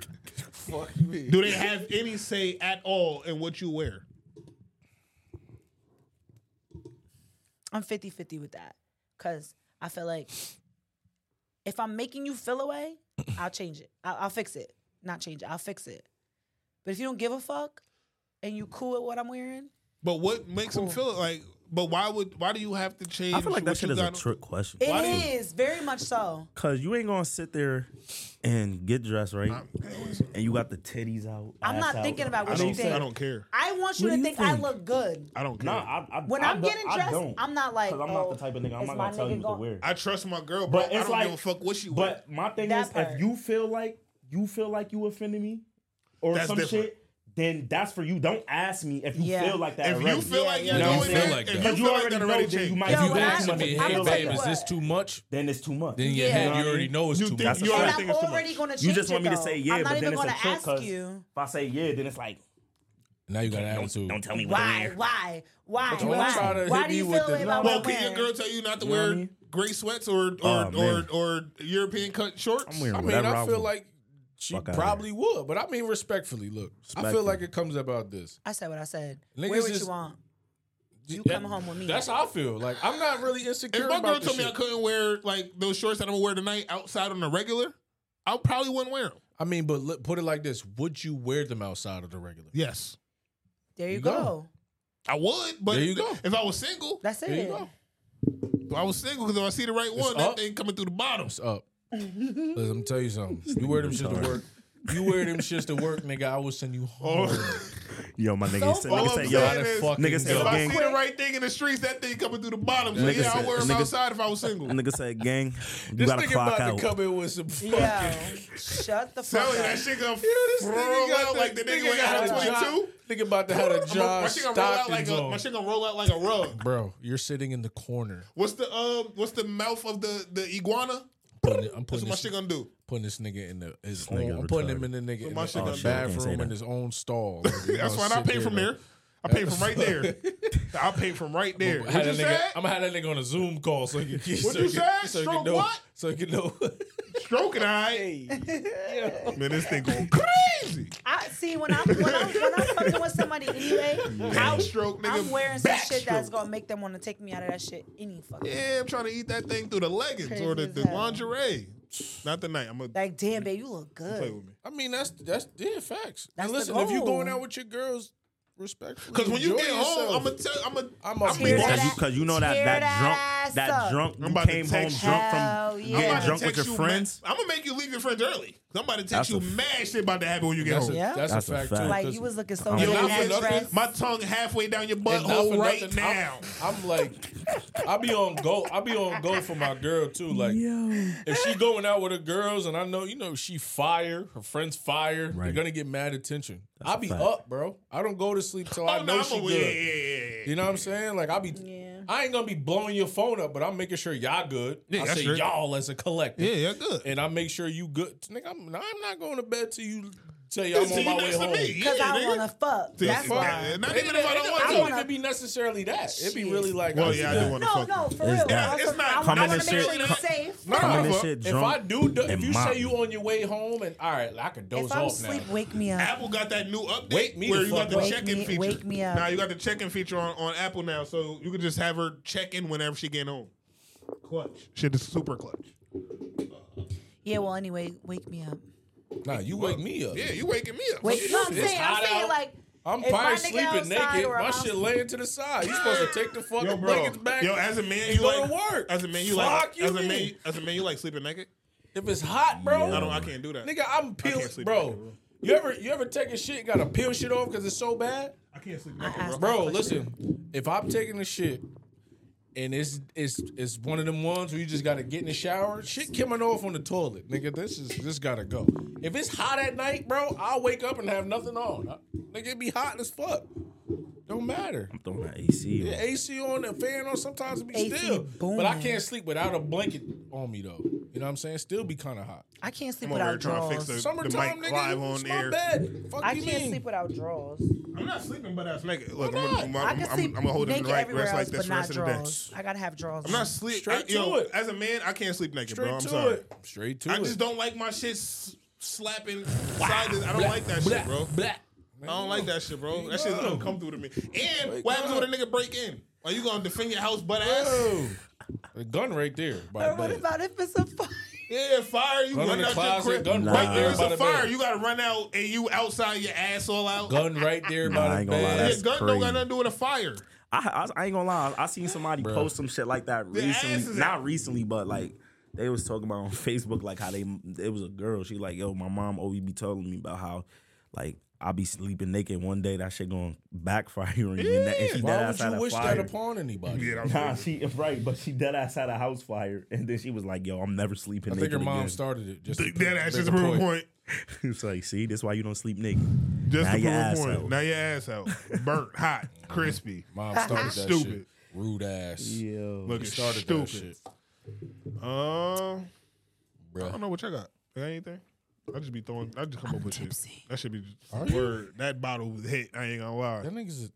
Speaker 3: Fuck you. mean?
Speaker 1: Do they have any say at all in what you wear?
Speaker 2: I'm 50 50 with that. Because I feel like if I'm making you feel away, I'll change it. I'll, I'll fix it. Not change it. I'll fix it. But if you don't give a fuck and you cool with what I'm wearing,
Speaker 1: But what makes them feel like? But why would? Why do you have to change?
Speaker 4: I feel like that
Speaker 1: what
Speaker 4: shit
Speaker 1: you
Speaker 4: is a
Speaker 1: got on-
Speaker 4: trick question.
Speaker 2: it is very much so.
Speaker 4: Cause you ain't gonna sit there and get dressed right, and you got the titties out.
Speaker 2: I'm
Speaker 4: ass
Speaker 2: not
Speaker 4: out.
Speaker 2: thinking about what you think.
Speaker 1: care.
Speaker 2: I want you
Speaker 4: What do
Speaker 2: to
Speaker 4: you
Speaker 2: think, I
Speaker 4: think?
Speaker 2: look good.
Speaker 1: I don't care.
Speaker 4: Nah, I, I,
Speaker 2: When
Speaker 4: I
Speaker 2: I'm
Speaker 4: don't-
Speaker 2: getting
Speaker 4: I
Speaker 2: dressed,
Speaker 4: don't.
Speaker 2: I'm not like,
Speaker 4: Cause I'm not
Speaker 2: oh,
Speaker 4: the type of nigga.
Speaker 2: is
Speaker 4: I'm not
Speaker 2: my
Speaker 4: gonna tell
Speaker 2: nigga
Speaker 4: you what
Speaker 2: gon-
Speaker 4: to wear.
Speaker 1: I trust my girl, bro.
Speaker 4: But
Speaker 1: I
Speaker 4: it's
Speaker 1: don't
Speaker 4: like,
Speaker 1: give a fuck what you wear.
Speaker 4: But my thing
Speaker 2: That
Speaker 4: is,
Speaker 2: part.
Speaker 4: if you feel like you feel like you offended me or
Speaker 1: That's
Speaker 4: some
Speaker 1: different.
Speaker 4: shit, then that's for you. Don't ask me if you
Speaker 2: Yeah.
Speaker 4: feel like that.
Speaker 1: If you
Speaker 4: already.
Speaker 1: feel like
Speaker 4: You
Speaker 1: you're
Speaker 4: know what I'm
Speaker 1: doing
Speaker 4: saying?
Speaker 1: that, if you
Speaker 4: Because
Speaker 1: feel like
Speaker 4: already
Speaker 1: that
Speaker 4: know,
Speaker 1: already
Speaker 4: then
Speaker 1: changed.
Speaker 4: you might.
Speaker 3: if
Speaker 2: Yo,
Speaker 3: you
Speaker 2: when
Speaker 3: ask
Speaker 2: I-
Speaker 3: me,
Speaker 2: I'ma
Speaker 3: hey
Speaker 2: tell
Speaker 3: babe,
Speaker 2: you
Speaker 3: is this
Speaker 2: what.
Speaker 3: too much?
Speaker 4: Then it's too much.
Speaker 3: Then your
Speaker 2: Yeah.
Speaker 3: head, you already know it's
Speaker 1: You
Speaker 3: too
Speaker 1: think
Speaker 3: much.
Speaker 4: That's
Speaker 1: you
Speaker 4: a
Speaker 2: and
Speaker 1: already
Speaker 4: fact.
Speaker 2: I'm
Speaker 1: think it's too
Speaker 2: already
Speaker 1: much.
Speaker 2: going to change
Speaker 4: You just
Speaker 2: it,
Speaker 4: want me to
Speaker 2: though.
Speaker 4: say yeah,
Speaker 2: I'm not
Speaker 4: but
Speaker 2: even
Speaker 4: then it's
Speaker 2: gonna
Speaker 4: a trick.
Speaker 2: ask
Speaker 4: Cause if
Speaker 2: you.
Speaker 4: I say yeah, then it's like
Speaker 3: Now you got an attitude.
Speaker 4: don't tell me what to
Speaker 2: Why?
Speaker 4: wear.
Speaker 2: Why? Why?
Speaker 3: Don't try
Speaker 2: Why?
Speaker 3: to
Speaker 2: Why
Speaker 3: hit
Speaker 2: do you
Speaker 3: me
Speaker 2: feel
Speaker 3: with the-
Speaker 2: away about
Speaker 1: Well,
Speaker 2: what I'm
Speaker 1: can
Speaker 2: wearing?
Speaker 1: your girl tell you not to
Speaker 4: You know what I
Speaker 1: wear
Speaker 4: mean?
Speaker 1: gray sweats or or
Speaker 4: Oh,
Speaker 1: or,
Speaker 4: man.
Speaker 1: or European cut shorts?
Speaker 4: I'm wearing
Speaker 3: I mean,
Speaker 4: whatever
Speaker 3: I feel
Speaker 4: want.
Speaker 3: like she
Speaker 4: Fuck outta
Speaker 3: probably would, but I mean respectfully. Look, I feel
Speaker 4: Respectfully.
Speaker 3: like it comes about this.
Speaker 2: I said what I said.
Speaker 3: Niggas
Speaker 2: Where would
Speaker 3: is-
Speaker 2: you want? You
Speaker 3: That-
Speaker 2: come home with me.
Speaker 3: That's how I feel. Like I'm not really insecure
Speaker 1: If my girl
Speaker 3: about this
Speaker 1: told me I
Speaker 3: shit.
Speaker 1: couldn't wear like those shorts that I'm gonna wear tonight outside on the regular, I probably wouldn't wear them.
Speaker 3: I mean, but look, put it like this: Would you wear them outside of the regular?
Speaker 1: Yes,
Speaker 2: There you
Speaker 3: you
Speaker 2: go.
Speaker 3: go.
Speaker 1: I would. But
Speaker 3: There you go.
Speaker 1: if I was single,
Speaker 2: That's
Speaker 3: There you
Speaker 2: it.
Speaker 3: go.
Speaker 1: if I was single because if I see the right one,
Speaker 3: up.
Speaker 1: that thing coming through the bottom.
Speaker 3: It's up. Listen, let me tell you something. You wear them shits to work. You wear them shits to work, nigga. I will send you home.
Speaker 4: yo, my nigga,
Speaker 2: So
Speaker 4: said-
Speaker 1: all
Speaker 4: nigga
Speaker 1: I'm
Speaker 4: said,
Speaker 1: saying
Speaker 4: Oh, yo,
Speaker 1: is-
Speaker 3: fucking
Speaker 4: nigga said,
Speaker 1: If I
Speaker 4: gang,
Speaker 1: see the right thing in the streets, that thing coming through the bottom. So
Speaker 4: Nigga
Speaker 1: yeah, I'll
Speaker 4: said-
Speaker 1: wear them
Speaker 4: nigga-
Speaker 1: outside if I was single.
Speaker 4: nigga said, gang, you
Speaker 3: This
Speaker 4: gotta
Speaker 3: nigga
Speaker 4: clock
Speaker 3: about
Speaker 4: out.
Speaker 3: to come in with some fucking.
Speaker 2: Yeah. Shut the fuck
Speaker 1: Tell you
Speaker 2: up.
Speaker 1: that shit gonna
Speaker 3: You know, this
Speaker 1: roll
Speaker 3: nigga got
Speaker 1: out
Speaker 3: the-
Speaker 1: like the nigga went
Speaker 3: got
Speaker 1: out
Speaker 3: a
Speaker 1: of
Speaker 3: John-
Speaker 1: 22.
Speaker 3: Nigga about to have a John
Speaker 1: my shit gonna roll out like
Speaker 3: Stockton's
Speaker 1: a my
Speaker 3: on.
Speaker 1: shit gonna roll out like a rug.
Speaker 3: Bro, you're sitting in the corner.
Speaker 1: What's the um? What's the mouth of the the iguana?
Speaker 3: Putting it- I'm
Speaker 1: That's
Speaker 3: putting
Speaker 1: what my
Speaker 3: this,
Speaker 1: shit gonna do.
Speaker 3: putting this nigga in the his
Speaker 4: nigga
Speaker 3: own. I'm putting
Speaker 4: retarded.
Speaker 3: him in the nigga in
Speaker 1: my
Speaker 3: the
Speaker 1: shit
Speaker 3: uh,
Speaker 1: gonna do.
Speaker 4: Can't
Speaker 3: bathroom
Speaker 4: say
Speaker 3: in
Speaker 4: that.
Speaker 3: his own stall.
Speaker 1: That's fine. I pay from there. I pay from right there. I pay from right there.
Speaker 3: I'm gonna
Speaker 1: What you
Speaker 3: have that nigga-
Speaker 1: said?
Speaker 3: I'ma have that nigga on a Zoom call so you can.
Speaker 1: What
Speaker 3: so
Speaker 1: you
Speaker 3: can-
Speaker 1: said?
Speaker 3: So you
Speaker 1: Stroke
Speaker 3: can know.
Speaker 1: what?
Speaker 3: So you can know.
Speaker 1: Stroking eye. Man, this thing going crazy.
Speaker 2: I see when I'm when I'm when I'm fucking with somebody anyway.
Speaker 1: Backstroke, nigga.
Speaker 2: I'm wearing some
Speaker 1: Backstroke.
Speaker 2: shit that's gonna make them want to take me out of that shit any fucking. way.
Speaker 1: Yeah, I'm trying to eat that thing through the leggings
Speaker 2: Crazy
Speaker 1: or the,
Speaker 2: as
Speaker 1: the
Speaker 2: hell.
Speaker 1: lingerie. Not the night. I'm gonna
Speaker 2: Like damn, babe, you look
Speaker 1: play
Speaker 2: good.
Speaker 1: with me.
Speaker 3: I mean, that's that's yeah, facts.
Speaker 2: That's
Speaker 3: And
Speaker 2: the
Speaker 3: listen, if you
Speaker 2: goal.
Speaker 3: going out with your girls, respectfully.
Speaker 1: Because when you
Speaker 3: enjoy
Speaker 1: get home, I'm
Speaker 3: yourself.
Speaker 1: gonna tell. I'm gonna.
Speaker 3: I'm
Speaker 1: I'm
Speaker 3: a
Speaker 2: Tear
Speaker 3: bitch.
Speaker 2: that
Speaker 4: Because you,
Speaker 2: ass-
Speaker 4: cause you know that
Speaker 2: tear
Speaker 4: that,
Speaker 2: that
Speaker 4: drunk, that
Speaker 2: ass
Speaker 4: drunk,
Speaker 1: I'm
Speaker 4: you
Speaker 1: about to
Speaker 4: came home drunk
Speaker 1: text
Speaker 4: from
Speaker 2: Hell yeah.
Speaker 4: getting
Speaker 2: about to
Speaker 4: drunk with your friends.
Speaker 1: I'm gonna make you leave your friends early. I'm about to text
Speaker 4: That's
Speaker 1: you
Speaker 4: a-
Speaker 1: mad shit about to happen when you get
Speaker 3: That's a,
Speaker 1: home.
Speaker 2: Yeah.
Speaker 3: that's,
Speaker 4: That's
Speaker 3: a
Speaker 4: a
Speaker 3: fact,
Speaker 4: fact.
Speaker 3: too.
Speaker 2: Like
Speaker 3: 'cause-
Speaker 2: you was looking so
Speaker 4: I'm
Speaker 2: good in
Speaker 1: You know,
Speaker 3: not for
Speaker 2: that
Speaker 3: nothing.
Speaker 2: dress.
Speaker 1: my tongue halfway down your
Speaker 3: and not for
Speaker 1: butthole oh, right
Speaker 3: nothing, I'm-
Speaker 1: now.
Speaker 3: I'm, like, I be on go. I be on go for my girl too. Like, if she going out with her girls, and I know you know she fire, her friends fire, you're
Speaker 4: Right.
Speaker 3: gonna get mad attention.
Speaker 4: That's
Speaker 3: I
Speaker 4: a
Speaker 3: be
Speaker 4: fact.
Speaker 3: up, bro. I don't go to sleep till I
Speaker 1: Oh,
Speaker 3: know
Speaker 1: no,
Speaker 3: she
Speaker 1: I'm a-
Speaker 3: good.
Speaker 1: yeah, yeah, yeah, yeah, yeah.
Speaker 3: You know what I'm saying? Like I be,
Speaker 2: Yeah.
Speaker 3: I ain't gonna be blowing your phone up, but I'm making sure y'all good.
Speaker 1: Yeah,
Speaker 3: I
Speaker 1: that's
Speaker 3: say
Speaker 1: true.
Speaker 3: y'all as a collective.
Speaker 1: Yeah, yeah, good.
Speaker 3: And I make sure you good. Nigga, I'm, I'm not going to bed till you tell you
Speaker 1: Till
Speaker 3: I'm on
Speaker 1: you
Speaker 3: my way
Speaker 1: next to
Speaker 3: home.
Speaker 1: me.
Speaker 2: Cause I
Speaker 1: Yeah,
Speaker 2: wanna fuck.
Speaker 1: See,
Speaker 2: That's
Speaker 1: yeah,
Speaker 2: why.
Speaker 1: Not
Speaker 3: It
Speaker 1: even if I don't
Speaker 3: don't
Speaker 1: want
Speaker 2: I
Speaker 1: to.
Speaker 3: even
Speaker 2: wanna-
Speaker 3: be necessarily that. It'd be really like,
Speaker 1: Well,
Speaker 3: I-
Speaker 1: yeah, I do want to
Speaker 2: No,
Speaker 1: fuck.
Speaker 2: no, for
Speaker 4: It's
Speaker 2: real.
Speaker 4: not-
Speaker 1: it's
Speaker 2: Also,
Speaker 1: not-
Speaker 2: I
Speaker 1: Come
Speaker 2: wanna
Speaker 1: in
Speaker 2: make
Speaker 1: this
Speaker 2: sure
Speaker 1: shit-
Speaker 2: you're safe.
Speaker 3: Nah,
Speaker 4: Coming
Speaker 3: if,
Speaker 4: this
Speaker 3: I-
Speaker 4: shit
Speaker 3: if
Speaker 4: drunk
Speaker 3: I do, do if
Speaker 4: and
Speaker 3: you
Speaker 4: mobbing.
Speaker 3: say you on your way home, and all right, I can doze
Speaker 2: If I'm
Speaker 3: off
Speaker 2: asleep,
Speaker 3: now.
Speaker 2: wake me up.
Speaker 1: Apple got that new update
Speaker 3: Wake me
Speaker 1: where
Speaker 3: the
Speaker 1: you got
Speaker 3: fuck
Speaker 1: the
Speaker 3: up.
Speaker 2: Wake
Speaker 1: check-in
Speaker 2: me-
Speaker 1: feature.
Speaker 2: wake me up.
Speaker 1: Now you got the check-in feature on, on Apple now, so you can just have her check in whenever she get home. Clutch. Shit is super clutch.
Speaker 2: Yeah. Well, anyway, wake me up.
Speaker 3: Nah, you wake me up.
Speaker 1: Yeah, you waking me up.
Speaker 2: Wait, no, I'm
Speaker 3: It's
Speaker 2: saying,
Speaker 3: hot
Speaker 2: I'm saying
Speaker 3: out.
Speaker 2: like,
Speaker 3: I'm
Speaker 2: if my
Speaker 3: fine
Speaker 2: nigga
Speaker 3: sleeping
Speaker 2: outside
Speaker 3: naked.
Speaker 2: or
Speaker 3: My
Speaker 2: I'm
Speaker 3: shit
Speaker 2: out-
Speaker 3: laying to the side. You supposed to take the fucking
Speaker 1: Yo, bro.
Speaker 3: blankets back.
Speaker 1: Yo, as a man,
Speaker 3: and
Speaker 1: you
Speaker 3: go
Speaker 1: like
Speaker 3: to work.
Speaker 1: As a man, you
Speaker 3: Fuck
Speaker 1: like
Speaker 3: you
Speaker 1: as a man,
Speaker 3: mean.
Speaker 1: as a man, you like sleeping naked.
Speaker 3: If it's hot, bro.
Speaker 1: I don't. I can't do that.
Speaker 3: Nigga, I'm
Speaker 1: I
Speaker 3: peeling,
Speaker 1: can't sleep
Speaker 3: bro.
Speaker 1: naked, bro.
Speaker 3: You ever you ever take a shit and gotta peel shit off because it's so bad?
Speaker 1: I can't sleep
Speaker 3: Bro,
Speaker 1: naked,
Speaker 3: listen, if I'm taking a shit and it's it's it's one of them ones where you just gotta get in the shower, shit coming off on the toilet, nigga. This is this gotta go. If it's hot at night, bro, I'll wake up and have nothing on. I- nigga, it be hot as fuck. Don't matter.
Speaker 4: I'm throwing that AC.
Speaker 3: Yeah,
Speaker 4: on.
Speaker 3: AC on, a fan on, sometimes it be
Speaker 2: AC
Speaker 3: still. But I
Speaker 2: booming.
Speaker 3: can't sleep without a blanket on me though. You know what I'm saying? Still be kind of hot.
Speaker 2: I can't sleep
Speaker 1: I'm over
Speaker 2: without
Speaker 1: here trying to fix
Speaker 2: drawers.
Speaker 1: the, the
Speaker 3: Summertime,
Speaker 1: mic
Speaker 3: nigga,
Speaker 1: live
Speaker 3: you-
Speaker 1: on
Speaker 3: it's my
Speaker 1: air.
Speaker 3: bed. Fuck
Speaker 2: I
Speaker 3: you
Speaker 2: can't
Speaker 3: mean?
Speaker 2: sleep without drawers.
Speaker 1: I'm not sleeping, but that's naked. Look,
Speaker 2: I'm
Speaker 1: I'm,
Speaker 2: not.
Speaker 1: I'm,
Speaker 2: I
Speaker 1: I'm,
Speaker 2: can
Speaker 1: I'm,
Speaker 2: sleep
Speaker 1: I'm, gonna hold him
Speaker 2: naked
Speaker 1: right,
Speaker 2: everywhere
Speaker 1: rest like
Speaker 2: else,
Speaker 1: this
Speaker 2: but
Speaker 1: for the
Speaker 2: not
Speaker 1: rest of the day.
Speaker 2: drawers. I gotta have drawers.
Speaker 1: I'm not sleep. I,
Speaker 3: Straight to
Speaker 1: yo,
Speaker 3: it.
Speaker 1: as a man, I can't sleep naked,
Speaker 3: Straight
Speaker 1: bro. I'm
Speaker 3: to
Speaker 1: sorry.
Speaker 3: it. Straight to
Speaker 1: I
Speaker 3: it.
Speaker 1: just don't like my shit s- slapping sideways. I don't like that shit, bro. I don't like that shit, bro. That shit's
Speaker 3: No.
Speaker 1: uncomfortable to me. And what happens when a nigga break in? Are you gonna defend your house butt ass?
Speaker 3: Oh, a gun right there.
Speaker 2: But
Speaker 3: By the
Speaker 2: what
Speaker 3: bed.
Speaker 2: about if it's a fire?
Speaker 1: Yeah, fire. You
Speaker 3: Gun in
Speaker 1: run
Speaker 3: the
Speaker 1: out
Speaker 3: closet,
Speaker 1: your crib.
Speaker 3: gun
Speaker 1: right
Speaker 3: right
Speaker 1: there
Speaker 3: there
Speaker 1: is
Speaker 3: by
Speaker 1: a
Speaker 3: the
Speaker 1: fire.
Speaker 3: bed.
Speaker 1: You gotta run out and you outside your ass all out.
Speaker 3: Gun right there
Speaker 4: Nah, I
Speaker 3: by the
Speaker 4: ain't gonna lie,
Speaker 3: bed.
Speaker 4: that's
Speaker 1: yeah, gun don't got
Speaker 4: crazy.
Speaker 1: nothing to do with a fire.
Speaker 4: I, I, I ain't gonna lie. I seen somebody post some shit like that
Speaker 1: The ass
Speaker 4: recently.
Speaker 1: is
Speaker 4: Not
Speaker 1: out.
Speaker 4: recently, but like they was talking about on Facebook, like how they it was a girl. She like, yo, my mom always be telling me about how like I be sleeping naked. One day that shit going backfire and, you and she dead
Speaker 3: Why
Speaker 4: ass
Speaker 3: would
Speaker 4: had
Speaker 3: you
Speaker 4: a
Speaker 3: wish
Speaker 4: fire.
Speaker 3: that upon anybody?
Speaker 1: Yeah, that was
Speaker 4: Nah,
Speaker 1: crazy.
Speaker 4: she right, but she dead ass had a house fire, and then she was like, "Yo, I'm never sleeping."
Speaker 3: I
Speaker 4: naked
Speaker 3: think your mom
Speaker 4: again.
Speaker 3: started it. Just
Speaker 1: Th- that ass
Speaker 3: that's
Speaker 1: is a proof point.
Speaker 4: it's like, see, that's why you don't sleep naked.
Speaker 1: Just
Speaker 4: now
Speaker 1: to
Speaker 4: your
Speaker 1: prove
Speaker 4: ass
Speaker 1: a point.
Speaker 4: out.
Speaker 1: Now your ass out. Burnt, hot, crispy.
Speaker 3: Mom started that
Speaker 1: Stupid.
Speaker 3: shit. Rude ass.
Speaker 4: Yo,
Speaker 1: Look,
Speaker 3: You
Speaker 1: it's
Speaker 3: started
Speaker 1: stupid.
Speaker 3: that shit.
Speaker 1: Um, I
Speaker 3: Bruh.
Speaker 1: don't know what y'all got. Got anything? I just be throwing. I just come up with shit. That should be just
Speaker 3: Are you?
Speaker 1: word. That bottle was hit. I ain't gonna lie.
Speaker 3: That nigga's a,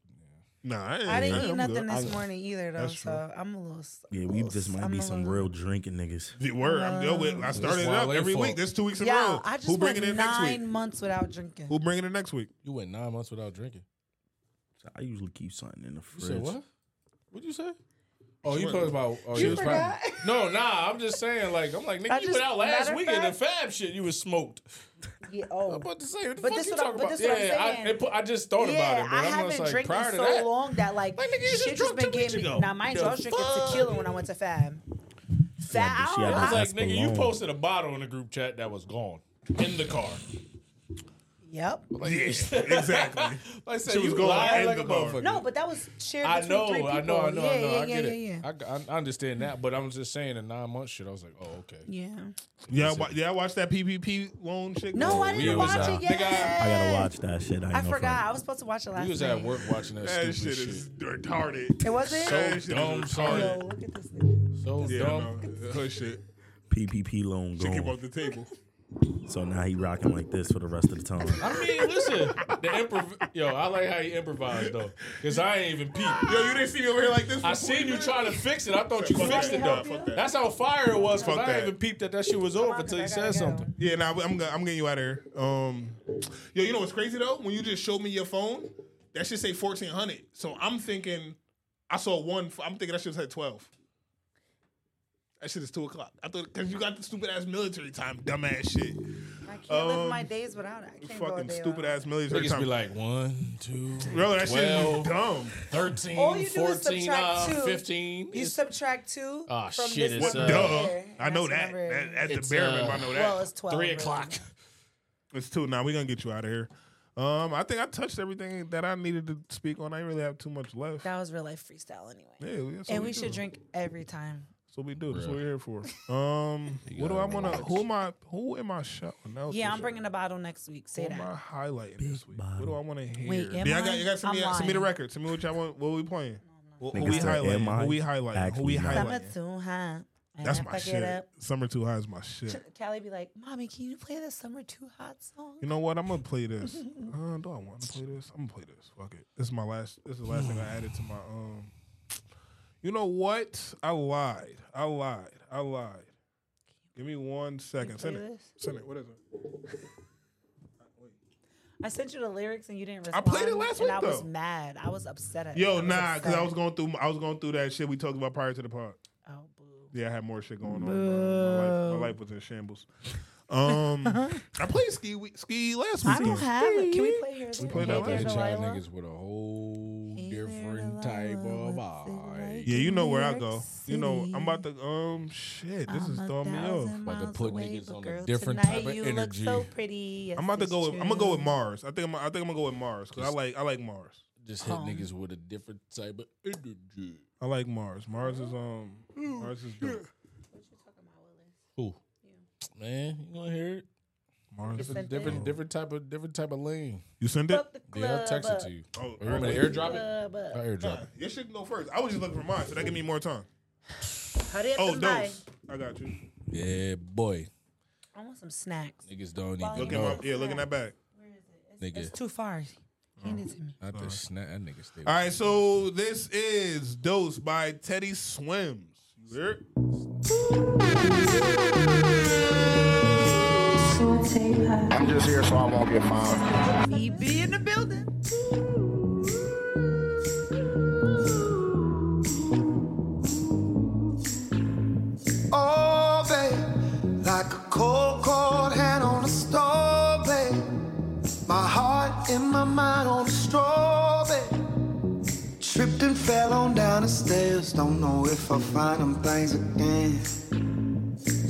Speaker 1: Nah, I, ain't,
Speaker 2: I didn't
Speaker 1: I'm
Speaker 2: eat
Speaker 1: good.
Speaker 2: nothing
Speaker 1: I
Speaker 2: this
Speaker 1: got-
Speaker 2: morning either, though.
Speaker 1: That's true.
Speaker 2: So I'm a little. s-
Speaker 4: Yeah, we just might
Speaker 2: I'm
Speaker 4: be
Speaker 2: a
Speaker 4: some
Speaker 2: little-
Speaker 4: real drinking niggas.
Speaker 1: The word. I'm deal with. I started it
Speaker 3: why
Speaker 1: up
Speaker 3: I
Speaker 1: every
Speaker 3: fall.
Speaker 1: week. This two weeks in a
Speaker 2: Yeah,
Speaker 1: row.
Speaker 2: I just
Speaker 1: Who
Speaker 2: went
Speaker 1: bringing it next week?
Speaker 2: nine months without drinking.
Speaker 1: Who bringing it next week?
Speaker 3: you went nine months without drinking.
Speaker 4: So I usually keep something in the
Speaker 3: You
Speaker 4: fridge.
Speaker 3: said what? What'd you say? Oh, you
Speaker 1: Sure.
Speaker 3: talking about? Oh,
Speaker 2: You
Speaker 3: was
Speaker 2: forgot?
Speaker 3: probably- no, nah. I'm just saying, like, I'm like,
Speaker 2: I
Speaker 3: nigga, you
Speaker 2: just-
Speaker 3: went out
Speaker 2: matter
Speaker 3: last
Speaker 2: of
Speaker 3: weekend. The
Speaker 2: fact-
Speaker 3: fab shit, you was smoked.
Speaker 2: Yeah.
Speaker 3: I'm
Speaker 2: Oh.
Speaker 3: about to say, what the
Speaker 2: But
Speaker 3: fuck
Speaker 2: this
Speaker 3: you
Speaker 2: what I-
Speaker 3: talking
Speaker 2: but
Speaker 3: about?
Speaker 2: this what I'm
Speaker 3: yeah,
Speaker 2: saying.
Speaker 3: I, it, put- I just thought about it, but
Speaker 2: I
Speaker 3: I'm
Speaker 2: haven't
Speaker 3: just like,
Speaker 2: drinking
Speaker 3: prior to
Speaker 2: so
Speaker 3: that,
Speaker 2: long that like,
Speaker 3: Like, nigga, you just
Speaker 2: shit just
Speaker 3: drunk
Speaker 2: been
Speaker 3: two weeks
Speaker 2: getting me.
Speaker 3: ago.
Speaker 2: Now, mind you, I was
Speaker 3: The
Speaker 2: drinking
Speaker 3: fuck?
Speaker 2: tequila when I went to Fab. Fab.
Speaker 4: but she
Speaker 2: I
Speaker 4: had
Speaker 2: don't
Speaker 3: I was
Speaker 2: know.
Speaker 3: like,
Speaker 4: That's
Speaker 3: nigga, you
Speaker 4: belong.
Speaker 3: posted a bottle in the group chat that was gone in the car.
Speaker 2: Yep.
Speaker 3: Like,
Speaker 1: Yeah, exactly.
Speaker 3: like I said,
Speaker 1: She was
Speaker 3: you
Speaker 1: gone
Speaker 3: lied
Speaker 1: in
Speaker 3: like
Speaker 1: the
Speaker 3: a
Speaker 1: car.
Speaker 3: motherfucker.
Speaker 2: No, but that was shared
Speaker 3: I
Speaker 2: between
Speaker 3: know,
Speaker 2: three people.
Speaker 3: I know, I know,
Speaker 2: yeah,
Speaker 3: I know.
Speaker 2: Yeah,
Speaker 3: I get
Speaker 2: yeah,
Speaker 3: it.
Speaker 2: yeah, yeah.
Speaker 3: I, I- I understand that, but I'm just saying, the nine month shit, I was like, oh, okay.
Speaker 2: Yeah.
Speaker 1: Yeah, I wa- yeah. I watched that PPP loan shit.
Speaker 2: No, I
Speaker 3: we
Speaker 2: didn't
Speaker 3: was
Speaker 2: watch it
Speaker 3: out.
Speaker 2: yet.
Speaker 3: Nigga, I-
Speaker 4: I gotta watch that shit. I, ain't
Speaker 2: I
Speaker 4: no
Speaker 2: forgot.
Speaker 4: friend.
Speaker 2: I was supposed to watch it last
Speaker 3: We was
Speaker 2: night.
Speaker 3: at work watching that,
Speaker 1: That
Speaker 3: stupid
Speaker 1: shit
Speaker 3: shit.
Speaker 1: is retarded.
Speaker 2: It wasn't.
Speaker 3: So
Speaker 1: That shit is
Speaker 3: dumb,
Speaker 1: retarded.
Speaker 3: son.
Speaker 2: Yo, look at this nigga.
Speaker 3: So
Speaker 1: Yeah,
Speaker 3: dumb.
Speaker 1: no, her shit.
Speaker 4: PPP loan
Speaker 1: She came
Speaker 4: going.
Speaker 1: off the table.
Speaker 4: So now he rocking like this for the rest of the time.
Speaker 3: I mean, listen, the improv. Yo, I like how you improvise though, cause I ain't even peep.
Speaker 1: Yo, you didn't see me over here like this.
Speaker 3: I
Speaker 1: before,
Speaker 3: seen you
Speaker 1: man.
Speaker 3: trying to fix it. I thought you
Speaker 1: Fuck
Speaker 3: fixed it
Speaker 1: that.
Speaker 3: though.
Speaker 1: Fuck that.
Speaker 3: That's how fire it was. Cause
Speaker 1: Fuck
Speaker 3: I
Speaker 1: that.
Speaker 3: ain't even peeped that that shit was over until you said something.
Speaker 1: Yeah, nah, I'm go- I'm getting you out of here. Um, yo, you know what's crazy though? When you just showed me your phone, that should say fourteen hundred. So I'm thinking, I saw one. f- I'm thinking that shit said twelve. That shit is two o'clock. I thought because you got the stupid ass military time, dumbass shit.
Speaker 2: I can't
Speaker 3: Um,
Speaker 2: live my days without it. I can't go a
Speaker 1: Fucking
Speaker 2: day
Speaker 1: stupid
Speaker 2: without it.
Speaker 1: ass military
Speaker 3: Niggas
Speaker 1: time.
Speaker 3: be like one, two,
Speaker 1: Bro, that shit is
Speaker 3: 12,
Speaker 1: dumb.
Speaker 3: 13,
Speaker 2: All you do is
Speaker 3: 14, uh,
Speaker 2: subtract two.
Speaker 3: 15.
Speaker 2: You
Speaker 3: It's-
Speaker 2: subtract two.
Speaker 3: Ah,
Speaker 2: from
Speaker 3: shit,
Speaker 2: This
Speaker 3: it's,
Speaker 2: number
Speaker 3: uh,
Speaker 1: Duh,
Speaker 2: here,
Speaker 1: I
Speaker 2: and
Speaker 1: know
Speaker 2: that's
Speaker 1: that.
Speaker 2: the
Speaker 1: At,
Speaker 2: number-
Speaker 1: at the
Speaker 3: It's,
Speaker 1: bare minimum,
Speaker 3: uh,
Speaker 1: I know that.
Speaker 2: well, it's twelve.
Speaker 3: Three
Speaker 2: really.
Speaker 3: o'clock.
Speaker 1: It's two. Now we're gonna get you out of here. Um, I think I touched everything that I needed to speak on. I ain't really have too much left.
Speaker 2: That was real life freestyle anyway.
Speaker 1: Yeah, that's what
Speaker 2: and we,
Speaker 1: we
Speaker 2: should
Speaker 1: do.
Speaker 2: drink every time.
Speaker 1: So we do. That's what
Speaker 3: Bruh.
Speaker 1: we're here for. Um, what do I want to? Who am I? Who am I shouting out?
Speaker 2: Yeah,
Speaker 1: this
Speaker 2: I'm bringing a bottle next week.
Speaker 1: year?
Speaker 2: Say
Speaker 1: Who am I
Speaker 2: that.
Speaker 1: highlighting this week? What do I want to hear?
Speaker 2: Wait, am
Speaker 1: yeah, I
Speaker 2: I?
Speaker 1: got. You got send me.
Speaker 2: I'm
Speaker 1: Send me the
Speaker 2: lying.
Speaker 1: record. Send me what y'all want. What we playing? Who, who
Speaker 4: Niggas
Speaker 1: we
Speaker 4: said, am
Speaker 1: highlighting?
Speaker 4: I
Speaker 1: Who we highlighting? Who
Speaker 4: actually
Speaker 1: we
Speaker 4: not?
Speaker 2: Summer
Speaker 1: highlighting?
Speaker 2: too high. And
Speaker 1: That's
Speaker 2: if
Speaker 1: my
Speaker 2: I get
Speaker 1: shit.
Speaker 2: up,
Speaker 1: Summer too high is my shit.
Speaker 2: Callie be like, "Mommy, can you play the summer too hot song?"
Speaker 1: You know what? I'm gonna play this. Uh, do I want to play this? I'm gonna play this. Fuck it. This is my last. This is the last thing I added to my. Um. You know what? I lied. I lied. I lied. Give me one second. Send
Speaker 2: play
Speaker 1: it.
Speaker 2: this?
Speaker 1: Send it. What is it?
Speaker 2: I sent you the lyrics and you didn't
Speaker 1: I
Speaker 2: respond.
Speaker 1: played it last
Speaker 2: and
Speaker 1: week,
Speaker 2: I was
Speaker 1: though.
Speaker 2: mad. I was upset at
Speaker 1: Yo,
Speaker 2: was
Speaker 1: nah, because I
Speaker 2: upset.
Speaker 1: was going through I was going through that shit we talked about prior to the pod.
Speaker 2: Oh, boo.
Speaker 1: Yeah, I had more shit going on. bro. My life, my life was in shambles. Um,
Speaker 3: Uh-huh.
Speaker 1: I played ski we- ski last week.
Speaker 2: I don't have it. Can we play here?
Speaker 1: We played that last
Speaker 3: y'all niggas with a whole different type of vibe.
Speaker 1: Yeah, you know where I go. You know, I'm about to um shit. This is throwing me off.
Speaker 3: About to put niggas on a
Speaker 2: girl,
Speaker 3: different
Speaker 2: tonight
Speaker 3: type of
Speaker 2: you look
Speaker 3: energy.
Speaker 2: so pretty. Yes,
Speaker 1: I'm about to
Speaker 2: it's
Speaker 1: go. With, I'm gonna
Speaker 2: true.
Speaker 1: go with Mars. I think I'm. I think I'm gonna go with Mars because I like. I like Mars.
Speaker 3: Just hit
Speaker 1: Um,
Speaker 3: niggas with a different type of energy.
Speaker 1: I like Mars. Mars is um. Mars is dope.
Speaker 3: Who? Man, you gonna hear it?
Speaker 1: Mars.
Speaker 3: Different, different, different type of different type of lane.
Speaker 1: You sent it?
Speaker 3: Yeah, I texted to you. Oh, remember to airdrop it?
Speaker 2: Club up.
Speaker 3: I airdrop it.
Speaker 1: Your shit can go first. I was just looking for mine, so that give me more time.
Speaker 2: Hurry up
Speaker 1: Oh,
Speaker 2: and buy.
Speaker 1: dose. I got you.
Speaker 3: Yeah, boy,
Speaker 2: I want some snacks.
Speaker 3: niggas don't
Speaker 2: Well,
Speaker 3: even
Speaker 1: Look at my,
Speaker 3: know.
Speaker 1: yeah, look at that back.
Speaker 3: Nigga,
Speaker 2: It's too far. Hand it to me.
Speaker 3: I just snap that nigga. Stay
Speaker 1: All right, so this is Dose by Teddy Swims. You hear it?
Speaker 16: I'm just here so I won't get fined.
Speaker 2: He be in the building.
Speaker 16: Oh, babe, like a cold, cold hand on a stove, babe. My heart and my mind on a straw, babe. Tripped and fell on down the stairs. Don't know if I'll find them things again.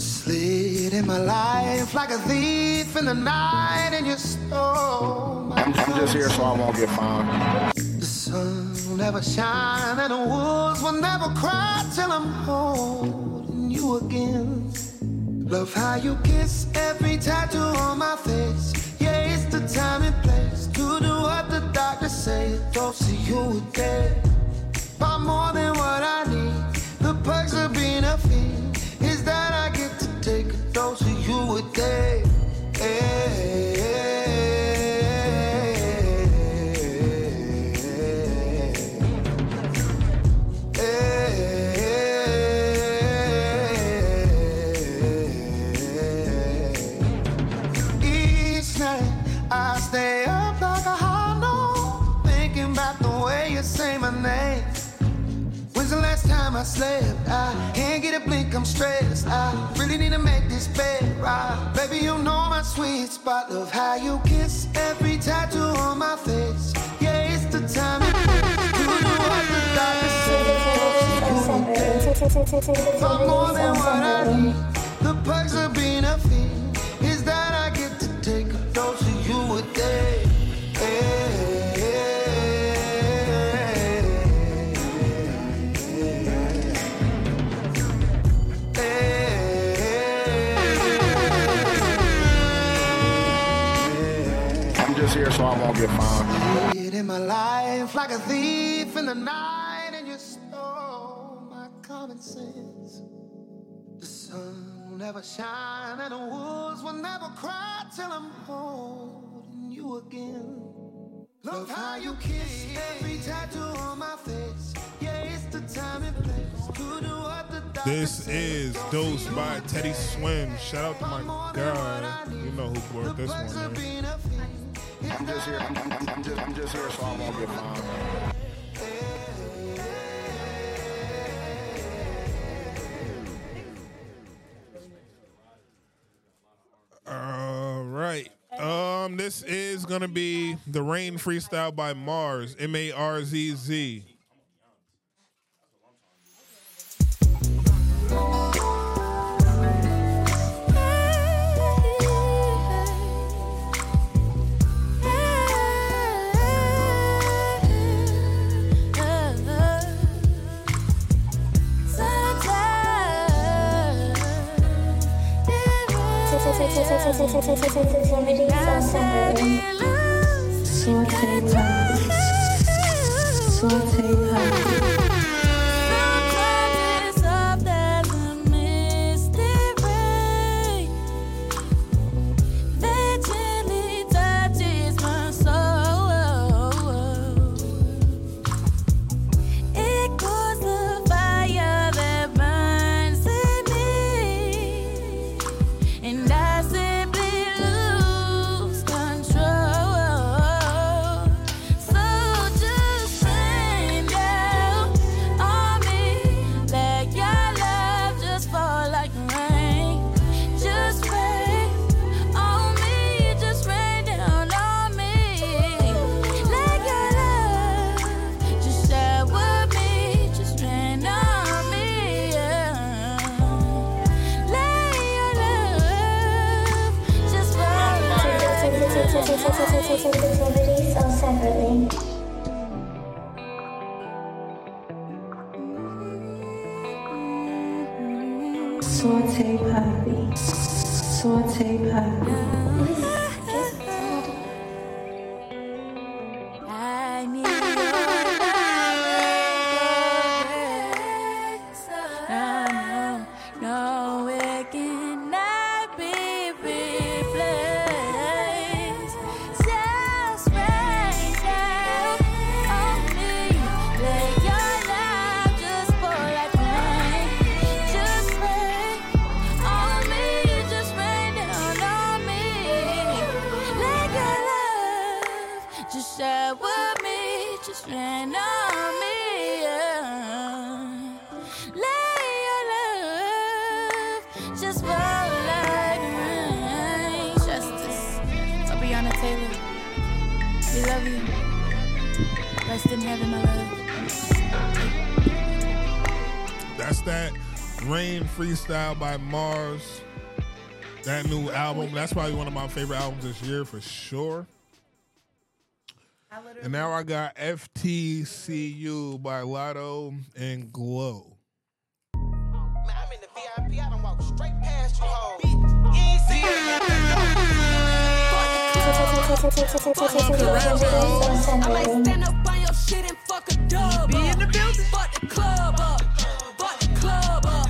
Speaker 16: Slid in my life like a thief in the night, and you stole my
Speaker 7: I'm, I'm just here so I won't get fined.
Speaker 16: The sun will never shine and the wolves will never cry till I'm holding you again. Love how you kiss every tattoo on my face. Yeah, it's the time and place to do what the doctor say. Don't see you again. Far more than what I need. The perks of being a fiend is that I get to take a dose of you a day. Each night I stay up like a hollow, thinking about the way you say my name. When's the last time I slept? I can't get a blink, I'm stressed. I really need to make this bed right. Baby, you know my sweet spot. Love how you kiss every tattoo on my face. Yeah, it's the time. You do what the doctor says. I'm more than what I need. The perks of being a fiend is that I get to take a dose of you a day.
Speaker 7: I'm just here so I won't get fined.
Speaker 16: Get in my life like a thief in the night, and you stole my common sense. The sun will never shine, and the wolves will never cry till I'm holding you again. Love how you kiss every tattoo on my face. Yeah, it's the time and place to do what the doctor
Speaker 1: This is Dose by Teddy Swims. Shout out to my guy. You know who brought this one. man.
Speaker 7: I'm just here. I'm, I'm, I'm, just, I'm just here so I won't get fined.
Speaker 1: All right. Um, this is gonna be the Rain Freestyle by Mars. M A R Z Z.
Speaker 5: It goes the fire that burns in me. And I simply lose control. So just stand
Speaker 19: Saute puppy. Saute puppy.
Speaker 5: I need your no, no, no, it cannot be replaced. Just rain down on me. Let your love just pour like rain. Just rain on me. Just rain down on me. Let your love just share with me. Just rain on me. Yeah. Let your love just fall like rain. Justice, Tobiana Taylor. We love you. Rest in heaven, my love.
Speaker 1: That's that Rain Freestyle by Mars. That new album. That's probably one of my favorite albums this year for sure. And now I got FTCU by Lotto and Glow.
Speaker 7: I'm in the VIP, I done walked straight past you hoes. You ain't seen me yet,
Speaker 5: I might stand up on your shit and fuck a dub. Be in the building. Fuck the club up. Fuck the club up.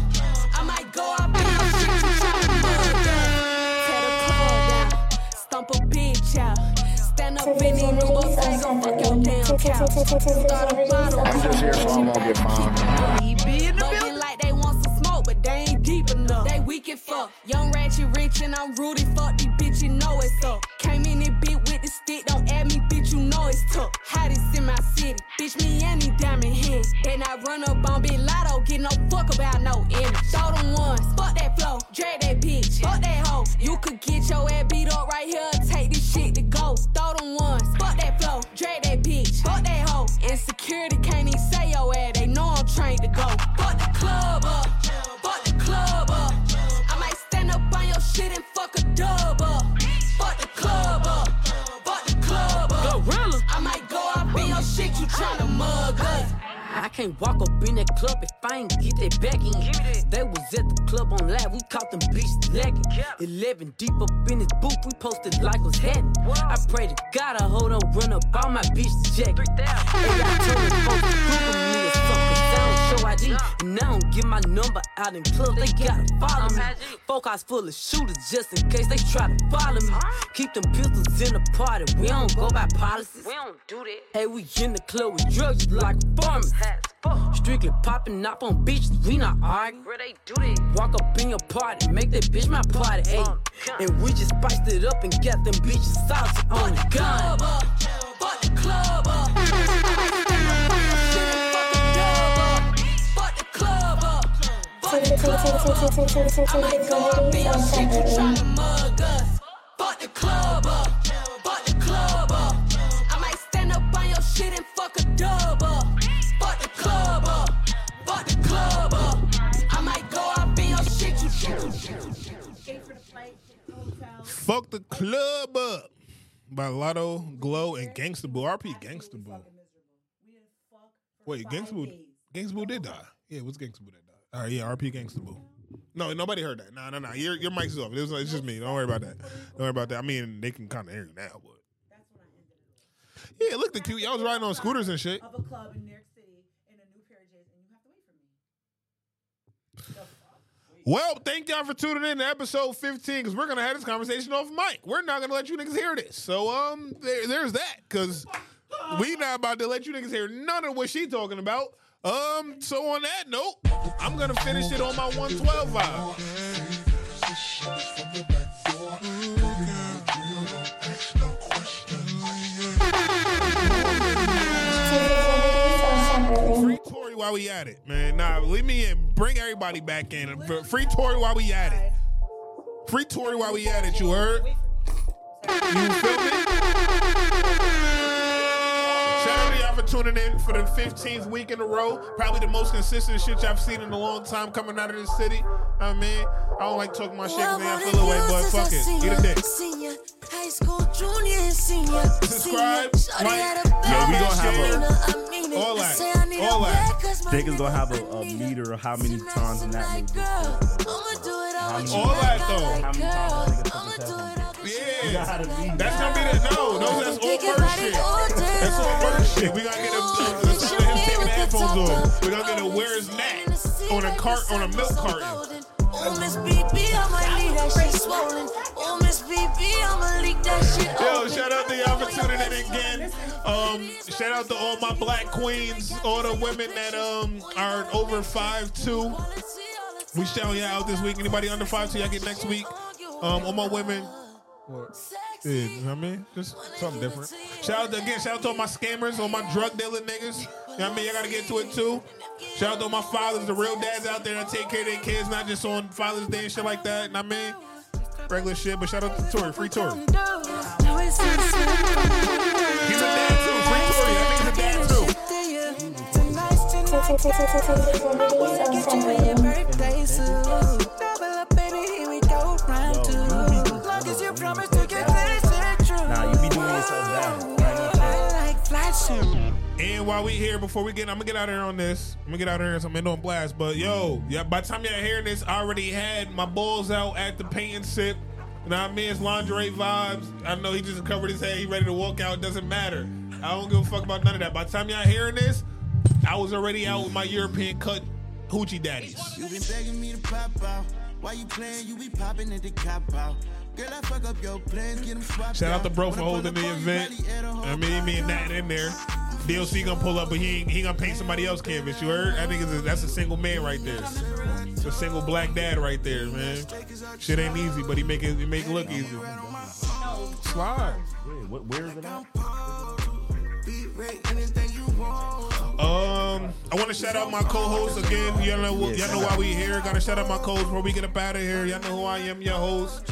Speaker 5: I might go up in your shit and chop the mud up. Tear the club out. Stomp a bitch out. Stand up in the room, but I ain't gon' fuck your damn couch. Start a bottle.
Speaker 16: I'm just here so I won't get bombed.
Speaker 5: Bugging like they want some smoke, but they ain't deep enough. They weak and fuck. Young ratchet rich and I'm Rudy. Fuck these bitch, you know it's up. Came in it bit with the stick, don't add me, bitch, you know it's tough. Hottest in my city, bitch, me and these diamond hands. Then I run up on Big Lotto, get no fuck about no image. Throw them ones, fuck that flow, drag that bitch, fuck that hoe. You could get your ass beat up right here, take this shit to go. Throw them ones, fuck that flow, drag that bitch, fuck that hoe. Insecurity can't even say your ass, they know I'm trained to go. Fuck the club up, fuck the club up. I might stand up on your shit and fuck a dub up. Fuck the club up, fuck the club up. Gorilla. I might go up in your shit, you tryna mug us.
Speaker 20: I can't walk up in that club if I ain't get that back in. They was at the club on live, we caught them beasts lagging. Eleven deep up in his booth, we posted like was happening. I pray to God I hold on, run up all my bitches jacket. Hey, I told the folks to Google me or something, 'cause Oh, I don't show ID. And I don't get my number out in club, they gotta follow me. Folk eyes full of shooters just in case they try to follow me. Keep them pistols in the party, we don't go by policies. We don't do that. Hey, we in the club with drugs like farmers. Strictly popping up on beaches, we not arguing. Where they do this? Walk up in your party, make that bitch my party, ayy. And we just spiced it up and got them bitches saucy on the gun.
Speaker 5: Club up, fuck the club up. I might stand up on your shit and fuck a dub up. Fuck the club up, fuck the club up. I might go up in your shit, you tryna mug us. Fuck the club up, fuck the club up. I might stand up on your shit and fuck a dub up. Fuck the club up, fuck the club up. I might go up in your shit, you
Speaker 1: Fuck the club up by Lotto, Glow, and Gangsta Boo. RP Gangsta Boo. Wait, Gangsta Boo, Gangsta Boo did die. Yeah, what's Gangsta Boo that died? All right, yeah, RP Gangsta Boo. No, nobody heard that. No, no, no. Your your mic's off. It's, it's just me. Don't worry about that. Don't worry about that. I mean, they can kind of hear you now, but yeah, it looked cute. Y'all was riding on scooters and shit.
Speaker 2: Of a club in New York City in a new pair of J's, and you have to wait for me.
Speaker 1: Well, thank y'all for tuning in to episode 15 because we're going to have this conversation off mic. We're not going to let you niggas hear this. So, um, there, there's that because we not about to let you niggas hear none of what she talking about. Um, so on that note, I'm going to finish it on my 112 vibe. Free Tory while we at it, man. Nah, leave me in. Bring everybody back in. Free Tory while we at it. Free Tory while we at it, you heard? You feel me? Shout out to y'all for tuning in for the 15th week in a row. Probably the most consistent shit y'all have seen in a long time coming out of this city. I mean, I don't like talking my shit because I feel away, but fuck it. Eat a dick.
Speaker 5: High school junior and senior.
Speaker 1: Subscribe,
Speaker 5: like,
Speaker 4: Yeah, we gonna have a
Speaker 1: all
Speaker 4: Jacob's gonna have a, a meter of how many times in that movie.
Speaker 5: I'ma do
Speaker 1: All that though. Yeah. That's gonna be the no, no, that's all first shit. That's all first shit. We gotta get a let's start him taking the headphones off. We gotta get a where's Nat on a cart on a milk carton.
Speaker 7: Oh, Miss BP, I'ma leave that shit swollen. Oh, Miss BP, I'ma leak that shit
Speaker 1: Yo, shout out to y'all for tuning in again. Um, shout out to all my black queens, all the women that um are over five two. We shouting y'all out this week. Anybody under five two, y'all get next week. Um, all my women. Yeah, you know what I mean? Just something different. Shout out to, again, shout out to all my scammers, all my drug dealing niggas. You know what I mean? Y'all gotta get to it too. Shout out to all my fathers, the real dads out there that take care of their kids, not just on Father's Day and shit like that. You know what I mean? Regular shit, but shout out to Tori, free Tori. He's a dad too, free Tori. That nigga's a dad too.
Speaker 4: Nah, you be doing yourself down.
Speaker 1: And while we here, before we get, I'm gonna get out of here on this. I'm gonna get out of here. So I'm gonna end on blast. But yo, yeah, by the time y'all hearing this, I already had my balls out at the painting sip. You know what I mean? It's lingerie vibes. I know he just covered his head. He ready to walk out. Doesn't matter. I don't give a fuck about none of that. By the time y'all hearing this, I was already out with my European cut hoochie daddies.
Speaker 7: You been begging me to pop out. Why you playing? You be popping at the cop out. Girl, I fuck up your plans, get 'em swapped
Speaker 1: Shout out
Speaker 7: out
Speaker 1: to bro for holding the event. I mean, me and Nat in there. DLC gonna pull up, but he ain't, he gonna paint somebody else canvas. You heard? I think it's a, that's a single man right there. It's a single black dad right there, man. Shit ain't easy, but he make it, he make it look easy. Slide.
Speaker 4: Wait, what, where is it at?
Speaker 1: Um, I want to shout out my co-host again. Y'all know, y'all know why we here. Gotta shout out my co-host before we get up out of here. Y'all know who I am, your host.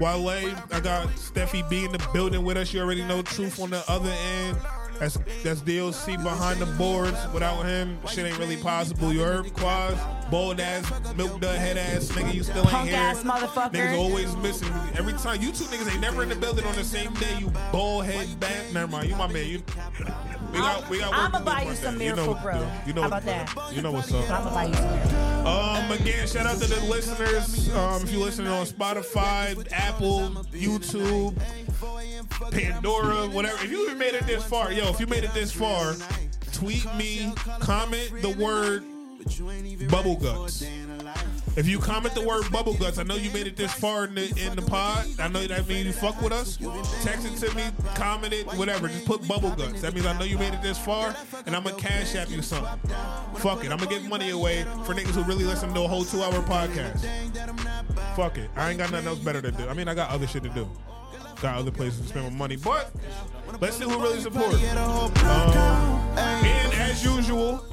Speaker 1: Wale. I got Steffi B in the building with us. You already know Truth on the other end. That's that's DLC behind the boards. Without him, shit ain't really possible. You heard Quaz, bold ass, milk dud head ass nigga. You still ain't
Speaker 2: Punk
Speaker 1: here.
Speaker 2: ass motherfucker.
Speaker 1: Niggas always missing. Every time you two niggas ain't never in the building on the same day. You bald head back. Never mind. You my man. You. We got, we got work
Speaker 2: I'ma
Speaker 1: to do
Speaker 2: buy you
Speaker 1: about
Speaker 2: some
Speaker 1: that.
Speaker 2: Miracle Grow.
Speaker 1: You know
Speaker 2: How about that?
Speaker 1: You know what's up.
Speaker 2: I'ma buy you some
Speaker 1: Um, again, shout out to the listeners. Um, if you're listening on Spotify, Apple, YouTube, Pandora, whatever. If you even made it this far, yo, if you made it this far, tweet me, comment the word bubble guts. If you comment the word bubble guts, I know you made it this far in the in the pod. I know that means you fuck with us. Text it to me, comment it, whatever. Just put bubble guts. That means I know you made it this far, and I'm gonna cash app you something. Fuck it, I'm gonna give money away for niggas who really listen to a whole two hour podcast. Fuck it, I ain't got nothing else better to do. I mean, I got other shit to do. Got other places to spend my money, but let's see who really supports. Um, and as usual,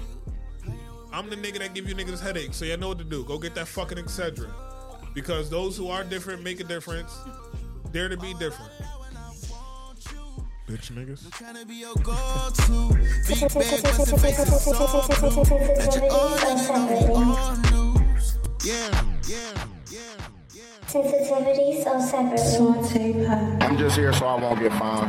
Speaker 1: I'm the nigga that give you niggas headaches, so y'all know what to do. Go get that fucking Excedrin. Because those who are different make a difference. Dare to be different. Bitch niggas.
Speaker 7: Big bag, bustin' faces so blue. That you all niggas know we all news. Yeah, yeah.
Speaker 19: Sensitivities are separate. Saute pie.
Speaker 16: I'm just here so I won't get fined.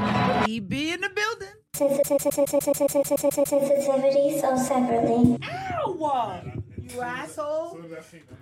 Speaker 19: EB in the building. Sensitivities are separately.
Speaker 2: Ow! You asshole.